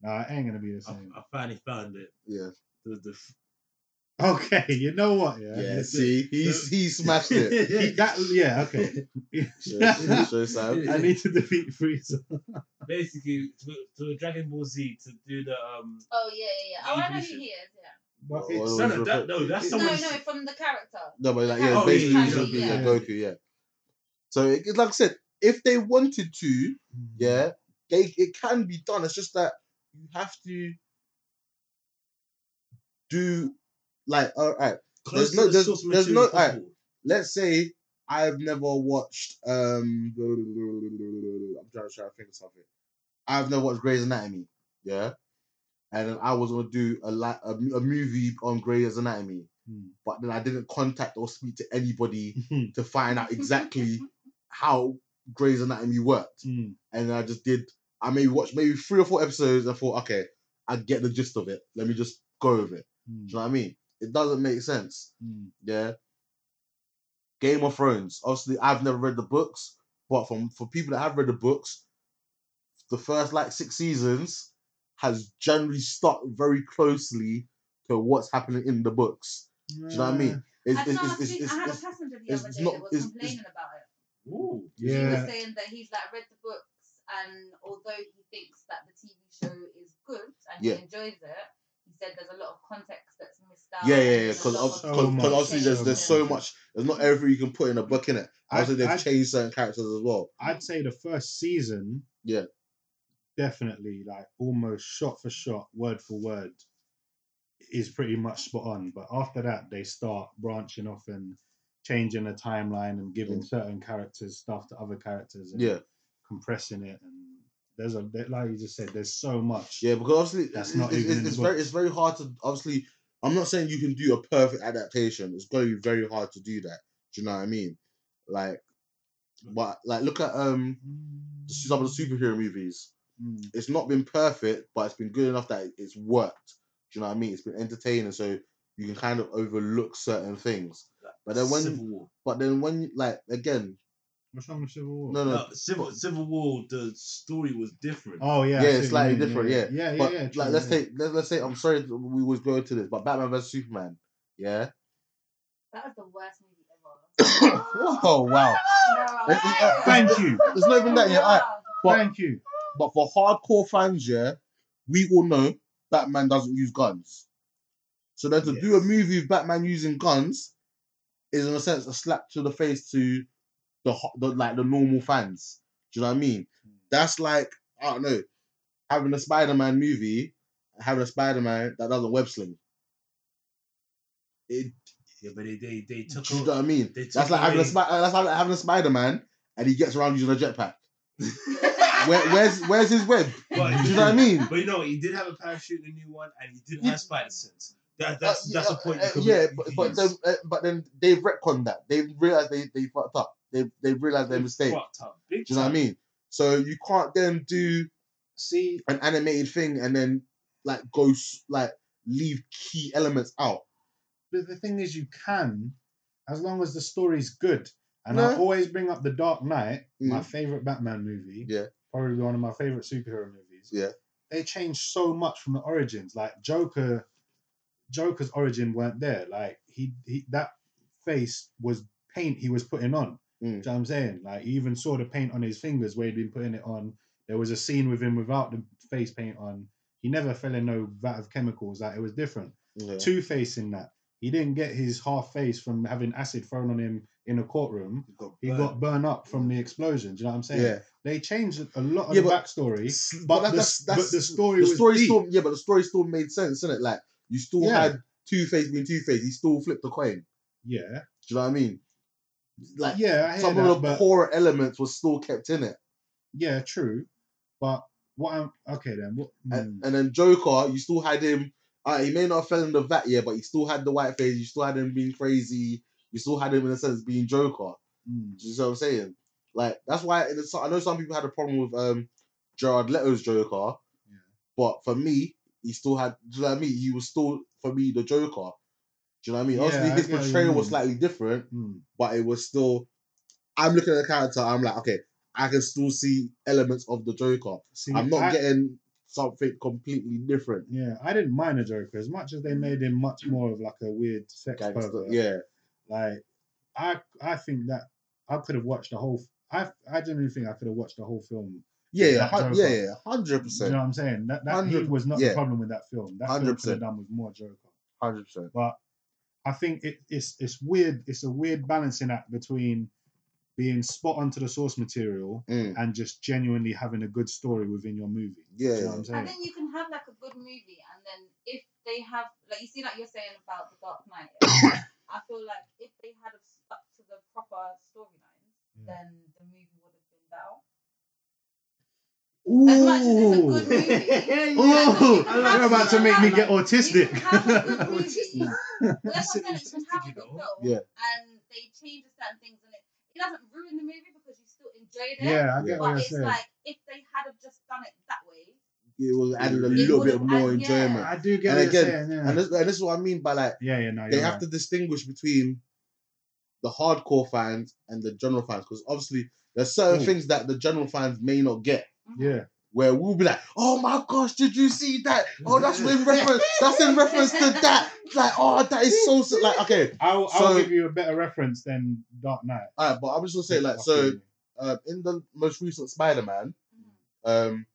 Speaker 3: nah, it ain't gonna be the
Speaker 4: I,
Speaker 3: same.
Speaker 4: I finally found it.
Speaker 2: Yeah.
Speaker 4: The, the,
Speaker 3: Okay, you know what? Yeah,
Speaker 2: Yeah.
Speaker 3: That's it.
Speaker 2: See, he's he smashed it.
Speaker 3: He- that yeah, okay.
Speaker 2: Yeah, Oh, so sad.
Speaker 3: I need to defeat Frieza.
Speaker 4: basically to, to Dragon Ball Z to do the um.
Speaker 1: Oh yeah, yeah, yeah. I want to know who he is. Yeah.
Speaker 3: But
Speaker 2: Well,
Speaker 3: it's,
Speaker 2: well,
Speaker 4: No, no, that, no,
Speaker 3: It-
Speaker 4: that's
Speaker 1: No,
Speaker 4: someone.
Speaker 1: no, from the character.
Speaker 2: No, but like yeah,
Speaker 4: Oh,
Speaker 2: basically
Speaker 4: yeah,
Speaker 2: he's
Speaker 4: yeah,
Speaker 2: gonna be,
Speaker 4: yeah.
Speaker 2: yeah, Goku. Yeah. So it, it- like I said, if they wanted to, yeah, they it can be done. It's just that you have to do like all right. There's
Speaker 4: Close
Speaker 2: no-
Speaker 4: to the
Speaker 2: there's-
Speaker 4: source
Speaker 2: there's
Speaker 4: material
Speaker 2: no- alright.
Speaker 4: possible.
Speaker 2: let's say I've never watched um I'm trying to try to think of something. I've never watched Grey's Anatomy, yeah, and then I was gonna do a li- a, a movie on Grey's Anatomy,
Speaker 3: Hmm.
Speaker 2: but then I didn't contact or speak to anybody to find out exactly how Grey's Anatomy worked,
Speaker 3: Mm.
Speaker 2: and then I just did. I maybe watched maybe three or four episodes and thought, okay, I get the gist of it. Let me just go with it. Do
Speaker 3: Mm.
Speaker 2: you know what I mean? It doesn't make sense
Speaker 3: Mm.
Speaker 2: yeah. Game of Thrones. Obviously, I've never read the books, but from for people that have read the books, the first like six seasons has generally stuck very closely to what's happening in the books. Do you know what I
Speaker 3: Hmm.
Speaker 2: mean? It's,
Speaker 1: I, don't
Speaker 2: it's,
Speaker 1: know, I
Speaker 2: it's, it's,
Speaker 1: think-
Speaker 2: it's,
Speaker 1: I had a
Speaker 2: it's,
Speaker 1: passenger the
Speaker 2: it's
Speaker 1: other day
Speaker 2: not-
Speaker 1: that was
Speaker 2: it's- it's-
Speaker 1: complaining about it.
Speaker 4: Ooh.
Speaker 1: He was
Speaker 3: Yeah,
Speaker 1: saying that he's like read the books And although he thinks that the TV show is good and
Speaker 2: Yeah.
Speaker 1: he enjoys it, he said there's a lot of context that's missed out.
Speaker 2: Yeah, yeah,
Speaker 1: and
Speaker 2: yeah.
Speaker 1: there's a
Speaker 2: Because
Speaker 1: lot of
Speaker 3: So much,
Speaker 2: obviously there's
Speaker 3: so
Speaker 2: there's
Speaker 3: much.
Speaker 2: so much. There's not everything you can put in a book in it.
Speaker 3: I-
Speaker 2: Obviously they've
Speaker 3: I-
Speaker 2: changed certain characters as well.
Speaker 3: I'd say the first season,
Speaker 2: Yeah.
Speaker 3: definitely like almost shot for shot, word for word, is pretty much spot on. But after that, they start branching off and changing the timeline and giving certain characters stuff to other characters. And
Speaker 2: Yeah,
Speaker 3: compressing it and there's a bit like you just said. There's so much.
Speaker 2: yeah. Because obviously
Speaker 3: That's
Speaker 2: it's,
Speaker 3: not
Speaker 2: it's,
Speaker 3: even in
Speaker 2: it's,
Speaker 3: the
Speaker 2: it's
Speaker 3: book.
Speaker 2: very it's very hard to obviously. I'm not saying you can do a perfect adaptation. It's going to be very hard to do that. Do you know what I mean? Like, but like look at um
Speaker 3: Hmm.
Speaker 2: some of the superhero movies.
Speaker 3: Mm.
Speaker 2: it's not been perfect, but it's been good enough that it's worked. Do you know what I mean? It's been entertaining, so you can kind of overlook certain things. But then when,
Speaker 4: Civil War.
Speaker 2: but then when, like again,
Speaker 3: What's wrong with Civil War?
Speaker 2: no, no,
Speaker 4: No, Civil Civil War, the story was different.
Speaker 3: Oh yeah,
Speaker 2: Yeah,
Speaker 3: I see
Speaker 2: it's
Speaker 3: what you
Speaker 2: slightly different,
Speaker 3: Yeah, yeah,
Speaker 2: but
Speaker 3: yeah. true,
Speaker 2: like let's
Speaker 3: yeah.
Speaker 2: take let, let's say I'm sorry that we was going to this, but Batman versus Superman, yeah.
Speaker 1: That is the worst movie ever.
Speaker 2: oh wow!
Speaker 1: No,
Speaker 2: It's- it's-
Speaker 1: I-
Speaker 3: Thank you,
Speaker 2: There's not even that in your eye. But-
Speaker 3: thank you.
Speaker 2: But for hardcore fans, yeah, we all know Batman doesn't use guns. So then to do a
Speaker 4: Yes.
Speaker 2: movie with Batman using guns is in a sense a slap to the face to the, ho- the like the normal fans. Do you know what I mean?
Speaker 3: Hmm.
Speaker 2: That's like I don't know having a Spider-Man movie, having a Spider-Man that doesn't web sling. It,
Speaker 4: Yeah, but they they, they
Speaker 2: do
Speaker 4: took
Speaker 2: you know
Speaker 4: over.
Speaker 2: what I mean?
Speaker 4: they took
Speaker 2: That's like having a
Speaker 4: away-
Speaker 2: Spi- that's like having a Spider-Man and he gets around using a jetpack. Where, where's where's his web?
Speaker 4: But,
Speaker 2: Do you know what I mean?
Speaker 4: But you know, he did have a parachute in the new one, and he did
Speaker 2: Yeah.
Speaker 4: have spider sense. That, that's
Speaker 2: Uh,
Speaker 4: that's
Speaker 2: yeah,
Speaker 4: a point.
Speaker 2: uh,
Speaker 4: you could
Speaker 2: yeah,
Speaker 4: make-
Speaker 2: but,
Speaker 4: you
Speaker 2: but
Speaker 4: could
Speaker 2: then
Speaker 4: use.
Speaker 2: uh, but then they've retconned that. They realized they they fucked up. They they realized their
Speaker 4: They
Speaker 2: mistake. Do
Speaker 4: fucked up big
Speaker 2: you know what I
Speaker 4: time.
Speaker 2: mean? So you can't then do
Speaker 3: See,
Speaker 2: an animated thing and then like go s- like leave key elements out.
Speaker 3: but the thing is, you can, as long as the story's good. And I
Speaker 2: No.
Speaker 3: always bring up the Dark Knight, my
Speaker 2: Mm.
Speaker 3: favorite Batman movie.
Speaker 2: Yeah.
Speaker 3: probably one of my favorite superhero movies.
Speaker 2: Yeah.
Speaker 3: they changed so much from the origins. Like Joker, Joker's origin weren't there. Like he, he that face was paint he was putting on. Do you
Speaker 2: Mm.
Speaker 3: know what I'm saying? Like you even saw the paint on his fingers where he'd been putting it on. There was a scene with him without the face paint on. He never fell in no vat of chemicals. Like it was different.
Speaker 2: Yeah.
Speaker 3: Two Face in that. He didn't get his half face from having acid thrown on him in a courtroom.
Speaker 4: He got
Speaker 3: He
Speaker 4: burned.
Speaker 3: got burnt up from the explosion. Do you know what I'm saying?
Speaker 2: yeah.
Speaker 3: They changed a lot of
Speaker 2: Yeah,
Speaker 3: the
Speaker 2: but-
Speaker 3: backstory.
Speaker 2: S-
Speaker 3: But,
Speaker 2: that-
Speaker 3: the,
Speaker 2: that's
Speaker 3: but
Speaker 2: that's
Speaker 3: the story
Speaker 2: the
Speaker 3: was
Speaker 2: story
Speaker 3: deep.
Speaker 2: still yeah, but the story still made sense, isn't it? Like you still
Speaker 3: Yeah.
Speaker 2: had Two Face being Two Face. He still flipped the coin.
Speaker 3: Yeah,
Speaker 2: Do you know what I mean? Like
Speaker 3: yeah, I hear
Speaker 2: some
Speaker 3: that,
Speaker 2: of the
Speaker 3: but
Speaker 2: core elements were still kept in it.
Speaker 3: yeah, true. But what I'm okay then? What,
Speaker 2: And,
Speaker 3: hmm,
Speaker 2: and then Joker, you still had him. Uh, he may not have fell in the vat yet, but he still had the white face. You still had him being crazy. You still had him in a sense being Joker.
Speaker 3: hmm,
Speaker 2: Do you see what I'm saying? Like that's why. And it's, I know some people had a problem with um Gerard Leto's Joker,
Speaker 3: Yeah.
Speaker 2: but for me, he still had. Do you know what I mean? He was still for me the Joker. Do you know what I mean?
Speaker 3: Yeah,
Speaker 2: Obviously,
Speaker 3: I
Speaker 2: his
Speaker 3: get what you
Speaker 2: portrayal was
Speaker 3: mean.
Speaker 2: slightly different,
Speaker 3: hmm.
Speaker 2: but it was still. I'm looking at the character. I'm like, okay, I can still see elements of the Joker.
Speaker 3: See,
Speaker 2: I'm not
Speaker 3: I-
Speaker 2: getting something completely different.
Speaker 3: Yeah, I didn't mind the Joker as much as they made him much more of like a weird sex
Speaker 2: Mm. Gangster.
Speaker 3: pervert.
Speaker 2: Yeah.
Speaker 3: like I I think that I could have watched the whole. I I don't even think I could have watched the whole film.
Speaker 2: Yeah, yeah,
Speaker 3: That
Speaker 2: hun-
Speaker 3: Joker.
Speaker 2: yeah, yeah, hundred
Speaker 3: Do you know
Speaker 2: percent,
Speaker 3: what I'm saying? That that he
Speaker 2: 100
Speaker 3: was not
Speaker 2: yeah.
Speaker 3: the problem with that film. That film could
Speaker 2: 100%.
Speaker 3: have done with more Joker.
Speaker 2: hundred percent.
Speaker 3: but I think it, it's it's weird. It's a weird balancing act between being spot on to the source material
Speaker 2: Mm.
Speaker 3: and just genuinely having a good story within your movie.
Speaker 2: Yeah,
Speaker 3: Do you
Speaker 2: yeah.
Speaker 3: know what I'm
Speaker 1: And
Speaker 3: saying?
Speaker 1: then you can have like a good movie, and then if they have, like you see, like you're saying about the Dark Knight, yeah? I feel like if they had have stuck to the proper storylines,
Speaker 3: Yeah.
Speaker 1: then the movie would have been better. As much as it's a good movie,
Speaker 3: Ooh,
Speaker 1: I love
Speaker 3: you're about to make me get
Speaker 1: you can have a good
Speaker 3: autistic.
Speaker 1: movie. Well, that's what I'm saying, you can have a
Speaker 4: You
Speaker 1: good
Speaker 4: know?
Speaker 1: film,
Speaker 2: Yeah.
Speaker 1: and they change certain things, and it, it doesn't ruin the movie because you still enjoyed it.
Speaker 3: yeah, I get what
Speaker 1: But
Speaker 3: you're
Speaker 1: it's
Speaker 3: saying.
Speaker 1: like if they had have just done it that way,
Speaker 2: It was added a
Speaker 4: It
Speaker 2: little
Speaker 1: would've
Speaker 2: bit more
Speaker 1: add- yeah.
Speaker 2: enjoyment,
Speaker 3: I do get
Speaker 2: and
Speaker 3: what you're
Speaker 2: again,
Speaker 3: saying. Yeah,
Speaker 2: and, this, and this is what I mean by like
Speaker 3: yeah, yeah, no, you're
Speaker 2: they have to
Speaker 3: right.
Speaker 2: distinguish between the hardcore fans and the general fans because obviously there's certain
Speaker 3: Mm.
Speaker 2: things that the general fans may not get.
Speaker 3: Yeah,
Speaker 2: Where we'll be like, oh my gosh, did you see that? Oh, that's in reference. That's in reference to that. Like, oh, that is so, so like okay.
Speaker 3: I'll, I'll
Speaker 2: So-
Speaker 3: give you a better reference than Dark Knight.
Speaker 2: All right, but I'm just gonna say like so. uh, in the most recent Spider Man,
Speaker 1: Mhm.
Speaker 2: um,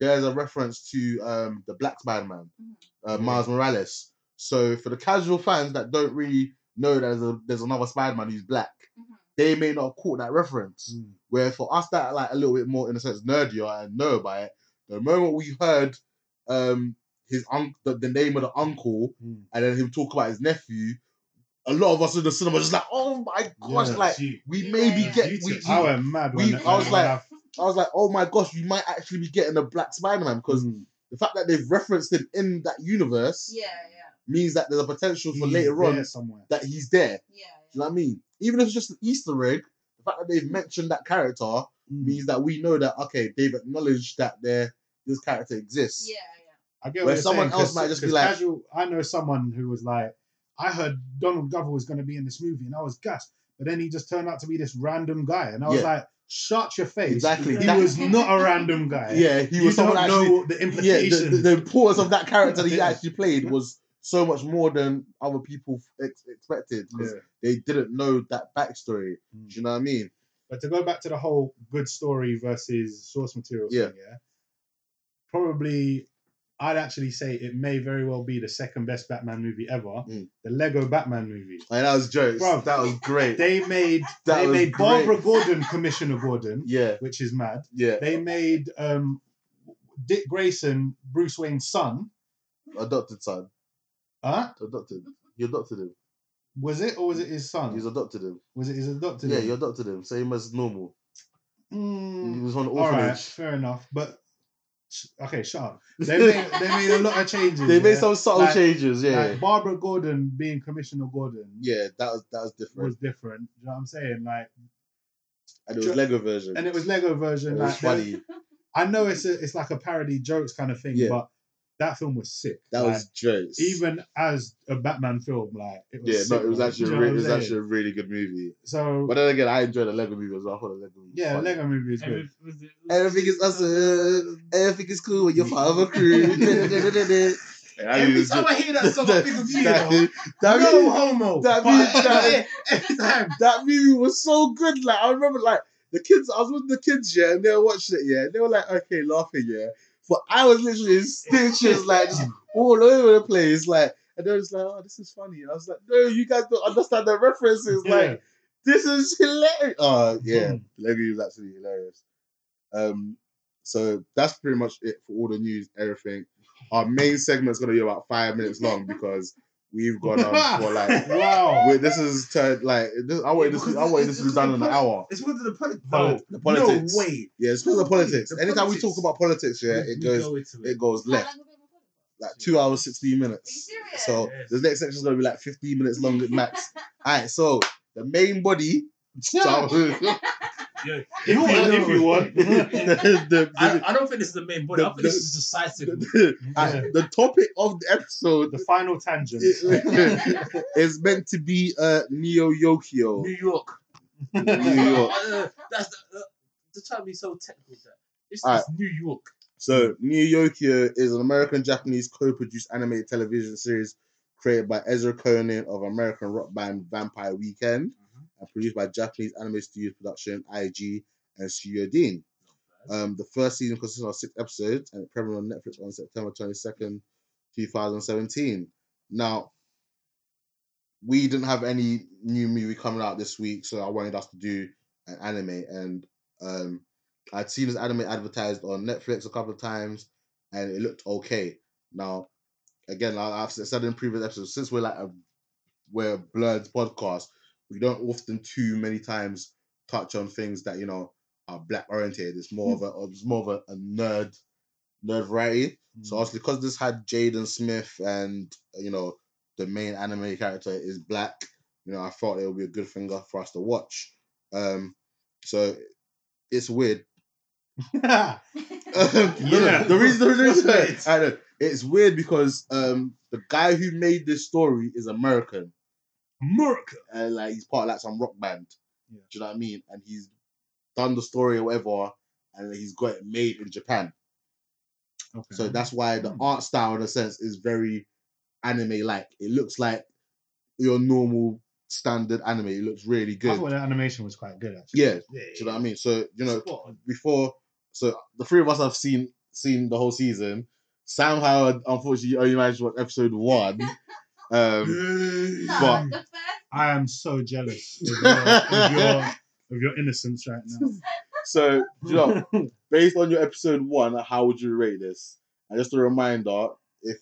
Speaker 2: there's a reference to um, the Black Spider-Man,
Speaker 1: Mhm.
Speaker 2: uh, Miles Morales. So for the casual fans that don't really know that there's, a, there's another Spider-Man who's black,
Speaker 1: Mhm.
Speaker 2: they may not have caught that reference.
Speaker 3: Mm.
Speaker 2: Where for us that are, like a little bit more in a sense nerdier and know about it, the moment we heard um, his un- the, the name of the uncle
Speaker 3: Mm.
Speaker 2: and then him talk about his nephew, a lot of us in the cinema just like, oh my gosh,
Speaker 3: Yeah.
Speaker 2: like
Speaker 4: Gee,
Speaker 2: we
Speaker 1: Yeah,
Speaker 2: maybe
Speaker 1: yeah,
Speaker 2: get
Speaker 4: you
Speaker 2: we,
Speaker 4: too.
Speaker 2: we-
Speaker 3: I went mad when
Speaker 2: we-
Speaker 3: when
Speaker 2: I was like-
Speaker 3: I-
Speaker 2: I was like, oh my gosh, we might actually be getting a black Spider-Man because
Speaker 3: Mm.
Speaker 2: the fact that they've referenced him in that universe
Speaker 1: Yeah, yeah,
Speaker 2: means that there's a potential for
Speaker 3: He's
Speaker 2: later on
Speaker 3: there somewhere.
Speaker 2: that he's there.
Speaker 1: yeah.
Speaker 2: Do you know what I mean? Even if it's just an Easter egg, the fact that they've mentioned that character
Speaker 3: Mm.
Speaker 2: means that we know that okay, they've acknowledged that there this character exists.
Speaker 1: Yeah,
Speaker 3: I get
Speaker 2: Where
Speaker 3: what you're
Speaker 2: someone
Speaker 3: saying,
Speaker 2: else
Speaker 3: 'cause-
Speaker 2: might just be
Speaker 3: 'cause
Speaker 2: like-
Speaker 3: casual, I know someone who was like, I heard Donald Glover was going to be in this movie, and I was gassed. But then he just turned out to be this random guy, and I was
Speaker 2: Yeah.
Speaker 3: like, shut your face.
Speaker 2: Exactly.
Speaker 3: He
Speaker 2: That-
Speaker 3: was not a random guy.
Speaker 2: Yeah, he
Speaker 3: You
Speaker 2: was someone
Speaker 3: don't
Speaker 2: actually
Speaker 3: know what the
Speaker 2: yeah, the,
Speaker 3: implications.
Speaker 2: the, the importance of that character that he
Speaker 3: Yeah.
Speaker 2: actually played was so much more than other people ex- expected because they didn't know that backstory.
Speaker 3: Mm.
Speaker 2: Do you know what I mean?
Speaker 3: But to go back to the whole good story versus source material
Speaker 2: Yeah.
Speaker 3: thing, yeah. Probably, I'd actually say it may very well be the second best Batman movie ever,
Speaker 2: Mm.
Speaker 3: the Lego Batman movie.
Speaker 2: Like that was jokes.
Speaker 3: Bruv.
Speaker 2: that was great.
Speaker 3: They made
Speaker 2: That
Speaker 3: they
Speaker 2: was
Speaker 3: made
Speaker 2: great.
Speaker 3: Barbara Gordon Commissioner Gordon,
Speaker 2: yeah,
Speaker 3: which is mad.
Speaker 2: yeah.
Speaker 3: They made um, Dick Grayson Bruce Wayne's son.
Speaker 2: Adopted son.
Speaker 3: Huh?
Speaker 2: Adopted. You adopted him.
Speaker 3: Was it or was it his son?
Speaker 2: He's adopted him.
Speaker 3: was it his adopted?
Speaker 2: Yeah,
Speaker 3: one?
Speaker 2: you adopted him. Same as normal. He
Speaker 3: Mm,
Speaker 2: was on the
Speaker 3: all right,
Speaker 2: orphanage.
Speaker 3: fair enough. But okay, shut up. They made, they made a lot of changes.
Speaker 2: They made
Speaker 3: yeah?
Speaker 2: some subtle
Speaker 3: Like-
Speaker 2: changes. Yeah,
Speaker 3: Like Barbara Gordon being Commissioner Gordon
Speaker 2: yeah. That was that was different,
Speaker 3: was different. You know what I'm saying? Like,
Speaker 2: and it was
Speaker 3: Ju-
Speaker 2: Lego version.
Speaker 3: and it was Lego
Speaker 2: It
Speaker 3: version.
Speaker 2: was
Speaker 3: Like,
Speaker 2: funny.
Speaker 3: I know it's a, it's like a parody jokes kind of thing,
Speaker 2: Yeah.
Speaker 3: but that film was sick.
Speaker 2: That
Speaker 3: Like,
Speaker 2: was jokes.
Speaker 3: even as a Batman film. Like, it was
Speaker 2: yeah,
Speaker 3: sick,
Speaker 2: no, it was
Speaker 3: man.
Speaker 2: actually
Speaker 3: Do
Speaker 2: a
Speaker 3: you know
Speaker 2: re-
Speaker 3: what
Speaker 2: it
Speaker 3: I'm
Speaker 2: was
Speaker 3: saying?
Speaker 2: actually a really good movie.
Speaker 3: so.
Speaker 2: But then again, I enjoyed the Lego movie as well. I thought the Lego movie. was
Speaker 3: yeah,
Speaker 2: funny.
Speaker 3: Lego movie is
Speaker 4: every-
Speaker 3: good.
Speaker 4: was it-
Speaker 2: Everything is awesome. Everything is cool when you're part of a crew. And I
Speaker 5: Every
Speaker 2: used to-
Speaker 5: time I hear that song, I think of you.
Speaker 2: that,
Speaker 5: you know.
Speaker 2: that
Speaker 5: no
Speaker 2: movie,
Speaker 3: Oh,
Speaker 5: homo.
Speaker 2: that
Speaker 5: But-
Speaker 2: means that-
Speaker 5: every time.
Speaker 2: that movie was so good. Like I remember, like the kids. I was with the kids, yeah, and they were watching it, yeah. and They were like, okay, laughing, yeah. But I was literally in stitches, like just all over the place, like. And they were just like, oh, this is funny. And I was like, no, you guys don't understand the references. Like,
Speaker 3: Yeah.
Speaker 2: this is hilarious. Oh yeah, Lego was absolutely hilarious. Um, so that's pretty much it for all the news, everything. Our main segment's gonna be about five minutes long because we've gone on for like.
Speaker 3: wow.
Speaker 2: Wait, this is turned like this, I wanted this. I wanted this to be done in an hour.
Speaker 5: It's because of the politics.
Speaker 4: No,
Speaker 5: no
Speaker 2: The politics.
Speaker 5: way.
Speaker 2: Yeah, it's because of politics.
Speaker 5: The
Speaker 2: Anytime we
Speaker 5: politics.
Speaker 2: talk about politics, yeah,
Speaker 4: we-
Speaker 2: it
Speaker 4: we
Speaker 2: goes
Speaker 4: go into
Speaker 2: it goes
Speaker 1: yeah. How
Speaker 2: left.
Speaker 1: long have we been recording for?
Speaker 2: Like two hours sixteen minutes.
Speaker 1: Are you serious?
Speaker 2: So
Speaker 4: Yes.
Speaker 2: the next section's gonna be like fifteen minutes long at max. Alright, so the main body.
Speaker 4: Yeah, if
Speaker 3: You
Speaker 4: you
Speaker 3: want-
Speaker 4: want- if you want.
Speaker 2: the, the-
Speaker 4: I, I don't think this is the main body. I think
Speaker 2: The-
Speaker 4: this is just side signal.
Speaker 2: Alright, the topic of the episode
Speaker 3: The final tangent.
Speaker 2: is meant to be uh, Neo Yokio.
Speaker 4: New York.
Speaker 2: New York.
Speaker 4: Uh, that's the, uh, the term is so technical. That it's
Speaker 2: Alright.
Speaker 4: just New York.
Speaker 2: So, Neo Yokio is an American Japanese co produced animated television series created by Ezra Conan of American rock band Vampire Weekend and produced by Japanese anime studios production IG and Studio Dean. Um, the first season consisted of six episodes and it premiered on Netflix on September 22nd, 2017. Now, we didn't have any new movie coming out this week, so I wanted us to do an anime. And um, I'd seen this anime advertised on Netflix a couple of times and it looked okay. Now, again, I- I've said in previous episodes, since we're like a we're a blurred podcast, we don't often too many times touch on things that you know are black oriented. It's more of a it's more of a, a nerd nerd variety.
Speaker 3: Mm.
Speaker 2: So obviously, because this had Jaden Smith and you know the main anime character is black, you know I thought it would be a good thing for us to watch. Um, so it's weird. No, no,
Speaker 3: Yeah.
Speaker 2: Um, the reason, the reason,
Speaker 3: It's
Speaker 2: I know, it's weird because um the guy who made this story is American
Speaker 4: America.
Speaker 2: and like he's part of like some rock band.
Speaker 3: Yeah.
Speaker 2: Do you know what I mean? And he's done the story or whatever, and he's got it made in Japan.
Speaker 3: Okay.
Speaker 2: So that's why the
Speaker 3: Hmm.
Speaker 2: art style, in a sense, is very anime like. It looks like your normal standard anime. It looks really
Speaker 3: I
Speaker 2: good.
Speaker 3: thought the animation was quite good actually.
Speaker 2: Yeah, do you know what I mean? So you know,
Speaker 4: Spot on.
Speaker 2: before So the three of us have seen seen the whole season. Sam Howard, unfortunately, only managed to watch episode one. Um,
Speaker 1: No,
Speaker 2: But-
Speaker 1: the first
Speaker 3: I am so jealous of your, of your, of your innocence right now.
Speaker 2: so do you know, based on your episode one, how would you rate this? And just a reminder, if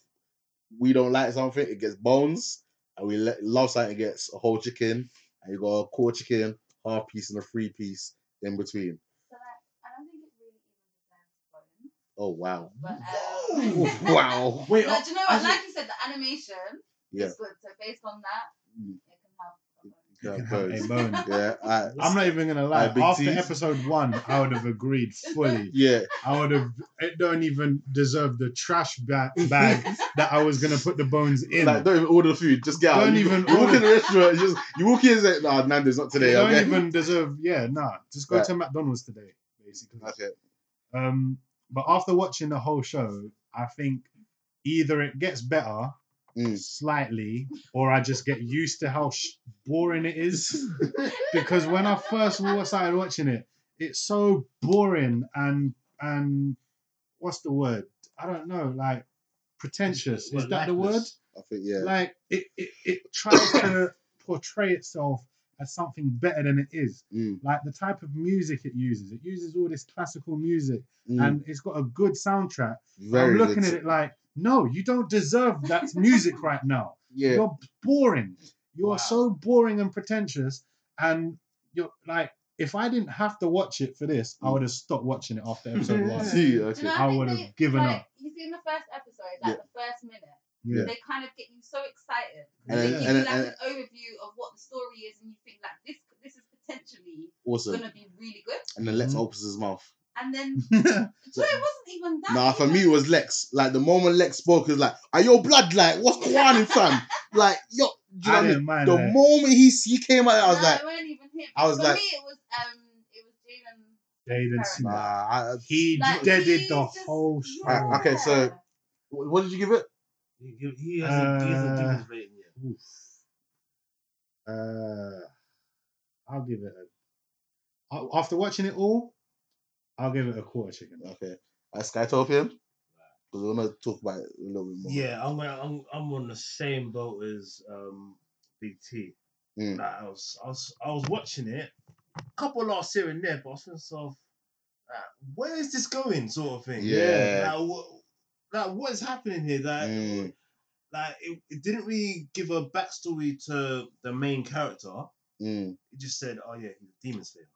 Speaker 2: we don't like something, it gets bones, and we let, love something, it gets a whole chicken, and you got a core chicken, half piece, and a three piece in between.
Speaker 1: select, I don't think it really even deserves one.
Speaker 2: Oh wow!
Speaker 1: But um,
Speaker 2: wow!
Speaker 4: Wait,
Speaker 1: no, do you know
Speaker 4: I
Speaker 1: what?
Speaker 4: think-
Speaker 1: Like you said, the animation
Speaker 2: Yeah.
Speaker 1: is good. So based on that,
Speaker 2: Mm.
Speaker 1: it can have. a bonus.
Speaker 3: You
Speaker 2: Yeah,
Speaker 3: can have
Speaker 2: bones.
Speaker 3: a bone.
Speaker 2: yeah,
Speaker 4: oh,
Speaker 2: I,
Speaker 3: I'm not even gonna lie.
Speaker 2: Aye, big
Speaker 3: After
Speaker 2: teeth.
Speaker 3: episode one, I would have agreed fully.
Speaker 2: yeah,
Speaker 3: I would have. It don't even deserve the trash ba- bag that I was gonna put the bones in.
Speaker 2: like don't even order the food, just get out.
Speaker 3: Don't
Speaker 2: you,
Speaker 3: even
Speaker 2: you walk in
Speaker 3: order.
Speaker 2: the restaurant, you just you walk in and say, "Nah, Nando's not
Speaker 3: They
Speaker 2: today."
Speaker 3: don't
Speaker 2: Okay,
Speaker 3: even deserve. Yeah, nah. Just go
Speaker 2: Right.
Speaker 3: to McDonald's today, basically.
Speaker 2: okay,
Speaker 3: Um, but after watching the whole show, I think either it gets better
Speaker 2: Mm.
Speaker 3: slightly, or I just get used to how sh- boring it is. because when I first wa- started watching it, it's so boring and and what's the word? I don't know, like pretentious. Is
Speaker 4: What,
Speaker 3: that the word?
Speaker 4: lifeless?
Speaker 2: I think yeah,
Speaker 3: Like it, it, it tries to portray itself as something better than it is.
Speaker 2: Mm.
Speaker 3: Like the type of music it uses. It uses all this classical music
Speaker 2: Mm,
Speaker 3: and it's got a good soundtrack.
Speaker 2: very
Speaker 3: I'm looking
Speaker 2: good.
Speaker 3: at it like, no, you don't deserve that music right now.
Speaker 2: Yeah,
Speaker 3: You're boring. You
Speaker 4: Wow.
Speaker 3: are so boring and pretentious. And you're like, if I didn't have to watch it for this,
Speaker 2: Mm.
Speaker 3: I would have stopped watching it after episode one.
Speaker 2: See,
Speaker 1: Do
Speaker 2: okay.
Speaker 1: you know,
Speaker 3: I
Speaker 1: think
Speaker 3: would have
Speaker 1: they-
Speaker 3: given
Speaker 1: like,
Speaker 3: up.
Speaker 1: You see, in the first episode, like the first minute,
Speaker 3: Yeah.
Speaker 1: they kind of get you so excited.
Speaker 2: And
Speaker 1: they
Speaker 3: then-
Speaker 1: give
Speaker 2: and-
Speaker 1: you like
Speaker 2: and-
Speaker 1: an overview of what the story is, and you think like this, this is potentially
Speaker 2: Awesome.
Speaker 1: gonna be really good.
Speaker 2: And then Lex opens his mouth.
Speaker 1: And then, so it wasn't even that.
Speaker 2: Nah, for
Speaker 1: even.
Speaker 2: me it was Lex. Like the moment Lex spoke, is like, "Are your blood like what's Kwani fam?" Like yo, do you know
Speaker 3: I
Speaker 2: what I mean?
Speaker 3: didn't mind
Speaker 2: The
Speaker 3: that.
Speaker 2: moment he he came out, I was
Speaker 1: No,
Speaker 2: like,
Speaker 1: it wasn't even him.
Speaker 2: I was
Speaker 1: for
Speaker 2: like-
Speaker 1: me, it was um, it was Jaden. Sorry.
Speaker 3: Jaden Smith.
Speaker 2: "Nah." I,
Speaker 3: He
Speaker 1: Like,
Speaker 3: deaded
Speaker 1: he's
Speaker 3: the
Speaker 1: just-
Speaker 3: whole show.
Speaker 1: yeah.
Speaker 2: Alright, Uh, okay, so- what did you give it?
Speaker 4: He, he- he hasn't, he hasn't given
Speaker 3: Uh,
Speaker 4: his rating yet.
Speaker 3: Uh, I'll give it a. a- After watching it all, I'll give it a quarter chicken.
Speaker 2: Okay, I Skytopian because we want to talk about it a little bit more.
Speaker 4: Yeah, I'm gonna, I'm I'm on the same boat as um Big T.
Speaker 2: Mm.
Speaker 4: Like, I was I was I was watching it, a couple laughs here and there, but I was thinking to myself, like, where is this going, sort of thing.
Speaker 2: Yeah.
Speaker 4: Like, what, like what is happening here? Like,
Speaker 2: Mm,
Speaker 4: like it, it didn't really give a backstory to the main character.
Speaker 2: mm.
Speaker 4: It just said, oh yeah, he's a demon slayer.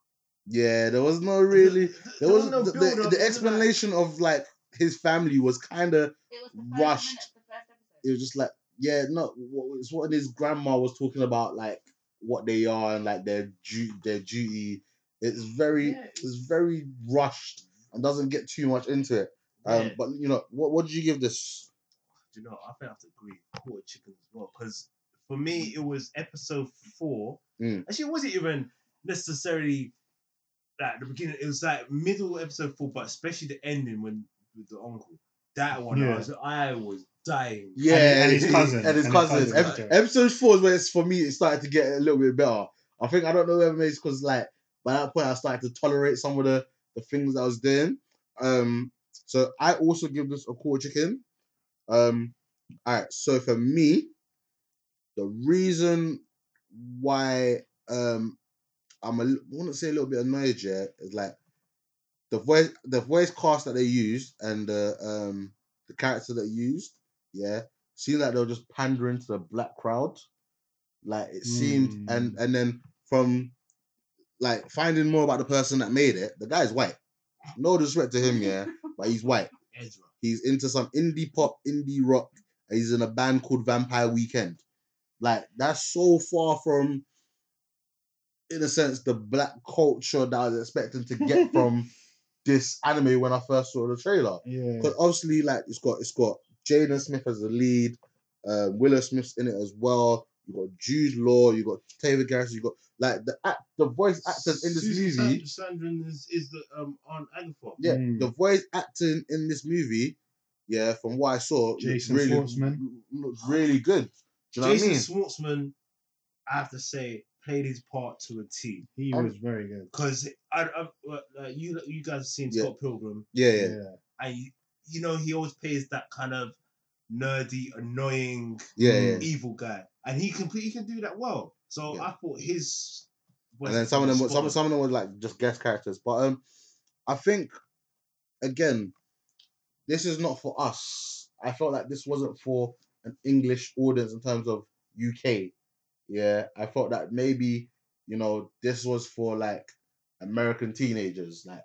Speaker 2: Yeah, there was no really. There was
Speaker 4: no
Speaker 2: the, the,
Speaker 4: build-up,
Speaker 2: the
Speaker 4: it was like-
Speaker 2: explanation of like his family was kind of
Speaker 1: It was the first
Speaker 2: Rushed.
Speaker 1: minute of the first episode.
Speaker 2: it was just like yeah no what- it's what his grandma was talking about like what they are and like their du- their duty it's very
Speaker 4: Yeah.
Speaker 2: it's very rushed and doesn't get too much into it um
Speaker 4: Yeah.
Speaker 2: but you know what what did you give this
Speaker 4: Do you know, I think I have to agree with quarter chicken as well. Because for me, it was episode four.
Speaker 2: Mm.
Speaker 4: Actually, it wasn't even necessarily like the beginning. It was like middle episode four, but especially the ending when with the uncle. That one, I
Speaker 3: Yeah.
Speaker 4: was I was dying.
Speaker 2: yeah
Speaker 3: and his cousin,
Speaker 2: and his
Speaker 3: and his
Speaker 2: cousins
Speaker 3: cousin,
Speaker 2: Ep-
Speaker 3: yeah.
Speaker 2: episode four is where it's for me it started to get a little bit better i think i don't know whether maybe it's because like by that point i started to tolerate some of the the things i was doing um so i also give this a quarter chicken um all right so for me the reason why um I'm a, I want to say a little bit annoyed yet is like the voice the voice cast that they used and the um the character that used yeah seemed like they were just pandering to the black crowd like it seemed and and then from like finding more about the person that made it the guy's white no disrespect to him yeah but he's white
Speaker 4: Ezra.
Speaker 2: He's into some indie pop, indie rock. and He's in a band called Vampire Weekend. Like that's so far from, in a sense, the black culture that I was expecting to get from this anime when I first saw the trailer.
Speaker 3: Yeah.
Speaker 2: Because obviously, like it's got it's got Jaden Smith as the lead, uh, Willow Smith's in it as well. You got Jude Law, you got David Garrison, you got like the act, the voice actors Uh, in this
Speaker 4: Susan
Speaker 2: movie.
Speaker 4: Sand- Sandrin is, is the um on Agatha.
Speaker 2: Yeah,
Speaker 3: Mm.
Speaker 2: the voice acting in this movie, yeah, from what I saw,
Speaker 3: Jason
Speaker 2: really,
Speaker 3: Schwartzman.
Speaker 2: looked really good. Do you know
Speaker 4: Jason
Speaker 2: what I mean?
Speaker 4: Schwartzman, I have to say, played his part to a T.
Speaker 3: He
Speaker 2: Um,
Speaker 3: was very good.
Speaker 4: Because I, I, well, uh, you you guys have seen
Speaker 2: Yeah.
Speaker 4: Scott Pilgrim,
Speaker 2: Yeah, yeah.
Speaker 4: and you, you know he always plays that kind of nerdy, annoying,
Speaker 2: Yeah, yeah.
Speaker 4: evil guy, and he can he can do that well. So
Speaker 2: Hmm. Yeah.
Speaker 4: I thought his
Speaker 2: and then some of them, were- some some of them were like just guest characters. But um, I think again, this is not for us. I felt like this wasn't for an English audience in terms of UK. Yeah, I thought that maybe you know this was for like American teenagers. Like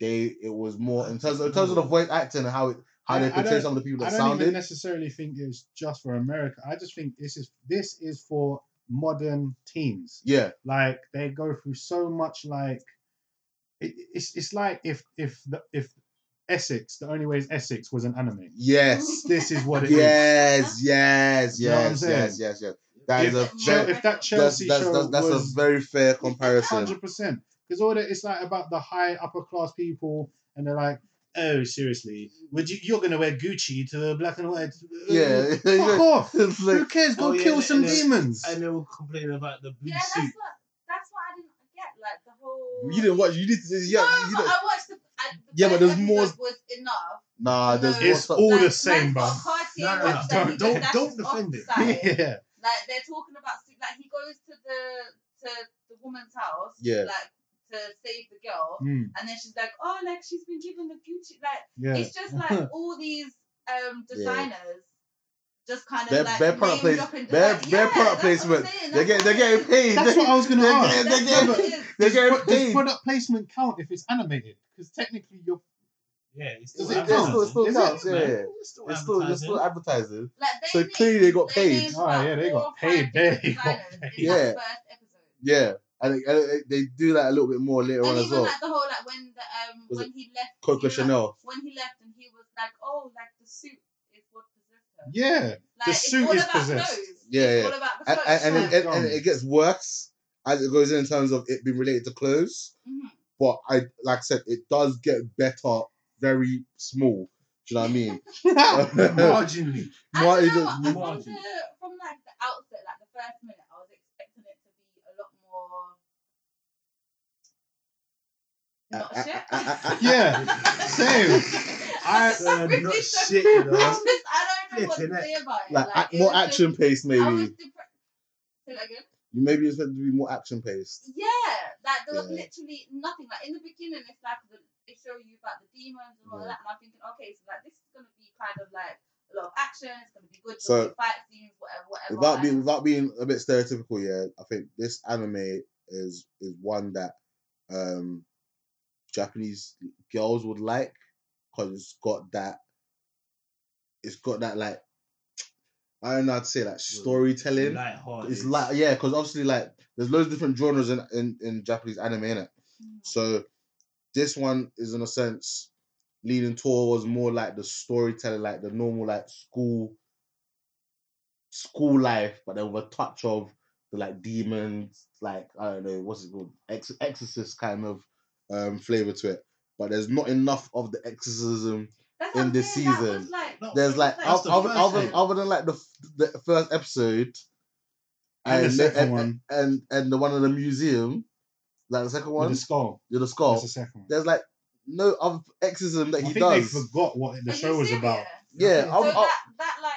Speaker 2: they, it was more in terms of, in terms of the voice acting and how it, how
Speaker 3: I- I
Speaker 2: they portray
Speaker 3: don't-
Speaker 2: some of the people
Speaker 3: I
Speaker 2: that
Speaker 3: don't
Speaker 2: sounded.
Speaker 3: even necessarily think it was just for America. I just think this is this is for modern teens.
Speaker 2: yeah,
Speaker 3: Like they go through so much. Like it, it's it's like if if the, if Essex, the only way is Essex was an anime.
Speaker 2: yes,
Speaker 3: This is what it is.
Speaker 2: yes, yes,
Speaker 3: You know what I'm
Speaker 2: yes,
Speaker 3: saying?
Speaker 2: yes, yes, yes. That
Speaker 3: If
Speaker 2: is a
Speaker 3: Chel-
Speaker 2: very,
Speaker 1: Chel-
Speaker 3: if that
Speaker 2: that's,
Speaker 3: Chelsea
Speaker 2: that's,
Speaker 3: show
Speaker 2: that's, that's
Speaker 3: was
Speaker 2: a very fair comparison.
Speaker 3: Hundred percent. Because all that it's like about the high upper class people, and they're like, "Oh, seriously? Would you? You're gonna wear Gucci to the black and white?
Speaker 2: Yeah,
Speaker 3: Fuck off!
Speaker 2: It's
Speaker 3: Who
Speaker 2: like-
Speaker 3: cares? Go
Speaker 4: Oh, yeah,
Speaker 3: kill
Speaker 4: and
Speaker 3: some
Speaker 4: then-
Speaker 3: demons.
Speaker 4: and they were complaining about the blue
Speaker 1: Yeah,
Speaker 4: suit.
Speaker 1: that's what that's what I didn't get. Like the whole.
Speaker 2: you didn't watch. You did. Yeah,
Speaker 1: no,
Speaker 2: you
Speaker 1: but
Speaker 2: didn't.
Speaker 1: I watched the. I, the
Speaker 2: Yeah, but
Speaker 1: first
Speaker 2: there's more-
Speaker 1: episode Was enough.
Speaker 2: Nah, there's
Speaker 1: No.
Speaker 2: more
Speaker 3: It's
Speaker 2: stuff.
Speaker 3: all the
Speaker 1: Like,
Speaker 3: same,
Speaker 1: man's
Speaker 3: bro.
Speaker 1: got Cartier
Speaker 4: No, no, no,
Speaker 1: watch
Speaker 3: don't-
Speaker 1: that he
Speaker 4: don't-
Speaker 1: goes, "That's
Speaker 4: don't defend it."
Speaker 1: offside."
Speaker 3: yeah,
Speaker 1: Like they're talking about su- like he goes to the to the woman's house.
Speaker 2: Yeah.
Speaker 1: Like to save the girl,
Speaker 3: Mm,
Speaker 1: and then she's like, "Oh, like she's been given the Gucci." Like
Speaker 3: yeah.
Speaker 1: it's just like all these um designers. Just kind of
Speaker 2: Their-
Speaker 1: like
Speaker 2: their product
Speaker 1: name
Speaker 2: place-
Speaker 1: dropping-
Speaker 2: their-
Speaker 1: like,
Speaker 2: their
Speaker 1: yeah,
Speaker 2: product
Speaker 1: that's what I'm
Speaker 2: placement.
Speaker 1: saying,
Speaker 2: They're
Speaker 1: that's
Speaker 2: getting, they're
Speaker 1: what I'm
Speaker 2: getting paid.
Speaker 3: That's what I was gonna
Speaker 2: they're,
Speaker 3: ask.
Speaker 2: They're,
Speaker 1: saying.
Speaker 2: they're
Speaker 1: That's
Speaker 2: getting,
Speaker 1: what it is.
Speaker 2: they're
Speaker 3: Does,
Speaker 2: getting
Speaker 3: pro- does
Speaker 2: paid.
Speaker 3: product placement count if it's animated? Because technically, you're
Speaker 4: Yeah, it's
Speaker 2: It's-
Speaker 4: still
Speaker 3: Does it
Speaker 2: it's still, it's still
Speaker 3: Is
Speaker 4: advertising.
Speaker 3: it?
Speaker 2: counts, yeah.
Speaker 4: man.
Speaker 2: yeah.
Speaker 4: It's still
Speaker 2: It's still, it's still
Speaker 4: advertising.
Speaker 2: advertising.
Speaker 1: Like they
Speaker 2: So
Speaker 1: named-
Speaker 2: clearly they got
Speaker 1: named
Speaker 2: paid.
Speaker 3: Oh, yeah,
Speaker 1: about
Speaker 3: they got
Speaker 1: four or
Speaker 3: paid.
Speaker 1: five different
Speaker 3: They got
Speaker 1: designers
Speaker 3: paid.
Speaker 1: in that
Speaker 2: Yeah.
Speaker 1: first episode.
Speaker 2: Yeah, and they, and they- they do that a little bit more later on
Speaker 1: and
Speaker 2: as
Speaker 1: even
Speaker 2: well.
Speaker 1: like the whole like when the um
Speaker 2: Was
Speaker 1: when he left
Speaker 2: Coco
Speaker 1: he was-
Speaker 2: Chanel.
Speaker 1: when he left and he was like oh like the suit is what possessed her
Speaker 3: yeah.
Speaker 1: like
Speaker 3: the
Speaker 1: it's
Speaker 3: suit
Speaker 1: all
Speaker 3: is
Speaker 1: about
Speaker 3: possessed.
Speaker 1: clothes
Speaker 2: Yeah,
Speaker 1: it's
Speaker 2: yeah.
Speaker 1: all about the
Speaker 2: And,
Speaker 1: clothes
Speaker 2: and, and,
Speaker 1: like,
Speaker 2: it, and it gets worse as it goes in, in terms of it being related to clothes.
Speaker 1: mhm.
Speaker 2: But I like I said, it does get better very small. Do you know what I mean?
Speaker 4: Marginally.
Speaker 1: I
Speaker 2: Marty
Speaker 1: don't know,
Speaker 2: does-
Speaker 1: I think
Speaker 4: Marty.
Speaker 1: the, from like the outset like the first minute I was expecting it to be a lot more not
Speaker 2: I- I-
Speaker 1: shit
Speaker 2: I- I- I-
Speaker 3: Yeah, same. I-
Speaker 4: Uh, not shit, you
Speaker 1: I
Speaker 4: know.
Speaker 1: just I don't know what to
Speaker 4: Flipping
Speaker 1: say about it
Speaker 2: like, act-
Speaker 1: it
Speaker 2: more
Speaker 1: was just-
Speaker 2: action paced,
Speaker 1: I was
Speaker 2: maybe.
Speaker 1: depressed say that again
Speaker 2: You maybe it's meant to be more action paced.
Speaker 1: Yeah, like there was
Speaker 2: Yeah.
Speaker 1: literally nothing. Like in the beginning, it's like the, they show you about the demons and all
Speaker 2: Yeah.
Speaker 1: that, and I'm thinking, okay, so like this is gonna be kind of like a lot of action. It's gonna be good,
Speaker 2: So,
Speaker 1: so, fight scenes, whatever, whatever.
Speaker 2: Without
Speaker 1: like-
Speaker 2: being without being a bit stereotypical, yeah, I think this anime is is one that um Japanese girls would like because it's got that it's got that like I don't know how to say like storytelling.
Speaker 4: Lighthearted.
Speaker 2: It's like yeah, because obviously like there's loads of different genres in in, in Japanese anime in it.
Speaker 1: Mhm.
Speaker 2: So this one is in a sense leaning towards more like the storytelling, like the normal like school school life, but then with a touch of the like demons, like I don't know what's it called, Ex- exorcist kind of um flavor to it. But there's not enough of the exorcism.
Speaker 1: That's what
Speaker 2: in
Speaker 1: I'm
Speaker 2: this
Speaker 1: saying, that was,
Speaker 2: season,
Speaker 1: like,
Speaker 4: No,
Speaker 2: There's like
Speaker 1: That's
Speaker 2: other
Speaker 4: the
Speaker 2: other,
Speaker 4: first
Speaker 2: other,
Speaker 1: one.
Speaker 2: other than like the f- the first episode
Speaker 3: And the
Speaker 2: the-
Speaker 3: second one.
Speaker 2: and and the one in the museum, like the second
Speaker 3: With
Speaker 2: one,
Speaker 3: the skull.
Speaker 2: you're the
Speaker 3: Oh,
Speaker 2: skull
Speaker 3: the second one.
Speaker 2: there's like no other exorcism that
Speaker 3: I
Speaker 2: he
Speaker 3: think they
Speaker 2: does.
Speaker 3: forgot what the
Speaker 1: Are you
Speaker 3: show was
Speaker 1: serious?
Speaker 3: about.
Speaker 2: yeah,
Speaker 1: So
Speaker 2: I'm, I'm-
Speaker 1: that that like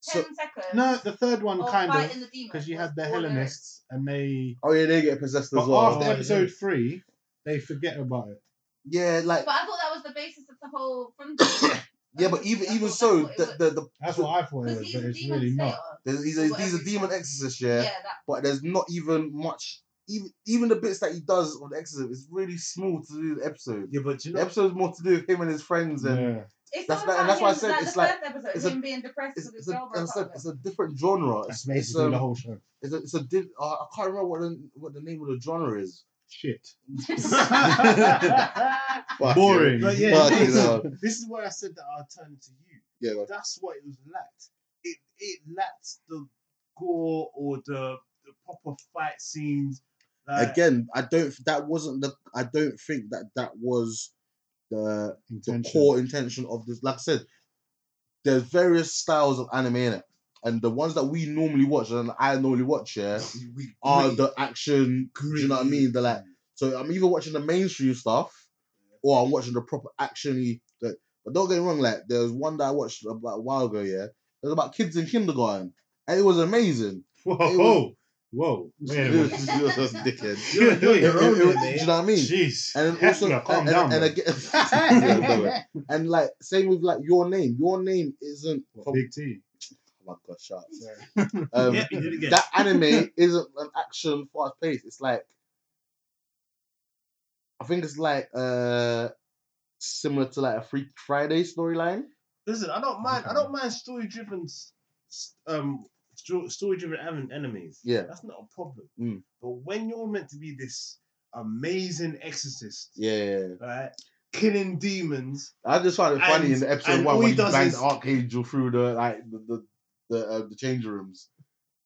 Speaker 2: so-
Speaker 1: ten seconds.
Speaker 3: No, the third one
Speaker 1: of
Speaker 3: kind of
Speaker 1: Oh, fighting the demons
Speaker 3: because you
Speaker 1: was
Speaker 3: had the
Speaker 1: all there is.
Speaker 3: Hellenists and they.
Speaker 2: oh yeah, they get possessed
Speaker 3: But
Speaker 2: as well.
Speaker 3: after
Speaker 4: Oh, yeah.
Speaker 3: episode three, they forget about it.
Speaker 2: yeah, like
Speaker 1: But I thought that was the basis of the whole. From the,
Speaker 2: yeah, but even even so, the the, the
Speaker 3: That's what I thought it
Speaker 1: Because
Speaker 3: was,
Speaker 1: he's
Speaker 3: but
Speaker 1: a
Speaker 3: it's
Speaker 1: demon
Speaker 3: really not.
Speaker 1: slayer.
Speaker 2: there's, he's, a, he's a demon exorcist, yeah,
Speaker 1: Yeah, that
Speaker 2: But there's not even much. Even even the bits that he does on the exorcism is really small to do the episode.
Speaker 4: yeah, but you
Speaker 2: The
Speaker 4: know,
Speaker 2: episode's more to do with him and his friends, and
Speaker 3: Yeah.
Speaker 1: It's
Speaker 2: That's
Speaker 1: all
Speaker 2: that- and
Speaker 1: about
Speaker 2: that's why I
Speaker 1: him,
Speaker 2: said
Speaker 1: like,
Speaker 2: it's
Speaker 1: the
Speaker 2: like-
Speaker 1: first episode,
Speaker 2: it's a-
Speaker 1: him being depressed
Speaker 2: it's,
Speaker 1: with his
Speaker 2: it's, a,
Speaker 1: girl
Speaker 2: and it's, a,
Speaker 1: broke up.
Speaker 2: it's a different genre. It's,
Speaker 3: That's
Speaker 2: it's,
Speaker 3: basically the
Speaker 2: um,
Speaker 3: whole show.
Speaker 2: it's a, it's a di- uh, I can't remember what the, what the name of the genre is.
Speaker 3: Shit.
Speaker 2: Fuck
Speaker 3: Boring.
Speaker 4: but
Speaker 2: Yeah,
Speaker 4: yeah,
Speaker 2: Fuck
Speaker 4: this,
Speaker 2: it up.
Speaker 4: this is why I said that I'll turn to you.
Speaker 2: yeah, yeah.
Speaker 4: That's what it was lacked. It it lacked the gore or the, the proper fight scenes. Like,
Speaker 2: again, I don't. That wasn't the. I don't think that that was the the
Speaker 3: Intention.
Speaker 2: core intention of this. Like I said, there's various styles of anime in it, and the ones that we normally watch and I normally watch, yeah,
Speaker 5: We- we-
Speaker 2: are
Speaker 5: we-
Speaker 2: the action. Do you know what I mean? They're like, so I'm either watching the mainstream stuff or I'm watching the proper actiony. That, but don't get me wrong, like there's one that I watched about a while ago. Yeah, it was about kids in kindergarten, and it was amazing.
Speaker 3: Whoa,
Speaker 2: It
Speaker 3: whoa, whoa. Wait a
Speaker 2: It
Speaker 3: minute.
Speaker 2: was- it was just dickhead.
Speaker 4: You're doing
Speaker 2: It- it-
Speaker 4: your own,
Speaker 2: it-
Speaker 4: man.
Speaker 2: do you know what I mean?
Speaker 3: Jeez.
Speaker 2: And then also,
Speaker 3: Hefner, calm
Speaker 2: and,
Speaker 3: down.
Speaker 2: and,
Speaker 3: man.
Speaker 2: again, and like same with like your name. Your name isn't. From,
Speaker 3: Big T.
Speaker 2: oh my gosh, shut. up.
Speaker 3: Sorry.
Speaker 2: Um,
Speaker 4: Yeah, you did it again.
Speaker 2: that anime isn't an action fast pace. It's like I think it's like uh similar to like a Freak Friday storyline.
Speaker 4: Listen, I don't mind. I don't mind story-driven, s- s- um, sto- story-driven an- enemies.
Speaker 2: Yeah.
Speaker 4: that's not a problem.
Speaker 2: Mm.
Speaker 4: But when you're meant to be this amazing exorcist,
Speaker 2: Yeah,
Speaker 4: right, killing demons,
Speaker 2: I just found it funny
Speaker 4: And-
Speaker 2: in the episode
Speaker 4: and
Speaker 2: one
Speaker 4: all
Speaker 2: when
Speaker 4: he
Speaker 2: he
Speaker 4: does
Speaker 2: banged
Speaker 4: is-
Speaker 2: Archangel through the like the the the, uh, the change rooms.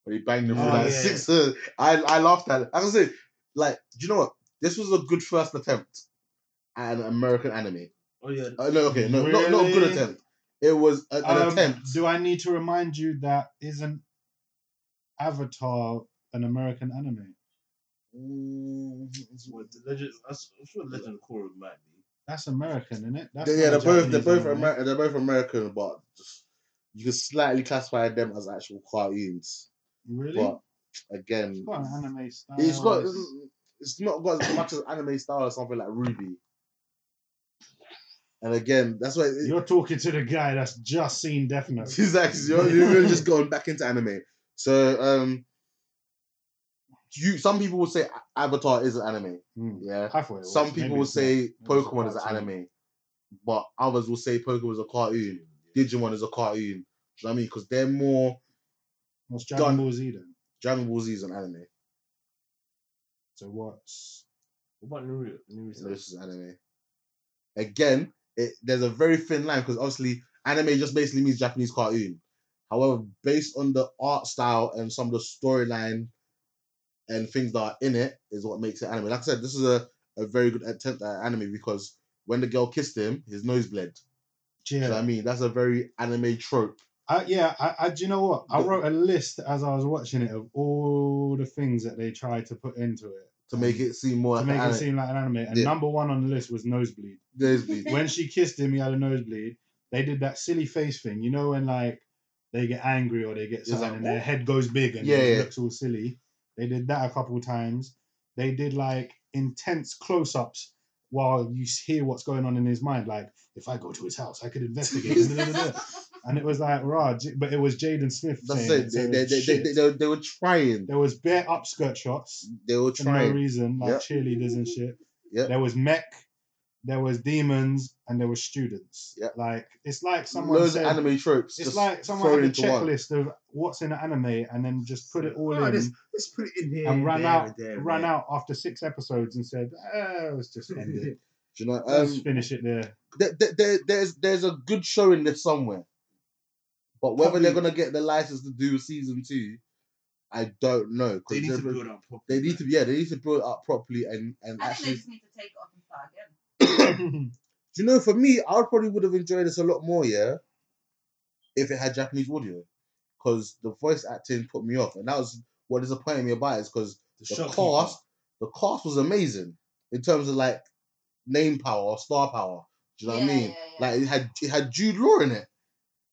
Speaker 2: When he banged him through
Speaker 4: Oh,
Speaker 2: like
Speaker 4: yeah.
Speaker 2: six. Uh, I I laughed at it. Like I said, like do you know what? This was a good first attempt at an American anime.
Speaker 4: oh yeah,
Speaker 2: Uh, no, okay, no, not not a good
Speaker 3: Really?
Speaker 2: attempt. It was a- an
Speaker 3: Um,
Speaker 2: attempt.
Speaker 3: do I need to remind you that isn't Avatar an American anime?
Speaker 2: Mm, it's-
Speaker 4: with the legend, I'm s- I'm sure Legend of Korra might be.
Speaker 3: That's American, isn't it? That's
Speaker 2: They- yeah,
Speaker 3: not
Speaker 2: they're
Speaker 3: a
Speaker 2: both they're
Speaker 3: Japanese
Speaker 2: both
Speaker 3: anime.
Speaker 2: Amer- they're both American, but just- you can slightly classify them as actual cartoons.
Speaker 3: Really?
Speaker 2: But again,
Speaker 3: It's got an anime style.
Speaker 2: it's got it's not got as much as anime style as something like Ruby. And again, that's why it,
Speaker 3: You're talking to the guy that's just seen Death Note.
Speaker 2: it's like you're, you're really just going back into anime. So um, you some people will say Avatar is an anime.
Speaker 3: Hmm.
Speaker 2: Yeah,
Speaker 3: I thought it was.
Speaker 2: some
Speaker 3: Maybe
Speaker 2: people will
Speaker 3: it's not.
Speaker 2: say
Speaker 3: it's a
Speaker 2: Pokemon is an
Speaker 3: cartoon.
Speaker 2: anime, but others will say Pokemon is a cartoon. Digimon is a cartoon. Do you know what I mean? Because they're more
Speaker 3: What's Dragon
Speaker 2: Done.
Speaker 3: Ball Z then?
Speaker 2: Dragon Ball Z is an anime.
Speaker 3: So what's
Speaker 4: What about Naruto? Naruto?
Speaker 2: So this is anime. Again, it, there's a very thin line because obviously anime just basically means Japanese cartoon. However, based on the art style and some of the storyline and things that are in it is what makes it anime. Like I said, this is a, a very good attempt at anime because when the girl kissed him, his nose bled. Do you know
Speaker 3: yeah?
Speaker 2: what I mean? That's a very anime trope.
Speaker 3: I, yeah, I, I, do you know what? I
Speaker 2: The-
Speaker 3: wrote a list as I was watching it of all the things that they tried to put into it
Speaker 2: to make it seem more
Speaker 3: to
Speaker 2: like
Speaker 3: make
Speaker 2: an
Speaker 3: it seem like an anime. And
Speaker 2: Yeah.
Speaker 3: number one on the list was nosebleed.
Speaker 2: nosebleed.
Speaker 3: when she kissed him, he had a nosebleed. They did that silly face thing, you know, when like they get angry or they get
Speaker 2: It's
Speaker 3: something
Speaker 2: like,
Speaker 3: and their head goes big and
Speaker 2: Yeah,
Speaker 3: it
Speaker 2: yeah.
Speaker 3: looks all silly. They did that a couple times. They did like intense close ups while you s- hear what's going on in his mind. Like, if I go to his house, I could investigate. and it was like, rah, J- but it was Jaden Smith.
Speaker 2: That's it.
Speaker 3: saying
Speaker 2: They, they,
Speaker 3: so
Speaker 2: they, they,
Speaker 3: shit.
Speaker 2: they, they, were trying.
Speaker 3: there was bare upskirt shots
Speaker 2: They were
Speaker 3: for no
Speaker 2: trying.
Speaker 3: reason, like
Speaker 2: Yep.
Speaker 3: cheerleaders and shit.
Speaker 2: Yep.
Speaker 3: There was mech, there was demons, and there was students.
Speaker 2: Yep.
Speaker 3: Like it's like someone
Speaker 2: Loads
Speaker 3: said,
Speaker 2: of anime tropes.
Speaker 3: it's
Speaker 2: just
Speaker 3: like someone
Speaker 2: thrown
Speaker 3: had a
Speaker 2: into one.
Speaker 3: checklist of what's in an anime and then just put it all
Speaker 4: Oh,
Speaker 3: in,
Speaker 4: this- Let's put it in here
Speaker 3: And ran
Speaker 4: there,
Speaker 3: out-
Speaker 4: and there, and
Speaker 3: ran
Speaker 4: there.
Speaker 3: out after six episodes and said, eh, let's just end it.
Speaker 2: Do you know?
Speaker 3: let's
Speaker 2: Um,
Speaker 3: finish it there.
Speaker 2: there, there- there, there's there's a good show in this somewhere, but whether they're gonna get the license to do season two, I don't know. 'cause
Speaker 4: They need to
Speaker 2: they're-
Speaker 4: build up. properly,
Speaker 2: They need to
Speaker 4: man.
Speaker 2: yeah. They need to build it up properly and and
Speaker 1: I think they
Speaker 2: actually.
Speaker 1: just need to take it off and start again.
Speaker 2: Do you know? For me, I probably would have enjoyed this a lot more. Yeah, if it had Japanese audio, because the voice acting put me off, and that was what disappointed me about it. Is because the
Speaker 4: shopkeeper.
Speaker 2: cast, the cast was amazing in terms of like name power, star power. Do you know what I
Speaker 1: Yeah,
Speaker 2: mean?
Speaker 1: yeah, yeah.
Speaker 2: Like it had it had Jude Law in it.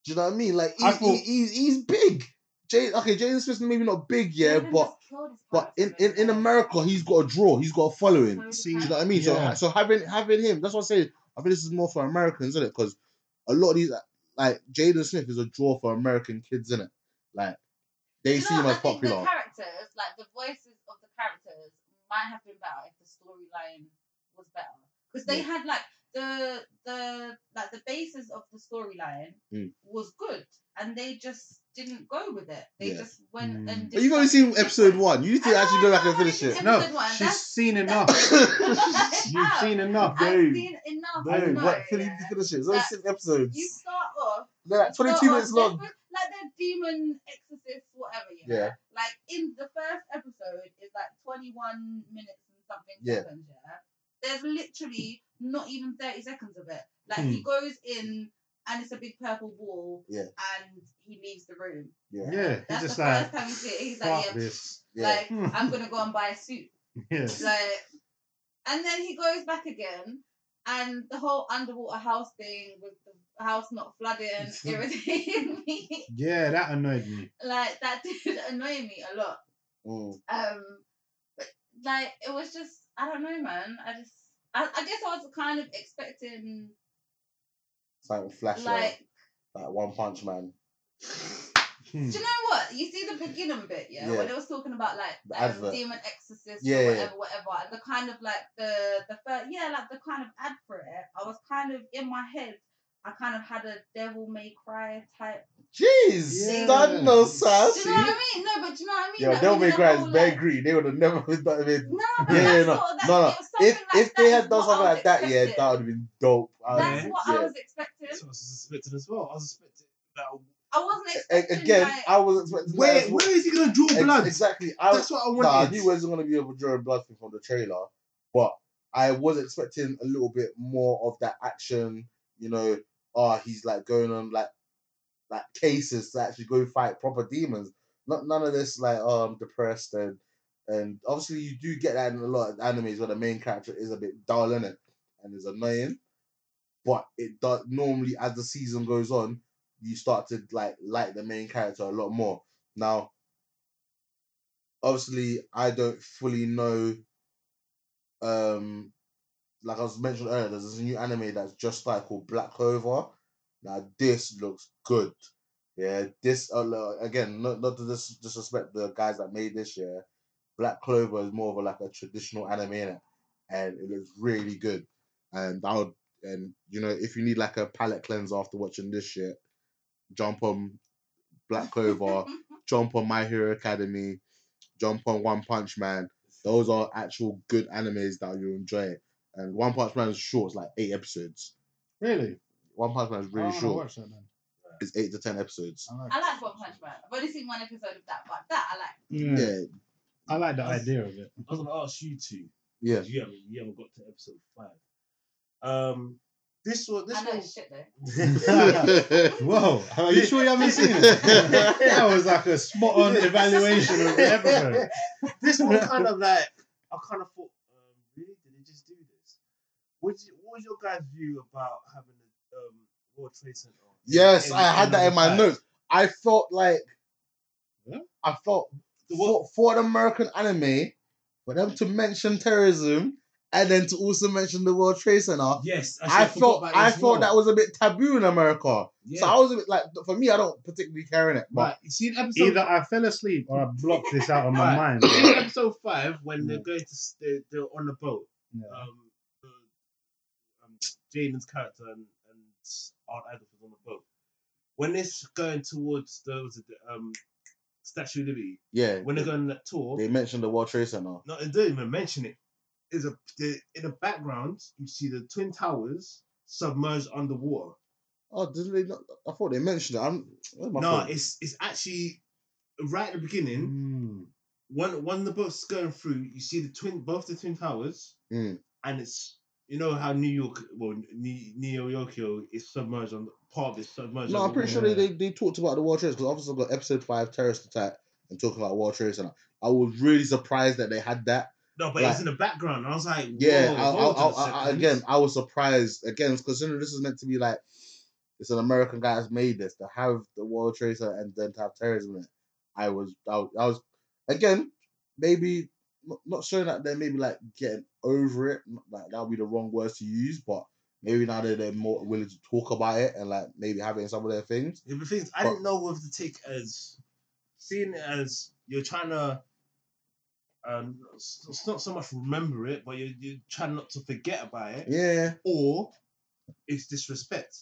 Speaker 2: Do you know what I mean? Like he,
Speaker 3: I thought-
Speaker 2: he, he's he's big. Jay, okay, Jaden Smith's maybe not big, yeah,
Speaker 1: Even
Speaker 2: but
Speaker 1: just killed his
Speaker 2: but in,
Speaker 1: character
Speaker 2: in, in
Speaker 1: there.
Speaker 2: America he's got a draw, he's got a following.
Speaker 1: Killed his
Speaker 3: See,
Speaker 2: Do you know
Speaker 1: character.
Speaker 2: what I mean?
Speaker 3: Yeah.
Speaker 2: So so having having him, that's what I say. I think this is more for Americans, isn't it? Because a lot of these like Jaden Smith is a draw for American kids, isn't it? Like they
Speaker 1: You know
Speaker 2: seem
Speaker 1: what,
Speaker 2: as
Speaker 1: I think
Speaker 2: popular.
Speaker 1: The characters, like the voices of the characters, might have been better if the storyline was better because they
Speaker 2: Yeah.
Speaker 1: had like the the like the basis of the storyline
Speaker 2: Mm.
Speaker 1: was good, and they just didn't go with it. They
Speaker 2: Yeah.
Speaker 1: just went
Speaker 3: Mm.
Speaker 1: and.
Speaker 2: But
Speaker 1: did
Speaker 2: you've only
Speaker 1: something
Speaker 2: seen episode
Speaker 1: different.
Speaker 2: one. You need
Speaker 1: I
Speaker 2: to
Speaker 1: know,
Speaker 2: actually go
Speaker 1: I
Speaker 2: back
Speaker 1: know,
Speaker 2: and
Speaker 1: I only
Speaker 2: finish it.
Speaker 1: did
Speaker 3: No,
Speaker 1: episode one,
Speaker 3: she's
Speaker 1: that's-
Speaker 3: seen enough. You've
Speaker 1: I've
Speaker 3: seen enough,
Speaker 1: I've
Speaker 3: babe.
Speaker 1: seen enough.
Speaker 3: Babe,
Speaker 1: I
Speaker 2: Hey,
Speaker 1: know,
Speaker 2: what? Can you
Speaker 1: yeah.
Speaker 2: finish it? It's only
Speaker 1: That-
Speaker 2: six episodes.
Speaker 1: You start off
Speaker 2: They're like
Speaker 1: Not
Speaker 2: 22
Speaker 1: on
Speaker 2: minutes long.
Speaker 1: different- Like the demon exorcist, whatever. You know?
Speaker 2: Yeah.
Speaker 1: Like in the first episode is like 21 minutes and something
Speaker 2: Yeah.
Speaker 1: seconds. Yeah. There's literally not even 30 seconds of it. Like he goes in and it's a big purple wall.
Speaker 2: Hmm. Yeah.
Speaker 1: And he leaves the room.
Speaker 2: Yeah.
Speaker 3: Yeah, he's
Speaker 1: That's
Speaker 3: just
Speaker 1: the
Speaker 3: like,
Speaker 1: first time you see it. He's
Speaker 3: fuck
Speaker 1: like, yeah,
Speaker 3: this.
Speaker 2: Yeah. Hmm.
Speaker 1: like I'm gonna go and buy a suit.
Speaker 3: yeah.
Speaker 1: Like, and then he goes back again, and the whole underwater house thing with the house not flooding irritated me.
Speaker 3: Yeah, that annoyed me.
Speaker 1: Like that did annoy me a lot.
Speaker 2: Mm.
Speaker 1: Um, but like it was just I don't know, man. I just I, I guess I was kind of expecting
Speaker 2: Something flash like,
Speaker 1: like
Speaker 2: like One Punch Man.
Speaker 3: Hmm.
Speaker 1: Do you know what? You see the beginning bit, yeah,
Speaker 2: Yeah.
Speaker 1: when it was talking about like
Speaker 2: The
Speaker 1: um,
Speaker 2: advert.
Speaker 1: demon exorcist,
Speaker 2: Yeah,
Speaker 1: or
Speaker 2: yeah.
Speaker 1: whatever, whatever, and the kind of like the the first, yeah, like the kind of ad for it. I was kind of in my head. I kind of had a devil may cry type.
Speaker 2: Jeez,
Speaker 3: Yeah.
Speaker 2: that no
Speaker 1: Do
Speaker 2: sass.
Speaker 1: you know what I mean? No, but do you know what I mean?
Speaker 2: Yo,
Speaker 1: Like,
Speaker 2: Devil
Speaker 1: when
Speaker 2: May
Speaker 1: the
Speaker 2: Cry is
Speaker 1: whole,
Speaker 2: Bear
Speaker 1: like-
Speaker 2: Green. They would have never done it.
Speaker 1: No, but
Speaker 2: Yeah,
Speaker 1: that's
Speaker 2: yeah, no,
Speaker 1: sort of that,
Speaker 2: no, no.
Speaker 1: it was something
Speaker 2: If
Speaker 1: like
Speaker 2: if they
Speaker 1: that
Speaker 2: had
Speaker 1: is
Speaker 2: done
Speaker 1: what
Speaker 2: something
Speaker 1: I was
Speaker 2: like that, yeah,
Speaker 1: expecting.
Speaker 2: that would have been dope. I
Speaker 1: That's
Speaker 2: was-
Speaker 1: what
Speaker 2: yeah.
Speaker 1: I was expecting.
Speaker 4: That's what I was suspecting as well. I was expecting that
Speaker 1: I wasn't
Speaker 2: A-
Speaker 1: expecting.
Speaker 2: Again,
Speaker 1: like,
Speaker 2: I was expecting.
Speaker 3: Where,
Speaker 2: that as well.
Speaker 3: where is he going to draw
Speaker 2: Ex-
Speaker 3: blood?
Speaker 2: Exactly. I was,
Speaker 3: That's what
Speaker 2: nah,
Speaker 3: I
Speaker 2: I
Speaker 3: wanted.
Speaker 2: knew it wasn't going to be a drawing blood thing from the trailer, but I was expecting a little bit more of that action. You know, ah, he's like going on like like cases to actually go fight proper demons. Not none of this like oh, I'm depressed and and obviously you do get that in a lot of animes where the main character is a bit dull in it and is annoying. But it does normally as the season goes on, you start to like like the main character a lot more. Now, obviously, I don't fully know. Um, like I was mentioned earlier, there's this new anime that's just started called Black Clover. Now this looks good. Yeah, this uh, lo- again, not not to dis- disrespect the guys that made this. Yeah, Black Clover is more of a, like a traditional anime, innit? and it looks really good. And I would, and you know, if you need like a palate cleanse after watching this shit, jump on Black Clover jump on My Hero Academy, jump on One Punch Man. Those are actual good animes that you enjoy. And One Punch Man is short, it's like eight episodes.
Speaker 3: Really?
Speaker 2: One Punch Man is
Speaker 3: I
Speaker 4: Oh,
Speaker 2: really
Speaker 3: wanna
Speaker 2: short.
Speaker 3: Watch that then.
Speaker 2: It's eight to ten episodes.
Speaker 3: I like,
Speaker 1: I like One Punch Man. I've only seen one episode of that, but that I like.
Speaker 4: Hmm.
Speaker 3: yeah.
Speaker 2: Yeah,
Speaker 3: Mm, I like the idea of it.
Speaker 4: I was gonna ask you two.
Speaker 2: yeah.
Speaker 4: 'cause You haven't, you haven't got to episode five. Um, this one, this
Speaker 1: I know
Speaker 4: one.
Speaker 1: it's shit though.
Speaker 3: Whoa, are you sure you haven't seen it? that was like a spot on evaluation of the episode.
Speaker 4: this one kind of like I kind of thought, um, really, did they just do this? What you, what was your guys' view about having the um, World Trade Center? on?
Speaker 2: Yes,
Speaker 4: In-
Speaker 2: I had that in my
Speaker 4: number five?
Speaker 2: notes. I felt like
Speaker 3: Yeah.
Speaker 2: I felt
Speaker 4: The what?
Speaker 2: for, for an American anime, for them to mention terrorism and then to also mention the World Trade Center,
Speaker 4: Yes,
Speaker 2: I,
Speaker 4: actually forgot
Speaker 2: felt
Speaker 4: about
Speaker 2: I
Speaker 4: this
Speaker 2: thought
Speaker 4: as
Speaker 2: that
Speaker 4: well.
Speaker 2: was a bit taboo in America.
Speaker 4: Yeah.
Speaker 2: So I was a bit like, for me, I don't particularly care in it. But
Speaker 4: Right, you see in episode
Speaker 3: Either I fell asleep or I blocked this out of my mind.
Speaker 4: in episode five when they're going to s- they're, they're on the boat.
Speaker 3: Yeah.
Speaker 4: Um, the, um, Jaden's character and, and Aunt Agatha was on the boat. When they're going towards the, was it the um, Statue of Liberty,
Speaker 2: yeah,
Speaker 4: when they're going on that tour,
Speaker 2: they mentioned the World Trade Center.
Speaker 4: No, they don't even mention it. Is a the, in the background you see the twin towers submerged underwater.
Speaker 2: Oh, didn't they? Not, I thought they mentioned it. I'm, where's my
Speaker 4: no,
Speaker 2: phone?
Speaker 4: it's it's actually right at the beginning.
Speaker 3: Mm.
Speaker 4: When when the boat's going through, you see the twin both the twin towers,
Speaker 2: Mm.
Speaker 4: and it's you know how New York well New, New York is submerged on part of it submerged.
Speaker 2: no, I'm pretty sure
Speaker 4: underwater.
Speaker 2: they, they, they talked about the World Trade because obviously got episode five terrorist attack and talking about World Trade Center. I was really surprised that they had that.
Speaker 4: No, but
Speaker 2: like-
Speaker 4: it's in the background. and I was like,
Speaker 2: Yeah,
Speaker 4: whoa,
Speaker 2: I, I,
Speaker 4: hold on a
Speaker 2: I, I,
Speaker 4: second.
Speaker 2: again, I was surprised. Again, considering this is meant to be like, it's an American guy that's made this to have the World Trade Center and then to have terrorism in it. I was, I was, I was again, maybe not, not showing that they're maybe like getting over it. not- Like that would be the wrong words to use, but maybe now that they're more willing to talk about it and like maybe have it in some of their things.
Speaker 4: Yeah, but things I
Speaker 2: But-
Speaker 4: didn't know whether to take as seeing it as you're trying to. Um, it's it's not so much remember it, but you're, you're trying not to forget about it,
Speaker 2: Yeah.
Speaker 4: or it's disrespect.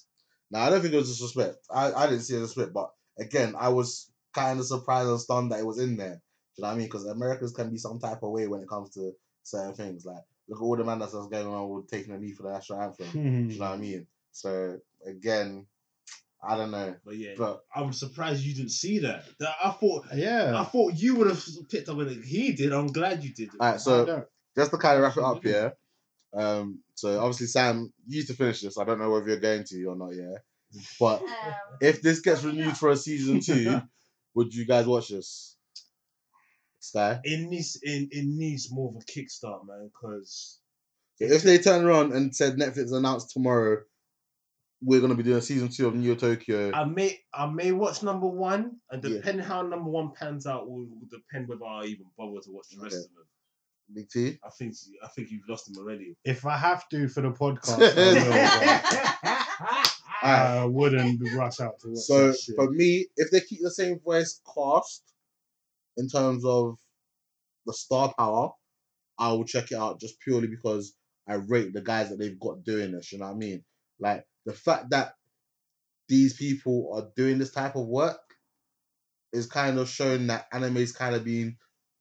Speaker 2: No, I don't think it was disrespect. I, I didn't see a disrespect, but again, I was kind of surprised and stunned that it was in there. Do you know what I mean? Because Americans can be some type of way when it comes to certain things. Like, look at all the man that's that's going on with taking a knee for the national anthem. Do you know what I mean? So, again, I don't know.
Speaker 4: But yeah,
Speaker 2: But
Speaker 4: I'm surprised you didn't see that. That I thought, I
Speaker 3: Yeah.
Speaker 4: thought you would have picked up on it. He did. I'm glad you did.
Speaker 2: all right, so
Speaker 3: I
Speaker 2: just to kind of wrap it up here. Um, so obviously, Sam, you used to finish this. I don't know whether you're going to or not. Yeah, But
Speaker 1: Um,
Speaker 2: if this gets renewed for a season two, would you guys watch this? Sky.
Speaker 4: It needs it, it needs more of a kickstart, man, because
Speaker 2: If they turn around and said Netflix announced tomorrow, we're gonna be doing season two of New Tokyo.
Speaker 4: I may I may watch number one, and
Speaker 2: Yeah.
Speaker 4: depending how number one pans out will, will depend whether I even bother to watch the rest
Speaker 2: Okay.
Speaker 4: of them.
Speaker 2: Big T.
Speaker 4: I think I think you've lost him already.
Speaker 3: If I have to for the podcast, I, will,
Speaker 2: Alright.
Speaker 3: I wouldn't rush out to watch
Speaker 2: So
Speaker 3: that shit.
Speaker 2: for me, if they keep the same voice cast in terms of the star power, I will check it out just purely because I rate the guys that they've got doing this. You know what I mean? Like the fact that these people are doing this type of work is kind of showing that anime's kind of being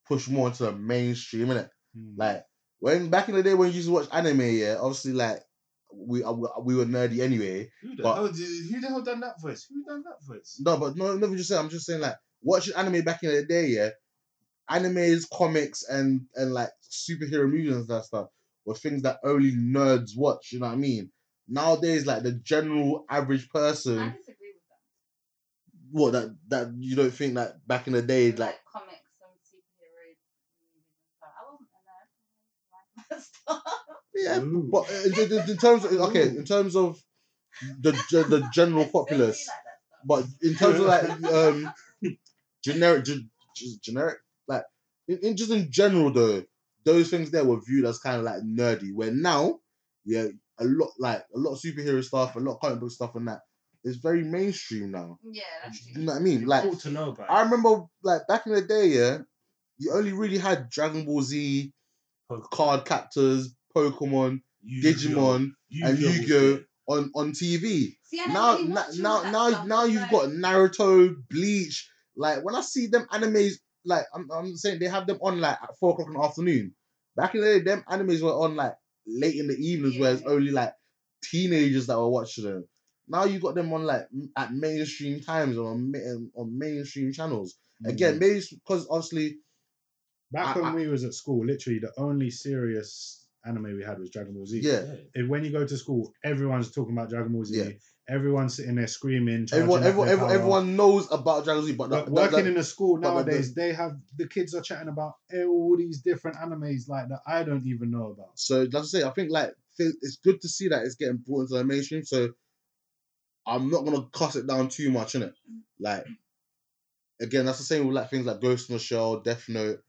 Speaker 2: pushed more into the mainstream, innit?
Speaker 3: Hmm.
Speaker 2: Like when back in the day when you used to watch anime, yeah, obviously like we I- we were nerdy anyway,
Speaker 4: Who the
Speaker 2: But-
Speaker 4: hell did, who the hell done that voice? Who done that voice?
Speaker 2: No, but no, never just say. I'm just saying like watching anime back in the day. Yeah, animes, comics, and and like superhero movies and that stuff were things that only nerds watch. You know what I mean? Nowadays, like the general average
Speaker 1: I
Speaker 2: person,
Speaker 1: disagree with that.
Speaker 2: what that that you don't think that back in the day,
Speaker 1: Like,
Speaker 2: like
Speaker 1: comics and superhero movies and stuff. I wasn't a nerd. I was like-
Speaker 2: yeah,
Speaker 4: Ooh.
Speaker 2: but in, in- in terms of okay, in terms of the the, the general
Speaker 1: I still do
Speaker 2: populace,
Speaker 1: like that stuff.
Speaker 2: but in terms of like um generic, ge- just generic, like in, in just in general though, those things there were viewed as kind of like nerdy. Where now, yeah, a lot like a lot of superhero stuff, a lot of comic book stuff, and that is very mainstream now.
Speaker 1: Yeah, that's
Speaker 2: You
Speaker 1: true.
Speaker 2: know what I mean? Like
Speaker 4: cool to know about.
Speaker 2: I remember, like back in the day, yeah, you only really had Dragon Ball Z, card captors, Pokemon Digimon, and Yu-Gi-Oh! on on TV
Speaker 1: See, I never
Speaker 2: now,
Speaker 1: really
Speaker 2: now,
Speaker 1: watched all
Speaker 2: now,
Speaker 1: that
Speaker 2: now,
Speaker 1: stuff,
Speaker 2: now
Speaker 1: it's
Speaker 2: you've
Speaker 1: like-
Speaker 2: got Naruto, Bleach. Like when I see them animes, like I'm, I'm saying they have them on like at four o'clock in the afternoon. Back in the day, them animes were on like late in the evenings, where it's
Speaker 1: Yeah.
Speaker 2: only like teenagers that were watching them. Now you got them on like m- at mainstream times and on ma- and on mainstream channels.
Speaker 3: Mm.
Speaker 2: Again, maybe because obviously
Speaker 3: back
Speaker 2: I-
Speaker 3: when
Speaker 2: I-
Speaker 3: we was at school, literally the only serious anime we had was Dragon Ball Z.
Speaker 2: yeah,
Speaker 3: If- when you go to school, everyone's talking about Dragon Ball Z.
Speaker 2: Yeah.
Speaker 3: Everyone's sitting there screaming. charging
Speaker 2: everyone
Speaker 3: up
Speaker 2: everyone
Speaker 3: their
Speaker 2: everyone,
Speaker 3: power.
Speaker 2: everyone knows about Dragon Ball Z, but the-
Speaker 3: But
Speaker 2: the-
Speaker 3: working
Speaker 2: the-
Speaker 3: in a school
Speaker 2: but the-
Speaker 3: nowadays, they have the kids are chatting about all these different animes like that I don't even know about.
Speaker 2: So that's it. I think like thi- it's good to see that it's getting brought into the mainstream. So I'm not gonna cut it down too much in it. Like again, that's the same with like things like Ghost in the Shell, Death Note.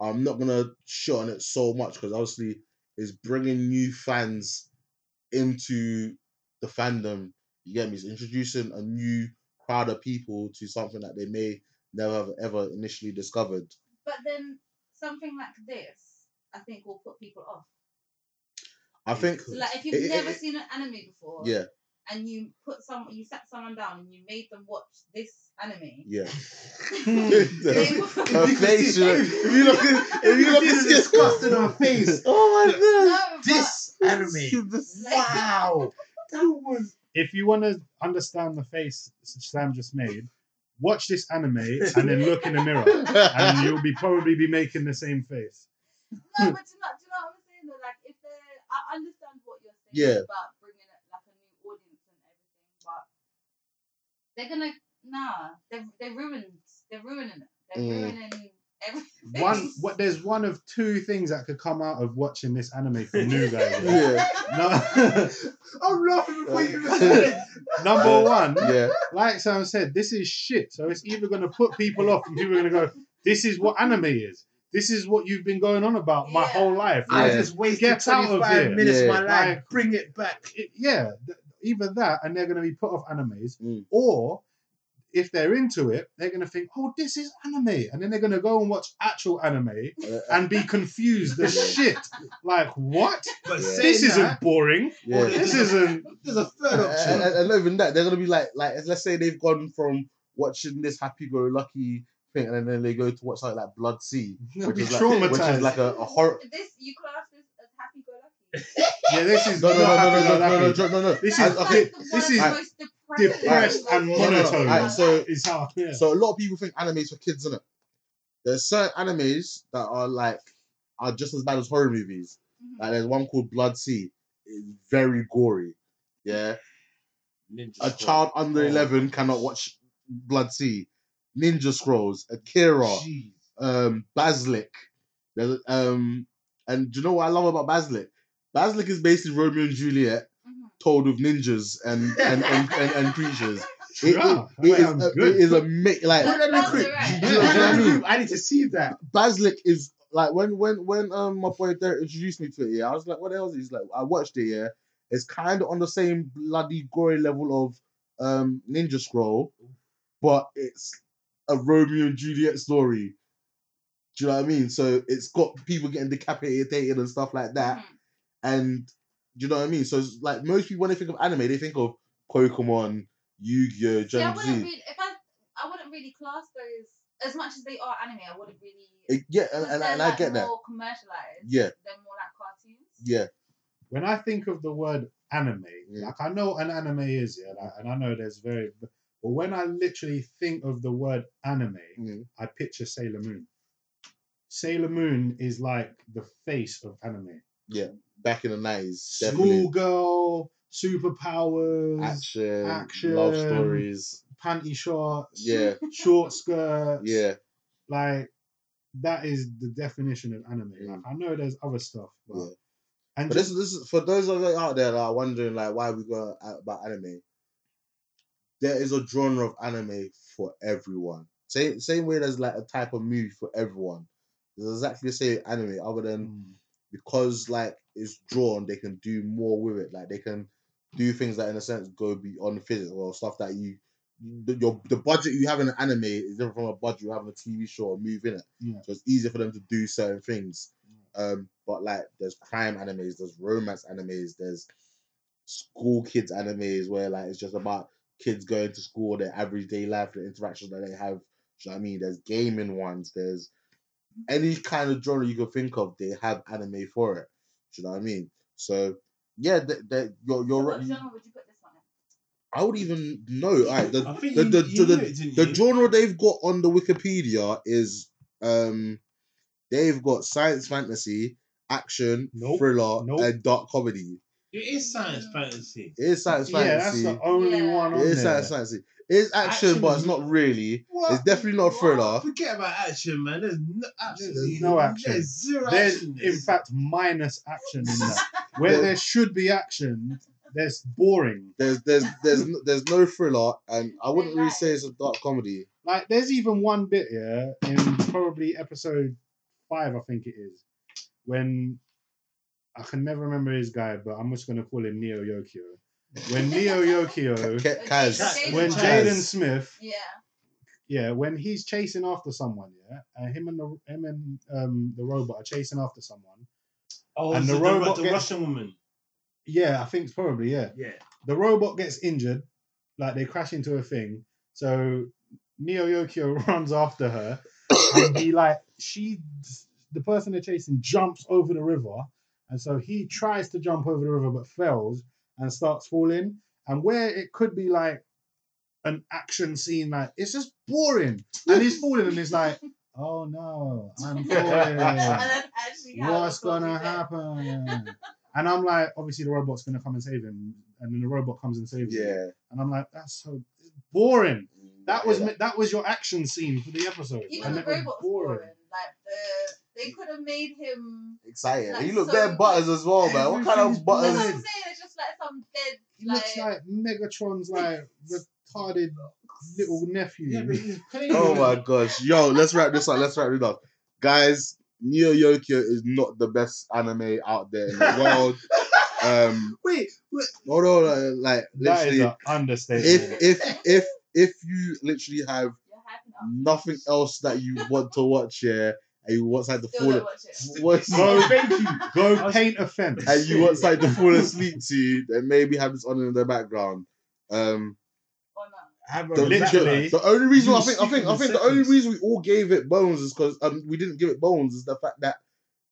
Speaker 2: I'm not gonna shit on it so much because obviously it's bringing new fans into the fandom. You get me? It's introducing a new crowd of people to something that they may never have ever initially discovered.
Speaker 1: But then something like this, I think, will put people off.
Speaker 2: I think,
Speaker 1: So, like, if you've
Speaker 2: It- it-
Speaker 1: never
Speaker 2: it-
Speaker 1: seen an anime before,
Speaker 2: yeah,
Speaker 1: and you put some, you sat someone down and you made them watch this anime.
Speaker 2: yeah.
Speaker 1: they will-
Speaker 2: her face. you know, If you look, at- if you look at this
Speaker 5: disgust in her face.
Speaker 2: Oh
Speaker 1: No, but-
Speaker 5: This
Speaker 2: my god!
Speaker 5: anime.
Speaker 1: Wow.
Speaker 5: That was
Speaker 3: If you want to understand the face Sam just made, watch this anime and then look in the mirror, and you'll be probably be making the same face.
Speaker 1: No,
Speaker 2: Hmm.
Speaker 1: but do you know, do you know what I'm saying? Though? Like, if they're, I understand what you're saying
Speaker 2: Yeah.
Speaker 1: about bringing it like a new audience and everything, but they're gonna nah, they're they're ruined, they're ruining it, they're
Speaker 2: Mm.
Speaker 1: ruining everything.
Speaker 3: One, what there's one of two things that could come out of watching this anime for new guys.
Speaker 2: Yeah,
Speaker 3: No,
Speaker 5: I'm laughing before you even said it.
Speaker 3: number one,
Speaker 2: yeah.
Speaker 3: like Sam said, this is shit. So it's either going to put people off, and people are going to go, "This is what anime is. This is what you've been going on about my
Speaker 1: Yeah.
Speaker 3: whole life."
Speaker 5: I
Speaker 2: Yeah.
Speaker 5: just wasted
Speaker 3: Get out of
Speaker 5: 25
Speaker 3: here.
Speaker 5: minutes of my
Speaker 2: Yeah.
Speaker 5: life.
Speaker 3: Like-
Speaker 5: Bring it back.
Speaker 3: it- yeah, th- either that and they're going to be put off animes,
Speaker 2: Mm.
Speaker 3: or if they're into it, they're going to think, oh, this is anime. And then they're going to go and watch actual anime
Speaker 2: Uh,
Speaker 3: and be confused as shit. Like, what?
Speaker 4: But
Speaker 2: Yeah.
Speaker 4: saying
Speaker 3: This
Speaker 4: that,
Speaker 3: isn't boring.
Speaker 2: yeah.
Speaker 3: This isn't.
Speaker 5: There's a
Speaker 2: And,
Speaker 5: third option.
Speaker 2: and- and not even that, they're gonna be like, like let's say they've gone from watching this happy-go-lucky thing, and then they go to watch something like Blood Sea,
Speaker 3: They'll
Speaker 2: which
Speaker 3: be
Speaker 2: is like, which is
Speaker 3: traumatized.
Speaker 2: like a, a horror.
Speaker 1: This you class this as happy go lucky.
Speaker 3: Yeah, this is.
Speaker 2: No, no, no, no,
Speaker 3: not happy,
Speaker 2: no,
Speaker 3: not
Speaker 2: no, no,
Speaker 3: happy.
Speaker 2: no, no, no.
Speaker 3: This
Speaker 2: I-
Speaker 3: is-
Speaker 2: okay,
Speaker 1: the
Speaker 3: this
Speaker 1: one of
Speaker 3: is
Speaker 1: the most depressing
Speaker 3: depressed and
Speaker 1: things
Speaker 2: no,
Speaker 1: I've
Speaker 2: no,
Speaker 1: ever
Speaker 2: no.
Speaker 3: monotone.
Speaker 2: Alright, so
Speaker 3: It's how. Yeah.
Speaker 2: So a lot of people think anime is for kids, isn't it? There's certain animes that are like are just as bad as horror movies.
Speaker 1: Mhm.
Speaker 2: Like there's one called Blood Sea. It's very gory. Yeah.
Speaker 4: Ninja
Speaker 2: A
Speaker 4: Scroll.
Speaker 2: child under
Speaker 4: Oh.
Speaker 2: eleven cannot watch Blood Sea, Ninja Scrolls, Akira,
Speaker 4: Jeez.
Speaker 2: um, Basilic. There's, um, and do you know what I love about Basilic? Basilic is basically Romeo and Juliet
Speaker 1: Mhm.
Speaker 2: told of ninjas and and and, and, and creatures. It,
Speaker 3: Wow,
Speaker 2: it- it
Speaker 3: that
Speaker 2: is
Speaker 3: sounds
Speaker 2: a,
Speaker 3: good.
Speaker 2: it is a ma- like
Speaker 1: That
Speaker 5: Put that in the
Speaker 1: sounds
Speaker 5: crib.
Speaker 1: alright.
Speaker 2: Do you know what I mean?
Speaker 5: I need to see that.
Speaker 2: Basilic is like when when when um my boy Derek introduced me to it, yeah, I was like, what the hell is this? Like I watched it, yeah. It's kind of on the same bloody gory level of um Ninja Scroll, but it's a Romeo and Juliet story. Do you know what I mean? So it's got people getting decapitated and stuff like that.
Speaker 1: Mhm.
Speaker 2: And do you know what I mean? So it's like most people when they think of anime, they think of Pokemon, Yu-Gi-Oh,
Speaker 1: See, I
Speaker 2: Gen
Speaker 1: wouldn't
Speaker 2: Z.
Speaker 1: really, if I, I wouldn't really class those as much as they are anime. I wouldn't really.
Speaker 2: It- yeah, and,
Speaker 1: 'cause
Speaker 2: and,
Speaker 1: they're,
Speaker 2: and I
Speaker 1: like,
Speaker 2: get that.
Speaker 1: More commercialized.
Speaker 2: Yeah,
Speaker 1: They're more like cartoons.
Speaker 2: yeah.
Speaker 3: when I think of the word anime,
Speaker 2: Yeah.
Speaker 3: like I know an anime is, yeah, like, and I know there's very, but when I literally think of the word anime,
Speaker 2: Mm.
Speaker 3: I picture Sailor Moon. Sailor Moon is like the face of anime.
Speaker 2: Back in the nineties, definitely.
Speaker 3: Schoolgirl, superpowers,
Speaker 2: action,
Speaker 3: action.
Speaker 2: love stories.
Speaker 3: panty shorts,
Speaker 2: Yeah,
Speaker 3: short skirts.
Speaker 2: yeah,
Speaker 3: Like that is the definition of anime. Like I know there's other stuff, but
Speaker 2: Mm. Yeah.
Speaker 3: and
Speaker 2: but this is this is for those of you out there that are wondering like why we go out about anime. There is a genre of anime for everyone. Same same way there's like a type of movie for everyone. There's exactly the same anime, other than
Speaker 3: Mm.
Speaker 2: because like it's drawn, they can do more with it. Like they can do things that, in a sense, go beyond physics or stuff that you the, your the budget you have in an anime is different from a budget you have in a TV show or movie. In it,
Speaker 3: Yeah.
Speaker 2: so it's easier for them to do certain things. Um, but like there's crime animes, there's romance animes, there's school kids animes where like it's just about kids going to school, their everyday life, the interactions that they have. Do you know what I mean? There's gaming ones, there's any kind of genre you could think of, they have anime for it. Do you know what I mean? So yeah, that that you're
Speaker 1: So
Speaker 2: you're
Speaker 1: what
Speaker 2: right.
Speaker 1: genre would you put this one in?
Speaker 2: I would even know. Alright,
Speaker 4: I
Speaker 2: the
Speaker 3: Oh,
Speaker 4: think
Speaker 2: the-
Speaker 4: you,
Speaker 2: the-
Speaker 4: you
Speaker 2: the-
Speaker 4: knew it, didn't
Speaker 2: the
Speaker 4: you?
Speaker 2: genre they've got on the Wikipedia is um they've got science fantasy, action,
Speaker 3: Nope.
Speaker 2: thriller,
Speaker 3: Nope.
Speaker 2: and dark comedy.
Speaker 4: It is science fantasy.
Speaker 2: It is science
Speaker 3: yeah, that's
Speaker 2: fantasy.
Speaker 3: the only
Speaker 1: Yeah.
Speaker 3: one on
Speaker 2: it is
Speaker 3: there.
Speaker 2: science fantasy. It is action,
Speaker 4: Action
Speaker 2: but
Speaker 4: is
Speaker 2: it's not really.
Speaker 4: What?
Speaker 2: It's definitely not a
Speaker 4: What?
Speaker 2: thriller.
Speaker 4: Forget about action, man. There's no, absolutely
Speaker 3: There's no action.
Speaker 4: There's zero
Speaker 3: There's
Speaker 4: action.
Speaker 3: in fact minus action in that. Where there should be action, there's boring.
Speaker 2: There's there's there's no, there's no thriller, and I wouldn't really
Speaker 1: lie.
Speaker 2: say it's a dark comedy.
Speaker 3: Like there's even one bit here in probably episode five, I think it is, when I can never remember his guy, but I'm just gonna call him Neo Yokio. When
Speaker 2: Ca-
Speaker 3: Neo Yokio,
Speaker 2: ca- Kaz.
Speaker 1: Jaden-
Speaker 3: when
Speaker 4: Chaz.
Speaker 3: Jaden Smith,
Speaker 1: Yeah.
Speaker 3: yeah, when he's chasing after someone, yeah, and him and the him and um, the robot are chasing after someone.
Speaker 4: oh,
Speaker 3: and
Speaker 4: and
Speaker 3: the
Speaker 4: the,
Speaker 3: robot
Speaker 4: the
Speaker 3: gets-
Speaker 4: Russian woman.
Speaker 3: Yeah, I think probably yeah.
Speaker 4: Yeah.
Speaker 3: the robot gets injured, like they crash into a thing. So Neo Yokio runs after her, and he like she, the person they're chasing jumps over the river, and so he tries to jump over the river but fails and starts falling. And where it could be like an action scene, like it's just boring, and he's falling, and it's like, oh no, I'm falling.
Speaker 1: And then actually how
Speaker 3: What's
Speaker 1: it was
Speaker 3: gonna
Speaker 1: said.
Speaker 3: happen? And I'm like, obviously the robot's gonna come and save him, and then the robot comes and saves him.
Speaker 2: Yeah,
Speaker 3: And I'm like, that's so boring. That
Speaker 2: Yeah,
Speaker 3: was mi- that was your action scene for the episode.
Speaker 1: Even
Speaker 3: And
Speaker 1: the
Speaker 3: it was
Speaker 1: robot was boring. Like the they could have made him.
Speaker 2: exciting.
Speaker 1: Like,
Speaker 2: he looked
Speaker 1: so
Speaker 2: bare butters as well, man. What kind of
Speaker 3: Everything's
Speaker 1: That's what
Speaker 2: butters?
Speaker 1: I'm
Speaker 3: Boring.
Speaker 1: saying. It's just like some dead.
Speaker 3: He looks
Speaker 1: Like,
Speaker 3: like Megatron's like retarded little nephew.
Speaker 4: Yeah, but he's playing.
Speaker 2: Oh my gosh, yo, let's wrap this up. Let's wrap it up, guys. Neo Yokio is not the best anime out there in the world. Um,
Speaker 4: Wait, wait.
Speaker 2: hold on, uh, like
Speaker 3: that is
Speaker 2: literally,
Speaker 3: an understatement.
Speaker 2: if if if if you literally have
Speaker 1: you're hyping up.
Speaker 2: nothing else that you want to watch here, and you want something to
Speaker 1: Still don't
Speaker 2: fall,
Speaker 1: watch it.
Speaker 2: what's
Speaker 5: Oh,
Speaker 3: go, go paint a fence.
Speaker 2: and you want something to fall asleep to, then maybe have this on in the background. Um,
Speaker 1: Or not.
Speaker 4: Have a
Speaker 2: the,
Speaker 4: relax.
Speaker 3: literally-
Speaker 2: the only reason
Speaker 4: You
Speaker 2: I think I
Speaker 4: speak
Speaker 2: think
Speaker 4: in
Speaker 2: I
Speaker 4: the
Speaker 2: think the only
Speaker 4: sentence.
Speaker 2: reason we all gave it bones is because um we didn't give it bones is the fact that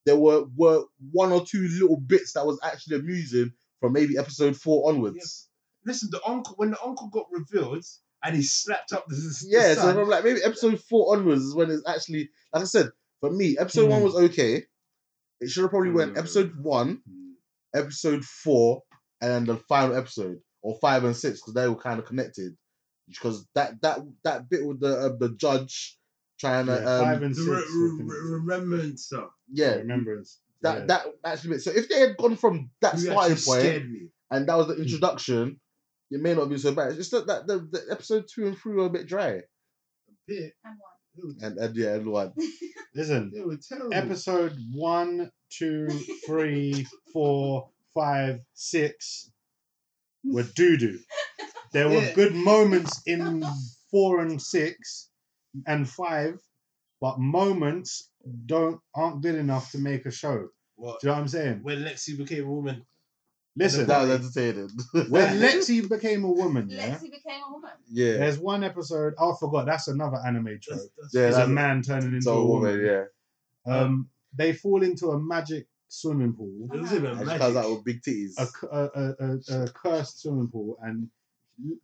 Speaker 2: there were were one or two little bits that was actually amusing from maybe episode four onwards.
Speaker 4: Listen, the uncle when the uncle got revealed and he slapped up the, the
Speaker 2: Yeah, so
Speaker 4: son,
Speaker 2: I'm like maybe episode four onwards is when it's actually like I said for me episode
Speaker 3: Hmm.
Speaker 2: one was okay. It should have probably went
Speaker 4: Mm.
Speaker 2: episode one, episode four, and then the final episode. or five and six because they were kind of connected. Because that that that bit with the uh, the judge trying to
Speaker 3: Yeah,
Speaker 2: um,
Speaker 3: five and
Speaker 4: The
Speaker 3: six.
Speaker 4: re-
Speaker 3: were
Speaker 4: re-
Speaker 3: connected.
Speaker 4: re- remembrance. uh,
Speaker 2: yeah
Speaker 3: remembrance.
Speaker 2: that
Speaker 3: yeah.
Speaker 2: that actually bit. So if they had gone from that
Speaker 4: you
Speaker 2: starting
Speaker 4: actually
Speaker 2: point
Speaker 4: scared me.
Speaker 2: and that was the introduction, it may not be so bad. It's just that, that the, the episode two and three were a bit dry.
Speaker 4: Yeah,
Speaker 1: And one.
Speaker 4: they were-
Speaker 2: And, and yeah, and one.
Speaker 3: Listen,
Speaker 4: They were terrible.
Speaker 3: episode one, two, three, four, five, six were doo doo. There were
Speaker 4: Yeah.
Speaker 3: good moments in four and six and five, but moments don't aren't good enough to make a show.
Speaker 4: Well,
Speaker 3: Do you know what I'm saying?
Speaker 4: when Lexi became a woman,
Speaker 3: Listen,
Speaker 2: that was entertaining.
Speaker 3: when Lexi became a woman, yeah,
Speaker 1: Lexi became a woman.
Speaker 2: yeah,
Speaker 3: there's one episode. oh, I forgot. That's another anime trope.
Speaker 4: that's, that's
Speaker 2: Yeah,
Speaker 3: There's a
Speaker 2: that's-
Speaker 3: man turning into
Speaker 2: so
Speaker 3: a woman.
Speaker 2: yeah.
Speaker 3: Um, they fall into a magic swimming pool.
Speaker 4: it was even
Speaker 2: And she
Speaker 4: magic.
Speaker 2: comes out with big titties.
Speaker 3: a, cu- a, a, a, a cursed swimming pool, and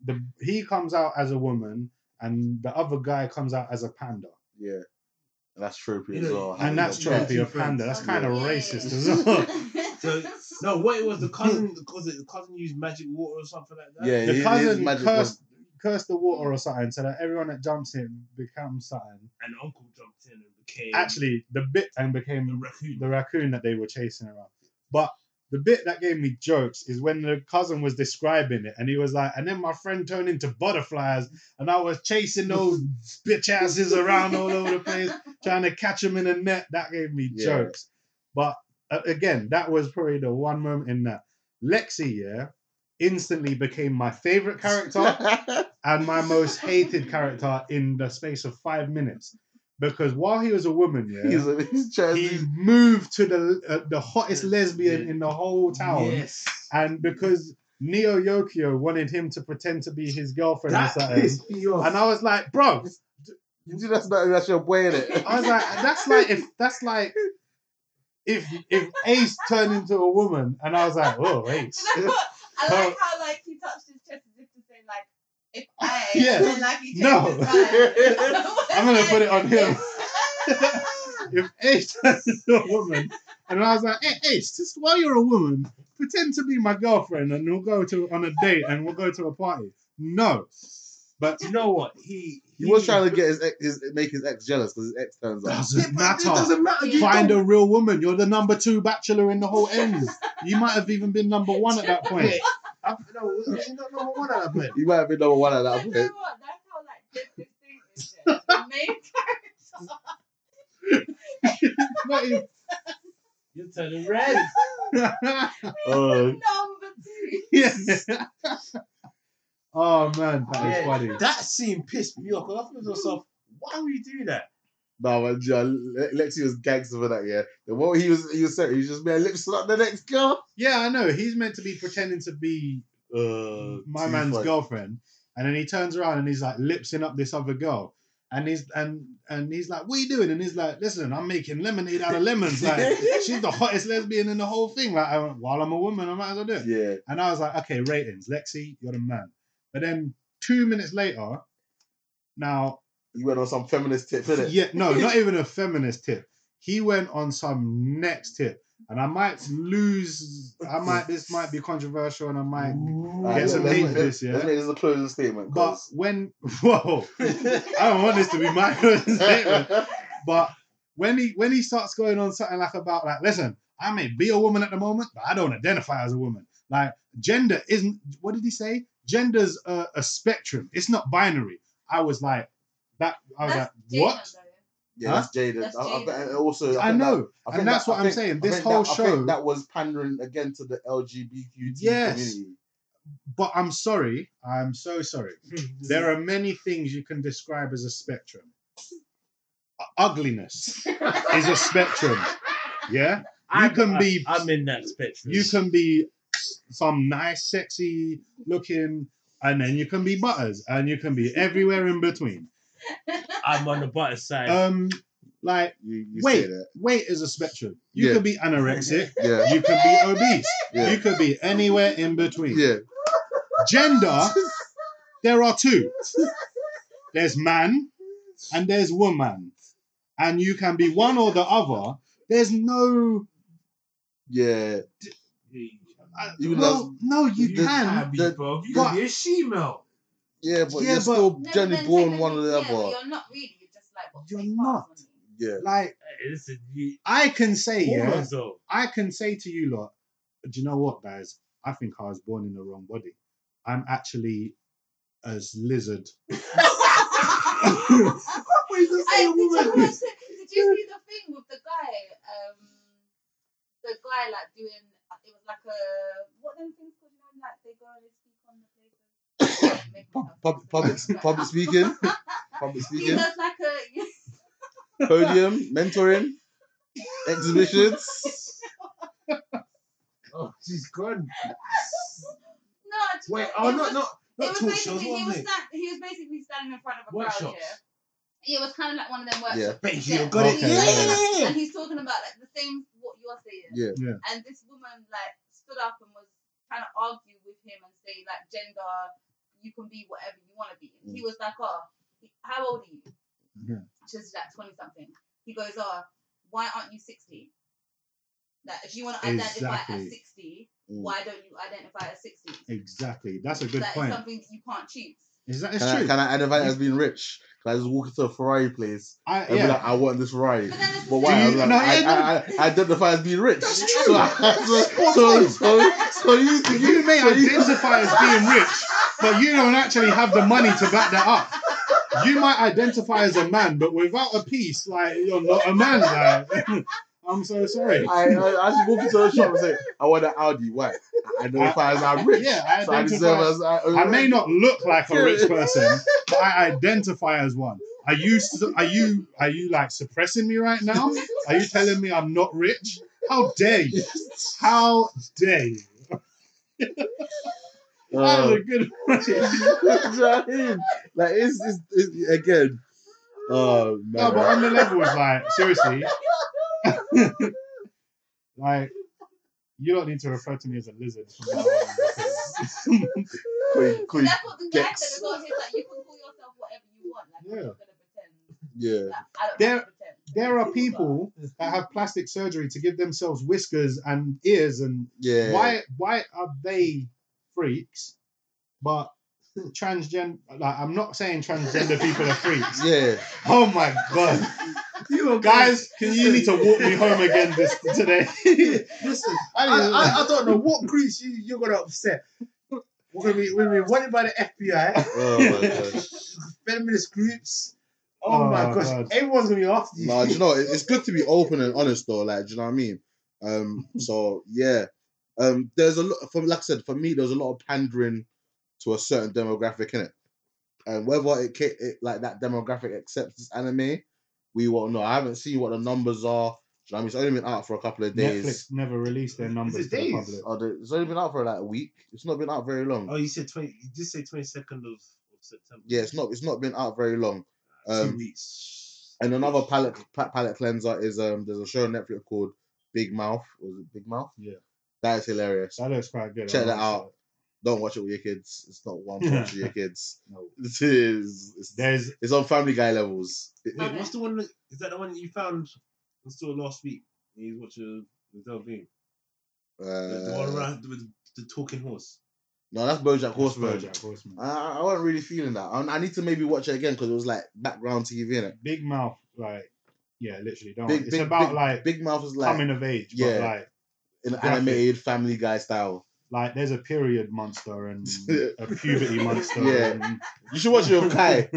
Speaker 3: the he comes out as a woman, and the other guy comes out as a panda,
Speaker 2: Yeah, and that's tropey
Speaker 4: You
Speaker 2: as
Speaker 4: know,
Speaker 2: well.
Speaker 3: and that's
Speaker 4: Yeah,
Speaker 3: trophy
Speaker 4: two
Speaker 3: of panda. That's
Speaker 1: friends.
Speaker 3: kind of
Speaker 1: Oh, Yeah.
Speaker 3: racist as well.
Speaker 4: So, no, what it was the cousin because the cousin used magic water or something like that.
Speaker 2: Yeah,
Speaker 3: The
Speaker 2: his- his
Speaker 3: cousin
Speaker 2: magic
Speaker 3: cursed cursed the water or something, so that everyone that jumps in becomes something.
Speaker 4: and Uncle jumped in and became
Speaker 3: Actually, the bit and became
Speaker 4: the raccoon.
Speaker 3: the raccoon that they were chasing around. But the bit that gave me jokes is when the cousin was describing it, and he was like, and then my friend turned into butterflies, and I was chasing those bitch asses around all over the place, trying to catch them in a net. That gave me
Speaker 2: Yeah.
Speaker 3: jokes. But uh, again, that was probably the one moment in that Lexi, yeah, instantly became my favorite character
Speaker 2: was-
Speaker 3: and my most hated character in the space of five minutes. Because while he was a woman, yeah,
Speaker 2: he's a, he's
Speaker 3: he
Speaker 2: Chinese.
Speaker 3: moved to the uh, the hottest lesbian in the whole town,
Speaker 4: Yes,
Speaker 3: and because Neo Yokio wanted him to pretend to be his girlfriend or
Speaker 4: that
Speaker 3: something,
Speaker 4: pissed me off.
Speaker 3: and I was like, bro,
Speaker 2: You see, that's not that's your boy in it.
Speaker 3: I was like, that's like if that's like if if Ace turned into a woman, and I was like, oh Ace,
Speaker 1: You know what? I like how like he touched his chest as if to say like if I
Speaker 3: Yeah.
Speaker 1: and then, like he changed
Speaker 3: No.
Speaker 1: his mind.
Speaker 3: I'm gonna put it on him.
Speaker 1: If-
Speaker 3: if Ace turned into a woman, and I was like, hey Ace, just while you're a woman, pretend to be my girlfriend, and we'll go to on a date, and we'll go to a party. No, but
Speaker 4: Do you know what he?
Speaker 2: He was trying to get his, ex, his make his ex jealous because his ex turns out.
Speaker 3: doesn't
Speaker 4: But it
Speaker 3: matter.
Speaker 4: doesn't matter. You
Speaker 3: Find
Speaker 4: don't-
Speaker 3: a real woman. You're the number two bachelor in the whole end. You might have even been number one at that point.
Speaker 4: Yeah. I- No, he's not number one at that point.
Speaker 2: He might have been number one at that
Speaker 1: You know
Speaker 2: point.
Speaker 1: what? That's how like this, this thing is. yeah. The main character.
Speaker 3: Not even-
Speaker 4: You're turning red.
Speaker 2: Oh,
Speaker 3: Uh,
Speaker 1: Number two.
Speaker 3: Yeah. Oh man, that is
Speaker 4: Yeah.
Speaker 3: funny.
Speaker 4: That scene pissed me off. 'cause I thought to myself, why would you do that?
Speaker 2: no, man, yeah, Le- Lexi was gangster for that. Yeah, the what he was he was saying, he was just being lip slap the next girl.
Speaker 3: Yeah, I know. He's meant to be pretending to be
Speaker 2: Uh,
Speaker 3: my man's girlfriend, and then he turns around and he's like lipsing up this other girl, and he's and and he's like, "What are you doing?" And he's like, "Listen, I'm making lemonade out of lemons. Like, she's the hottest lesbian in the whole thing. Like, I, while I'm a woman, I might as well do it."
Speaker 2: Yeah,
Speaker 3: And I was like, okay, ratings. Lexi, you're the man. But then two minutes later, now,
Speaker 2: he went on some feminist tip, didn't
Speaker 3: yeah, no, not even a feminist tip. He went on some next tip. And I might lose, I might, this might be controversial and I might. Get some hate for this, yeah?
Speaker 2: Let's make this a closing statement.
Speaker 3: But
Speaker 2: 'cause-
Speaker 3: when, whoa, I don't want this to be my closing statement. But when he when he starts going on something like about like, listen, I may be a woman at the moment, but I don't identify as a woman. Like gender isn't. What did he say? Gender's a, a spectrum. It's not binary. I was like, that. I was
Speaker 1: That's
Speaker 3: like, what?
Speaker 1: Jaden, though.
Speaker 2: Yeah,
Speaker 3: Huh?
Speaker 2: that's Jada.
Speaker 1: That's
Speaker 2: I, I, bet-
Speaker 1: Jada.
Speaker 2: and also,
Speaker 3: I
Speaker 2: think that- I
Speaker 3: know,
Speaker 2: think
Speaker 3: and that's
Speaker 2: that- I
Speaker 3: what I'm
Speaker 2: think-
Speaker 3: saying.
Speaker 2: I
Speaker 3: This
Speaker 2: think
Speaker 3: whole
Speaker 2: that, I
Speaker 3: show,
Speaker 2: think that was pandering again to the LGBTQ
Speaker 3: Yes.
Speaker 2: community.
Speaker 3: but I'm sorry. I'm so sorry.
Speaker 4: Mm-hmm.
Speaker 3: There are many things you can describe as a spectrum. U- Ugliness is a spectrum. Yeah, you can be-
Speaker 4: I, am in that spectrum.
Speaker 3: you can be some nice, sexy looking, and then you can be butters, and you can be everywhere in between.
Speaker 4: I'm on the butter side.
Speaker 3: Um, like
Speaker 2: You, you say
Speaker 3: wait,
Speaker 2: that.
Speaker 3: weight is a spectrum. You
Speaker 2: Yeah.
Speaker 3: can be anorexic.
Speaker 2: Yeah,
Speaker 3: You can be obese.
Speaker 2: Yeah.
Speaker 3: You could be anywhere in between.
Speaker 2: yeah.
Speaker 3: Gender, there are two. There's man and there's woman. And you can be one or the other. There's no
Speaker 2: Yeah,
Speaker 4: You- I,
Speaker 2: Even
Speaker 3: Well, no, you,
Speaker 2: the-
Speaker 3: can.
Speaker 4: can't be,
Speaker 2: the-
Speaker 4: bro. You
Speaker 3: but-
Speaker 4: can be a she-male.
Speaker 2: Yeah, but
Speaker 3: Yeah,
Speaker 2: you're
Speaker 3: but-
Speaker 2: still
Speaker 1: No,
Speaker 2: generally
Speaker 1: then
Speaker 2: born
Speaker 1: technically,
Speaker 2: one or the
Speaker 1: yeah, but
Speaker 2: other.
Speaker 1: You're not really. You're just like what
Speaker 3: You're
Speaker 1: fake
Speaker 3: not.
Speaker 1: parts on you.
Speaker 2: Yeah.
Speaker 3: Like
Speaker 4: Hey, Listen, you,
Speaker 3: I can say, yeah,
Speaker 4: hormones though.
Speaker 3: I can say to you lot, do you know what, guys? I think I was born in the wrong body. I'm actually as lizard.
Speaker 1: Hey, did, you watch the, did you see the thing with the guy? Um, the guy like doing it was like a what them things called you know, like they go and they speak on the places. Make
Speaker 2: Pub,
Speaker 1: myself
Speaker 2: pub-
Speaker 1: sound
Speaker 2: public,
Speaker 1: stupid.
Speaker 2: public speaking, public
Speaker 1: He
Speaker 2: speaking,
Speaker 1: does like a
Speaker 2: podium, mentoring, exhibitions.
Speaker 4: Oh, she's gone.
Speaker 1: no. do you
Speaker 4: Wait,
Speaker 1: know,
Speaker 4: oh
Speaker 1: it
Speaker 4: no,
Speaker 1: was-
Speaker 4: no,
Speaker 1: It
Speaker 4: not
Speaker 1: was
Speaker 4: talk shows,
Speaker 1: basically he
Speaker 4: wasn't
Speaker 1: was,
Speaker 4: it?
Speaker 1: stand, he was basically standing in front of a crowd.
Speaker 4: Workshops.
Speaker 1: Yeah. It was kind of like one of them
Speaker 2: Yeah.
Speaker 1: workshops.
Speaker 4: Thank
Speaker 1: Yeah.
Speaker 4: you. Got it.
Speaker 3: Okay,
Speaker 4: Yeah,
Speaker 3: yeah,
Speaker 4: yeah, yeah, yeah.
Speaker 1: And he's talking about like the same what you're saying.
Speaker 2: Yeah.
Speaker 3: Yeah.
Speaker 1: And this woman like stood up and was trying to argue with him and say like gender, you can be whatever you want to be. He was like, oh, how old are you?
Speaker 3: Mm. Yeah.
Speaker 1: She was like twenty something. He goes, oh, why aren't you sixty? Like if you want to identify
Speaker 3: Exactly.
Speaker 1: as sixty,
Speaker 2: Mm.
Speaker 1: why don't you identify as sixty?
Speaker 3: Exactly. That's a good
Speaker 1: that is
Speaker 3: point.
Speaker 1: something you can't choose.
Speaker 3: Is that it's
Speaker 2: Can I,
Speaker 3: true?
Speaker 2: can I identify as being rich? Can I just walk into a Ferrari place
Speaker 3: I,
Speaker 2: and be like,
Speaker 3: yeah.
Speaker 2: I want this Ferrari?
Speaker 1: But then it's
Speaker 2: But why?
Speaker 3: Do
Speaker 2: I'm
Speaker 3: you-
Speaker 2: like,
Speaker 3: no,
Speaker 2: I, I,
Speaker 3: yeah,
Speaker 2: I, I identify as being rich.
Speaker 3: That's
Speaker 2: So,
Speaker 3: true.
Speaker 2: so, so, so, so you think
Speaker 3: You may
Speaker 2: so you-
Speaker 3: identify as being rich, but you don't actually have the money to back that up. You might identify as a man, but without a piece, like you're not a man. Like, I'm so sorry.
Speaker 2: I, I, I should walk into a shop and say, I want an Audi. Why? I identify as I'm rich.
Speaker 3: Yeah, I
Speaker 2: so I deserve
Speaker 3: identify-
Speaker 2: as I,
Speaker 3: I may not look like a rich person, but I identify as one. Are you su- are you are you like suppressing me right now? Are you telling me I'm not rich? How dare you? How dare you? That was
Speaker 2: Uh,
Speaker 3: a good one.
Speaker 2: like it's, it's, it's again. Oh
Speaker 3: No,
Speaker 2: man.
Speaker 3: but on the level is like seriously, like you don't need to refer to me as a lizard. From now on because-
Speaker 2: Queen,
Speaker 1: So
Speaker 2: Queen.
Speaker 1: that's what the guy said
Speaker 2: Dex.
Speaker 1: as well. He's like, you can call yourself whatever you want. Like, I'm
Speaker 3: Yeah.
Speaker 1: not gonna pretend.
Speaker 2: Yeah.
Speaker 1: Like, I don't
Speaker 3: There-
Speaker 1: have to pretend.
Speaker 3: there are people that have plastic surgery to give themselves whiskers and ears, and
Speaker 2: Yeah.
Speaker 3: why why are they freaks? But transgender, like I'm not saying transgender people are freaks.
Speaker 2: Yeah.
Speaker 3: Oh my god,
Speaker 4: You
Speaker 3: guys, can you need to walk me home again this today?
Speaker 4: Listen,
Speaker 5: I,
Speaker 3: I, don't know.
Speaker 5: I, I don't know what creeps you, you're gonna upset. We're gonna be, we're gonna be wanted by the FBI,
Speaker 2: Oh my gosh.
Speaker 5: feminist groups. Oh, my
Speaker 3: Oh,
Speaker 5: gosh,
Speaker 3: God.
Speaker 5: everyone's gonna be after you.
Speaker 2: No, do you know, it- it's good to be open and honest though, like do you know what I mean? Um so yeah. Um there's a lot for like I said, for me there's a lot of pandering to a certain demographic in it. And whether it, ca- it like that demographic accepts this anime, we won't know. I haven't seen what the numbers are. Do you know what I mean? It's only been out for a couple of days.
Speaker 3: Netflix never released their numbers
Speaker 5: Is it
Speaker 3: to the
Speaker 5: days?
Speaker 3: public.
Speaker 2: Oh, the- it's only been out for like a week. It's not been out very long.
Speaker 4: oh, you said twenty. You did say twenty second of, of September.
Speaker 2: Yeah, it's not. It's not been out very long.
Speaker 4: Two
Speaker 2: Um,
Speaker 4: weeks.
Speaker 2: and another palette pa- palette cleanser is um. There's a show on Netflix called Big Mouth. Was it Big Mouth?
Speaker 3: Yeah.
Speaker 2: That is hilarious.
Speaker 3: That looks quite good.
Speaker 2: Check
Speaker 3: I
Speaker 2: that
Speaker 3: like
Speaker 2: out. Don't watch it with your kids. It's not one for watch with your kids.
Speaker 3: No.
Speaker 2: It is. It's,
Speaker 3: There's
Speaker 2: it's on Family Guy levels. It-
Speaker 4: Wait, what's the one? That, is that the one that you found and saw last week? He's watching the Delvin. the, the one
Speaker 2: uh,
Speaker 4: around with the talking horse.
Speaker 2: no, that's BoJack Horseman.
Speaker 3: BoJack Horseman.
Speaker 2: I, I wasn't really feeling that. I, I need to maybe watch it again because it was like background TV in it.
Speaker 3: Big Mouth, like yeah, literally. Don't.
Speaker 2: Big-
Speaker 3: it's
Speaker 2: big-
Speaker 3: about like,
Speaker 2: Big Mouth is like
Speaker 3: coming of age,
Speaker 2: yeah.
Speaker 3: but like
Speaker 2: in an
Speaker 3: graphic.
Speaker 2: animated Family Guy style.
Speaker 3: like there's a period monster and a puberty monster.
Speaker 2: Yeah.
Speaker 3: and-
Speaker 2: You should watch it with Kai.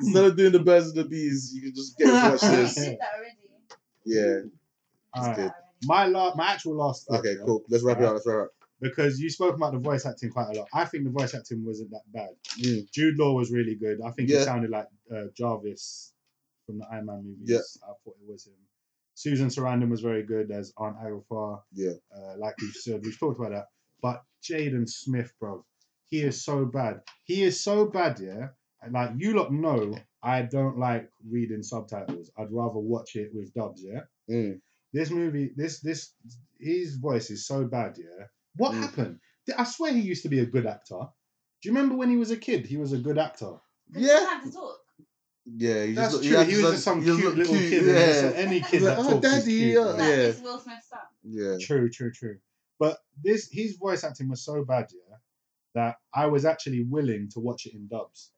Speaker 2: Instead of doing the birds and the bees, you can just get to watch
Speaker 1: We
Speaker 2: this.
Speaker 1: did that already.
Speaker 2: Yeah.
Speaker 1: We
Speaker 3: Alright.
Speaker 1: did that already.
Speaker 3: My la- my actual last. thought,
Speaker 2: Okay,
Speaker 3: yeah,
Speaker 2: cool. Let's wrap it up. Let's wrap it up.
Speaker 3: Because you spoke about the voice acting quite a lot. I think the voice acting wasn't that bad.
Speaker 2: Mm.
Speaker 3: Jude Law was really good. I think
Speaker 2: Yeah.
Speaker 3: he sounded like uh, Jarvis from the Iron Man movies.
Speaker 2: Yeah.
Speaker 3: I thought it was him. Susan Sarandon was very good as Aunt Agatha.
Speaker 2: Yeah.
Speaker 3: Uh, like we said, we've talked about that. But Jaden Smith, bro, he is so bad. He is so bad, yeah. And like you lot know, I don't like reading subtitles. I'd rather watch it with dubs, yeah.
Speaker 2: Mm.
Speaker 3: This movie, this this his voice is so bad, yeah. What
Speaker 2: Mm.
Speaker 3: happened? I swear he used to be a good actor. Do you remember when he was a kid? He was a good actor.
Speaker 1: But you
Speaker 2: Yeah.
Speaker 1: don't have to talk.
Speaker 2: Yeah, you
Speaker 3: That's
Speaker 2: look- you
Speaker 3: true.
Speaker 2: have
Speaker 3: He
Speaker 2: to
Speaker 3: was
Speaker 2: look-
Speaker 3: just some
Speaker 2: you
Speaker 3: cute
Speaker 2: look
Speaker 3: little
Speaker 2: cute,
Speaker 3: kid. and
Speaker 2: Yeah.
Speaker 3: so Any kid
Speaker 2: Like,
Speaker 3: that
Speaker 2: "Oh,
Speaker 3: talks is
Speaker 2: daddy,
Speaker 3: cute,
Speaker 2: yeah."
Speaker 3: man.
Speaker 1: Like,
Speaker 2: Yeah.
Speaker 1: It's Will Smith's son.
Speaker 2: yeah.
Speaker 3: True, true, true. But this his voice acting was so bad, yeah, that I was actually willing to watch it in dubs,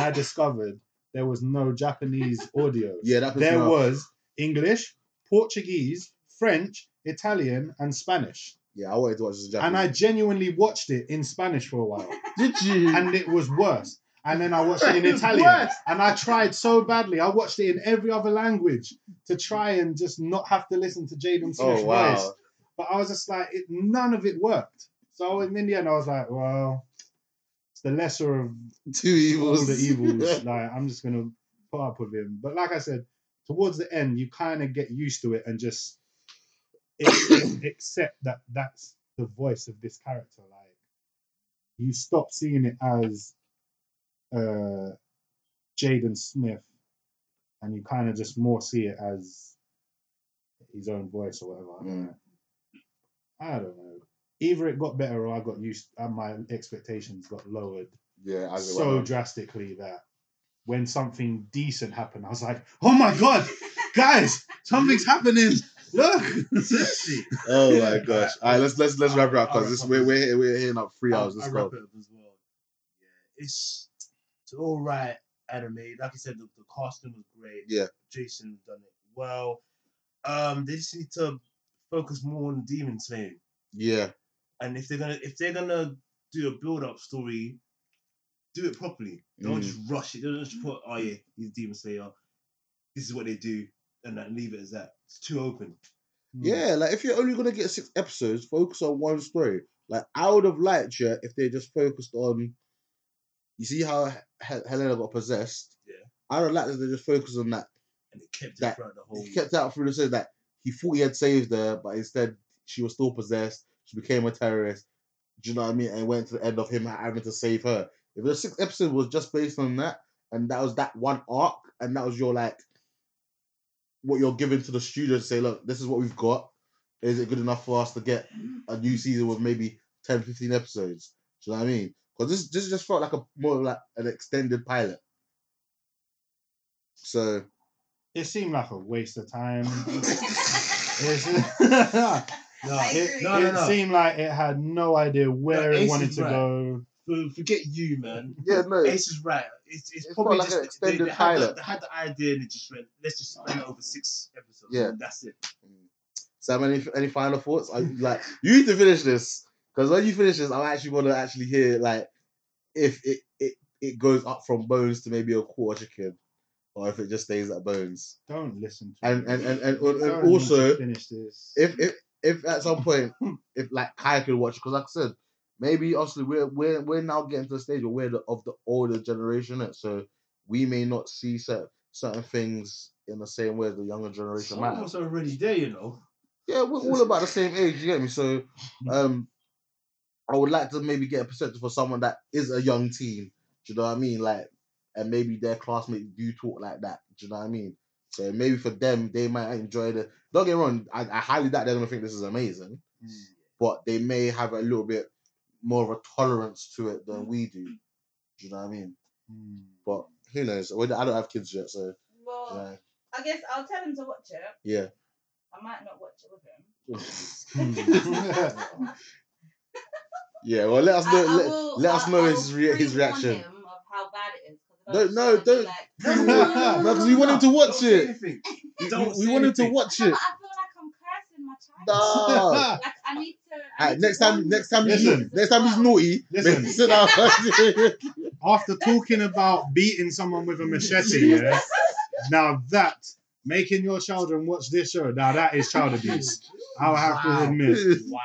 Speaker 3: I discovered there was no Japanese audio.
Speaker 2: Yeah, that
Speaker 3: there
Speaker 2: me off.
Speaker 3: was English, Portuguese, French, Italian, and Spanish.
Speaker 2: Yeah, I wanted to watch this.
Speaker 3: And I genuinely watched it in Spanish for a while,
Speaker 2: did you?
Speaker 3: and it was worse. And then I watched it in Italian,
Speaker 5: Worse.
Speaker 3: and I tried so badly. I watched it in every other language to try and just not have to listen to Jaden Smith's
Speaker 2: oh wow.
Speaker 3: voice. But I was just like, it, none of it worked. So in the end, I was like, well, it's the lesser of
Speaker 2: Two
Speaker 3: all
Speaker 2: evils.
Speaker 3: the evils. like, I'm just gonna put up with him. But like I said, towards the end, you kind of get used to it and just ac- accept that that's the voice of this character. Like, you stop seeing it as uh, Jaden Smith, and you kind of just more see it as his own voice or whatever. I
Speaker 2: Mm.
Speaker 3: don't know. I don't know. Either it got better or I got used, and my expectations got lowered
Speaker 2: yeah, as it
Speaker 3: so
Speaker 2: went on.
Speaker 3: drastically that when something decent happened, I was like, "Oh my god, guys, something's happening! Look!"
Speaker 4: Seriously.
Speaker 2: Oh
Speaker 3: Yeah.
Speaker 2: my gosh! All right, let's let's let's wrap it up
Speaker 4: I'll
Speaker 2: because this
Speaker 4: wrap
Speaker 2: we're
Speaker 4: up.
Speaker 2: we're, here- we're hitting up three
Speaker 4: I'll-
Speaker 2: hours. Let's
Speaker 4: I'll
Speaker 2: go.
Speaker 4: wrap it up as well. Yeah, it's it's all right anime. Like you said, the, the casting was great.
Speaker 2: Yeah.
Speaker 4: Jason done it well. Um, they just need to focus more on Demon Slaying,
Speaker 2: Yeah,
Speaker 4: and if they're gonna if they're gonna do a build up story, do it properly. Don't
Speaker 2: Mm.
Speaker 4: just rush it. Don't just put, oh yeah, he's Demon Slayer. This is what they do, and then leave it as that. It's too open.
Speaker 3: Hmm.
Speaker 2: yeah. Like if you're only gonna get six episodes, focus on one story. Like I would have liked yeah if they just focused on. You see how Hel- Helena got possessed.
Speaker 4: Yeah.
Speaker 2: I would have liked that they just focused on that.
Speaker 4: And it kept it
Speaker 2: That-
Speaker 4: throughout the whole.
Speaker 2: He kept out through the series that he thought he had saved her, but instead she was still possessed. She became a terrorist. Do you know what I mean? And it went to the end of him having to save her. If the sixth episode was just based on that, and that was that one arc, and that was your like what you're giving to the studio to say, look, this is what we've got. Is it good enough for us to get a new season with maybe 10, 15 episodes? Do you know what I mean? Because this this just felt like a more like an extended pilot. So
Speaker 3: It seemed like a waste of time. It's-
Speaker 4: No,
Speaker 1: I
Speaker 3: it
Speaker 1: agree.
Speaker 4: no, no,
Speaker 3: it
Speaker 4: no.
Speaker 3: seemed like it had no idea where
Speaker 4: No,
Speaker 3: it
Speaker 4: Ace
Speaker 3: wanted
Speaker 4: is
Speaker 3: to
Speaker 4: right.
Speaker 3: go.
Speaker 4: For- forget you, man.
Speaker 2: yeah, no.
Speaker 4: Ace is right. It's, it's,
Speaker 2: It's
Speaker 4: probably
Speaker 2: not like
Speaker 4: just
Speaker 2: an extended
Speaker 4: they, they, had the,
Speaker 2: pilot.
Speaker 4: they had the idea and they just went, let's just spend it over six episodes.
Speaker 2: Yeah.
Speaker 4: and that's it.
Speaker 2: Sam, any any final thoughts? I like you need to finish this because when you finish this, I actually want to actually hear like if it, it it goes up from bones to maybe a quarter chicken, or if it just stays at bones.
Speaker 3: Don't listen to
Speaker 2: And
Speaker 3: it.
Speaker 2: and and and,
Speaker 3: You
Speaker 2: and,
Speaker 3: don't need
Speaker 2: also
Speaker 3: to finish this.
Speaker 2: if if if at some point if like Kai could watch because like I said, maybe obviously we're we're we're now getting to the stage where we're the, of the older generation, innit? so we may not see certain certain things in the same way as the younger
Speaker 4: It's
Speaker 2: generation might. have.
Speaker 4: almost already there, you know.
Speaker 2: Yeah, we're all about the same age, you get me? So
Speaker 1: Mm-hmm.
Speaker 2: um I would like to maybe get a perspective for someone that is a young teen. Do you know what I mean? Like and maybe their classmates do talk like that. Do you know what I mean? So maybe for them they might enjoy the don't get me wrong, I, I highly doubt they're gonna think this is amazing.
Speaker 1: Mm.
Speaker 2: But they may have a little bit more of a tolerance to it
Speaker 1: Mm.
Speaker 2: than we do. Do you know what I mean?
Speaker 3: Mm.
Speaker 2: But who knows? Well, I don't have kids yet, so
Speaker 1: Well,
Speaker 2: uh,
Speaker 1: I guess I'll tell him to watch it.
Speaker 2: yeah.
Speaker 1: I might not watch it with him.
Speaker 3: Hmm.
Speaker 2: Yeah, well let us know
Speaker 1: I- I
Speaker 2: let,
Speaker 1: will-
Speaker 2: let us
Speaker 1: I-
Speaker 2: know
Speaker 1: I
Speaker 2: his
Speaker 1: will
Speaker 2: re- his
Speaker 1: pre-warn
Speaker 2: reaction.
Speaker 1: him of how bad it is, 'cause
Speaker 2: No,
Speaker 1: I'm just
Speaker 2: no,
Speaker 1: gonna be
Speaker 2: don't-
Speaker 1: like-
Speaker 2: No, because we wanted to watch
Speaker 4: Don't say
Speaker 2: it.
Speaker 4: anything.
Speaker 2: We,
Speaker 4: Don't
Speaker 2: we
Speaker 4: say
Speaker 2: wanted to
Speaker 4: anything.
Speaker 2: watch
Speaker 1: I know,
Speaker 2: it.
Speaker 1: but I feel like I'm cursing my child.
Speaker 2: No.
Speaker 1: Like I need to. I
Speaker 2: Alright,
Speaker 1: need
Speaker 2: Uh, next
Speaker 1: to
Speaker 2: time,
Speaker 1: warn
Speaker 2: next time, he's,
Speaker 3: Listen.
Speaker 2: next time he's naughty.
Speaker 3: Listen.
Speaker 2: Listen, sit down.
Speaker 3: After talking about beating someone with a machete, yeah, now that making your children watch this show, now that is child abuse. I'll have
Speaker 4: Wow.
Speaker 3: to admit.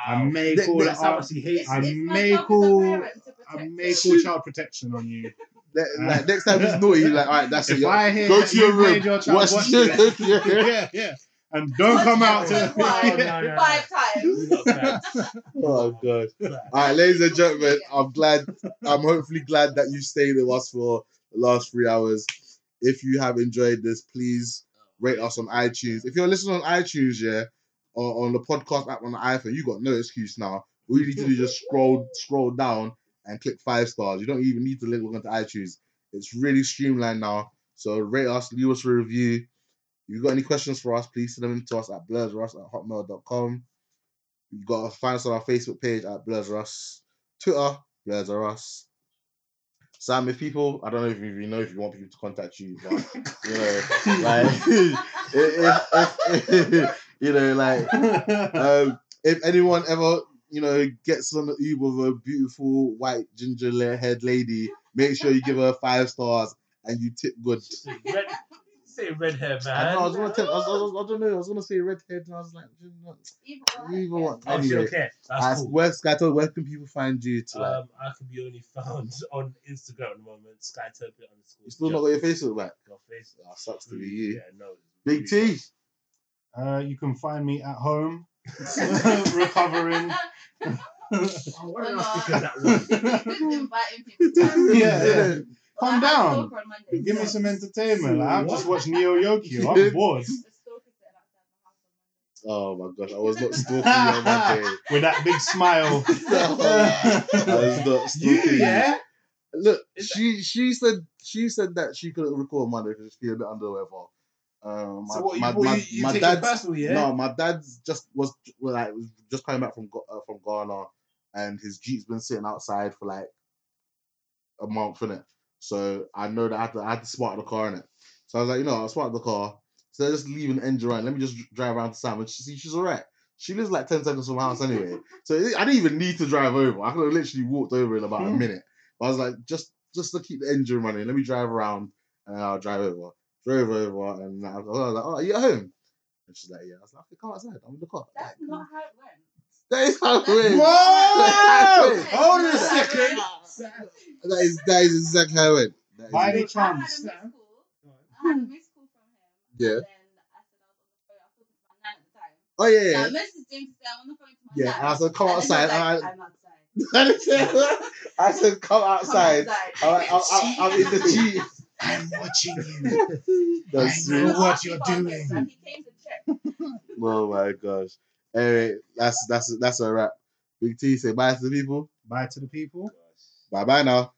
Speaker 3: I may
Speaker 2: That-
Speaker 3: call it
Speaker 4: That's how
Speaker 3: out.
Speaker 4: much he hates
Speaker 3: I
Speaker 4: it.
Speaker 1: It's my
Speaker 3: may
Speaker 1: job as a
Speaker 3: call-
Speaker 1: parent to protect
Speaker 3: I
Speaker 1: him.
Speaker 3: may call child protection on you.
Speaker 2: Ne- like, next time he's naughty, like, all right, that's it.
Speaker 3: If
Speaker 2: yo.
Speaker 3: I hear
Speaker 2: Go
Speaker 3: that
Speaker 2: to your
Speaker 3: you made
Speaker 2: room.
Speaker 3: your child
Speaker 2: Watch
Speaker 3: watch this,
Speaker 2: this. yeah.
Speaker 3: yeah, yeah, and don't come out to
Speaker 1: That's why.
Speaker 4: No, no, no,
Speaker 1: Five times.
Speaker 4: no. You got
Speaker 2: Oh god.
Speaker 4: facts.
Speaker 2: All right, ladies and gentlemen, I'm glad. I'm hopefully glad that you stayed with us for the last three hours. If you have enjoyed this, please rate us on iTunes. If you're listening on iTunes, yeah, or on the podcast app on the iPhone, you got no excuse now. All you need to do is just scroll, scroll down, and click five stars. You don't even need to link onto iTunes. It's really streamlined now. So rate us, leave us a review. If you've got any questions for us, please send them to us at blurrus at hotmail.com. You gotta find us on our Facebook page at Blurs Are Us, Twitter Blurs Are Us. Sam, if people, I don't know if you even know if you want people to contact you, but you know, like if, if, if- you know, like um, if anyone ever you know gets on the Uber with a beautiful white ginger la- haired lady, make sure you give her five stars and you tip good.
Speaker 4: Red, say red hair,
Speaker 2: I,
Speaker 4: man.
Speaker 2: don't know, I was gonna tip, I, was, I, was- I don't know, I was gonna say red haired, and I was like, you know,
Speaker 1: Either way,
Speaker 2: you even
Speaker 1: yeah.
Speaker 2: want-
Speaker 4: Oh, she
Speaker 2: anyway.
Speaker 4: don't care. That's
Speaker 2: Ask
Speaker 4: cool.
Speaker 2: where Scatter, where can people find you to like?
Speaker 4: Um, I can be only found on Instagram at the moment. Skyturpit underscore.
Speaker 2: you still not got your Facebook back.
Speaker 4: Your face.
Speaker 2: Ah, sucks to be you.
Speaker 4: Yeah, no.
Speaker 2: Big T.
Speaker 3: Uh, you can find me at home recovering.
Speaker 5: Oh, why
Speaker 1: Well,
Speaker 5: not?
Speaker 1: uh,
Speaker 4: Because that one.
Speaker 1: inviting people.
Speaker 3: yeah. Calm
Speaker 1: Well, I had a
Speaker 3: down.
Speaker 1: stalker on Monday.
Speaker 3: Give me some entertainment. Like, I've just watched Neo Yokio.
Speaker 2: Yeah.
Speaker 3: I'm bored
Speaker 1: A stalker sitting outside my house on Monday.
Speaker 2: Oh my gosh, I was not stalking you on my day.
Speaker 3: with that big smile.
Speaker 2: I was not
Speaker 5: You,
Speaker 2: stalking you.
Speaker 5: yeah?
Speaker 2: Look,
Speaker 4: Is
Speaker 2: she she said she said that she couldn't record Monday because she's feeling a bit under the weather. Um, my,
Speaker 5: So what, you,
Speaker 2: my,
Speaker 5: what,
Speaker 2: my,
Speaker 5: you, you
Speaker 2: my
Speaker 5: take it
Speaker 2: dad's
Speaker 5: personal,
Speaker 4: Oh,
Speaker 5: yeah?
Speaker 2: no, my dad's just was well, like was just coming back from Ga- uh, from Ghana, and his jeep's been sitting outside for like a month in it. So I know that I had to, I had to smart the car in it. So I was like, you know, I'll smart the car. So just leave an engine running. Let me just drive around to Sam and she, see she's all right. She lives like ten seconds from my house anyway. So it- I didn't even need to drive over. I could have literally walked over in about a
Speaker 3: Hmm.
Speaker 2: minute. But I was like, just just to keep the engine running, let me drive around and I'll drive over. Drove over and I was like, oh, are you at home? And she's like, yeah. I was like, okay, come outside. I'm in the car.
Speaker 1: That's not how it went.
Speaker 2: That is how it
Speaker 1: That's
Speaker 2: went.
Speaker 1: not how it
Speaker 2: Whoa!
Speaker 1: went.
Speaker 5: Hold on a
Speaker 1: That's not how it
Speaker 5: second.
Speaker 1: went.
Speaker 2: That is that is exactly how it went. That is
Speaker 3: By the
Speaker 2: exactly-
Speaker 1: I had a
Speaker 3: chance.
Speaker 1: missed call. I had a missed call from him.
Speaker 2: Yeah.
Speaker 1: And then I said I was on the phone. I was with my nan at the time.
Speaker 2: Oh yeah,
Speaker 1: So
Speaker 2: yeah.
Speaker 1: I messaged him to say I'm on the phone to my
Speaker 2: Yeah,
Speaker 1: nan.
Speaker 2: I said, come
Speaker 1: And then
Speaker 2: outside.
Speaker 1: he was like,
Speaker 2: I,
Speaker 1: I'm outside.
Speaker 2: I said, I said, come outside.
Speaker 1: Come
Speaker 2: I, I, I, I'm in the
Speaker 5: I'm watching you.
Speaker 2: Jeep. That's
Speaker 5: I know.
Speaker 2: it.
Speaker 1: And I
Speaker 5: what
Speaker 1: asked
Speaker 5: you're
Speaker 1: him about this,
Speaker 5: doing.
Speaker 1: And he came to check.
Speaker 2: Oh my gosh. Anyway, that's that's that's a wrap. Big T say bye to the people.
Speaker 3: Bye to the people.
Speaker 2: Bye bye now.